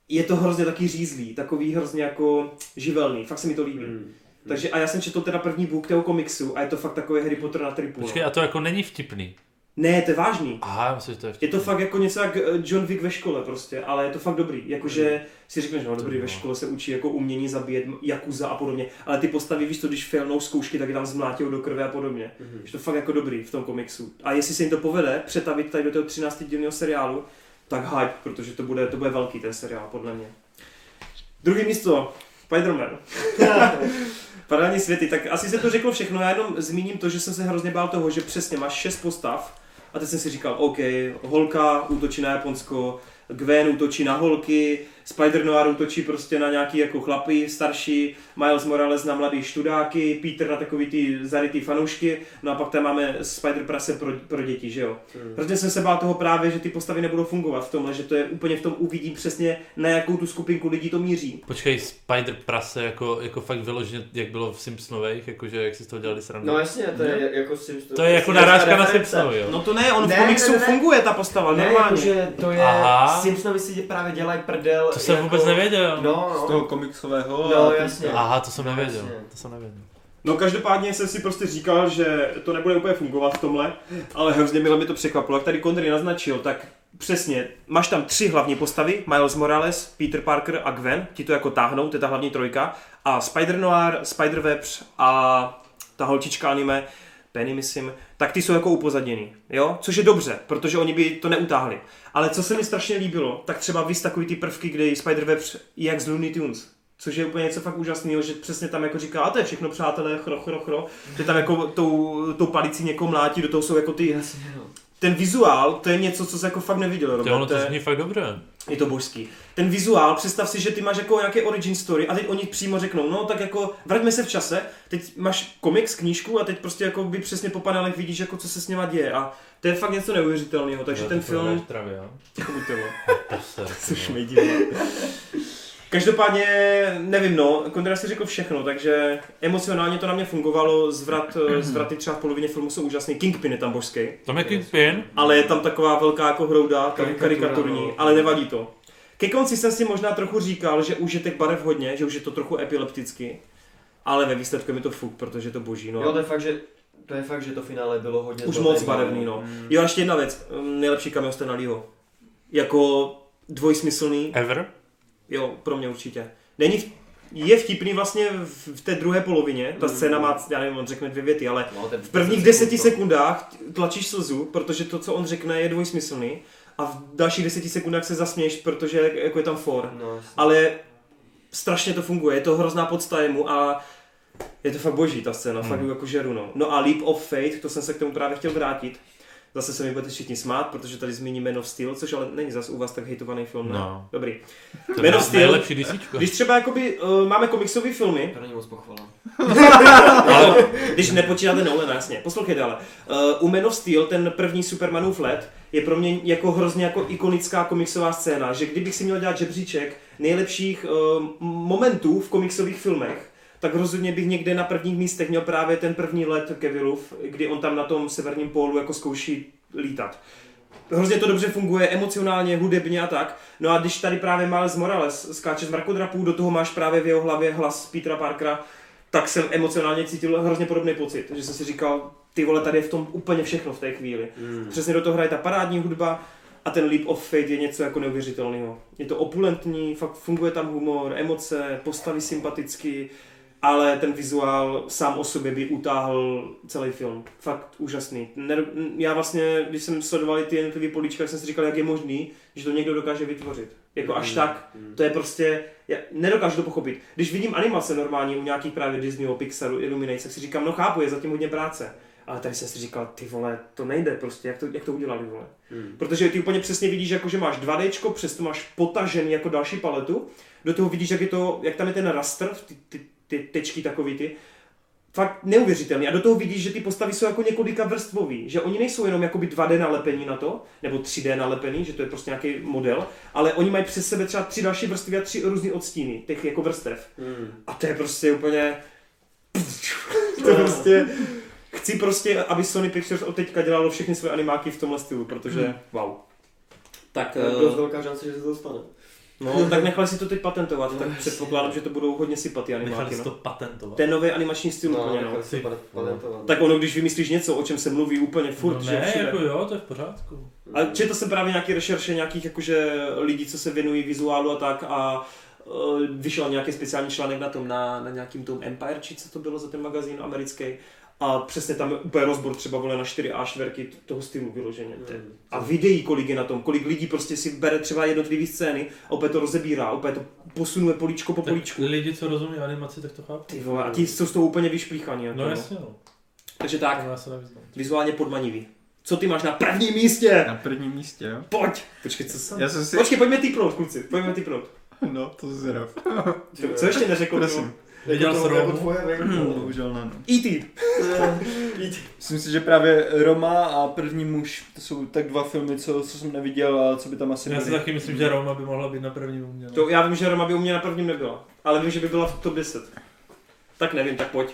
Speaker 1: je to hrozně taky řízlý, takový hrozně jako živelný, fakt se mi to líbí.
Speaker 2: Mm.
Speaker 1: Takže a já jsem četl teda první book toho komiksu a je to fakt takový Harry Potter na tripu.
Speaker 3: Počkej,
Speaker 1: no.
Speaker 3: a to jako není vtipný.
Speaker 1: Ne, to je vážný.
Speaker 3: Aha, já myslím, že to je
Speaker 1: Je
Speaker 3: vtipný.
Speaker 1: to fakt jako něco jak eh, John Wick ve škole prostě, ale je to fakt dobrý. Jakože si řekneš, no dobrý, ve škole se učí jako umění zabíjet m- jakuza a podobně, ale ty postavy, víš to, když failnou zkoušky, tak je tam zmlátějou do krve a podobně.
Speaker 2: Mhm.
Speaker 1: Je to fakt jako dobrý v tom komiksu. A jestli se jim to povede přetavit tady do toho 13 dílního seriálu, tak hype, protože to bude, to bude velký ten seriál, podle mě. Druhý místo, Spider-Man. Paralelní světy, tak asi se to řeklo všechno, já jenom zmíním to, že jsem se hrozně bál toho, že přesně máš šest postav a teď jsem si říkal, OK, holka útočí na Japonsko, Gwen útočí na holky, Spider Noir útočí prostě na nějaký jako chlapy starší, Miles Morales na mladý študáky, Peter na takový ty zarytý fanoušky, no a pak tam máme Spider Prase pro, pro děti, že jo.
Speaker 2: Mm.
Speaker 1: Hrozně jsem se bál toho právě, že ty postavy nebudou fungovat v tomhle, že to je úplně v tom uvidím přesně, na jakou tu skupinku lidí to míří.
Speaker 3: Počkej, Spider prase jako, jako fakt vyloženě, jak bylo v Simpsonových, jakože jak si z toho dělali srandu.
Speaker 2: No jasně, to je jako si...
Speaker 3: to je jako narážka na Simpsonovi, jo.
Speaker 1: No to ne, on
Speaker 2: Ne,
Speaker 1: v komiksu
Speaker 2: ne, ne, ne.
Speaker 1: funguje ta postava,
Speaker 2: Ne, jako-
Speaker 1: normálně.
Speaker 2: jakože to je...
Speaker 3: Aha.
Speaker 2: Simpsonovi si právě dělají prdel.
Speaker 3: to jsem vůbec nevěděl.
Speaker 2: No, no.
Speaker 4: Z toho komiksového.
Speaker 2: No,
Speaker 4: a teď-
Speaker 2: jasně.
Speaker 3: Aha, to jsem nevěděl.
Speaker 2: jasně.
Speaker 3: To jsem nevěděl.
Speaker 1: No každopádně jsem si prostě říkal, že to nebude úplně fungovat v tomhle, ale hrozně mile mi to překvapilo. Jak tady Kondry naznačil, tak přesně, máš tam tři hlavní postavy, Miles Morales, Peter Parker a Gwen, ti to jako táhnou, to je ta hlavní trojka, a Spider-Noir, Spider-Webs a ta holčička anime, Penny myslím, tak ty jsou jako upozaděný, jo? Což je dobře, protože oni by to neutáhli. Ale co se mi strašně líbilo, tak třeba vys takový ty prvky, kdy Spider-Webs je jak z Looney Tunes. Což je úplně něco fakt úžasného, že přesně tam jako říká, a to je všechno přátelé, chro, chro, chro. Že tam jako tou, tou palicí někoho mlátí, do toho jsou jako ty... Ten vizuál, to je něco, co se jako fakt neviděl,
Speaker 3: Ty, ono
Speaker 1: Roberte.
Speaker 3: to zní fakt dobře.
Speaker 1: Je to božský. Ten vizuál, představ si, že ty máš jako nějaké origin story a teď oni přímo řeknou, no tak jako vraťme se v čase, teď máš komiks, knížku a teď prostě jako by přesně po panelech vidíš, jako co se s něma děje a to je fakt něco neuvěřitelného, takže ten film... Jako
Speaker 3: Travě, jo?
Speaker 1: Což mi divá. Každopádně, nevím no, Kondra si řekl všechno, takže emocionálně to na mě fungovalo, zvrat, eh, zvraty třeba v polovině filmu jsou úžasný, Kingpin je tam božský,
Speaker 3: Tam je Kingpin.
Speaker 1: ale je tam taková velká jako hrouda, tam
Speaker 2: Karikatura,
Speaker 1: karikaturní,
Speaker 2: no.
Speaker 1: ale nevadí to. Ke konci jsem si možná trochu říkal, že už je těch barev hodně, že už je to trochu epilepticky, ale ve výsledku je mi to fuk, protože je to boží, no.
Speaker 2: Jo, to je fakt, že... To je fakt, že to finále bylo hodně
Speaker 1: Už
Speaker 2: zlaté,
Speaker 1: moc barevný, no. Jo, a ještě jedna věc, mm, nejlepší cameo Stana Leeho. Jako dvojsmyslný,
Speaker 3: Ever?
Speaker 1: Jo, pro mě určitě. Není, v- je vtipný vlastně v v té druhé polovině, ta scéna má, já nevím, on řekne dvě věty, ale
Speaker 2: No, to je
Speaker 1: v prvních deseti sekundách tlačíš slzu, protože to, co on řekne, je dvojsmyslný a v dalších deseti sekundách se zasměješ, protože jako je tam for.
Speaker 2: No, jasně.
Speaker 1: Ale strašně to funguje, je to hrozná podsta jemu a je to fakt boží ta scéna, hmm. fakt ji jako žeru, no. No a Leap of Fate, to jsem se k tomu právě chtěl vrátit. Zase se mi budete všichni smát, protože tady zmíníme Man of Steel, což ale není zase u vás tak hejtovaný film, ne?
Speaker 3: No.
Speaker 1: Dobrý.
Speaker 3: To
Speaker 1: Man
Speaker 3: je
Speaker 1: of Steel.
Speaker 3: nejlepší DCčko.
Speaker 1: Když třeba jakoby, uh, máme komiksové filmy,
Speaker 2: To není moc pochvala.
Speaker 1: ale když nepočítáte Nolana, jasně, poslouchejte ale. Uh, u Man of Steel, ten první Supermanův let, je pro mě jako hrozně jako ikonická komiksová scéna, že kdybych si měl dělat žebříček nejlepších uh, momentů v komiksových filmech, tak rozhodně bych někde na prvních místech měl právě ten první let Kevilův, kdy on tam na tom severním pólu jako zkouší lítat hrozně to dobře funguje emocionálně, hudebně a tak. No a když tady právě Miles Morales skáče z mrakodrapů, do toho máš právě v jeho hlavě hlas Petera Parkera, tak jsem emocionálně cítil hrozně podobný pocit, že jsem si říkal, ty vole, tady je v tom úplně všechno v té chvíli.
Speaker 2: Mm.
Speaker 1: Přesně do toho hraje ta parádní hudba a ten Leap of Fate je něco jako neuvěřitelného. Je to opulentní, fakt funguje tam humor, emoce, postavy sympaticky, ale ten vizuál sám o sobě by utáhl celý film. Fakt úžasný. Ner- já vlastně, když jsem sledoval ty jednotlivé políčka, tak jsem si říkal, jak je možný, že to někdo dokáže vytvořit. Jako až tak, to je prostě, já nedokážu to pochopit. Když vidím animace normální u nějakých právě Disneyho, Pixaru, Illuminate, tak si říkám, no chápu, je zatím hodně práce. Ale tady jsem si říkal, ty vole, to nejde prostě, jak to, jak to udělali, vole. Protože ty úplně přesně vidíš, jako že máš 2D, přesto máš potažený jako další paletu, do toho vidíš, jak, je to, jak tam je ten raster, ty, ty, ty tečky takový ty, fakt neuvěřitelný. A do toho vidíš, že ty postavy jsou jako několika vrstvový, že oni nejsou jenom jakoby 2D nalepení na to, nebo 3D nalepení, že to je prostě nějaký model, ale oni mají přes sebe třeba tři další vrstvy a tři různé odstíny těch jako vrstev.
Speaker 2: Mm.
Speaker 1: A to je prostě úplně... To je prostě... Chci prostě, aby Sony Pictures od teďka dělalo všechny své animáky v tomhle stylu, protože wow. Hmm. Tak, eh,
Speaker 2: Dost velká šance, že se to stane.
Speaker 1: no, tak nechali si to teď patentovat, tak předpokládám, že to budou hodně sypat ty
Speaker 7: Nechali
Speaker 1: animáky.
Speaker 7: si to
Speaker 1: No.
Speaker 7: patentovat.
Speaker 1: Ten nový animační styl
Speaker 2: No,
Speaker 1: úplně,
Speaker 2: nechal
Speaker 1: no.
Speaker 2: si pat- patentovat.
Speaker 1: Tak ono, když vymyslíš něco, o čem se mluví úplně furt,
Speaker 7: no
Speaker 1: že
Speaker 7: ne,
Speaker 1: všude.
Speaker 7: jako jo, to je v pořádku.
Speaker 1: A četl jsem právě nějaké rešerše nějakých jakože lidí, co se věnují vizuálu a tak a eh, vyšel nějaký speciální článek na tom, na, na nějakým tom Empire, či co to bylo za ten magazín americký. A přesně tam je úplně rozbor třeba vole na 4 a čtverky t- toho stylu vyloženě.
Speaker 2: Mm.
Speaker 7: Hmm.
Speaker 1: A videí, kolik je na tom, kolik lidí prostě si bere třeba jednotlivé scény a opět to rozebírá, opět to posunuje políčko po
Speaker 7: Tak
Speaker 1: políčku.
Speaker 7: lidi, co rozumí animaci, tak to chápu.
Speaker 1: Ty vole, a ti jsou z toho úplně vyšplíchaní. Jako,
Speaker 7: No
Speaker 1: no.
Speaker 7: jasně, no.
Speaker 1: Takže tak,
Speaker 7: Já se nevyznám.
Speaker 1: vizuálně podmanivý. Co ty máš na prvním místě?
Speaker 7: No.
Speaker 4: Na prvním místě, jo?
Speaker 1: Pojď! Počkej, co jsem?
Speaker 4: Já jsem si...
Speaker 1: Počkej, pojďme typnout, kluci, pojďme typnout.
Speaker 4: No, to jsi zrav.
Speaker 1: Co- Co ještě neřekl?
Speaker 4: Prosím.
Speaker 2: Jako
Speaker 7: Viděl jsi Romu?
Speaker 2: Hmm.
Speaker 1: Hmm.
Speaker 4: Bohužel ne, no.
Speaker 1: E.T.
Speaker 4: Myslím si, že právě Roma a První muž, to jsou tak dva filmy, co, co jsem neviděl a co by tam asi
Speaker 7: Já si
Speaker 4: nebyly.
Speaker 7: taky myslím, že Roma by mohla být na prvním umění.
Speaker 1: To já vím, že Roma by u mě na prvním nebyla, ale vím, že by byla v top 10. Tak nevím, tak pojď.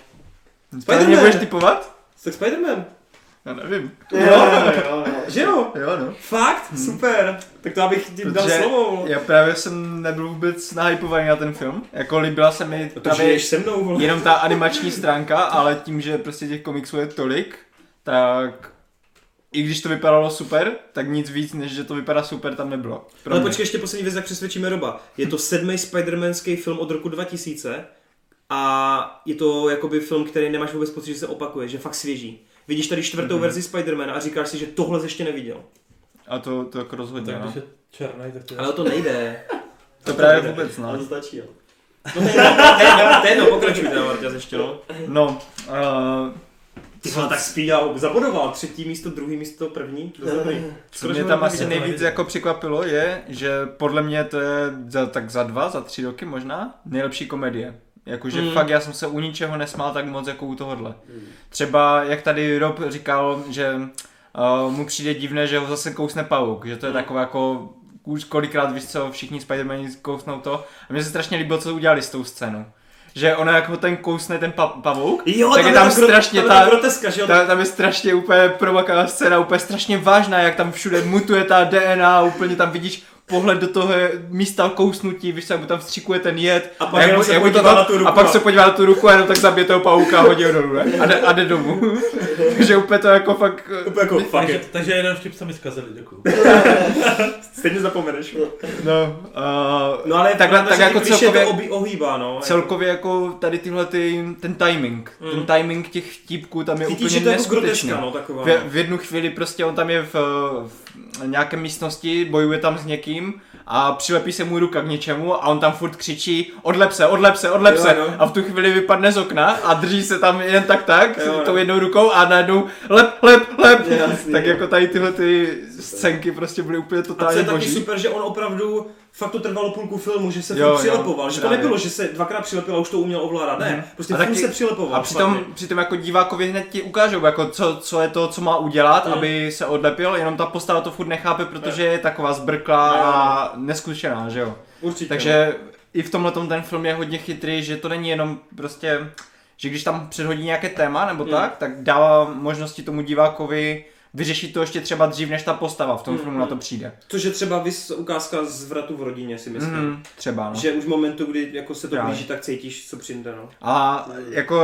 Speaker 4: Spider-Man!
Speaker 1: Spider-Man.
Speaker 4: Mě budeš typovat?
Speaker 1: Tak Spider-Man, No,
Speaker 4: Já nevím.
Speaker 1: že jo?
Speaker 4: Jo, no.
Speaker 1: Fakt? Hmm. Super. Tak to abych ti dal
Speaker 4: Protože-
Speaker 1: slovo.
Speaker 4: Já právě jsem nebyl vůbec nahypovaný na ten film. Jako líbila se mi
Speaker 1: To Tady...
Speaker 4: právě
Speaker 1: žiješ se mnou, vole.
Speaker 4: jenom ta animační stránka, ale tím, že prostě těch komiksů je tolik, tak i když to vypadalo super, tak nic víc, než že to vypadá super, tam nebylo. Pro
Speaker 1: Ale
Speaker 4: mě.
Speaker 1: počkej, ještě poslední věc, jak přesvědčíme Roba. Je to sedmý Spider-Manský film od roku 2000 a je to jakoby film, který nemáš vůbec pocit, že se opakuje, že je fakt svěží. Vidíš tady čtvrtou mm-hmm. verzi Spider-Mana a říkáš si, že tohle jsi ještě neviděl.
Speaker 4: A to, to jako rozhodně,
Speaker 7: Tak
Speaker 4: no.
Speaker 7: když je černý, tak to je...
Speaker 1: Ale to nejde.
Speaker 4: To právě vůbec, no.
Speaker 2: Ale to stačí, jo.
Speaker 1: No to je jedno, to je jedno, to je jedno, pokračuj teda, Marťas, ještě no.
Speaker 4: No, uh,
Speaker 1: Ty vole, tak spíjal, zabodoval třetí místo, druhý místo, první. to je dobrý.
Speaker 4: co
Speaker 1: Skoro, že
Speaker 4: mě
Speaker 1: ho
Speaker 4: tam asi
Speaker 1: neviděl.
Speaker 4: nejvíc jako překvapilo je, že podle mě to je za, tak za dva, za tři roky možná, nejlepší komedie. Jakože
Speaker 1: Mm.
Speaker 4: mm. fakt já jsem se u ničeho nesmál tak moc jako u tohohle.
Speaker 1: Hmm.
Speaker 2: Mm.
Speaker 4: Třeba jak tady Rob říkal, že uh, mu přijde divné, že ho zase kousne pavouk, že to je
Speaker 1: Hmm.
Speaker 4: mm. takové jako už kolikrát víš co, všichni Spidermani kousnou to. A mně se strašně líbilo, co udělali s tou scénou. Že ono jako ten kousne ten pa- pavouk,
Speaker 1: Jo,
Speaker 4: tak je tam
Speaker 1: gro-
Speaker 4: strašně
Speaker 1: tam je ta
Speaker 4: ta-
Speaker 1: groteska, že jo?
Speaker 4: Ta, tam je strašně úplně provokativní scéna, úplně strašně vážná, jak tam všude mutuje ta DNA, úplně tam vidíš pohled do toho místa kousnutí, víš, co, jak mu tam vstřikuje ten jed.
Speaker 1: A pak
Speaker 4: jak
Speaker 1: jenom
Speaker 4: mu-
Speaker 1: se
Speaker 4: jak mu to
Speaker 1: podívá
Speaker 4: tam-
Speaker 1: na tu ruku no.
Speaker 4: A pak
Speaker 1: a-
Speaker 4: se podívá na tu ruku a jenom tak zabije toho pauka a hodí ho dolů, ne? A jde, a jde domů. Takže úplně to jako fakt...
Speaker 1: Úplně jako, fuck
Speaker 7: Takže,
Speaker 1: it.
Speaker 7: takže jeden vtip se mi zkazili, děkuju.
Speaker 1: Stejně zapomeneš.
Speaker 4: No, uh,
Speaker 1: No ale
Speaker 4: takhle,
Speaker 1: pravda, že
Speaker 4: tak
Speaker 1: ty
Speaker 4: jako
Speaker 1: klišé
Speaker 4: celkově...
Speaker 1: to obí, ohýbá, no.
Speaker 4: Celkově jako tady tyhle ty, ten timing, mm. ten timing těch vtipků tam je
Speaker 1: Cítíš,
Speaker 4: úplně
Speaker 1: že to je jako
Speaker 4: neskutečný.
Speaker 1: groteska, no, taková.
Speaker 4: V, v jednu chvíli prostě on tam je v, v nějaké místnosti, bojuje tam s někým a přilepí se mu ruka k něčemu a on tam furt křičí odlep se, odlep se, odlep
Speaker 1: Jo,
Speaker 4: se
Speaker 1: no.
Speaker 4: a v tu chvíli vypadne z okna a drží se tam jen tak tak
Speaker 1: Jo, no.
Speaker 4: tou jednou rukou a najednou lep, lep, lep.
Speaker 2: Jasný,
Speaker 4: tak
Speaker 2: jo.
Speaker 4: jako tady tyhle ty scénky prostě byly úplně
Speaker 1: A co
Speaker 4: totálně
Speaker 1: je taky
Speaker 4: boží.
Speaker 1: super, že on opravdu fakt to trvalo půlku filmu, že se
Speaker 4: Jo,
Speaker 1: furt
Speaker 4: jo,
Speaker 1: přilepoval, že to
Speaker 4: právě. Mhm.
Speaker 1: nebylo, že se dvakrát přilepil a už to uměl ovládat, ne, prostě
Speaker 4: A
Speaker 1: furt
Speaker 4: taky-
Speaker 1: se přilepoval.
Speaker 4: A přitom,
Speaker 1: fakt.
Speaker 4: přitom jako divákovi hned ti ukážou, jako co, co je to, co má udělat,
Speaker 1: Mm.
Speaker 4: aby se odlepil, jenom ta postava to furt nechápe, protože je taková zbrklá
Speaker 1: Jo, jo.
Speaker 4: a neskušená, že jo.
Speaker 1: Určitě. no.
Speaker 4: Takže i v tomhle ten film je hodně chytrý, že to není jenom prostě, že když tam předhodí nějaké téma nebo
Speaker 1: Mm.
Speaker 4: tak, tak dává možnosti tomu divákovi vyřešit to ještě třeba dřív, než ta postava v tom
Speaker 1: Mm,
Speaker 4: filmu na to přijde.
Speaker 1: Což je třeba vys ukázka z vratu v rodině, si myslím.
Speaker 4: Mm, třeba no.
Speaker 1: Že už v momentu, kdy jako se to
Speaker 4: Právě.
Speaker 1: blíží, tak cítíš, co přijde, no.
Speaker 4: A jako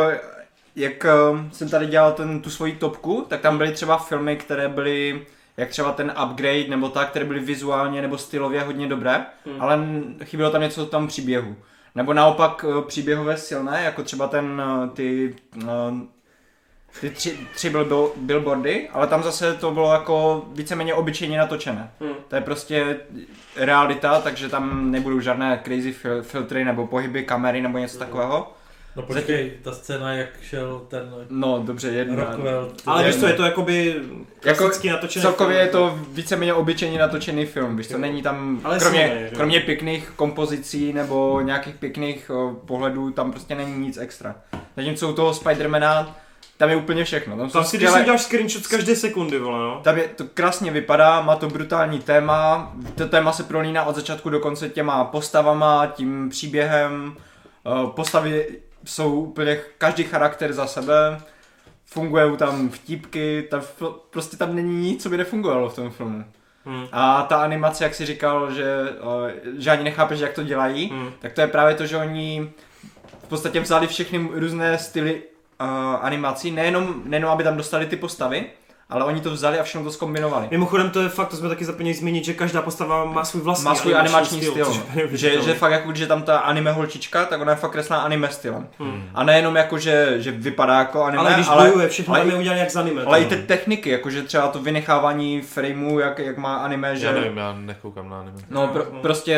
Speaker 4: jak ehm, jsem tady dělal ten, tu svoji topku, tak tam byly třeba filmy, které byly jak třeba ten upgrade nebo tak, které byly vizuálně nebo stylově hodně dobré, mm. ale n- chybělo tam něco tam příběhu. Nebo naopak eh, příběhové silné, jako třeba ten, eh, ty, eh, ty tři, tři bilbo, billboardy, ale tam zase to bylo jako víceméně obyčejně natočené.
Speaker 1: Hmm.
Speaker 4: To je prostě realita, takže tam nebudou žádné crazy fil- filtry nebo pohyby kamery nebo něco takového.
Speaker 7: No počkej, ta scéna, jak šel ten
Speaker 4: No dobře, jedna.
Speaker 7: Rockwell.
Speaker 1: Ale
Speaker 4: je-
Speaker 1: víš co, je to jakoby
Speaker 4: Jako
Speaker 1: klasicky natočený
Speaker 4: celkově
Speaker 1: film. no.
Speaker 4: je to víceméně obyčejně natočený film, víš, to není tam,
Speaker 1: Ale silný,
Speaker 4: kromě,
Speaker 1: že jo?
Speaker 4: kromě pěkných kompozicí nebo nějakých pěkných o, pohledů, tam prostě není nic extra. Zatímco u toho Spidermana, tam je úplně všechno. Tam,
Speaker 1: Tam
Speaker 4: jsou
Speaker 1: si, když si
Speaker 4: skvělé,
Speaker 1: uděláš screenshot z každé sekundy, vole, no.
Speaker 4: Tam je to krásně vypadá, má to brutální téma, to téma se prolíná od začátku do konce těma postavama, tím příběhem, eh, postavy jsou úplně každý charakter za sebe, fungují tam vtipky, tam fl- prostě tam není nic, co by nefungovalo v tom filmu.
Speaker 1: Hmm.
Speaker 4: A ta animace, jak si říkal, že, eh, že ani nechápeš, jak to dělají,
Speaker 1: Hmm.
Speaker 4: tak to je právě to, že oni v podstatě vzali všechny různé styly uh, animací, nejenom, nejenom aby tam dostali ty postavy, ale oni to vzali a všechno to zkombinovali.
Speaker 1: Mimochodem to je fakt, to jsme taky zapomněli zmínit, že každá postava má svůj vlastní
Speaker 4: Má svůj animační styl,
Speaker 1: Vlastně
Speaker 4: no.
Speaker 1: což je
Speaker 4: že, že
Speaker 1: neuvěřitelný.
Speaker 4: fakt jako, že tam ta anime holčička, tak ona je fakt kreslá anime stylem. Hmm. A nejenom jako, že, že vypadá jako anime,
Speaker 1: Hm. ale když
Speaker 4: ale,
Speaker 1: bojuje, no. všechno
Speaker 4: ale,
Speaker 1: tam je udělané jak z anime.
Speaker 4: ale i
Speaker 1: to-
Speaker 4: ty techniky, jakože třeba to vynechávání frameu, jak, jak má anime, že...
Speaker 3: Já nevím, já nekoukám na anime.
Speaker 4: No, pro, prostě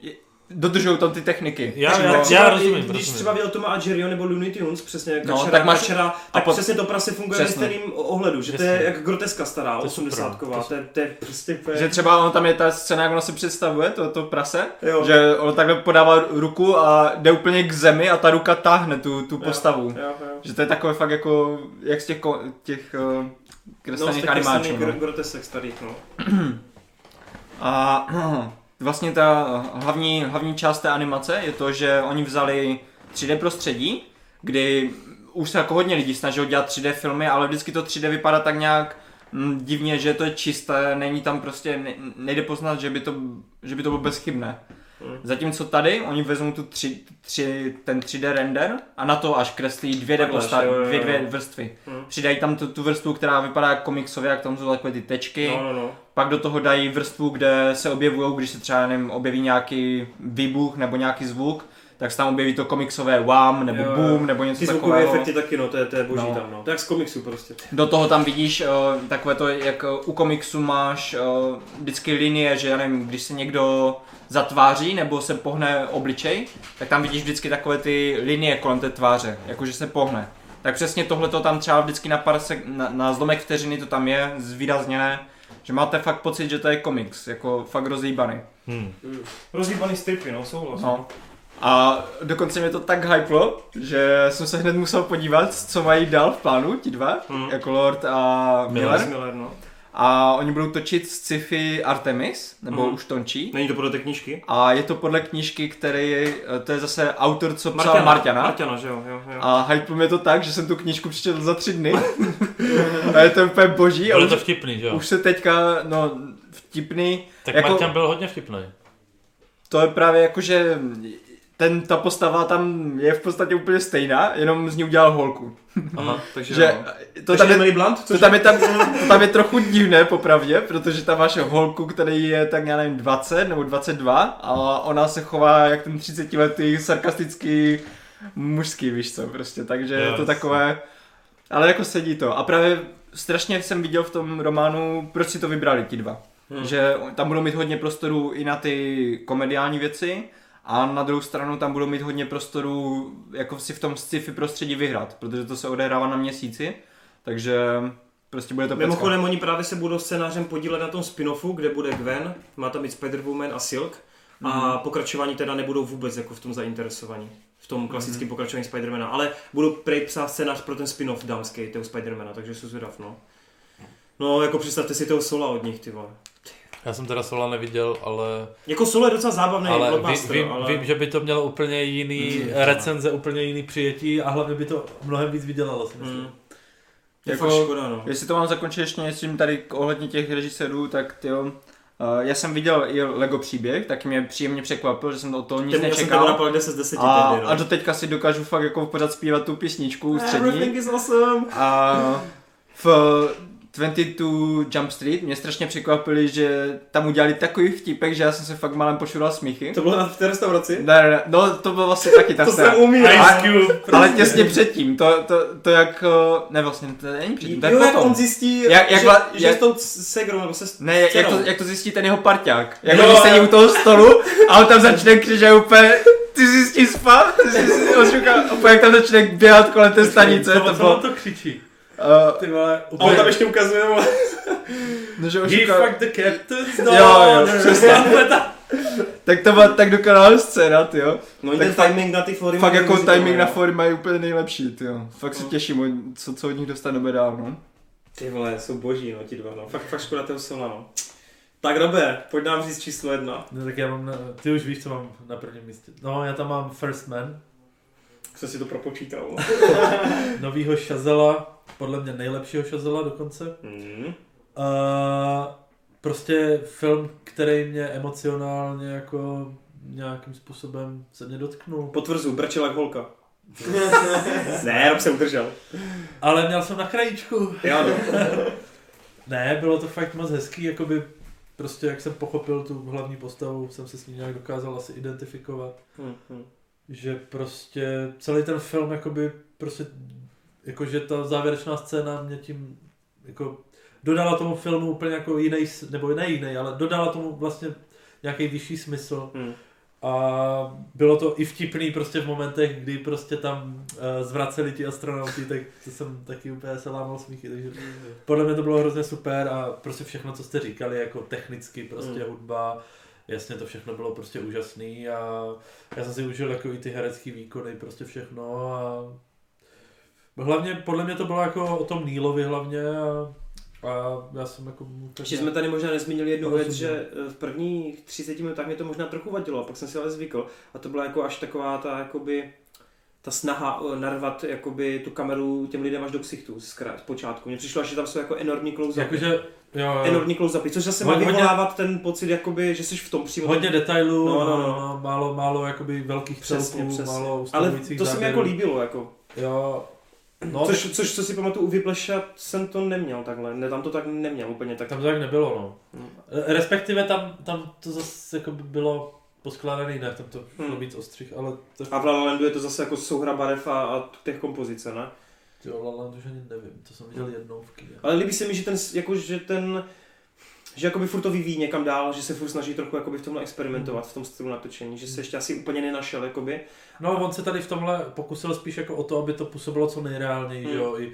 Speaker 4: je- dodržují tam ty techniky.
Speaker 3: Já-
Speaker 4: Přímo-
Speaker 3: já-
Speaker 1: Třeba, já
Speaker 3: rozumím,
Speaker 1: rozumím, když
Speaker 3: rozumím.
Speaker 1: třeba viděl Toma a Jerryho nebo Looney Tunes, přesně jak
Speaker 4: No,
Speaker 1: no,
Speaker 4: tak
Speaker 1: tak,
Speaker 4: máš-
Speaker 1: kačera,
Speaker 4: a
Speaker 1: tak
Speaker 4: po-
Speaker 1: přesně to prase funguje ve
Speaker 4: Přesně.
Speaker 1: stejném ohledu, že to je
Speaker 3: Jasně.
Speaker 1: jak groteska stará,
Speaker 3: je super.
Speaker 1: 80 to, je- to je prostě úplně-
Speaker 4: no. Že třeba ono tam je ta scéna, jak ono si představuje, to, to prase,
Speaker 1: Jo.
Speaker 4: že ono takhle podává ruku a jde úplně k zemi a ta ruka táhne tu, tu postavu.
Speaker 1: Jo, jo.
Speaker 4: Že to je takové fakt jako, jak z těch, ko- těch uh,
Speaker 1: No, z
Speaker 4: kreslených
Speaker 1: těch
Speaker 4: no, animáčů.
Speaker 1: kreslených
Speaker 4: No.
Speaker 1: gro- grotesek starých, no.
Speaker 4: A vlastně ta hlavní, hlavní část té animace je to, že oni vzali 3D prostředí, kdy už se jako hodně lidí snažilo dělat 3D filmy, ale vždycky to 3D vypadá tak nějak mm, divně, že to je čisté, není tam prostě, ne- nejde poznat, že by to, že by to bylo bezchybné.
Speaker 1: Hmm.
Speaker 4: Zatímco tady oni vezmou tu tři, tři, ten 3D render a na to až kreslí 2D
Speaker 1: Takhle,
Speaker 4: postavy,
Speaker 1: jo, jo, Hmm. jo.
Speaker 4: dvě, dvě vrstvy. Přidají tam tu, tu vrstvu, která vypadá komiksově, jak tam jsou takové ty tečky.
Speaker 1: No, no, no.
Speaker 4: Pak do toho dají vrstvu, kde se objevují, když se třeba nevím, objeví nějaký výbuch nebo nějaký zvuk, tak se tam objeví to komiksové wham nebo
Speaker 1: Jo, jo.
Speaker 4: boom nebo něco
Speaker 1: Ty zvukové
Speaker 4: takového.
Speaker 1: efekty taky, no, to je- to je boží
Speaker 4: No.
Speaker 1: tam, no. To je jak z komiksu prostě.
Speaker 4: Do toho tam vidíš uh, takové to, jak eh, u komiksu máš uh, vždycky linie, že já nevím, když se někdo zatváří nebo se pohne obličej, tak tam vidíš vždycky takové ty linie kolem té tváře, jakože se pohne. Tak přesně tohle to tam třeba vždycky na, pár sek- na, na zlomek vteřiny to tam je zvýrazněné, že máte fakt pocit, že to je komiks, jako fakt rozjíbaný.
Speaker 3: Hmm.
Speaker 1: Rozhýbaný stripy, no, souhlas.
Speaker 4: No. A dokonce mě to tak hyplo, že jsem se hned musel podívat, co mají dál v plánu, ti dva,
Speaker 1: Mhm.
Speaker 4: jako Lord a Miller.
Speaker 1: Miller, Miller, no.
Speaker 4: A oni budou točit sci-fi Artemis, nebo
Speaker 1: Mhm.
Speaker 4: už tončí.
Speaker 1: Není to podle té knížky?
Speaker 4: A je to podle knížky, který, eh, to je zase autor, co psal
Speaker 1: Marťana.
Speaker 4: Marťana. Marťana.
Speaker 1: Marťana, že jo, jo, jo.
Speaker 4: A hype mě to tak, že jsem tu knížku přečetl za tři dny. a je to úplně boží. A
Speaker 3: Bylo
Speaker 4: už,
Speaker 3: to vtipný, že jo?
Speaker 4: už se teďka, no, vtipný.
Speaker 3: Tak
Speaker 4: jako-
Speaker 3: jako... Martin byl hodně vtipný.
Speaker 4: To je právě jako, že ten, ta postava tam je v podstatě úplně stejná, jenom z ní udělal holku.
Speaker 1: Aha, takže
Speaker 4: Že
Speaker 1: jo.
Speaker 4: to
Speaker 1: Takže
Speaker 4: tam je
Speaker 1: Emily Blunt,
Speaker 4: To tam, je tam, to tam je trochu divné popravdě, protože tam máš holku, který je tak já nevím 20 nebo 22 a ona se chová jak ten 30 letý sarkastický mužský, víš co, prostě, takže je to
Speaker 3: Jasně.
Speaker 4: takové, ale jako sedí to a právě strašně jsem viděl v tom románu, proč si to vybrali ti dva, hmm. že tam budou mít hodně prostoru i na ty komediální věci a na druhou stranu tam budou mít hodně prostoru jako si v tom sci-fi prostředí vyhrát, protože to se odehrává na měsíci, takže prostě bude to pecka.
Speaker 1: Mimochodem, oni právě se budou scénářem podílet na tom spin-offu, kde bude Gwen, má tam být Spider-Woman a Silk. A pokračování teda nebudou vůbec jako v tom zainteresovaní. V tom klasickém pokračování Spidermana. Ale budou prej psát scénář pro ten spin-off dámský, toho Spidermana, takže jsou zvědav, no. No, jako představte si toho Sola od nich, ty vole.
Speaker 3: Já jsem teda Sola neviděl, ale,
Speaker 1: Jako Solo je docela zábavný,
Speaker 3: ale, Hmm. vím,
Speaker 1: blockbuster,
Speaker 3: vím,
Speaker 1: ale...
Speaker 3: vím, že by to mělo úplně jiný recenze, úplně jiný přijetí a hlavně by to mnohem víc vydělalo, si myslím.
Speaker 1: Mm. Je
Speaker 4: Jako-
Speaker 1: fakt škoda, no.
Speaker 4: Jestli to mám zakončit ještě něco tady k- ohledně těch režisérů, tak jo, Uh, já jsem viděl i Lego příběh, tak mě příjemně překvapil, že jsem od toho nic
Speaker 1: Ten, já jsem to
Speaker 4: nečekal.
Speaker 1: napal 10 z 10
Speaker 4: A,
Speaker 1: tehdy, no.
Speaker 4: a doteďka si dokážu fakt jako pořád zpívat tu písničku ústřední.
Speaker 1: Eh, Everything is awesome.
Speaker 4: A v 22 Jump Street mě strašně překvapili, že tam udělali takový vtipek, že já jsem se fakt málem pošural smíchy.
Speaker 1: To bylo na v té restauraci?
Speaker 4: Ne, ne, ne, no to bylo vlastně taky ta
Speaker 1: To
Speaker 4: scéna.
Speaker 1: jsem umíral. prostě.
Speaker 4: Ale- Ale těsně předtím, to, to, to jak, eh, ne vlastně, to není předtím, to je
Speaker 1: Jo, jak
Speaker 4: potom.
Speaker 1: on zjistí,
Speaker 4: Jak- jak
Speaker 1: že,
Speaker 4: vla-
Speaker 1: že
Speaker 4: jak-
Speaker 1: s tou segrou nebo se s
Speaker 4: Ne, jak, jak, to,
Speaker 1: dcerou.
Speaker 4: jak to zjistí ten jeho parťák. Jak
Speaker 1: Jo,
Speaker 4: oni
Speaker 1: jo.
Speaker 4: sedí u toho stolu a on tam začne křiže úplně, ty jsi s tím spal, ty jsi s tím ošukal, úplně jak tam začne běhat kolem té stanice, to
Speaker 3: Co on
Speaker 4: bylo,
Speaker 3: to křičí?
Speaker 4: uh,
Speaker 3: Ty vole,
Speaker 1: A on
Speaker 3: úplně...
Speaker 1: tam ještě ukazuje, vole.
Speaker 4: no, že
Speaker 3: He
Speaker 4: ošukal,
Speaker 3: fucked the captain's dog.
Speaker 4: jo,
Speaker 3: přesně.
Speaker 4: tak to byla tak dokonalá scéna, ty jo.
Speaker 1: No i
Speaker 4: Tak
Speaker 1: ten
Speaker 4: fakt-
Speaker 1: timing na ty flory.
Speaker 4: Fakt jako
Speaker 1: neuvěřitelný,
Speaker 4: timing
Speaker 1: no.
Speaker 4: na fory mají úplně nejlepší, ty jo. Fakt se těším, o- co, co od nich dostaneme dál, no.
Speaker 1: Ty vole, jsou boží, no, ti dva, no. Fakt, fakt škoda toho Sona, no. Tak, Robe, pojď nám říct číslo jedna.
Speaker 3: No tak já mám, na, ty už víš, co mám na prvním místě. No já tam mám First Man,
Speaker 1: Co si to propočítal?
Speaker 3: novýho Shazela, podle mě nejlepšího Shazela dokonce.
Speaker 1: Mm.
Speaker 3: Uh, prostě film, který mě emocionálně jako nějakým způsobem se mě dotknul.
Speaker 1: Potvrzu, brčel jak holka. ne, Rob se udržel.
Speaker 3: Ale měl jsem na krajíčku.
Speaker 1: Já no.
Speaker 3: Ne, bylo to fakt moc hezký, jakoby prostě jak jsem pochopil tu hlavní postavu, jsem se s ní nějak dokázal asi identifikovat.
Speaker 1: Mhm.
Speaker 3: Že prostě celý ten film, jakoby prostě, jakože ta závěrečná scéna mě tím jako dodala tomu filmu úplně jako jiný, s- nebo ne jiný, ale dodala tomu vlastně nějaký vyšší smysl.
Speaker 1: Hmm.
Speaker 3: A bylo to i vtipný prostě v momentech, kdy prostě tam eh, zvraceli ti astronauti, tak to jsem taky úplně se lámal smíchy, takže podle mě to bylo hrozně super a prostě všechno, co jste říkali, jako technicky prostě
Speaker 1: Mm.
Speaker 3: hudba, jasně to všechno bylo prostě úžasný a já jsem si užil jako i ty herecký výkony, prostě všechno a hlavně, podle mě to bylo jako o tom Nílovi hlavně a, a já jsem jako... mu tak
Speaker 1: Ještě
Speaker 3: nějak-
Speaker 1: jsme tady možná nezmínili jednu
Speaker 3: Rozumím.
Speaker 1: věc, že eh, v prvních 30 minutách mě to možná trochu vadilo, a pak jsem si ale zvykl. A to byla jako až taková ta, jakoby, ta snaha eh, narvat jakoby, tu kameru těm lidem až do ksichtů z kra- z počátku. Mně přišlo, až, že tam jsou jako enormní close
Speaker 3: Jakože, jo, jo.
Speaker 1: enormní close-upy, což zase má
Speaker 3: Hodně-
Speaker 1: vyvolávat ten pocit, jakoby, že jsi v tom přímo.
Speaker 3: Hodně detailů,
Speaker 1: No,
Speaker 3: no,
Speaker 1: no,
Speaker 3: no,
Speaker 1: no.
Speaker 3: no. málo, málo jakoby velkých
Speaker 1: Přesně,
Speaker 3: celků,
Speaker 1: přesně.
Speaker 3: málo
Speaker 1: ale
Speaker 3: ustavujících
Speaker 1: to se mi jako
Speaker 3: záběrů.
Speaker 1: líbilo, jako.
Speaker 3: Jo, no, Což...
Speaker 1: Což, což, co si pamatuju, u Vypleša jsem to neměl takhle, ne, tam to tak neměl úplně tak.
Speaker 3: tam to tak nebylo, no.
Speaker 1: No.
Speaker 3: E, Respektive tam, tam to zase jako by bylo poskládaný jinak, tam to bylo
Speaker 1: Hmm.
Speaker 3: víc ostřih, ale to
Speaker 1: A v La La Landu je to zase jako souhra barev a, a těch kompozice, ne?
Speaker 3: jo, La La Land už ani nevím, to jsem viděl jednou v kyně.
Speaker 1: Ale líbí se mi, že ten, s- jako, že ten, že jakoby furt to vyvíjí někam dál, že se furt snaží trochu jakoby v tomhle experimentovat, v tom stylu natočení, že se ještě asi úplně nenašel, jakoby.
Speaker 3: No, on se tady v tomhle pokusil spíš jako o to, aby to působilo co nejreálněji,
Speaker 1: Hmm.
Speaker 3: že jo, i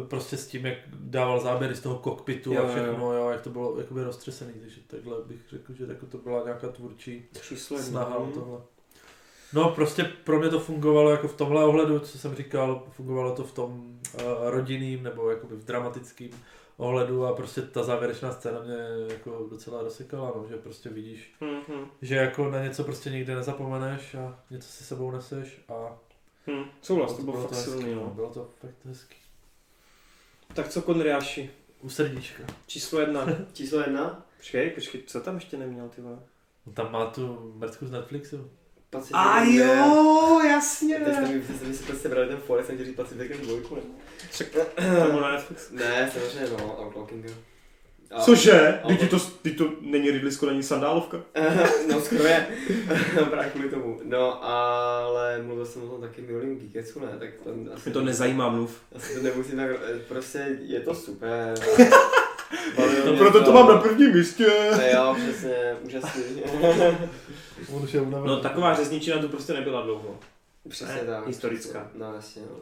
Speaker 3: e, prostě s tím, jak dával záběry z toho kokpitu
Speaker 1: Jo, jo,
Speaker 3: a
Speaker 1: jo.
Speaker 3: všechno, jo, jak to bylo jakoby roztřesený, takže takhle bych řekl, že jako to byla nějaká tvůrčí
Speaker 1: Číslo jedna.
Speaker 3: snaha o tohle. No prostě pro mě to fungovalo jako v tomhle ohledu, co jsem říkal, fungovalo to v tom uh, rodinným nebo jakoby v dramatickém ohledu a prostě ta závěrečná scéna mě jako docela rozsekala, no, že prostě vidíš,
Speaker 1: Mm-hmm.
Speaker 3: že jako na něco prostě nikdy nezapomeneš a něco si sebou neseš a
Speaker 1: Mm. Souhlas, to bylo, fakt
Speaker 3: hezký,
Speaker 1: silný,
Speaker 3: no,
Speaker 1: no.
Speaker 3: Bylo to fakt hezký.
Speaker 1: Tak co Konriáši?
Speaker 3: U srdíčka.
Speaker 1: Číslo jedna.
Speaker 2: Číslo jedna,
Speaker 1: počkej, počkej, co tam ještě neměl, ty vole?
Speaker 3: No, tam má tu mrtku z Netflixu.
Speaker 2: Pacific
Speaker 1: A
Speaker 2: Rim dvě.
Speaker 1: jo,
Speaker 2: A
Speaker 1: jasně.
Speaker 2: Teď jste mi jste mi si sebrali ten forest, jsem ti říct Pacific Rim dvojku, ne?
Speaker 1: To bylo na Netflixu.
Speaker 2: Ne, samozřejmě no, Outlookinga. A-
Speaker 1: Cože?
Speaker 2: A-
Speaker 1: Teď to, teď to není Ridley Scott ani sandálovka.
Speaker 2: no skoro je, právě kvůli tomu. No, ale mluvil jsem o tom taky minulým Geekecu, ne? Tak tam asi,
Speaker 1: Mě to nezajímá mluv.
Speaker 2: asi to nemusím tak, eh, prostě je to super.
Speaker 3: To
Speaker 2: Bavilo
Speaker 1: No, Proto to mám na prvním místě.
Speaker 2: Eh, Jo, přesně, úžasný.
Speaker 3: On už je unavený.
Speaker 1: No taková řezničina tu prostě nebyla dlouho.
Speaker 2: přesně
Speaker 1: Ne,
Speaker 2: tak.
Speaker 1: Eh, historická.
Speaker 2: Přesně. No, jasně, no.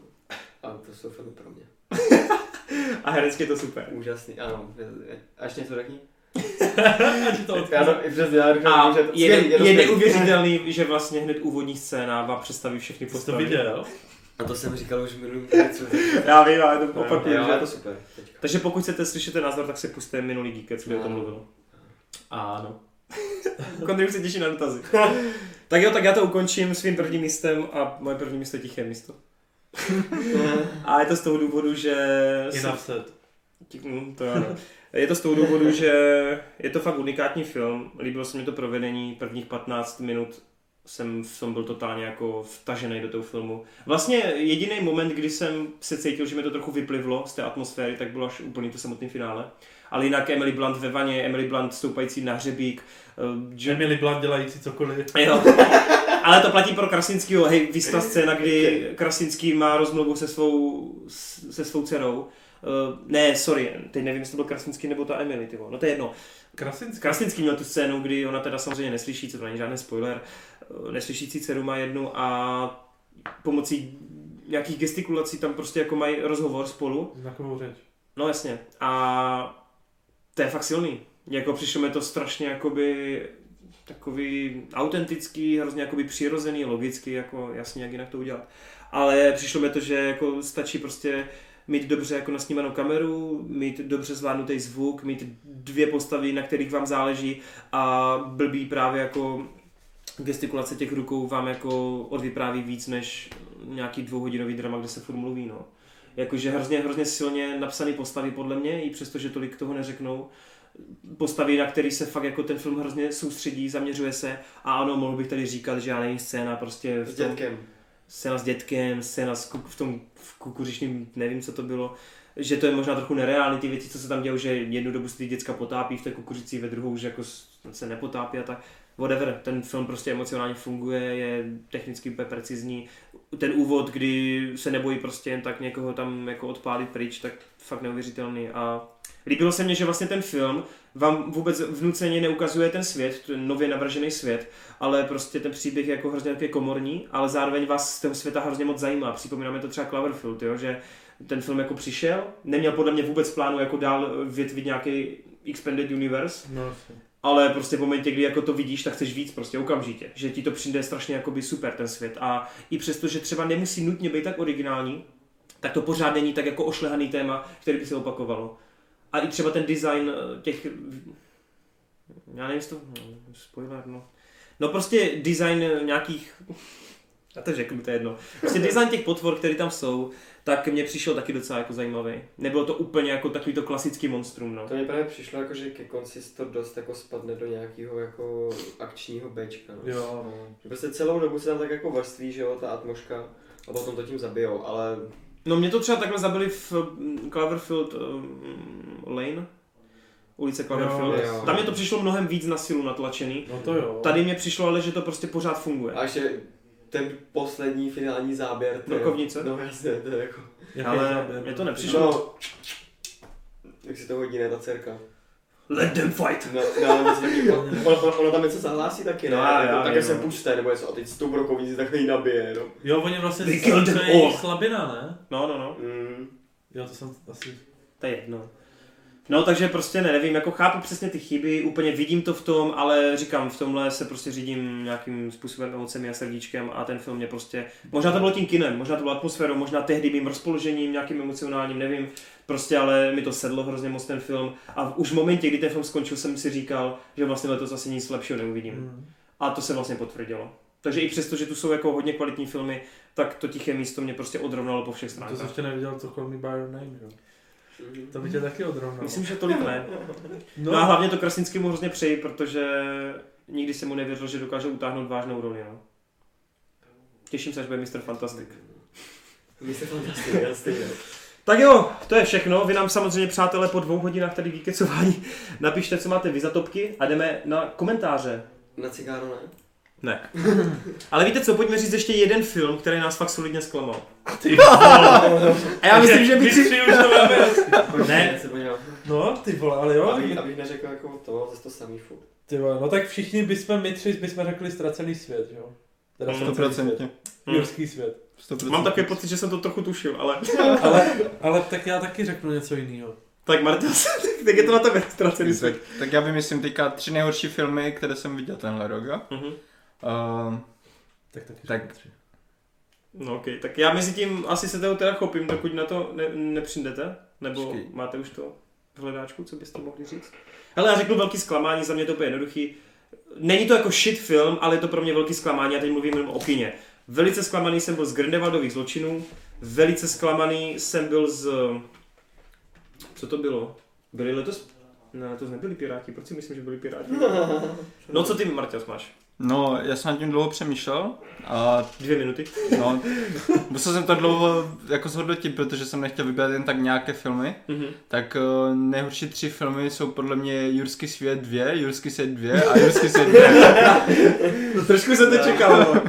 Speaker 2: A to jsou filmy pro mě.
Speaker 1: A herecky je to super.
Speaker 2: Úžasný, ano. je- je- Až něco řekni.
Speaker 3: Ti to
Speaker 2: Já to i přesně, já řeknu,
Speaker 1: A
Speaker 2: že to
Speaker 1: je,
Speaker 2: skvělý, to
Speaker 1: je,
Speaker 2: skvělý.
Speaker 1: neuvěřitelný, že vlastně hned úvodní scéna vám představí všechny
Speaker 3: Jsi to
Speaker 1: postavy.
Speaker 3: viděl?
Speaker 2: A to jsem říkal už v minulém Geekecu.
Speaker 1: Já vím, ale to
Speaker 2: Jo,
Speaker 1: opakuju,
Speaker 2: je
Speaker 1: že...
Speaker 2: to super. Teďka.
Speaker 1: Takže pokud chcete slyšet ten názor, tak si puste minulý Geekec, kde o tom
Speaker 2: Ano.
Speaker 1: mluvil. Ano. Kondy už se těší na dotazy. tak jo, tak já to ukončím svým prvním místem a moje první místo je tiché místo. a je to z toho důvodu, že...
Speaker 3: In
Speaker 1: jsem-
Speaker 3: upset.
Speaker 1: Hm, To ano. Je to z toho důvodu, že je to fakt unikátní film. Líbilo se mi to provedení, prvních 15 minut jsem, jsem byl totálně jako vtažený do toho filmu. Vlastně jediný moment, kdy jsem se cítil, že mi to trochu vyplivlo z té atmosféry, tak bylo až úplně to samotné finále. Ale jinak Emily Blunt ve vaně, Emily Blunt stoupající na hřebík, eh,
Speaker 3: Že Emily Blunt dělající cokoliv.
Speaker 1: Jo. Ale to platí pro Krasinskýho. Hej, vista scéna, kdy Krasinský má rozmluvu se svou, se svou dcerou. Uh, ne, sorry, teď nevím, jestli to byl Krasinský nebo ta Emily, ty vole. No to je jedno.
Speaker 3: Krasinský.
Speaker 1: Krasinský měl tu scénu, kdy ona teda samozřejmě neslyší, co to není žádný spoiler, eh, neslyšící dceru má jednu a pomocí nějakých gestikulací tam prostě jako mají rozhovor spolu
Speaker 3: Znakovou řeč.
Speaker 1: No jasně. A to je fakt silný. Jako přišlo mi to strašně jakoby takový autentický, hrozně jakoby přirozený, logický, jako jasně jak jinak to udělat. Ale přišlo mi to, že jako stačí prostě mít dobře jako nasnímanou kameru, mít dobře zvládnutý zvuk, mít dvě postavy, na kterých vám záleží a blbý právě jako gestikulace těch rukou vám jako odvypráví víc než nějaký dvouhodinový drama, kde se furt mluví, no. Jakože hrozně, hrozně silně napsané postavy podle mě, i přesto, že tolik toho neřeknou. Postavy, na který se fakt jako ten film hrozně soustředí, zaměřuje se. A ano, mohl bych tady říkat, že já nevím, scéna prostě
Speaker 2: S
Speaker 1: v tom,
Speaker 2: dětkem.
Speaker 1: scéna s dětkem, scéna s kuk, v tom v kukuřičním, nevím, co to bylo. Že to je možná trochu nereálný, ty věci, co se tam dějou, že jednu dobu se ty děcka potápí v té kukuřici, ve druhou už jako s- se nepotápí a tak. Whatever, ten film prostě emocionálně funguje, je technicky úplně precizní. Ten úvod, kdy se nebojí prostě jen tak někoho tam jako odpálit pryč, tak fakt neuvěřitelný. A líbilo se mně, že vlastně ten film vám vůbec vnuceně neukazuje ten svět, ten nově navržený svět, ale prostě ten příběh je jako hrozně takový komorní, ale zároveň vás z toho světa hrozně moc zajímá. Připomínáme to třeba Cloverfield, jo, že ten film jako přišel, neměl podle mě vůbec plánu jako dál větvit nějaký Expanded Universe,
Speaker 3: No, jasně.
Speaker 1: ale prostě v momentě, kdy jako to vidíš, tak chceš víc prostě okamžitě, že ti to přijde strašně jakoby super ten svět a i přesto, že třeba nemusí nutně být tak originální, tak to pořád není tak jako ošlehaný téma, který by se opakovalo. A i třeba ten design eh, těch, já nevím, jestli to, no, spoiler, no. No prostě design eh, nějakých, já to řeknu, to je jedno. Prostě design těch potvor, které tam jsou, tak mě přišel taky docela jako zajímavý. Nebylo to úplně jako takový to klasický monstrum, no.
Speaker 2: To mi právě přišlo jako, že ke konci se to dost jako spadne do nějakého jako akčního Bčka. No.
Speaker 3: Jo.
Speaker 2: Že Prostě celou dobu se tam tak jako vrství, že jo, ta atmoška. A potom to tím zabijou, ale
Speaker 1: No mě to třeba takhle zabili v mm, Cloverfield um, Lane, ulice Cloverfield.
Speaker 2: Jo, jo.
Speaker 1: Tam mě to přišlo mnohem víc na silu natlačený.
Speaker 3: No to jo.
Speaker 1: Tady mě přišlo ale, že to prostě pořád funguje.
Speaker 2: a ještě ten poslední finální záběr. to je-
Speaker 1: Brokovnice?
Speaker 2: No jasně, to je jako...
Speaker 3: Jaký
Speaker 1: Ale
Speaker 3: záběr?
Speaker 1: mě to nepřišlo.
Speaker 2: No, jak si to hodí, ne, ta dcerka.
Speaker 1: Let them fight!
Speaker 2: No, no, něco takového. ono, ono, ono, tam něco zahlásí taky, ne?
Speaker 1: No, já
Speaker 2: jako, tak
Speaker 1: vím,
Speaker 2: se
Speaker 1: no.
Speaker 2: puste, nebo něco, a teď s tou brokovnicí takhle ji nabije, no.
Speaker 3: Jo, oni vlastně
Speaker 1: They killed them
Speaker 3: to je
Speaker 1: all.
Speaker 3: slabina, ne?
Speaker 1: No, no, no,
Speaker 2: Mm.
Speaker 3: Jo, to jsem asi...
Speaker 1: to je jedno. No, takže prostě ne, nevím, jako chápu přesně ty chyby, úplně vidím to v tom, ale říkám, v tomhle se prostě řídím nějakým způsobem emocemi a srdíčkem a ten film mě prostě, možná to bylo tím kinem, možná to bylo atmosférou, možná tehdy mým rozpoložením, nějakým emocionálním, nevím, prostě ale mi to sedlo hrozně moc ten film a v- už v momentě, kdy ten film skončil, jsem si říkal, že vlastně letos asi nic lepšího neuvidím.
Speaker 3: Hmm.
Speaker 1: A to se vlastně potvrdilo. Takže i přesto, že tu jsou jako hodně kvalitní filmy, tak to tiché místo mě prostě odrovnalo po všech
Speaker 3: To jsi
Speaker 1: stránkách.
Speaker 3: ještě neviděl, co Call Me By Your Name, jo? To by tě taky odrovnalo.
Speaker 1: Myslím, že tolik ne.
Speaker 3: no,
Speaker 1: No a hlavně to Krasinskému hrozně přeji, protože nikdy jsem mu nevěřil, že dokáže utáhnout vážnou roli. No. Těším se, až bude Mr. Fantastic.
Speaker 2: Mně se fantastické, jasně.
Speaker 1: Tak jo, to je všechno. Vy nám samozřejmě, přátelé, po dvou hodinách tady výkecování napište, co máte vy za topky a jdeme na komentáře.
Speaker 2: Na cigáro ne?
Speaker 1: Ne. Ale víte co, pojďme říct ještě jeden film, který nás fakt solidně zklamal.
Speaker 3: Ty
Speaker 1: A já myslím, že
Speaker 3: my
Speaker 1: bych
Speaker 3: tři
Speaker 1: si...
Speaker 3: už to máme.
Speaker 1: Ne.
Speaker 2: Já se podívám.
Speaker 3: No, ty vole, ale jo.
Speaker 2: Abych, abych neřekl jako to, zase to samý furt.
Speaker 3: Ty vole, no tak všichni bychom, my tři bychom řekli ztracený svět, jo. Teda
Speaker 1: Mm.
Speaker 3: ztracený svět.
Speaker 4: 100%.
Speaker 1: Hmm.
Speaker 3: Jurský svět.
Speaker 4: 100%.
Speaker 1: Mám takový pocit, že jsem to trochu tušil, ale...
Speaker 3: Ale, ale tak já taky řeknu něco jiného.
Speaker 1: Tak Martin, tak je to na tebe ztracený
Speaker 4: tak,
Speaker 1: svět.
Speaker 4: tak já vymyslím teďka tři nejhorší filmy, které jsem viděl tenhle rok. jo.
Speaker 1: Mhm.
Speaker 4: Ehm,
Speaker 3: Tak taky
Speaker 4: Tak.
Speaker 3: řeknu tři.
Speaker 1: No ok, tak já mezi tím asi se toho teda chopím, dokud na to ne- nepřijdete, nebo
Speaker 4: Počkej.
Speaker 1: máte už to v hledáčku, co byste mohli říct? Hele, já řeknu velký zklamání, za mě to úplně jednoduchý. Není to jako shit film, ale je to pro mě velký zklamání, já teď mluvím jenom o kině. Velice zklamaný jsem byl z Grindelwaldových zločinů, velice zklamaný jsem byl z... Co to bylo? Byli letos? Ne, letos nebyli piráti, proč si myslím, že byli piráti? No co ty, Marťas, máš?
Speaker 4: No, já jsem nad tím dlouho přemýšlel a
Speaker 1: Dvě minuty.
Speaker 4: no, musel jsem to dlouho jako zhodnotit, protože jsem nechtěl vybrat jen tak nějaké filmy.
Speaker 1: Mhm.
Speaker 4: Tak eh, nejhorší tři filmy jsou podle mě Jurský svět 2, Jurský svět 2 a Jurský svět 2.
Speaker 1: No, trošku jsem to čekal, no.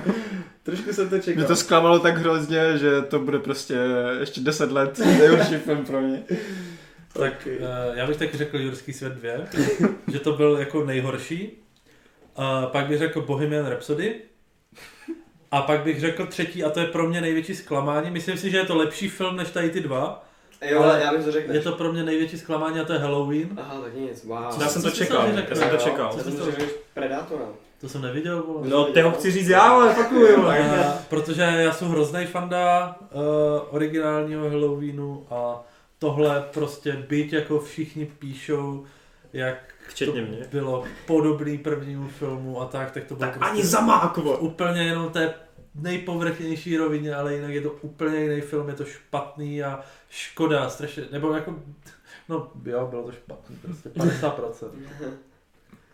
Speaker 1: Trošku jsem to
Speaker 4: Mě
Speaker 2: No
Speaker 1: čekal.
Speaker 4: to zklamalo tak hrozně, že to bude prostě ještě 10 let nejhorší film pro mě.
Speaker 3: Tak
Speaker 1: Ok.
Speaker 3: eh, já bych taky řekl Jurský svět 2, že to byl jako nejhorší. A pak bych řekl Bohemian Rhapsody. A pak bych řekl třetí, a to je pro mě největší zklamání. Myslím si, že je to lepší film než tady ty dva.
Speaker 2: Jo, ale já bych to řekl.
Speaker 3: Je to pro mě největší zklamání a to je Halloween.
Speaker 2: Aha, tak nic, wow.
Speaker 1: Já
Speaker 3: Co
Speaker 1: jsem
Speaker 3: jsi
Speaker 1: to
Speaker 3: si
Speaker 1: čekal,
Speaker 3: sami řekl,
Speaker 1: já jsem to
Speaker 2: jo?
Speaker 1: čekal.
Speaker 2: Já jsem to řekl Predátora.
Speaker 3: To jsem neviděl, vole.
Speaker 1: No, te ho chci říct já, ale fakuju. vole.
Speaker 3: A, protože já jsem hrozný fanda uh, originálního Halloweenu a tohle prostě byť jako všichni píšou, jak
Speaker 1: Včetně
Speaker 3: to
Speaker 1: mě.
Speaker 3: bylo podobný prvnímu filmu a tak, tak to bylo
Speaker 1: Tak
Speaker 3: prostě
Speaker 1: ani za mákvo.
Speaker 3: úplně jenom té nejpovrchnější rovině, ale jinak je to úplně jiný film, je to špatný a škoda, strašně, nebo jako, no jo, bylo to špatný, prostě 50%.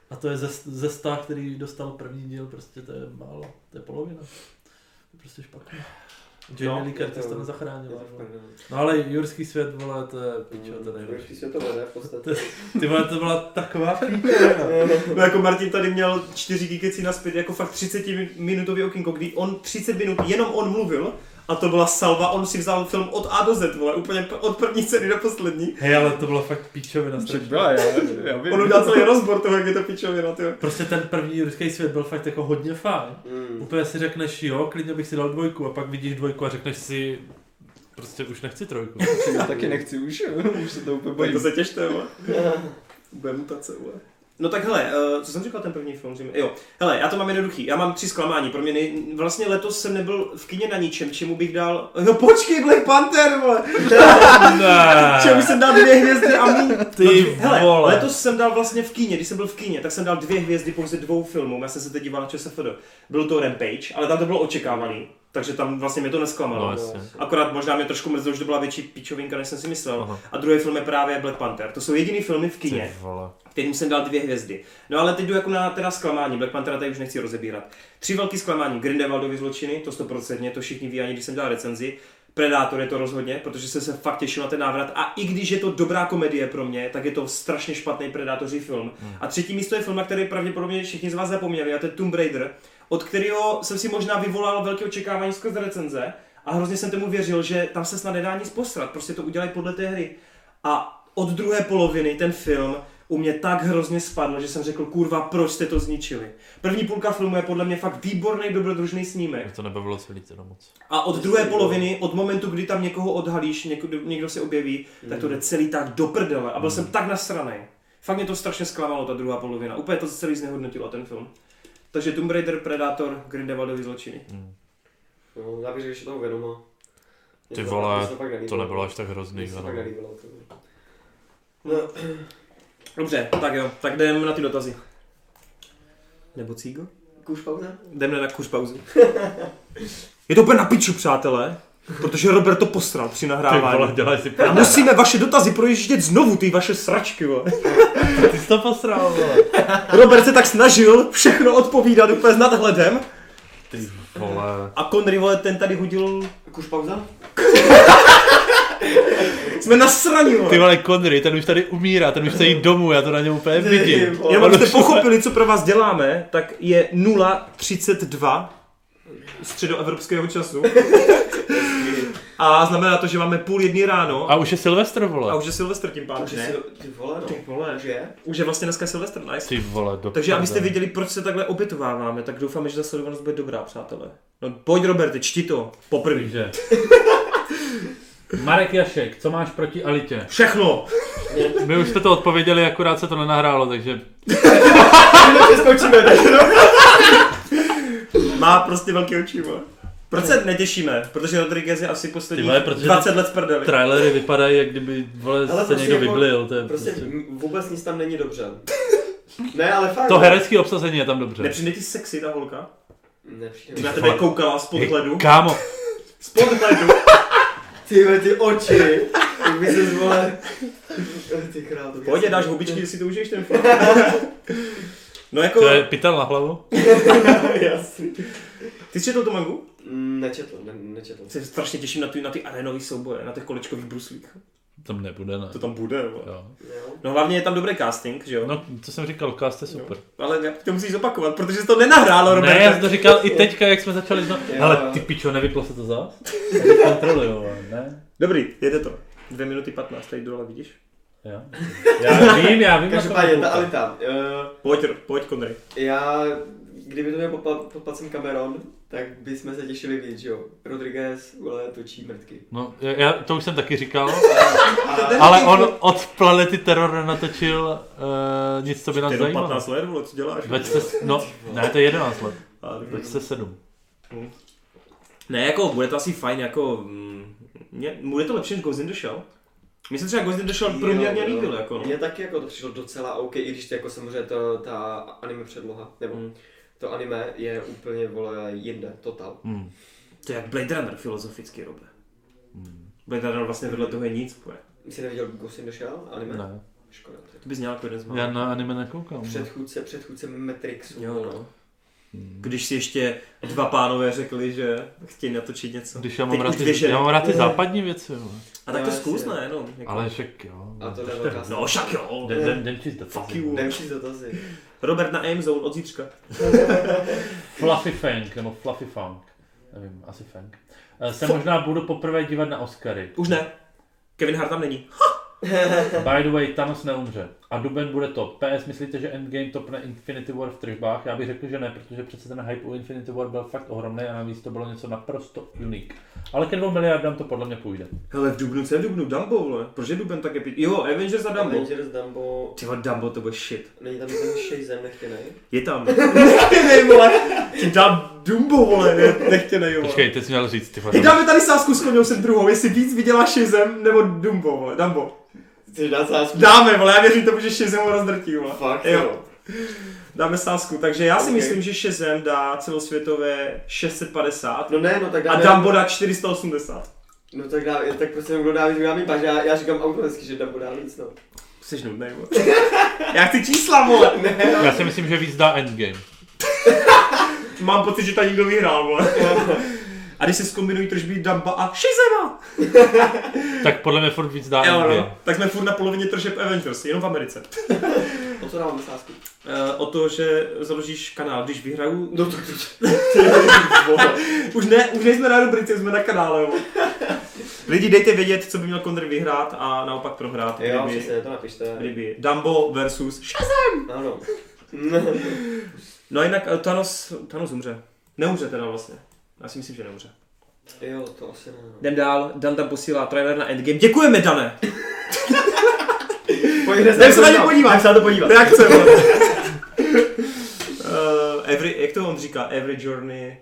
Speaker 3: A to je ze, ze 100, který dostal první díl, prostě to je málo, to je polovina. To je prostě špatný. Jamie
Speaker 1: No,
Speaker 3: no, Lee Curtis
Speaker 2: je to-
Speaker 3: to
Speaker 2: Je
Speaker 3: nezachránila.
Speaker 2: to v
Speaker 3: vole.
Speaker 2: prdeli.
Speaker 3: No ale Jurský svět, vole, to je pičo, to je
Speaker 2: Jurský
Speaker 3: nejlepší.
Speaker 2: svět to vede v podstatě.
Speaker 3: To Ty vole, to byla taková píčovina.
Speaker 1: No jako Martin tady měl čtyři gigecí naspět, jako fakt 30 min- minutový okénko, kdy on 30 minut, jenom on mluvil, a to byla salva, on si vzal film od A do Z, vole, úplně p- od první scény do poslední.
Speaker 3: Hej, ale to byla fakt píčovina
Speaker 4: Že
Speaker 3: strašně.
Speaker 4: byla, já, já vím.
Speaker 1: On udělal celý rozbor toho, jak je to pičovina, tyjo.
Speaker 3: Prostě ten první jurský svět byl fakt jako hodně fajn.
Speaker 2: Hmm,
Speaker 3: Úplně si řekneš, jo, klidně bych si dal dvojku a pak vidíš dvojku a řekneš si, prostě už nechci trojku.
Speaker 4: Já taky nechci už, už se to úplně
Speaker 1: Tak
Speaker 4: bojím.
Speaker 1: to se těšte, vole. Bude mutace, vole. No tak hele, eh, co jsem říkal ten první film? že mi- Jo, hele, já to mám jednoduchý, já mám tři zklamání, pro mě nej... vlastně letos jsem nebyl v kině na ničem, čemu bych dal, no počkej Black Panther, vole, čemu jsem dal dvě hvězdy a mý.
Speaker 3: Ty
Speaker 1: hele,
Speaker 3: vole.
Speaker 1: letos jsem dal vlastně v kíně, když jsem byl v kíně, tak jsem dal dvě hvězdy pouze dvou filmům, já jsem se teď díval na ČSFD. Byl to Rampage, ale tam to bylo očekávaný, takže tam vlastně mě to nesklamalo.
Speaker 9: No jasně.
Speaker 1: Akorát možná mě trošku mrzelo, že to byla větší pičovinka, než jsem si myslel.
Speaker 9: Aha.
Speaker 1: A druhý film je právě Black Panther. To jsou jediný filmy v kině,
Speaker 9: Ty vole.
Speaker 1: kterým jsem dal dvě hvězdy. No ale teď jdu jako na teda zklamání. Black Panthera tady už nechci rozebírat. Tři velký zklamání. Grindelwaldovy zločiny, to stoprocentně, to všichni ví, ani když jsem dělal recenzi. Predátor je to rozhodně, protože jsem se fakt těšil na ten návrat. A i když je to dobrá komedie pro mě, tak je to strašně špatný predátoří film. A třetí místo je film, na který pravděpodobně všichni z vás zapomněli, a to je Tomb Raider, od kterého jsem si možná vyvolal velké očekávání skrz recenze a hrozně jsem tomu věřil, že tam se snad nedá nic posrat, prostě to udělají podle té hry. A od druhé poloviny ten film u mě tak hrozně spadl, že jsem řekl, kurva, proč jste to zničili. První půlka filmu je podle mě fakt výborný dobrodružný snímek.
Speaker 9: Mě to nebavilo celý teda moc.
Speaker 1: A od druhé poloviny, od momentu, kdy tam někoho odhalíš, někdo, někdo se objeví,
Speaker 2: hmm.
Speaker 1: tak to jde celý tak do prdele. A byl jsem tak nasraný. Fakt mě to strašně zklamalo, ta druhá polovina. Úplně to celý znehodnotilo, ten film. Takže Tomb Raider, Predator, Grindelwaldovy zločiny.
Speaker 2: No, já bych řekl, že to uvědomil.
Speaker 9: Ty vole, to nebylo až tak hrozný. no.
Speaker 2: Mně se
Speaker 9: ano.
Speaker 2: fakt nelíbilo. to bylo. No,
Speaker 1: Dobře, tak jo, tak jdem na ty dotazy. Nebo Cígo?
Speaker 2: Kuš pauza?
Speaker 1: Jdeme na kurz pauzu. Je to úplně na piču, přátelé, protože Robert to posral při
Speaker 9: Ty vole,
Speaker 1: nahrávání.
Speaker 9: dělej si
Speaker 1: A musíme vaše dotazy projíždět znovu, ty vaše sračky, vole.
Speaker 3: Ty jsi to posral, vole.
Speaker 1: Robert se tak snažil všechno odpovídat úplně s nadhledem.
Speaker 9: Ty vole.
Speaker 1: A Conry, vole, ten tady hudil...
Speaker 2: Kuš pauza?
Speaker 1: Jsme nasraní, vole.
Speaker 9: Ty vole, Conry, ten už tady umírá, ten už chce jít domů, já to na něm úplně vidím.
Speaker 1: Jenom abyste pochopili, co pro vás děláme, tak je 0.32 středoevropského času. A znamená to, že máme půl jedný ráno
Speaker 9: A už je Silvestr,
Speaker 1: a
Speaker 9: vole.
Speaker 1: už je Silvestr tím pádem.
Speaker 2: Už
Speaker 1: ne?
Speaker 2: si Ty vole, no.
Speaker 1: Ty vole,
Speaker 2: Už je?
Speaker 1: už je vlastně dneska Silvestr, nice.
Speaker 9: Ty vole, do
Speaker 1: Takže abyste
Speaker 9: prdele.
Speaker 1: viděli, proč se takhle obětováváme, tak doufáme, že ta sledovanost bude dobrá, přátelé. No pojď Roberte, čti to, poprvé.
Speaker 3: Takže. Marek Jašek, co máš proti Alitě?
Speaker 1: Všechno!
Speaker 9: My už jste to odpověděli, akorát se to nenahrálo, takže
Speaker 1: Má prostě velký oči, vole. Proč se netěšíme? Protože Rodriguez je asi poslední
Speaker 9: Ty vole, protože
Speaker 1: 20 let v prdeli.
Speaker 9: trailery vypadají, jak kdyby vole, se
Speaker 2: Ale prostě
Speaker 9: někdo
Speaker 2: jako-
Speaker 9: vyblil. To, je
Speaker 2: Prostě
Speaker 9: prostě...
Speaker 2: m- vůbec nic tam není dobře. Ne, ale fakt. no.
Speaker 9: to herecké obsazení je tam dobře.
Speaker 1: Nepřijde ti sexy ta holka? Ty
Speaker 2: Nepřijde.
Speaker 1: na tebe koukala z
Speaker 9: Hej,
Speaker 1: podhledu.
Speaker 9: Kámo,
Speaker 1: Z podhledu.
Speaker 2: Ty vole, ty oči. Jak by se zvolal. Ty král, to
Speaker 1: Pojď,
Speaker 2: bych-
Speaker 1: dáš hubičky, si to užiješ ten film. No jako,
Speaker 3: To je pytel na hlavu?
Speaker 2: Jasný.
Speaker 1: ty jsi četl tu mangu?
Speaker 2: Mm, Nečetl, ne, nečetl.
Speaker 1: Se strašně těším na ty, na ty arenové souboje, na těch kolečkových bruslích.
Speaker 3: Tam nebude, ne?
Speaker 1: To tam bude, vole.
Speaker 3: Jo.
Speaker 2: Jo.
Speaker 1: No hlavně je tam dobrý casting, že jo?
Speaker 3: No, co jsem říkal, cast je super.
Speaker 1: Ale ne- to musíš zopakovat, protože jsi to nenahrálo,
Speaker 3: Ne,
Speaker 1: Robert.
Speaker 3: já jsem to říkal i teďka, jak jsme začali znovu.
Speaker 2: Jo.
Speaker 3: Ale ty pičo, nevyplo se to zás? Kontroly, jo, ne?
Speaker 1: Dobrý, jede to. Dvě minuty 15, tady dole, vidíš?
Speaker 3: Jo. Já vím, já vím. na co
Speaker 2: Každopádně,
Speaker 3: budu
Speaker 2: ta
Speaker 3: koukat.
Speaker 2: Alita. eh,
Speaker 1: Pojď, Ro- pojď, Konry.
Speaker 2: Já, kdyby to měl pod, pod palcem Cameron, tak bychom se těšili víc, že jo. Rodriguez, vole, točí mrtky.
Speaker 3: No, já- já to už jsem taky říkal,
Speaker 2: A,
Speaker 3: ale on od Planety Terror natočil uh, nic, co by nás
Speaker 1: Jenom
Speaker 3: zajímalo.
Speaker 1: 15 let, vole, co děláš?
Speaker 3: 20, no, ne, to je 11 let.
Speaker 1: Ale-
Speaker 3: 2007.
Speaker 1: Ne, jako, bude to asi fajn, jako... mm, Mě, bude to lepší než Ghost in the Shell? Mně se třeba Ghost in the Shell průměrně
Speaker 2: Jo, jo.
Speaker 1: líbil, jako no.
Speaker 2: Mně taky jako to přišlo docela OK, i když to jako samozřejmě to, ta anime předloha, nebo
Speaker 1: Mm.
Speaker 2: to anime je úplně, vole, jinde, total.
Speaker 3: Hmm.
Speaker 1: To je jak Blade Runner filozoficky, Robe.
Speaker 3: Hmm.
Speaker 1: Blade Runner vlastně vedle toho je nic, pojď.
Speaker 2: Jsi neviděl Ghost in the Shell, anime?
Speaker 3: Ne,
Speaker 2: Škoda. to je
Speaker 1: To bys měl jako jeden z mála.
Speaker 3: já na anime nekoukám. no.
Speaker 2: Předchůdce, předchůdce Matrixu.
Speaker 1: Mhm. Jo, no.
Speaker 3: Hmm.
Speaker 1: Když si ještě dva pánové řekli, že chtějí natočit něco.
Speaker 3: Když já
Speaker 1: Teď
Speaker 3: mám
Speaker 1: už
Speaker 3: rád
Speaker 1: dvě
Speaker 3: ty,
Speaker 1: ženy.
Speaker 3: já mám rád ty západní věci, jo.
Speaker 1: A tak to
Speaker 2: No,
Speaker 1: zkus,
Speaker 2: jasně.
Speaker 1: ne, no. Jako.
Speaker 3: ale však jo.
Speaker 2: A to je velká
Speaker 1: No, však jo.
Speaker 3: Jdem- Jdem jdem číst Fuck
Speaker 1: you.
Speaker 2: Jdem si dotazy.
Speaker 1: Robert na M-Zone od zítřka.
Speaker 3: Fluffy Fang, nebo Fluffy Fang. Nevím, asi Fang. Eh, Se možná budu poprvé dívat na Oscary.
Speaker 1: Už ne. Kevin Hart tam není.
Speaker 3: By the way, Thanos neumře. A Duben bude top. PS, myslíte, že Endgame topne Infinity War v tržbách? Já bych řekl, že ne, protože přece ten hype u Infinity War byl fakt ohromný a navíc to bylo něco naprosto unique. Ale ke dvou miliardám to podle mě půjde.
Speaker 1: Hele, v Dubnu, co je v Dubnu? Dumbo, vole. Proč je Duben tak epic? Jo, Avengers a Dumbo.
Speaker 2: Avengers, Dumbo,
Speaker 1: Ty vole, Dumbo, to bude shit.
Speaker 2: není tam ten Shazen nechtěnej?
Speaker 1: Je tam. Nechtěnej, vole. Ti dám Dumbo, vole. Ne- Nechtěnej, vole.
Speaker 3: Počkej, ty jsi měl říct, ty
Speaker 1: Ty dáme tady sásku s koněm jsem druhou, jestli víc viděla Shizem nebo Dumbo, vole, Dumbo.
Speaker 2: Chceš dát sásku?
Speaker 1: Dáme, vole, já věřím tomu, že Shizem ho rozdrtí, vole.
Speaker 2: Fakt,
Speaker 1: Jo.
Speaker 2: jo.
Speaker 1: Dáme sásku, takže já si
Speaker 2: Ok.
Speaker 1: myslím, že Shizem dá celosvětové 650
Speaker 2: No ne, no tak
Speaker 1: a
Speaker 2: dáme...
Speaker 1: Dumbo dá 480.
Speaker 2: No tak dá, tak prostě kdo dá víc, kdo dá víc, baž, já, já říkám automaticky, že Dumbo dá víc, no.
Speaker 1: Jsi nudnej, vole. Já chci čísla, vole.
Speaker 3: Já si myslím, že víc dá Endgame.
Speaker 1: Mám pocit, že tady někdo vyhrál, vole. A když se zkombinují tržby Dumba a Shizema,
Speaker 3: Tak podle mě furt víc dá
Speaker 1: jo,
Speaker 3: Endgame.
Speaker 1: no, tak jsme furt na polovině tržeb Avengers, jenom v Americe.
Speaker 2: O co dáváme sásku?
Speaker 1: Uh, o to, že založíš kanál, když vyhraju
Speaker 2: No to, to,
Speaker 1: Už ne, už nejsme na rubrice, jsme na kanále. jo. Lidi, dejte vědět, co by měl Kondr vyhrát a naopak prohrát.
Speaker 2: Jo,
Speaker 1: kdyby-
Speaker 2: přesně, to napište.
Speaker 1: kdyby Dumbo versus Shazam.
Speaker 2: Ano.
Speaker 1: No jinak eh, Thanos, Thanos umře. Neumře teda vlastně. Já si myslím, že neumře.
Speaker 2: Jo, to asi ne. no.
Speaker 1: Jdem dál, Dan tam posílá trailer na Endgame. Děkujeme, Dane!
Speaker 2: Pojď, jdem
Speaker 1: Jdem se na ně podívat.
Speaker 2: Jdem se na to podívat.
Speaker 1: Reakce, vole. Eh, every, jak to on říká? Every journey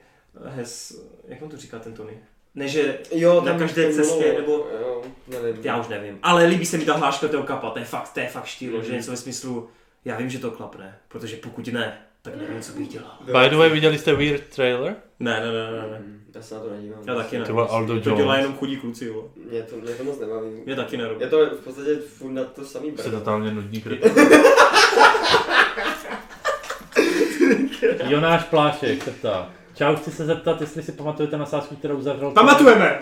Speaker 1: has... Jak on to říká ten Tony? Ne, že
Speaker 2: Jo,
Speaker 1: Na
Speaker 2: tam
Speaker 1: každé
Speaker 2: ten
Speaker 1: cestě,
Speaker 2: monolog,
Speaker 1: nebo-
Speaker 2: Jo, nevím.
Speaker 1: Já už nevím, ale líbí se mi ta hláška toho kapa, to je fakt, to je fakt štílo, že něco ve smyslu, já vím, že to klapne, protože pokud ne, tak nevím, co bych dělal.
Speaker 3: By the way, viděli jste Weird Trailer?
Speaker 1: Ne, ne, ne, ne, ne.
Speaker 2: Mm, Já se na to nedívám.
Speaker 1: Já taky ne.
Speaker 3: To byl Aldo
Speaker 1: To dělá
Speaker 3: Jones.
Speaker 1: jenom chudí kluci, jo.
Speaker 2: Mě to, mě to moc nebaví.
Speaker 1: Mě taky nerobí.
Speaker 2: Je to v podstatě furt na to samý
Speaker 3: Se
Speaker 2: brno.
Speaker 3: totálně nudní kryt. Jonáš Plášek se ptá. Čau, chci se zeptat, jestli si pamatujete na sázku, kterou zavřel
Speaker 1: Pamatujeme!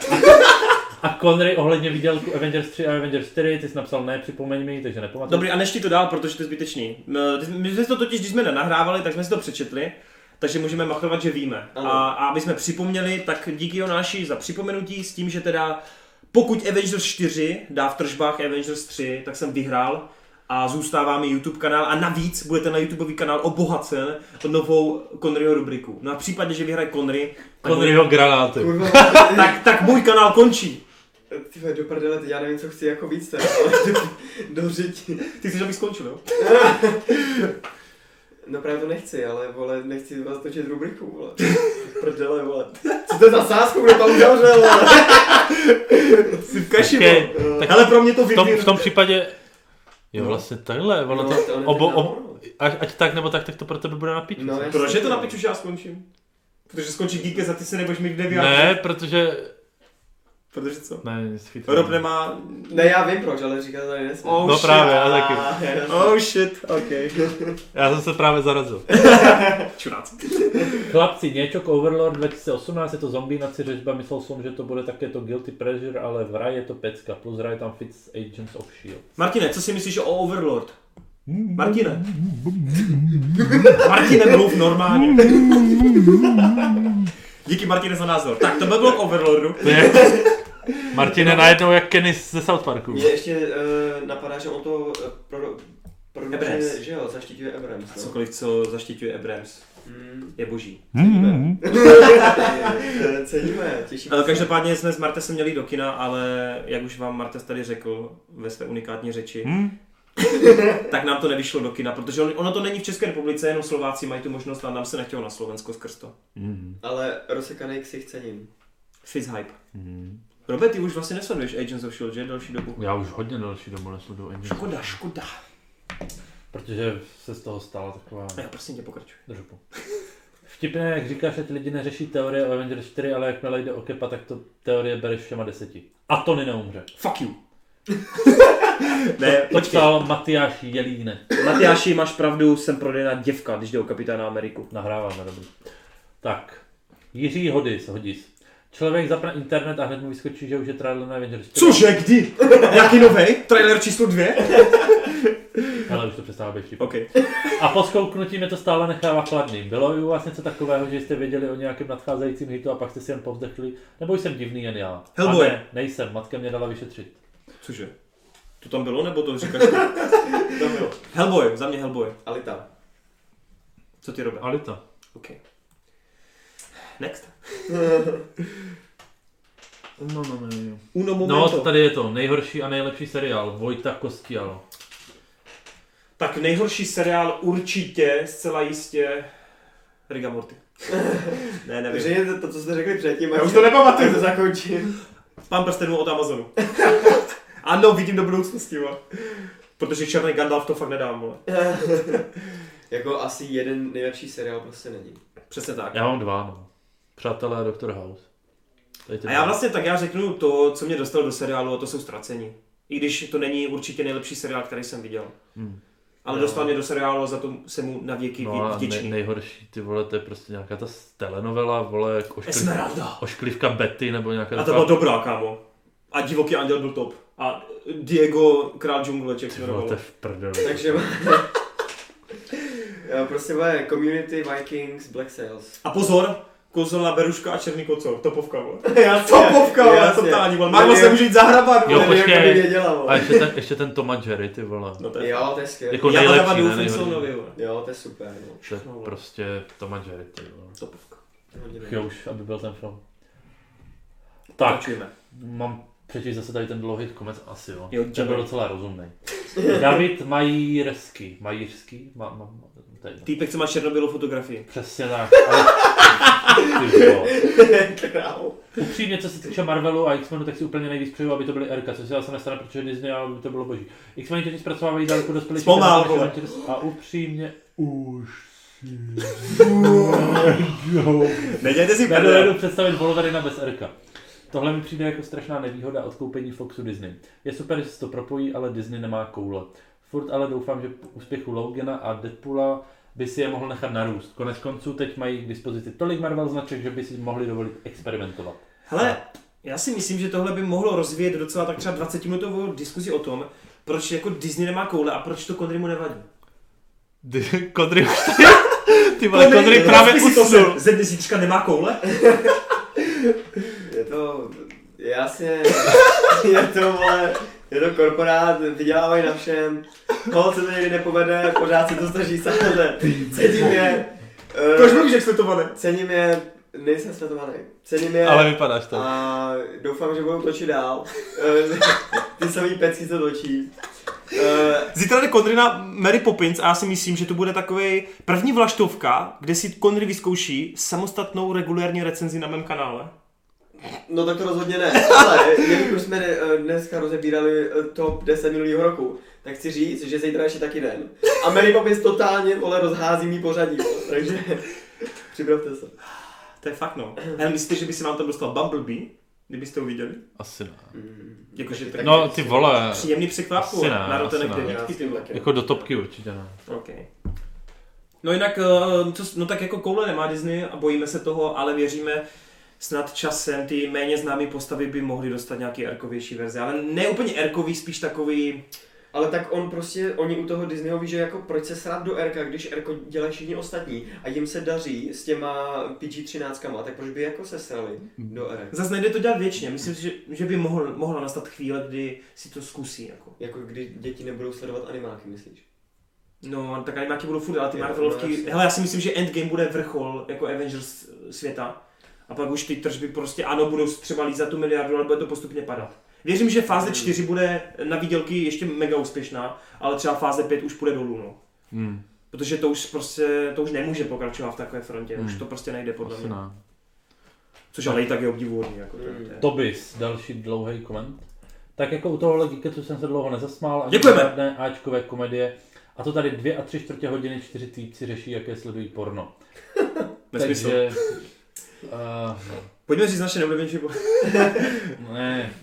Speaker 3: a Connery ohledně výdělku Avengers 3 a Avengers 4, ty jsi napsal ne, připomeň mi, takže nepamatuju.
Speaker 1: Dobrý, a nešti to dál, protože to je zbytečný. M, ty- My jsme si to totiž, když jsme nenahrávali, tak jsme si to přečetli, takže můžeme machrovat, že víme. A,
Speaker 2: Ano.
Speaker 1: a aby jsme připomněli, tak díky Jonáši za připomenutí s tím, že teda pokud Avengers 4 dá v tržbách Avengers 3, tak jsem vyhrál a zůstává mi YouTube kanál a navíc bude ten na YouTube kanál obohacen o novou Conryho rubriku. No a v případě, že vyhraje Conry, tak, můj,
Speaker 3: Conneryho granáty.
Speaker 2: Kurva,
Speaker 1: tak, tak můj kanál končí.
Speaker 2: ty vole, do prdele, teď já nevím, co chci jako víc teda, ale jdu do řiti.
Speaker 1: Ty chceš, abych skončil, jo?
Speaker 2: No právě to nechci, ale vole, nechci vás točit rubriku, vole. Prdele, vole. Co to je za sázku, kdo tam uzavřel, vole?
Speaker 1: Jsi v kaši,
Speaker 3: Také-
Speaker 1: okay. Ale pro mě to
Speaker 3: V tom,
Speaker 1: vypír.
Speaker 3: v tom případě, jo vlastně takhle, ono
Speaker 2: No,
Speaker 3: to,
Speaker 2: to ono
Speaker 3: obo,
Speaker 2: to
Speaker 3: ob, ať, ať tak nebo tak, tak to pro tebe bude na piču.
Speaker 2: No, jasně.
Speaker 1: Proč je to na pič, už já skončím? Protože skončí Geekes a ty se nebudeš mít kde vyjádřit.
Speaker 3: ne, protože
Speaker 10: Protože co?
Speaker 4: Ne, nic chytrého.
Speaker 10: Rob nemá...
Speaker 2: Ne, já vím proč, ale říkat to tady nesmím.
Speaker 10: Oh,
Speaker 4: No
Speaker 10: shit.
Speaker 4: právě, já taky.
Speaker 10: Oh shit, ok.
Speaker 4: Já jsem se právě zarazil.
Speaker 10: Čurác.
Speaker 4: Chlapci,
Speaker 3: Něčok Overlord 2018, je to zombínací řežba, myslel jsem, že to bude také to Guilty Pleasure, ale v Rai je to pecka, plus Rai tam Fits Agents of S.H.I.E.L.D.
Speaker 1: Martine, co si myslíš o Overlord? Martine. Martine, mluv normálně. Díky Martine za názor. Tak to by bylo k Overlordu.
Speaker 4: To je jak... Martine najednou jak Kenny ze South Parku.
Speaker 2: Mě ještě uh, napadá, že on to eh, pro, pro
Speaker 1: Abrams.
Speaker 2: že, že jo, zaštiťuje Abrams.
Speaker 1: A
Speaker 2: No.
Speaker 1: cokoliv, co zaštiťuje Abrams,
Speaker 2: Mm,
Speaker 1: je boží.
Speaker 2: ceníme. Eh, Ceníme, těšíme
Speaker 1: Eh,
Speaker 2: se.
Speaker 1: Každopádně jsme s Marte se měli do kina, ale jak už vám Martes tady řekl ve své unikátní řeči,
Speaker 4: Hmm.
Speaker 1: tak nám to nevyšlo do kina, protože on, ono to není v České republice, jenom Slováci mají tu možnost a nám se nechtělo na Slovensko skrz to.
Speaker 3: Mhm.
Speaker 2: Ale rozsekaný ksich cením.
Speaker 1: Fizz hype. Hmm. Robert, ty už vlastně nesleduješ Agents of S.H.I.E.L.D., že? Další dobu.
Speaker 11: Já už hodně další dobu nesleduju ani.
Speaker 1: Škoda, škoda.
Speaker 3: Protože se z toho stala taková
Speaker 1: Ne, prosím tě, pokračuj.
Speaker 3: držbu. Vtipné, jak říkáš, že ty lidi neřeší teorie o Avengers 4, ale jakmile jde o Kepa, tak to teorie bereš všema deseti. A to neumře.
Speaker 1: Fuck you. ne,
Speaker 3: To
Speaker 1: počkej.
Speaker 3: psal Matyáš Jelínek.
Speaker 1: Matyáši, máš pravdu, jsem prodejná děvka, když jde o kapitána Ameriku.
Speaker 3: Nahráváme, dobrý. Tak. Jiří Hodis, Hodis. Člověk zapne internet a hned mu vyskočí, že už je trailer na Avengers 4.
Speaker 1: Cože, kdy? Jaký novej? Trailer číslo dvě?
Speaker 3: Ale už to přestává být vtipné.
Speaker 1: OK.
Speaker 3: A po skouknutí mě to stále nechává chladný. Bylo i u vás něco takového, že jste věděli o nějakém nadcházejícím hitu a pak jste si jen povzdechli? Nebo jsem divný jen já?
Speaker 1: Hellboy.
Speaker 3: A ne, nejsem, matka mě dala vyšetřit.
Speaker 1: Cože? To tam bylo, nebo to říkáš?
Speaker 2: To bylo.
Speaker 1: Hellboy, za mě Hellboy.
Speaker 2: Alita.
Speaker 1: Co ty Robert?
Speaker 11: Alita.
Speaker 1: OK. Next.
Speaker 11: No, no, ne.
Speaker 1: Uno
Speaker 11: No,
Speaker 1: momento.
Speaker 11: to tady je to. Nejhorší a nejlepší seriál. Vojta Kostial.
Speaker 1: Tak nejhorší seriál určitě, zcela jistě, Riga Morty. ne, nevím.
Speaker 2: Řekněte to, co jste řekli předtím.
Speaker 1: Já už to nepamatuju.
Speaker 2: ať to zakončím.
Speaker 1: Pán prstenů od Amazonu. ano, vidím do budoucnosti, vole. Protože černý Gandalf to fakt nedám, vole.
Speaker 2: jako asi jeden nejlepší seriál prostě není.
Speaker 1: Přesně tak.
Speaker 11: Já mám dva, no. Přátelé a Dr. House. Tady ty
Speaker 1: A já
Speaker 11: dva.
Speaker 1: vlastně tak já řeknu to, co mě dostalo do seriálu, a to jsou ztracení. I když to není určitě nejlepší seriál, který jsem viděl.
Speaker 11: Hm.
Speaker 1: Ale dostal mě do seriálu a za to jsem mu na věky
Speaker 11: No
Speaker 1: no,
Speaker 11: a nej,
Speaker 1: vděčný.
Speaker 11: nejhorší, ty vole, to je prostě nějaká ta telenovela, vole, jak oškliv,
Speaker 1: Esmeralda.
Speaker 11: ošklivka Betty, nebo nějaká
Speaker 1: A ta
Speaker 11: taková-
Speaker 1: byla dobrá, kámo. A divoký anděl byl top. A Diego, král džungle, jak se
Speaker 11: Ty vole, to
Speaker 1: jmenovalo.
Speaker 11: je v prdeli.
Speaker 2: Takže... Jo, prostě bude Community, Vikings, Black Sales.
Speaker 1: A pozor, kouzelná beruška a černý kocor, topovka, vole.
Speaker 2: Jasně,
Speaker 1: Topovka, vole,
Speaker 2: jasně.
Speaker 1: totální, vole. Málo se
Speaker 2: Nevím-
Speaker 1: může jít zahrabat,
Speaker 11: No Jo,
Speaker 1: vole.
Speaker 2: nevím, jak to
Speaker 11: počkej.
Speaker 2: věděla,
Speaker 11: A
Speaker 2: vole.
Speaker 11: ještě ten, ještě ten Toma Jerry, ty vole.
Speaker 1: No to je...
Speaker 2: Jo, to je skvělé.
Speaker 11: Jako
Speaker 1: Já
Speaker 11: nejlepší,
Speaker 1: dávám
Speaker 11: ne,
Speaker 1: Finsonovi,
Speaker 11: nejhorší.
Speaker 1: vole.
Speaker 2: Jo, to je super, no.
Speaker 11: To je prostě Toma Jerry, ty vole.
Speaker 1: Topovka.
Speaker 2: Hodinu.
Speaker 3: Jo, už, aby byl ten film. Tak,
Speaker 1: Pokračujeme.
Speaker 3: mám přečíst zase tady ten dlouhý konec asi, jo.
Speaker 1: Jo,
Speaker 3: To byl
Speaker 1: Jabber.
Speaker 3: docela rozumný. David Majírsky. Majírsky? Ma, ma, ma, to je jedno.
Speaker 1: Týpek, co má černobylou fotografii.
Speaker 3: Přesně tak. Ale... Ty vole. Upřímně, co se týče Marvelu a X-Menu, tak si úplně nejvíc přeju, aby to byly RK, což se asi nestane, protože Disney, ale by to bylo boží. X-Meni totiž zpracovávají daleko dospělejší
Speaker 1: Zpomal,
Speaker 3: témata než
Speaker 1: vole.
Speaker 3: Avengers a upřímně už
Speaker 1: Nedělejte si prdel.
Speaker 3: nedovedu představit Wolverina bez RK. Tohle mi přijde jako strašná nevýhoda od koupení Foxu Disney. Je super, že se to propojí, ale Disney nemá koule. Furt ale doufám, že po úspěchu Logana a Deadpoola by si je mohl nechat narůst. Konec konců teď mají k dispozici tolik Marvel značek, že by si mohli dovolit experimentovat.
Speaker 1: Hele, já si myslím, že tohle by mohlo rozvíjet docela tak třeba 20 minutovou diskuzi o tom, proč jako Disney nemá koule a proč to Connery mu nevadí.
Speaker 4: Ty- Kodry už ty... Ty vole, Kodry právě
Speaker 1: Rozpi si to
Speaker 4: usnul.
Speaker 1: sem. Ze dnesíčka nemá koule?
Speaker 2: Je to... Jasně, je to, vole, je to korporát, vydělávají na všem. Hol se to někdy nepovede, pořád se to snaží samozřejmě. Cením je. eh,
Speaker 1: Proč mluvíš, jak jsme to vane?
Speaker 2: cením je, nejsem světovaný. Cením je
Speaker 4: Ale vypadáš tak.
Speaker 2: a doufám, že budou točit dál. Eh, Ty samý pecky, co točí. Eh,
Speaker 1: Zítra jde Connery na Mary Poppins a já si myslím, že to bude takový první vlaštovka, kde si Connery vyzkouší samostatnou regulérní recenzi na mém kanále.
Speaker 2: No tak to rozhodně ne, ale jelikož jsme eh, dneska rozebírali eh, top 10 minulého roku, tak chci říct, že zítra ještě taky den. A Mary Poppins totálně, vole, rozhází mý pořadí, vole, takže připravte se.
Speaker 1: To je fakt no. Ale myslíte, že by se vám tam dostal Bumblebee? Kdybyste ho viděli?
Speaker 3: Asi ne.
Speaker 2: Mm.
Speaker 1: Jakože tak
Speaker 3: No ty vole,
Speaker 1: příjemný překvapku
Speaker 3: Asi ne,
Speaker 1: na rotenek
Speaker 3: asi ne.
Speaker 1: devítky ty vole.
Speaker 3: jako do topky určitě ne.
Speaker 1: OK. No jinak, eh, co, s- no tak jako koule nemá Disney a bojíme se toho, ale věříme, snad časem ty méně známé postavy by mohly dostat nějaký erkovější verze, ale ne úplně erkový, spíš takový,
Speaker 2: Ale tak on prostě, oni u toho Disneyho ví, že jako proč se srát do Rka, když Rko dělají všichni ostatní a jim se daří s těma PG-13, tak proč by jako se srali do R?
Speaker 1: zase nejde to dělat věčně, myslím si, že, že by mohl, mohla nastat chvíle, kdy si to zkusí jako.
Speaker 2: Jako kdy děti nebudou sledovat animáky, myslíš?
Speaker 1: No, tak animáky budou furt, ale ty
Speaker 2: Jo, no,
Speaker 1: Marvelovky,
Speaker 2: jasně.
Speaker 1: hele já si myslím, že Endgame bude vrchol jako Avengers světa a pak už ty tržby prostě, ano, budou třeba lízat tu miliardu, ale bude to postupně padat. Věřím, že fáze 4 bude na výdělky ještě mega úspěšná, ale třeba fáze 5 už půjde dolů, no.
Speaker 3: Hmm,
Speaker 1: Protože to už prostě, to už nemůže pokračovat v takové frontě, už
Speaker 3: Hmm.
Speaker 1: to prostě nejde podle
Speaker 3: asi
Speaker 1: mě.
Speaker 3: ne.
Speaker 1: Což ale i tak je obdivuhodný, jako to, to
Speaker 2: Hmm.
Speaker 1: je.
Speaker 12: Tobis, další dlouhý koment. Tak jako u tohohle Geeketsu jsem se dlouho nezasmál, ani
Speaker 1: Děkujeme.
Speaker 12: žádné Ačkové komedie. A to tady dvě a tři čtvrtě hodiny čtyři týpci řeší, jaké sledují porno.
Speaker 1: Nesmysl.
Speaker 12: Takže... Uh,
Speaker 1: Pojďme říct naše neoblíbenější po...
Speaker 12: no, ne,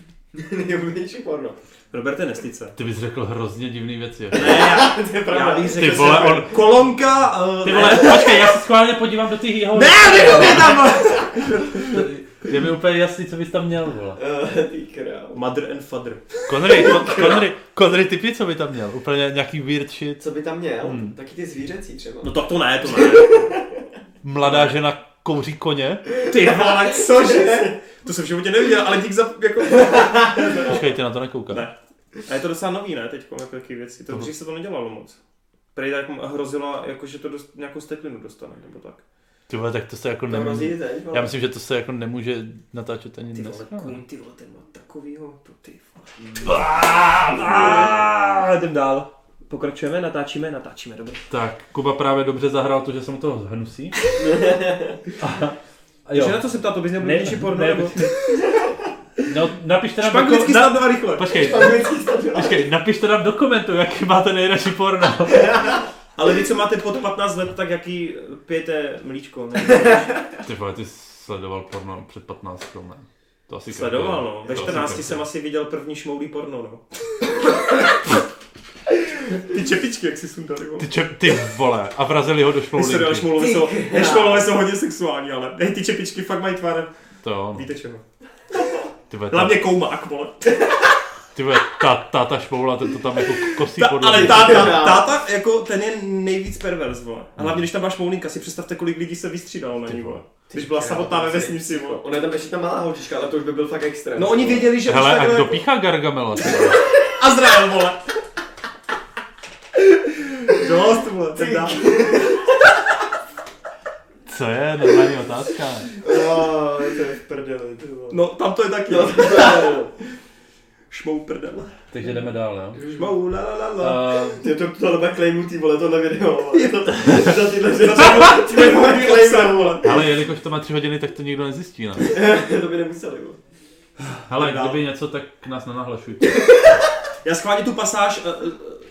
Speaker 2: Nejoblíbenější porno.
Speaker 1: Roberte, nestice.
Speaker 3: Ty bys řekl hrozně divný věci.
Speaker 1: Ne, já,
Speaker 2: to je
Speaker 1: já
Speaker 2: pravda.
Speaker 1: bych řekl,
Speaker 3: Ty vole,
Speaker 1: že-
Speaker 3: on-
Speaker 1: kolonka, uh,
Speaker 12: Ty vole, počkej, já se schválně podívám do těch jeho...
Speaker 1: Ne, ne, tam,
Speaker 12: Je mi úplně jasný, co bys tam měl, vole.
Speaker 2: Eh, Ty král.
Speaker 1: Mother and father.
Speaker 3: Connery, Con- Connery, Connery, typně co by tam měl? Úplně nějaký weird shit.
Speaker 2: Co by tam měl? Taky ty zvířecí třeba.
Speaker 1: Hmm. No tak to ne, to ne.
Speaker 3: Mladá žena kouří koně.
Speaker 1: Ty vole, cože? To jsem v životě neviděl, ale dík za, jako...
Speaker 3: Počkej, ty na to nekoukat.
Speaker 1: Ne. A je to docela nový, ne, teď, jako taky věci. To dřív se to nedělalo moc. Prej tak hrozilo, jako, že to dost, nějakou steklinu dostane, nebo tak.
Speaker 3: Ty vole, tak to se jako
Speaker 2: To hrozí
Speaker 3: nemůže.
Speaker 2: i teď, vole.
Speaker 3: Já myslím, že to se jako nemůže natáčet ani
Speaker 1: Ty
Speaker 3: dnes.
Speaker 1: vole, kůň, ty vole, ten má takovýho, to ty vole. Jdem dál. Pokračujeme, natáčíme, natáčíme, dobrý.
Speaker 12: Tak, Kuba právě dobře zahrál to, že se mu to hnusí. A, a
Speaker 1: Takže
Speaker 12: jo.
Speaker 1: na to se ptá, to bys neoblíbenější porno,
Speaker 12: ne,
Speaker 1: nebo?
Speaker 12: počkej. No, napište nám
Speaker 1: Špaglicky
Speaker 12: do, na,
Speaker 1: snadno a rychle.
Speaker 12: počkej,
Speaker 2: Anglický stadion.
Speaker 12: počkej, napište nám do komentu, jaký máte nejradši porno.
Speaker 1: Ale vy, co máte pod 15 let, tak jaký pijete mlíčko, ne?
Speaker 3: Ty vole, ty sledoval porno před 15 ne? To asi
Speaker 1: Sledoval, no.
Speaker 3: každý.
Speaker 1: Ve
Speaker 3: To asi
Speaker 1: 14
Speaker 3: každý.
Speaker 1: jsem asi viděl první šmoulý porno, no. Ty čepičky, jak si sundali, vole.
Speaker 3: Ty, čep, ty vole, a vrazili ho do
Speaker 1: Ty se dali
Speaker 3: šmoulinky.
Speaker 1: šmoulové jsou, šmoulové jsou hodně sexuální, ale hej, ty čepičky fakt mají tvar,
Speaker 3: To jo, no.
Speaker 1: víte čeho.
Speaker 3: ty vole, ta,
Speaker 1: Hlavně koumák, vole.
Speaker 3: ty vole, ta, táta šmoula, ten to tam jako kosí
Speaker 1: Ta,
Speaker 3: podle
Speaker 1: ale
Speaker 3: mě.
Speaker 1: táta, táta, jako ten je nejvíc pervers, vole. A hlavně, když tam máš moulinka, si představte, kolik lidí se vystřídalo na ní, vole. Když byla samotná ve vesnici, vole.
Speaker 2: Ona je tam ještě ta malá holčička, ale to už by byl fakt extrém.
Speaker 1: No oni věděli, že
Speaker 3: Hele, a
Speaker 1: takhle-
Speaker 3: kdo píchá Gargamela? ty vole?
Speaker 1: Azrael, vole. Dost, vole, ten dá.
Speaker 3: Co je, normální otázka.
Speaker 2: Jo, to je v prdeli, ty vole.
Speaker 1: No, tam to je taky,
Speaker 2: Jo,
Speaker 1: jo.
Speaker 2: to je-
Speaker 1: Šmou prdel.
Speaker 12: Takže jdeme dál, no. jo.
Speaker 1: Šmou, la, la, la, la.
Speaker 12: Uh,
Speaker 2: Ty to tohle bude claimnutý, vole, tohle video, vole. To, za tyhle
Speaker 1: To
Speaker 2: věci
Speaker 1: je můj obsah, vole.
Speaker 12: Eh,
Speaker 3: Ale jelikož to má tři hodiny, tak to nikdo nezjistí,
Speaker 12: no.
Speaker 3: ne?
Speaker 2: to by nemuseli, vole.
Speaker 3: Hele,
Speaker 1: Dál.
Speaker 3: kdyby něco, tak nás nenahlašujte.
Speaker 1: Já schválně tu pasáž eh,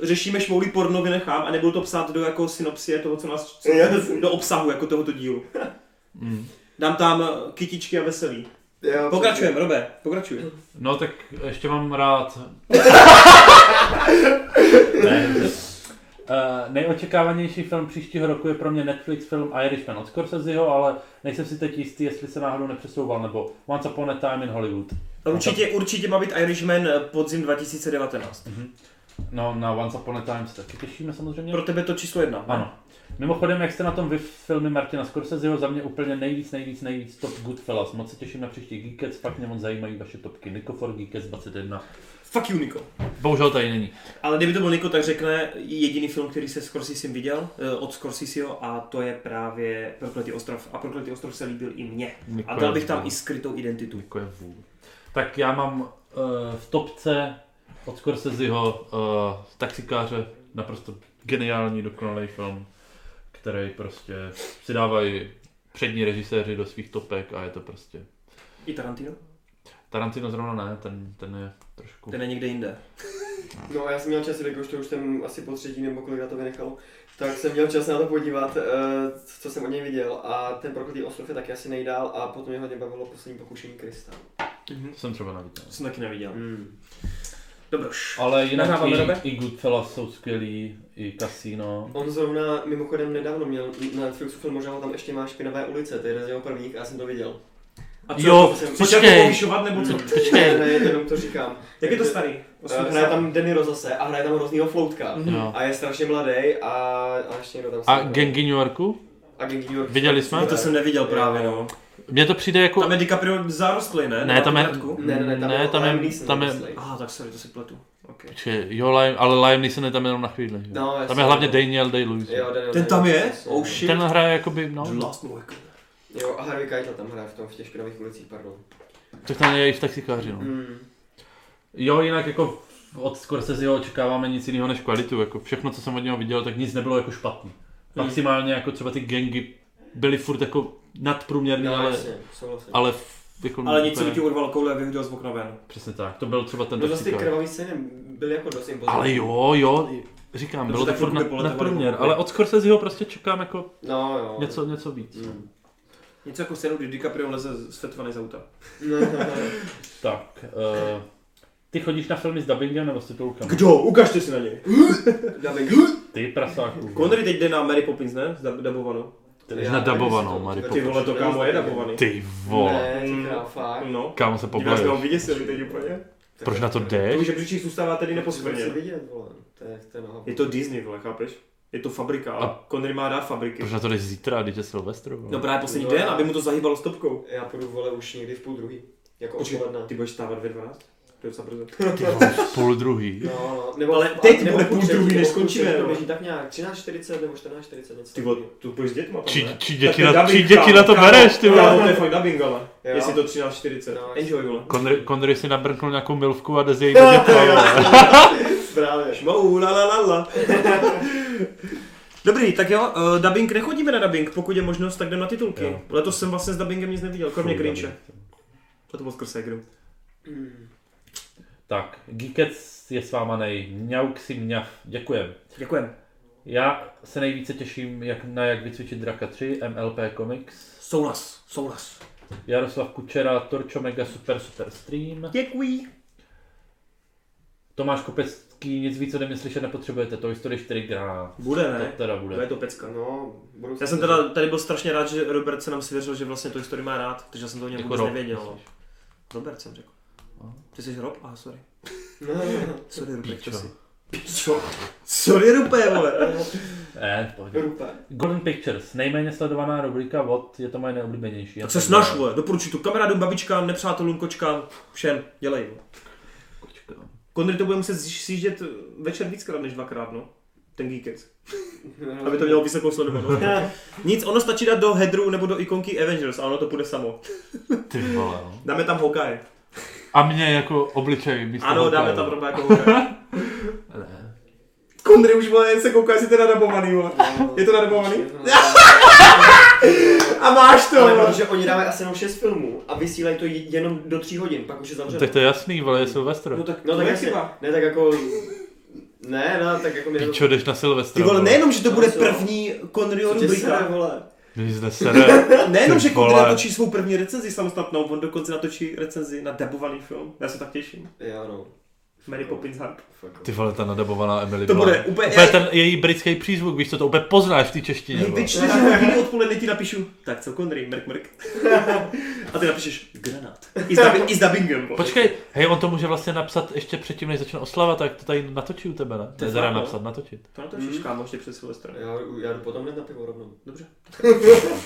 Speaker 1: eh, řešíme šmoulí porno vynechám a nebudu to psát do jako synopsie toho, co nás... co-
Speaker 2: Jasně.
Speaker 1: Do obsahu jako tohoto dílu. Dám tam eh, kytičky a veselí.
Speaker 2: Jo,
Speaker 1: Pokračujeme, Robe, pokračuj.
Speaker 3: No tak ještě mám rád.
Speaker 12: Uh, nejočekávanější film příštího roku je pro mě Netflix film Irishman od Scorseseho, ale nejsem si teď jistý, jestli se náhodou nepřesouval, nebo Once Upon a Time in Hollywood.
Speaker 1: A Určitě, určitě má být Irishman eh, podzim 2019.
Speaker 12: No, na Once Upon a Time se taky těšíme samozřejmě.
Speaker 1: Pro tebe to číslo jedna.
Speaker 12: Ano. Mimochodem, jak jste na tom vy filmy Martina Scorseseho, za mě úplně nejvíc, nejvíc, nejvíc top Goodfellas. Moc se těším na příští Geekets, fakt mě moc zajímají vaše topky. Nico for Geekets 21.
Speaker 1: Fuck you, Niko.
Speaker 3: Bohužel tady není.
Speaker 1: Ale kdyby to byl Niko, tak řekne jediný film, který se Scorseseem viděl, eh, od Scorseseho, a to je právě Prokletý ostrov. A Prokletý ostrov se líbil i mně. A dal bych tam i skrytou identitu.
Speaker 3: Jako je vůl.
Speaker 12: Tak já mám uh, v topce eh,
Speaker 3: Od Scorseseho uh, taxikáře naprosto geniální, dokonalý film, který prostě si dávají přední režiséři do svých topek a je to prostě...
Speaker 1: I Tarantino?
Speaker 3: Tarantino zrovna ne, ten, ten je trošku...
Speaker 1: Ten je někde jinde.
Speaker 2: No já jsem měl čas, jelikož to už jsem asi po třetí nebo kolik na to vynechal, tak jsem měl čas na to podívat, eh, co jsem o něj viděl a ten prokletý ostrov je taky asi nejdál a potom mě hodně bavilo poslední pokušení Krista.
Speaker 3: Jsem třeba neviděl.
Speaker 1: To jsem taky neviděl.
Speaker 2: Hmm.
Speaker 1: Dobroš.
Speaker 12: Ale jinak
Speaker 1: Nahráváme, Robe?
Speaker 12: i, i Goodfellas jsou skvělý, i Casino.
Speaker 2: On zrovna mimochodem nedávno měl na Netflixu film, možná ho tam ještě má Špinavé ulice, to je jeden z jeho prvních a já jsem to viděl.
Speaker 1: A
Speaker 13: Jo,
Speaker 2: jsem-
Speaker 1: Chceš jako povyšovat nebo co?
Speaker 2: Ne, ne, jenom to říkám.
Speaker 1: Jak je to
Speaker 2: Takže-
Speaker 1: starý?
Speaker 2: Eh, Hraje tam Deniro zase a hraje tam hroznýho floutka.
Speaker 3: No.
Speaker 2: A je strašně mladý a, a ještě někdo tam
Speaker 3: A
Speaker 2: se-
Speaker 3: Gengi New Yorku?
Speaker 2: a Gengi New York.
Speaker 3: Viděli jsme?
Speaker 1: No, to jsem neviděl právě, no.
Speaker 3: Mně to přijde jako...
Speaker 1: Tam je DiCaprio zarostlý, ne?
Speaker 3: Ne, tam je-
Speaker 1: Bratku?
Speaker 2: Ne, ne, ne, tam,
Speaker 3: Ne,
Speaker 2: je,
Speaker 3: tam je-
Speaker 2: Liam Neeson,
Speaker 3: tam je-
Speaker 2: myslej.
Speaker 1: Aha, tak sorry, to si pletu. Okay.
Speaker 3: Počkej, jo, Liam, ale Liam Neeson je tam jenom na chvíli. Jo.
Speaker 2: No, jasně.
Speaker 3: tam je hlavně Daniel Day-Lewis.
Speaker 2: Jo, Daniel
Speaker 1: Ten tam je?
Speaker 2: Day-Lewis,
Speaker 1: Oh shit.
Speaker 3: Ten hraje jakoby, no,
Speaker 1: The Last Mohican.
Speaker 2: Jo, a Harvey Keitel tam hraje v tom, v těch špinavých ulicích, pardon.
Speaker 3: tak ten je i v taxikáři, no.
Speaker 2: Mm.
Speaker 3: Jo, jinak jako od Scorseseho očekáváme nic jiného než kvalitu, jako všechno, co jsem od něho viděl, tak nic nebylo jako špatný. Maximálně jako třeba ty gengy byly furt jako nadprůměrný,
Speaker 2: No,
Speaker 3: ale,
Speaker 2: jasně, souhlasím.
Speaker 3: ale f- jako
Speaker 1: Ale
Speaker 3: úplně-
Speaker 1: nic, co by ti urval koule a vyhodil z okna ven.
Speaker 3: Přesně tak, to byl třeba ten
Speaker 2: No zase ty
Speaker 3: taxikář.
Speaker 2: krvavý scény byly jako dost impozantní.
Speaker 3: Ale jo, jo, říkám,
Speaker 1: Dobře,
Speaker 3: bylo to
Speaker 1: tak
Speaker 3: furt
Speaker 1: kluby
Speaker 3: na,
Speaker 1: poletovali
Speaker 3: nadprůměr,
Speaker 1: kluby.
Speaker 3: ale od Scorseseho prostě čekám jako
Speaker 2: No jo.
Speaker 3: něco, něco víc.
Speaker 2: Mm.
Speaker 1: Něco jako scénu, kdy DiCaprio leze z fetvany z auta.
Speaker 2: No, no, no.
Speaker 12: Tak, uh, ty chodíš na filmy s dubbingem nebo s titulkama?
Speaker 1: Kdo? Ukažte si na něj.
Speaker 2: Dubbing.
Speaker 12: Ty prasáku.
Speaker 1: Connery teď jde na Mary Poppins, ne? S dab- dabovanou.
Speaker 3: Jsi
Speaker 2: Já
Speaker 3: nadabovanou,
Speaker 2: nevím,
Speaker 3: Mary
Speaker 2: jestli
Speaker 1: Ty
Speaker 2: to-
Speaker 1: vole, to kámo je dabovaný.
Speaker 3: Ty vole,
Speaker 2: Ne, ty král, fakt.
Speaker 1: No.
Speaker 3: kámo se
Speaker 1: Díváš,
Speaker 3: pobleješ.
Speaker 1: mám vyděsil teď úplně.
Speaker 3: Proč na to
Speaker 1: To
Speaker 3: jdeš?
Speaker 1: už je příští zůstává tady
Speaker 2: To chci
Speaker 1: neposvrněn.
Speaker 2: vidět, vole. To je, to je noha.
Speaker 1: Je to Disney, vole, chápeš? Je to fabrika
Speaker 3: A-
Speaker 1: a Connery má rád fabriky.
Speaker 3: Proč na to jdeš zítra, když je Silvestr? vole?
Speaker 1: No právě poslední
Speaker 2: No,
Speaker 1: den,
Speaker 2: já-
Speaker 1: aby mu to zahýbalo stopkou.
Speaker 2: Já půjdu, vole, už někdy v půl druhý. Jako
Speaker 1: Počkej,
Speaker 2: odpoledne.
Speaker 1: Ty budeš stávat ve 12? To je docela brzo.
Speaker 3: Půl druhý.
Speaker 2: No, no, nebo,
Speaker 1: Ale
Speaker 2: a-
Speaker 1: teď
Speaker 2: nebo
Speaker 1: bude
Speaker 2: v
Speaker 1: půl
Speaker 2: třetí,
Speaker 1: druhý,
Speaker 2: nebo
Speaker 1: než
Speaker 2: v půl
Speaker 1: skončíme,
Speaker 2: třetí, to
Speaker 1: no.
Speaker 2: Běží tak nějak 13.40 nebo 14.40, něco
Speaker 1: Ty vole, to budeš s dětma.
Speaker 3: Či,
Speaker 1: tam, ne?
Speaker 3: či,
Speaker 1: Tak
Speaker 3: děti,
Speaker 1: je
Speaker 3: na,
Speaker 1: dubbing,
Speaker 3: či děti
Speaker 1: kámo,
Speaker 3: na to
Speaker 1: kámo,
Speaker 3: bereš, ty
Speaker 1: Kámo, to
Speaker 3: vole.
Speaker 1: je fakt dubbing, ale.
Speaker 2: Jo.
Speaker 1: Jestli to 13.40.
Speaker 2: No,
Speaker 1: Enjoy, vole.
Speaker 3: Connery, Connery si nabrknul nějakou milvku a jde z její dětma. vole.
Speaker 2: Právě.
Speaker 1: Šmou, la, la, la, la. Dobrý, tak jo, uh, dubbing, nechodíme na dubbing, pokud je možnost, tak jdem na titulky.
Speaker 3: Jo.
Speaker 1: Jo. Letos jsem vlastně s dubbingem nic neviděl, kromě Grinche. A to byl skrz Egru.
Speaker 2: Mm.
Speaker 12: Tak, Geekec je s váma nej. Mňauk si mňav. Děkujem.
Speaker 1: Děkujem.
Speaker 12: Já se nejvíce těším jak na jak vycvičit draka 3, MLP Comics.
Speaker 1: Souhlas, souhlas.
Speaker 12: Jaroslav Kučera, Torčo Mega Super Super Stream.
Speaker 1: Děkuji.
Speaker 12: Tomáš Kopecký, nic víc ode mě slyšet nepotřebujete, to Story 4 gra.
Speaker 1: Bude,
Speaker 12: To
Speaker 1: ne?
Speaker 12: teda
Speaker 1: To
Speaker 12: bude.
Speaker 1: je to pecka.
Speaker 2: No, budu
Speaker 1: Já jsem teda tady byl strašně rád, že Robert se nám svěřil, že vlastně Toy Story má rád, protože já jsem to o něm
Speaker 3: Jako
Speaker 1: vůbec
Speaker 3: Rob, No.
Speaker 1: nevěděl. no. Robert jsem řekl. Ty jsi Rob? Aha, sorry.
Speaker 2: No, no, no.
Speaker 1: Sorry, Robert,
Speaker 3: Píčo.
Speaker 1: to jsi. Píčo. Sorry, Rupe, vole.
Speaker 12: Ne, v pohodě.
Speaker 2: Rupa.
Speaker 12: Golden Pictures, nejméně sledovaná rubrika od, je to moje nejoblíbenější.
Speaker 1: Tak se snaž, vole. Doporučuji to kamarádům, babičkám, nepřátelům, kočkám, všem. Dělej, vole. Konry to bude muset zjiš- sjíždět večer víckrát než dvakrát, no. Ten geekec. Aby to mělo vysokou sledovanost. Nic, ono stačí dát do headru nebo do ikonky Avengers a ono to půjde samo.
Speaker 3: Ty vole. no.
Speaker 1: Dáme tam Hawkeye.
Speaker 3: A mě jako obličej místo
Speaker 1: Ano,
Speaker 3: Hawkeye.
Speaker 1: dáme tam Roba jako Hawkeye.
Speaker 3: Ne.
Speaker 1: Konry už vole, se kouká, jestli to je nadabovaný, vole.
Speaker 2: No,
Speaker 1: Je to nadabovaný? A máš to,
Speaker 2: Ale
Speaker 1: vole.
Speaker 2: protože oni dávají asi jenom 6 filmů a vysílají to jenom do 3 hodin, pak už je
Speaker 3: No,
Speaker 2: zavřeno.
Speaker 3: Tak to je jasný, vole, je Silvestr.
Speaker 1: No tak,
Speaker 2: No tak
Speaker 1: je
Speaker 2: jasně,
Speaker 1: chyba.
Speaker 2: ne tak jako... Ne, no, tak jako mě to...
Speaker 3: Píčo, jdeš na Silvestra.
Speaker 1: Ty vole,
Speaker 3: vole.
Speaker 1: nejenom, že to
Speaker 2: No,
Speaker 1: bude
Speaker 2: co?
Speaker 1: první Conryho
Speaker 2: Co tě sere,
Speaker 1: rubrika,
Speaker 2: vole?
Speaker 3: Mě zde sere.
Speaker 1: nejenom, že
Speaker 3: Ty
Speaker 1: Conry
Speaker 3: vole.
Speaker 1: natočí svou první recenzi samostatnou, on dokonce natočí recenzi na dabovaný film. Já se tak těším.
Speaker 2: Jo, no.
Speaker 1: Mary Poppins Harp.
Speaker 2: Fuck.
Speaker 3: Ty vole, ta nadabovaná Emily
Speaker 1: To
Speaker 3: Blunt.
Speaker 1: bude úplně-
Speaker 3: Úplně ten její britský přízvuk, víš co, to úplně poznáš v té češtině.
Speaker 1: Hej,
Speaker 3: vole.
Speaker 1: Ve čtyři hodiny odpoledne ti napíšu, tak co Conry, mrk mrk. A ty napíšeš, granát. I s, dubbing, i s dubbingem. vole.
Speaker 3: Počkej, hej, on to může vlastně napsat ještě předtím, než začne oslava, tak to tady natočí u tebe, ne? To je
Speaker 1: fakt,
Speaker 3: teda
Speaker 1: no.
Speaker 3: napsat, natočit.
Speaker 1: To na to ještě
Speaker 2: Mm.
Speaker 1: kámo, ještě před Silvestrem.
Speaker 2: Já, já jdu potom hned na pivo rovnou.
Speaker 1: Mhm. Dobře.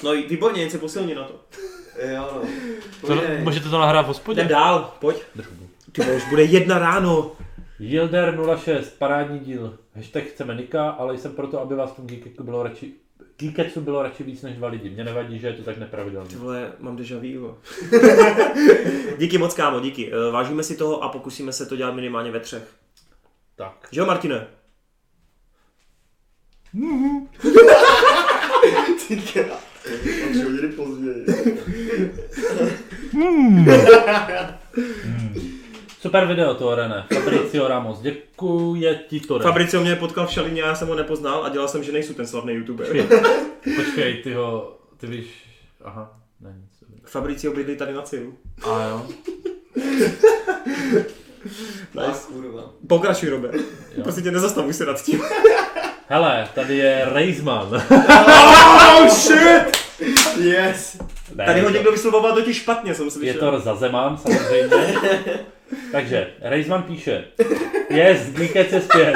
Speaker 1: No i výborně, jen se posilní na to.
Speaker 2: Jo, no.
Speaker 3: To,
Speaker 2: Povídej.
Speaker 3: můžete to nahrát v hospodě?
Speaker 1: Jdem dál, pojď. Ty vole, už bude jedna ráno.
Speaker 12: Yilder06, parádní díl. Hashtag chceme Nika, ale jsem proto, aby vás v tom Geekecu bylo radši Geekecu bylo radši víc než dva lidi. Mě nevadí, že je to tak nepravidelné.
Speaker 1: Ty vole, mám deja vu. jo. díky moc kámo, díky. Eh, Vážíme si toho a pokusíme se to dělat minimálně ve třech.
Speaker 12: Tak.
Speaker 1: Že jo, Martine?
Speaker 2: Tři hodiny později.
Speaker 12: Super video to, René. Fabricio Ramos, děkuje ti to, René.
Speaker 1: Fabricio mě potkal v šalině, já jsem ho nepoznal a dělal jsem, že nejsou ten slavný youtuber.
Speaker 12: Počkej, ty ho, ty víš, aha, ne nic.
Speaker 1: Fabricio bydlí tady na Ciru.
Speaker 12: A jo.
Speaker 2: Nice. kurva.
Speaker 1: Pokračuj, Robe.
Speaker 3: Jo.
Speaker 1: Prostě tě nezastavuj se nad tím.
Speaker 3: Hele, tady je Raisman.
Speaker 1: Oh shit!
Speaker 2: Yes.
Speaker 3: Ne,
Speaker 1: Tady ho
Speaker 3: je to-
Speaker 1: někdo vyslovoval totiž špatně, jsem
Speaker 3: Je
Speaker 1: slyšel.
Speaker 3: to Zazemán, samozřejmě. Takže, Raisman píše. Yes, klikejte zpět.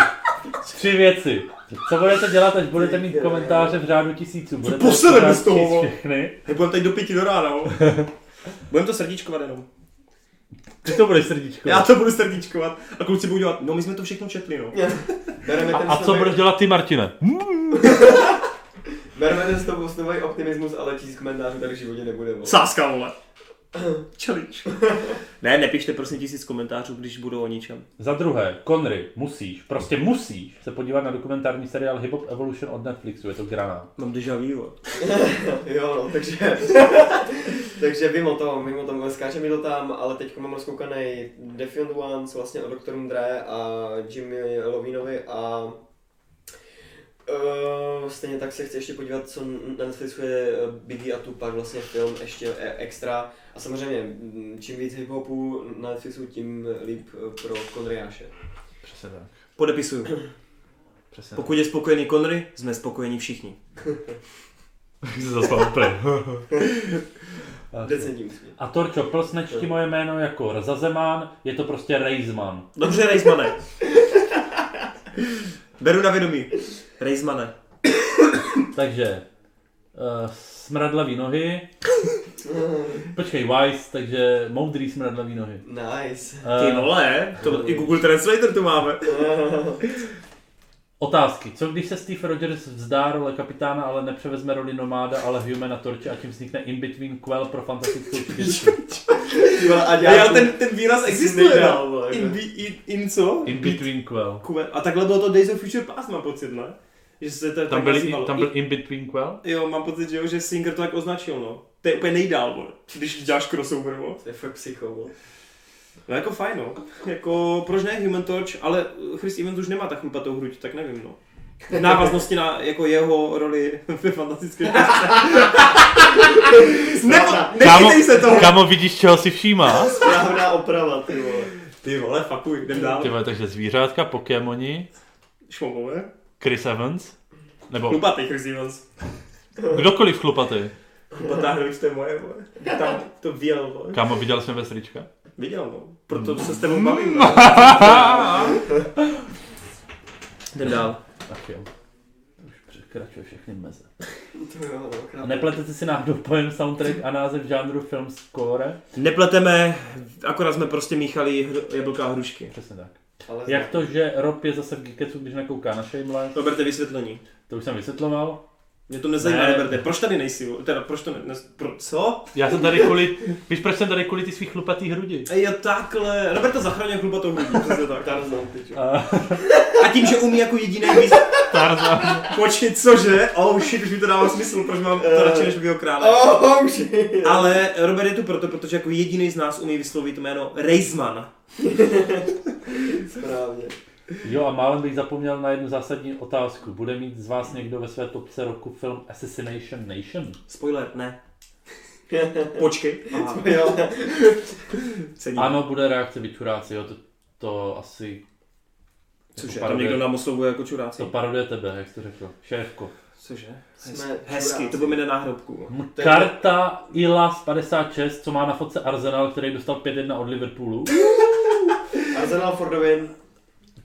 Speaker 3: Tři věci. Co budete dělat, až budete mít komentáře v řádu tisíců? Budete
Speaker 1: posereme
Speaker 3: pořád
Speaker 1: z toho,
Speaker 3: číst
Speaker 1: vole?
Speaker 3: Všechny?
Speaker 1: Nebudeme tady do pěti do rána, jo. Budeme to srdíčkovat jenom.
Speaker 3: Ty to bude srdíčko.
Speaker 1: Já to budu srdíčkovat a kluci budou dělat, no my jsme to všechno četli, no.
Speaker 2: Bereme
Speaker 3: A,
Speaker 2: ten
Speaker 3: a co
Speaker 2: snobový-
Speaker 3: budeš dělat ty, Martine?
Speaker 2: Bereme ten s tobou snový optimismus, ale číst komentářů tady v životě nebude. vole.
Speaker 1: Sáska, vole. Challenge. ne, nepište prosím tisíc komentářů, když budou o ničem.
Speaker 3: Za druhé, Conry, musíš, prostě musíš se podívat na dokumentární seriál Hip Hop Evolution od Netflixu, je to grana.
Speaker 1: Mám deja vu, jo.
Speaker 2: Jo, no, takže... takže vím o tom, vím o tom, skáče mi to tam, ale teď mám rozkoukaný Defiant Ones vlastně od Dr. Dre a Jimmy Lovinovi a Uh, stejně tak se chci ještě podívat, co na Netflixu je eh, Biggie a Tupac, vlastně film ještě e- extra. A samozřejmě, mm, čím víc hiphopu na Netflixu, tím líp eh, pro Konriáše.
Speaker 14: Přesně tak.
Speaker 1: Podepisuju.
Speaker 14: Přesně
Speaker 1: Pokud je spokojený Conry, jsme spokojení všichni.
Speaker 14: tak. se zaspal úplně.
Speaker 2: Decentní úsměv.
Speaker 3: A Torčo, plus nečti moje jméno jako Razazemán, je to prostě Raisman.
Speaker 1: Dobře, Rejzmane. Beru na vědomí. Rejzmane.
Speaker 3: Takže uh, smradlavý nohy. Počkej, wise, takže moudrý smradlavý nohy.
Speaker 2: Nice.
Speaker 1: Ty
Speaker 3: Uh,
Speaker 1: vole, to i Google Translator tu máme.
Speaker 3: otázky. Co když se Steve Rogers vzdá role kapitána, ale nepřevezme roli nomáda, ale humana torče a tím vznikne in between quell pro fantastickou čtyřku?
Speaker 2: Ty vole, a
Speaker 1: Já,
Speaker 2: já,
Speaker 1: já
Speaker 2: tu-
Speaker 1: ten, ten výraz existuje,
Speaker 2: nejdál,
Speaker 1: no.
Speaker 2: vole.
Speaker 1: In, be- in, in co?
Speaker 3: In between quell.
Speaker 1: Kube- A takhle bylo to Days of Future Past, mám pocit, ne? Že se to
Speaker 14: Tam,
Speaker 1: tak
Speaker 14: byli,
Speaker 1: nazývalo.
Speaker 14: tam byl in between quell?
Speaker 1: Jo, mám pocit, že jo, že Singer to tak označil, no. To je úplně nejdál, vole, když děláš crossover, vole.
Speaker 2: To je fakt psycho, vole.
Speaker 1: No jako fajn, no. Jako, proč ne Human Torch, ale Chris Evans už nemá tak chlupatou hruď, tak nevím, no. V návaznosti na jako jeho roli ve fantastické čtyřce. Nebo, nechytej se toho!
Speaker 14: Kámo, vidíš, čeho si všímá?
Speaker 2: Správná oprava, ty vole.
Speaker 1: Ty vole, fakuj, jdem dál.
Speaker 14: Ty vole, takže zvířátka, Pokémoni,
Speaker 1: Šmobové?
Speaker 14: Chris Evans, nebo
Speaker 1: Chlupatý Chris Evans.
Speaker 14: kdokoliv chlupatý.
Speaker 1: Chlubatá hruď, to je moje, vole. Tam to věl, vole.
Speaker 14: Kámo, viděl jsem ve strička.
Speaker 1: Viděl, no. Proto se s tebou bavím, no. Jdem dál.
Speaker 3: Ach jo. Už překračuje všechny meze.
Speaker 2: To jo, no, krát.
Speaker 3: Nepletete si náhodou pojem soundtrack a název žánru film score?
Speaker 1: Nepleteme, akorát jsme prostě míchali hru- jablka a hrušky.
Speaker 3: Přesně tak.
Speaker 2: Ale
Speaker 3: Jak to, že Rob je zase v Geekecu, když nakouká na Shameless?
Speaker 1: Roberte, vysvětlení.
Speaker 3: To už jsem vysvětloval.
Speaker 1: Mě to nezajímá,
Speaker 3: Ne.
Speaker 1: ne. Roberte. Proč tady nejsi? vole? Teda, proč to ne... ne pro, co?
Speaker 14: Já jsem tady kvůli, víš proč jsem tady kvůli ty svých chlupatý hrudi?
Speaker 1: Ej, Jo, takhle. Roberta zachraňuje chlupatou hudí, přesně tak.
Speaker 2: Tarzan, ty čo.
Speaker 1: A tím, že umí jako jediný víc...
Speaker 14: Tarzan.
Speaker 1: Počkej, cože? Oh shit, už mi to dává smysl, proč mám to radši než Bího krále.
Speaker 2: Oh, shit.
Speaker 1: Ale Robert je tu proto, protože jako jediný z nás umí vyslovit jméno Reisman.
Speaker 2: Správně.
Speaker 3: Jo a málem bych zapomněl na jednu zásadní otázku. Bude mít z vás někdo ve své topce roku film Assassination Nation?
Speaker 1: Spoiler, ne. Počkej. Aha,
Speaker 2: Jo.
Speaker 1: cením.
Speaker 3: Ano, bude reakce vyčuráci, jo, to, to asi...
Speaker 1: Cože,
Speaker 3: to
Speaker 1: tam
Speaker 3: paroduje-
Speaker 1: někdo nám oslovuje jako čuráci.
Speaker 3: To paroduje tebe, jak jsi to řekl. Šéfko.
Speaker 1: Cože?
Speaker 2: Jsme
Speaker 1: Hezky,
Speaker 2: čuráci.
Speaker 1: to bude na náhrobku.
Speaker 2: To je-
Speaker 3: Karta Ilas 56, co má na fotce Arsenal, který dostal 5-1 od Liverpoolu.
Speaker 2: Arsenal Fordovin.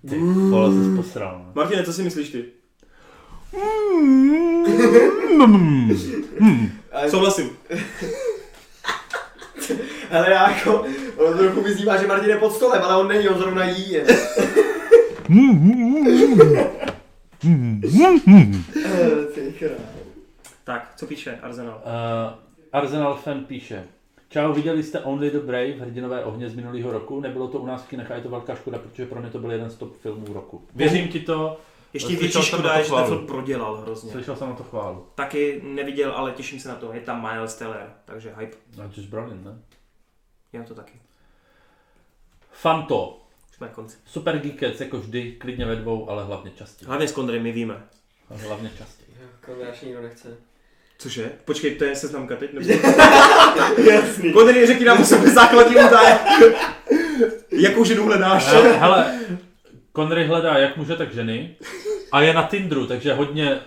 Speaker 3: Ty vole, jsi posral. ne?
Speaker 1: Martine, co si myslíš ty?
Speaker 2: A-
Speaker 1: Souhlasím.
Speaker 2: Hele, já jako, ono to trochu vyzývá, že Martin je pod stolem, ale on není, on zrovna jí je. Eh, Ty král.
Speaker 1: Tak, co píše Arsenal?
Speaker 3: Uh, Arsenal fan píše. Čau, viděli jste Only the Brave, hrdinové ohně z minulého roku? Nebylo to u nás v kinech a je to velká škoda, protože pro mě to byl jeden z top filmů roku. Věřím ti to,
Speaker 1: Ještě
Speaker 14: Slyšel
Speaker 1: větší
Speaker 14: jsem
Speaker 1: škoda
Speaker 14: na to
Speaker 1: je, že ten
Speaker 14: chválu.
Speaker 1: film prodělal hrozně.
Speaker 3: slyšel jsem na to chválu.
Speaker 1: Taky neviděl, ale těším se na to. Je tam Miles Teller, takže hype.
Speaker 3: A No, Josh Brolin, ne?
Speaker 1: Já to taky.
Speaker 3: Fanto.
Speaker 1: Už jsme na konci.
Speaker 3: Super geekec, jako vždy, klidně ve dvou, ale hlavně častěji.
Speaker 1: Hlavně s Kondry my víme.
Speaker 3: Hlavně častěji.
Speaker 2: Konráš nikdo nechce.
Speaker 1: Cože? Počkej, to je seznamka teď? Nebo... Jasný. Podry, řekni nám o sobě základní údaje. Jakou ženu hledáš?
Speaker 3: Hele, hele, Conry hledá jak muže, tak ženy. A je na Tinderu, takže hodně,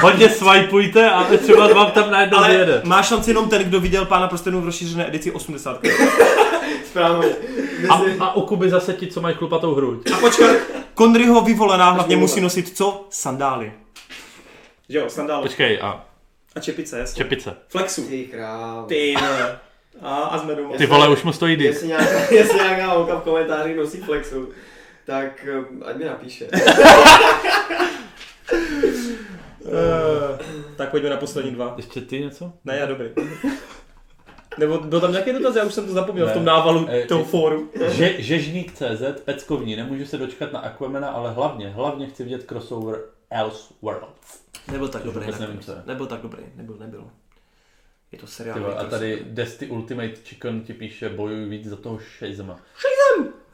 Speaker 3: hodně swipeujte a třeba vám tam najednou
Speaker 1: Ale
Speaker 3: vyjede.
Speaker 1: máš šanci jenom ten, kdo viděl Pána prstenů v rozšířené edici 80.
Speaker 2: Správně.
Speaker 3: A, a u Kuby zase ti, co mají chlupatou hruď.
Speaker 1: A počkej, Konryho vyvolená hlavně musí nosit co? Sandály. Jo, sandály.
Speaker 3: Počkej, a
Speaker 1: A čepice, jasně.
Speaker 3: čepice.
Speaker 1: Flexu.
Speaker 2: Ty král.
Speaker 1: Ty vole. A, a jsme doma.
Speaker 3: Ty vole, už mu stojí disk.
Speaker 2: Jestli nějaká, jestli nějaká holka v komentáři nosí flexu, tak eh, ať mi napíše.
Speaker 1: Eh, tak pojďme na poslední dva.
Speaker 3: Ještě ty něco?
Speaker 1: Ne, já dobrý. Nebo byl tam nějaký dotaz, já už jsem to zapomněl v tom
Speaker 3: Ne.
Speaker 1: návalu
Speaker 3: Eh,
Speaker 1: toho
Speaker 3: eh.
Speaker 1: fóru.
Speaker 3: Že, žežník CZ, peckovní, nemůžu se dočkat na Aquamena, ale hlavně, hlavně chci vidět crossover Elseworld.
Speaker 15: Nebyl tak
Speaker 3: To
Speaker 15: dobrý.
Speaker 3: vůbec nevím,
Speaker 15: nakonec.
Speaker 3: co je.
Speaker 15: Nebyl tak dobrý, nebyl, nebyl. Je to seriál.
Speaker 3: Ty vole, a
Speaker 15: je to
Speaker 3: tady Desti Ultimate Chicken ti píše bojuj víc za toho Shazema.
Speaker 15: s-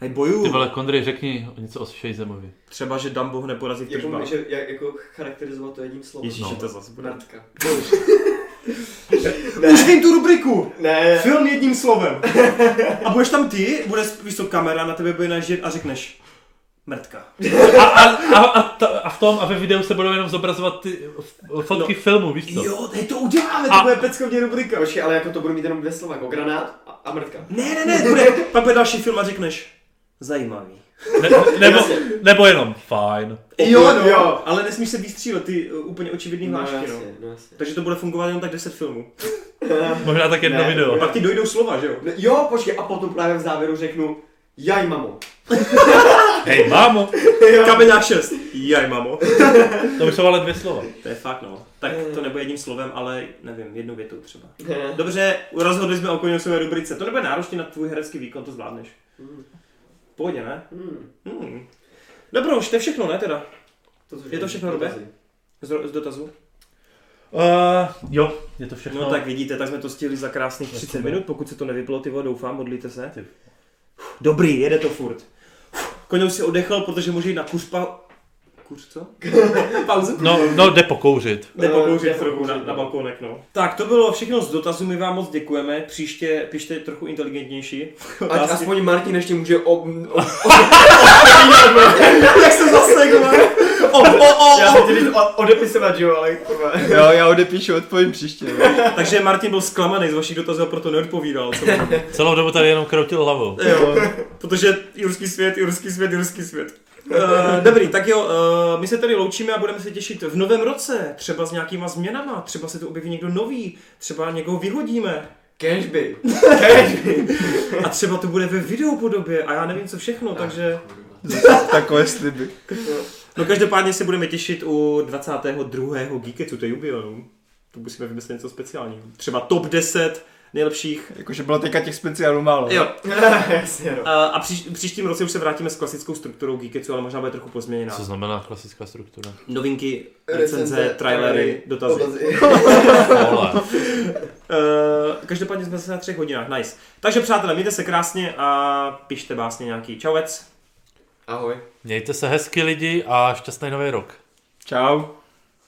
Speaker 15: Hej, boju.
Speaker 3: Ty vole, Kondry, řekni něco o Shazemovi.
Speaker 1: Třeba, že Dumbo ho neporazí v
Speaker 2: Jak,
Speaker 1: tržbách.
Speaker 2: že, jak, jako charakterizovat to jedním slovem.
Speaker 1: Ježíši, to zase bude.
Speaker 2: Mrtka.
Speaker 1: Už vím tu rubriku!
Speaker 2: Ne,
Speaker 1: Film jedním slovem. A budeš tam ty, bude víš co, kamera na tebe bude nažít a řekneš mrtka.
Speaker 3: A, a, a, a, ta- a v tom a ve videu se budou jenom zobrazovat ty f- fotky no. filmu, víš co?
Speaker 1: Jo, teď to uděláme,
Speaker 3: A-
Speaker 1: to bude peckovně rubrika.
Speaker 2: počkej, ale jako to budu mít jenom dvě slova, jako granát a, a mrtka.
Speaker 1: Ne, ne, ne, bude, pak bude další film a řekneš zajímavý.
Speaker 3: Ne, nebo, nebo jenom fajn.
Speaker 2: Jo, no. jo.
Speaker 1: Ale nesmíš se vystřílet ty uh, úplně očividný
Speaker 2: No
Speaker 1: hlášky, no.
Speaker 2: jasně, no jasně.
Speaker 1: Takže to bude fungovat jenom tak 10 filmů.
Speaker 3: Možná tak jedno
Speaker 2: Ne,
Speaker 3: video.
Speaker 2: dobré.
Speaker 1: Pak ti dojdou slova, že jo?
Speaker 2: No, Jo, počkej, a potom právě v závěru řeknu, jaj mamo.
Speaker 3: Hej, mámo!
Speaker 1: Kameňák 6. Jaj, mamo.
Speaker 3: To už jsou ale dvě slova.
Speaker 1: To je fakt, no. Tak to nebude jedním slovem, ale nevím, jednou větou třeba.
Speaker 2: Ne.
Speaker 1: Dobře, rozhodli jsme o koněvsové rubrice. To nebude náročně na tvůj herecký výkon, to zvládneš.
Speaker 2: Mm.
Speaker 1: V Pohodě, ne?
Speaker 2: Hmm,
Speaker 1: Hmm. Dobro, už to je všechno, ne teda?
Speaker 2: to jsou
Speaker 1: Je to všechno dobré?
Speaker 2: dotazy.
Speaker 1: Z, ro- z dotazu?
Speaker 3: Uh, jo, je to
Speaker 1: No,
Speaker 3: všechno.
Speaker 1: tak vidíte, tak jsme to stihli za krásných 30 minut, pokud se to nevyplo, ty vole, doufám, modlíte se.
Speaker 3: Ty.
Speaker 1: Uf, Dobrý, jede to furt. Uf, Koněv si odechal, protože může jít na kuřpa... Kuř co? Pauzu?
Speaker 3: No, no, jde pokouřit.
Speaker 1: Nebo
Speaker 2: Eh,
Speaker 1: kouřit
Speaker 2: nebo
Speaker 1: trochu na,
Speaker 2: kouřit,
Speaker 1: na
Speaker 2: no.
Speaker 1: balkónek, no. Tak to bylo všechno z dotazů, my vám moc děkujeme. Příště pište trochu inteligentnější.
Speaker 2: Ať aspoň Martin ještě může ob... ob...
Speaker 1: jak se zase, o, o,
Speaker 2: Já jsem tedy odepisovat, že jo, ale kurva.
Speaker 4: Jo, já odepíšu, odpovím příště. jo.
Speaker 1: Takže Martin byl zklamaný z vašich dotazů a proto neodpovídal. Co?
Speaker 3: Celou dobu tady jenom kroutil hlavou.
Speaker 1: jo, protože jurský svět, jurský svět, jurský svět. Uh, dobrý, tak jo, uh, my se tady loučíme a budeme se těšit v novém roce, třeba s nějakýma změnama, třeba se tu objeví někdo nový, třeba někoho vyhodíme
Speaker 2: Cashby.
Speaker 1: a třeba to bude ve videopodobě a já nevím co všechno, takže...
Speaker 4: Takové sliby.
Speaker 1: No každopádně se budeme těšit u 22. Geeketu, to je jubileum. To musíme vymyslet něco speciálního. Třeba top 10 nejlepších.
Speaker 4: Jakože bylo teďka těch speciálů málo.
Speaker 1: Jo, Eh,
Speaker 2: Jasně, no.
Speaker 1: a, a příš, příštím roce už se vrátíme s klasickou strukturou Geeketu, ale možná bude trochu pozměněná.
Speaker 16: Co znamená klasická struktura?
Speaker 1: Novinky, recenze, trailery, dotazy.
Speaker 16: Vole.
Speaker 1: Uh, každopádně jsme se na třech hodinách, nice. Takže přátelé, mějte se krásně a pište básně nějaký. Čauec.
Speaker 2: Ahoj.
Speaker 16: Mějte se hezky lidi a šťastný nový rok.
Speaker 4: Čau.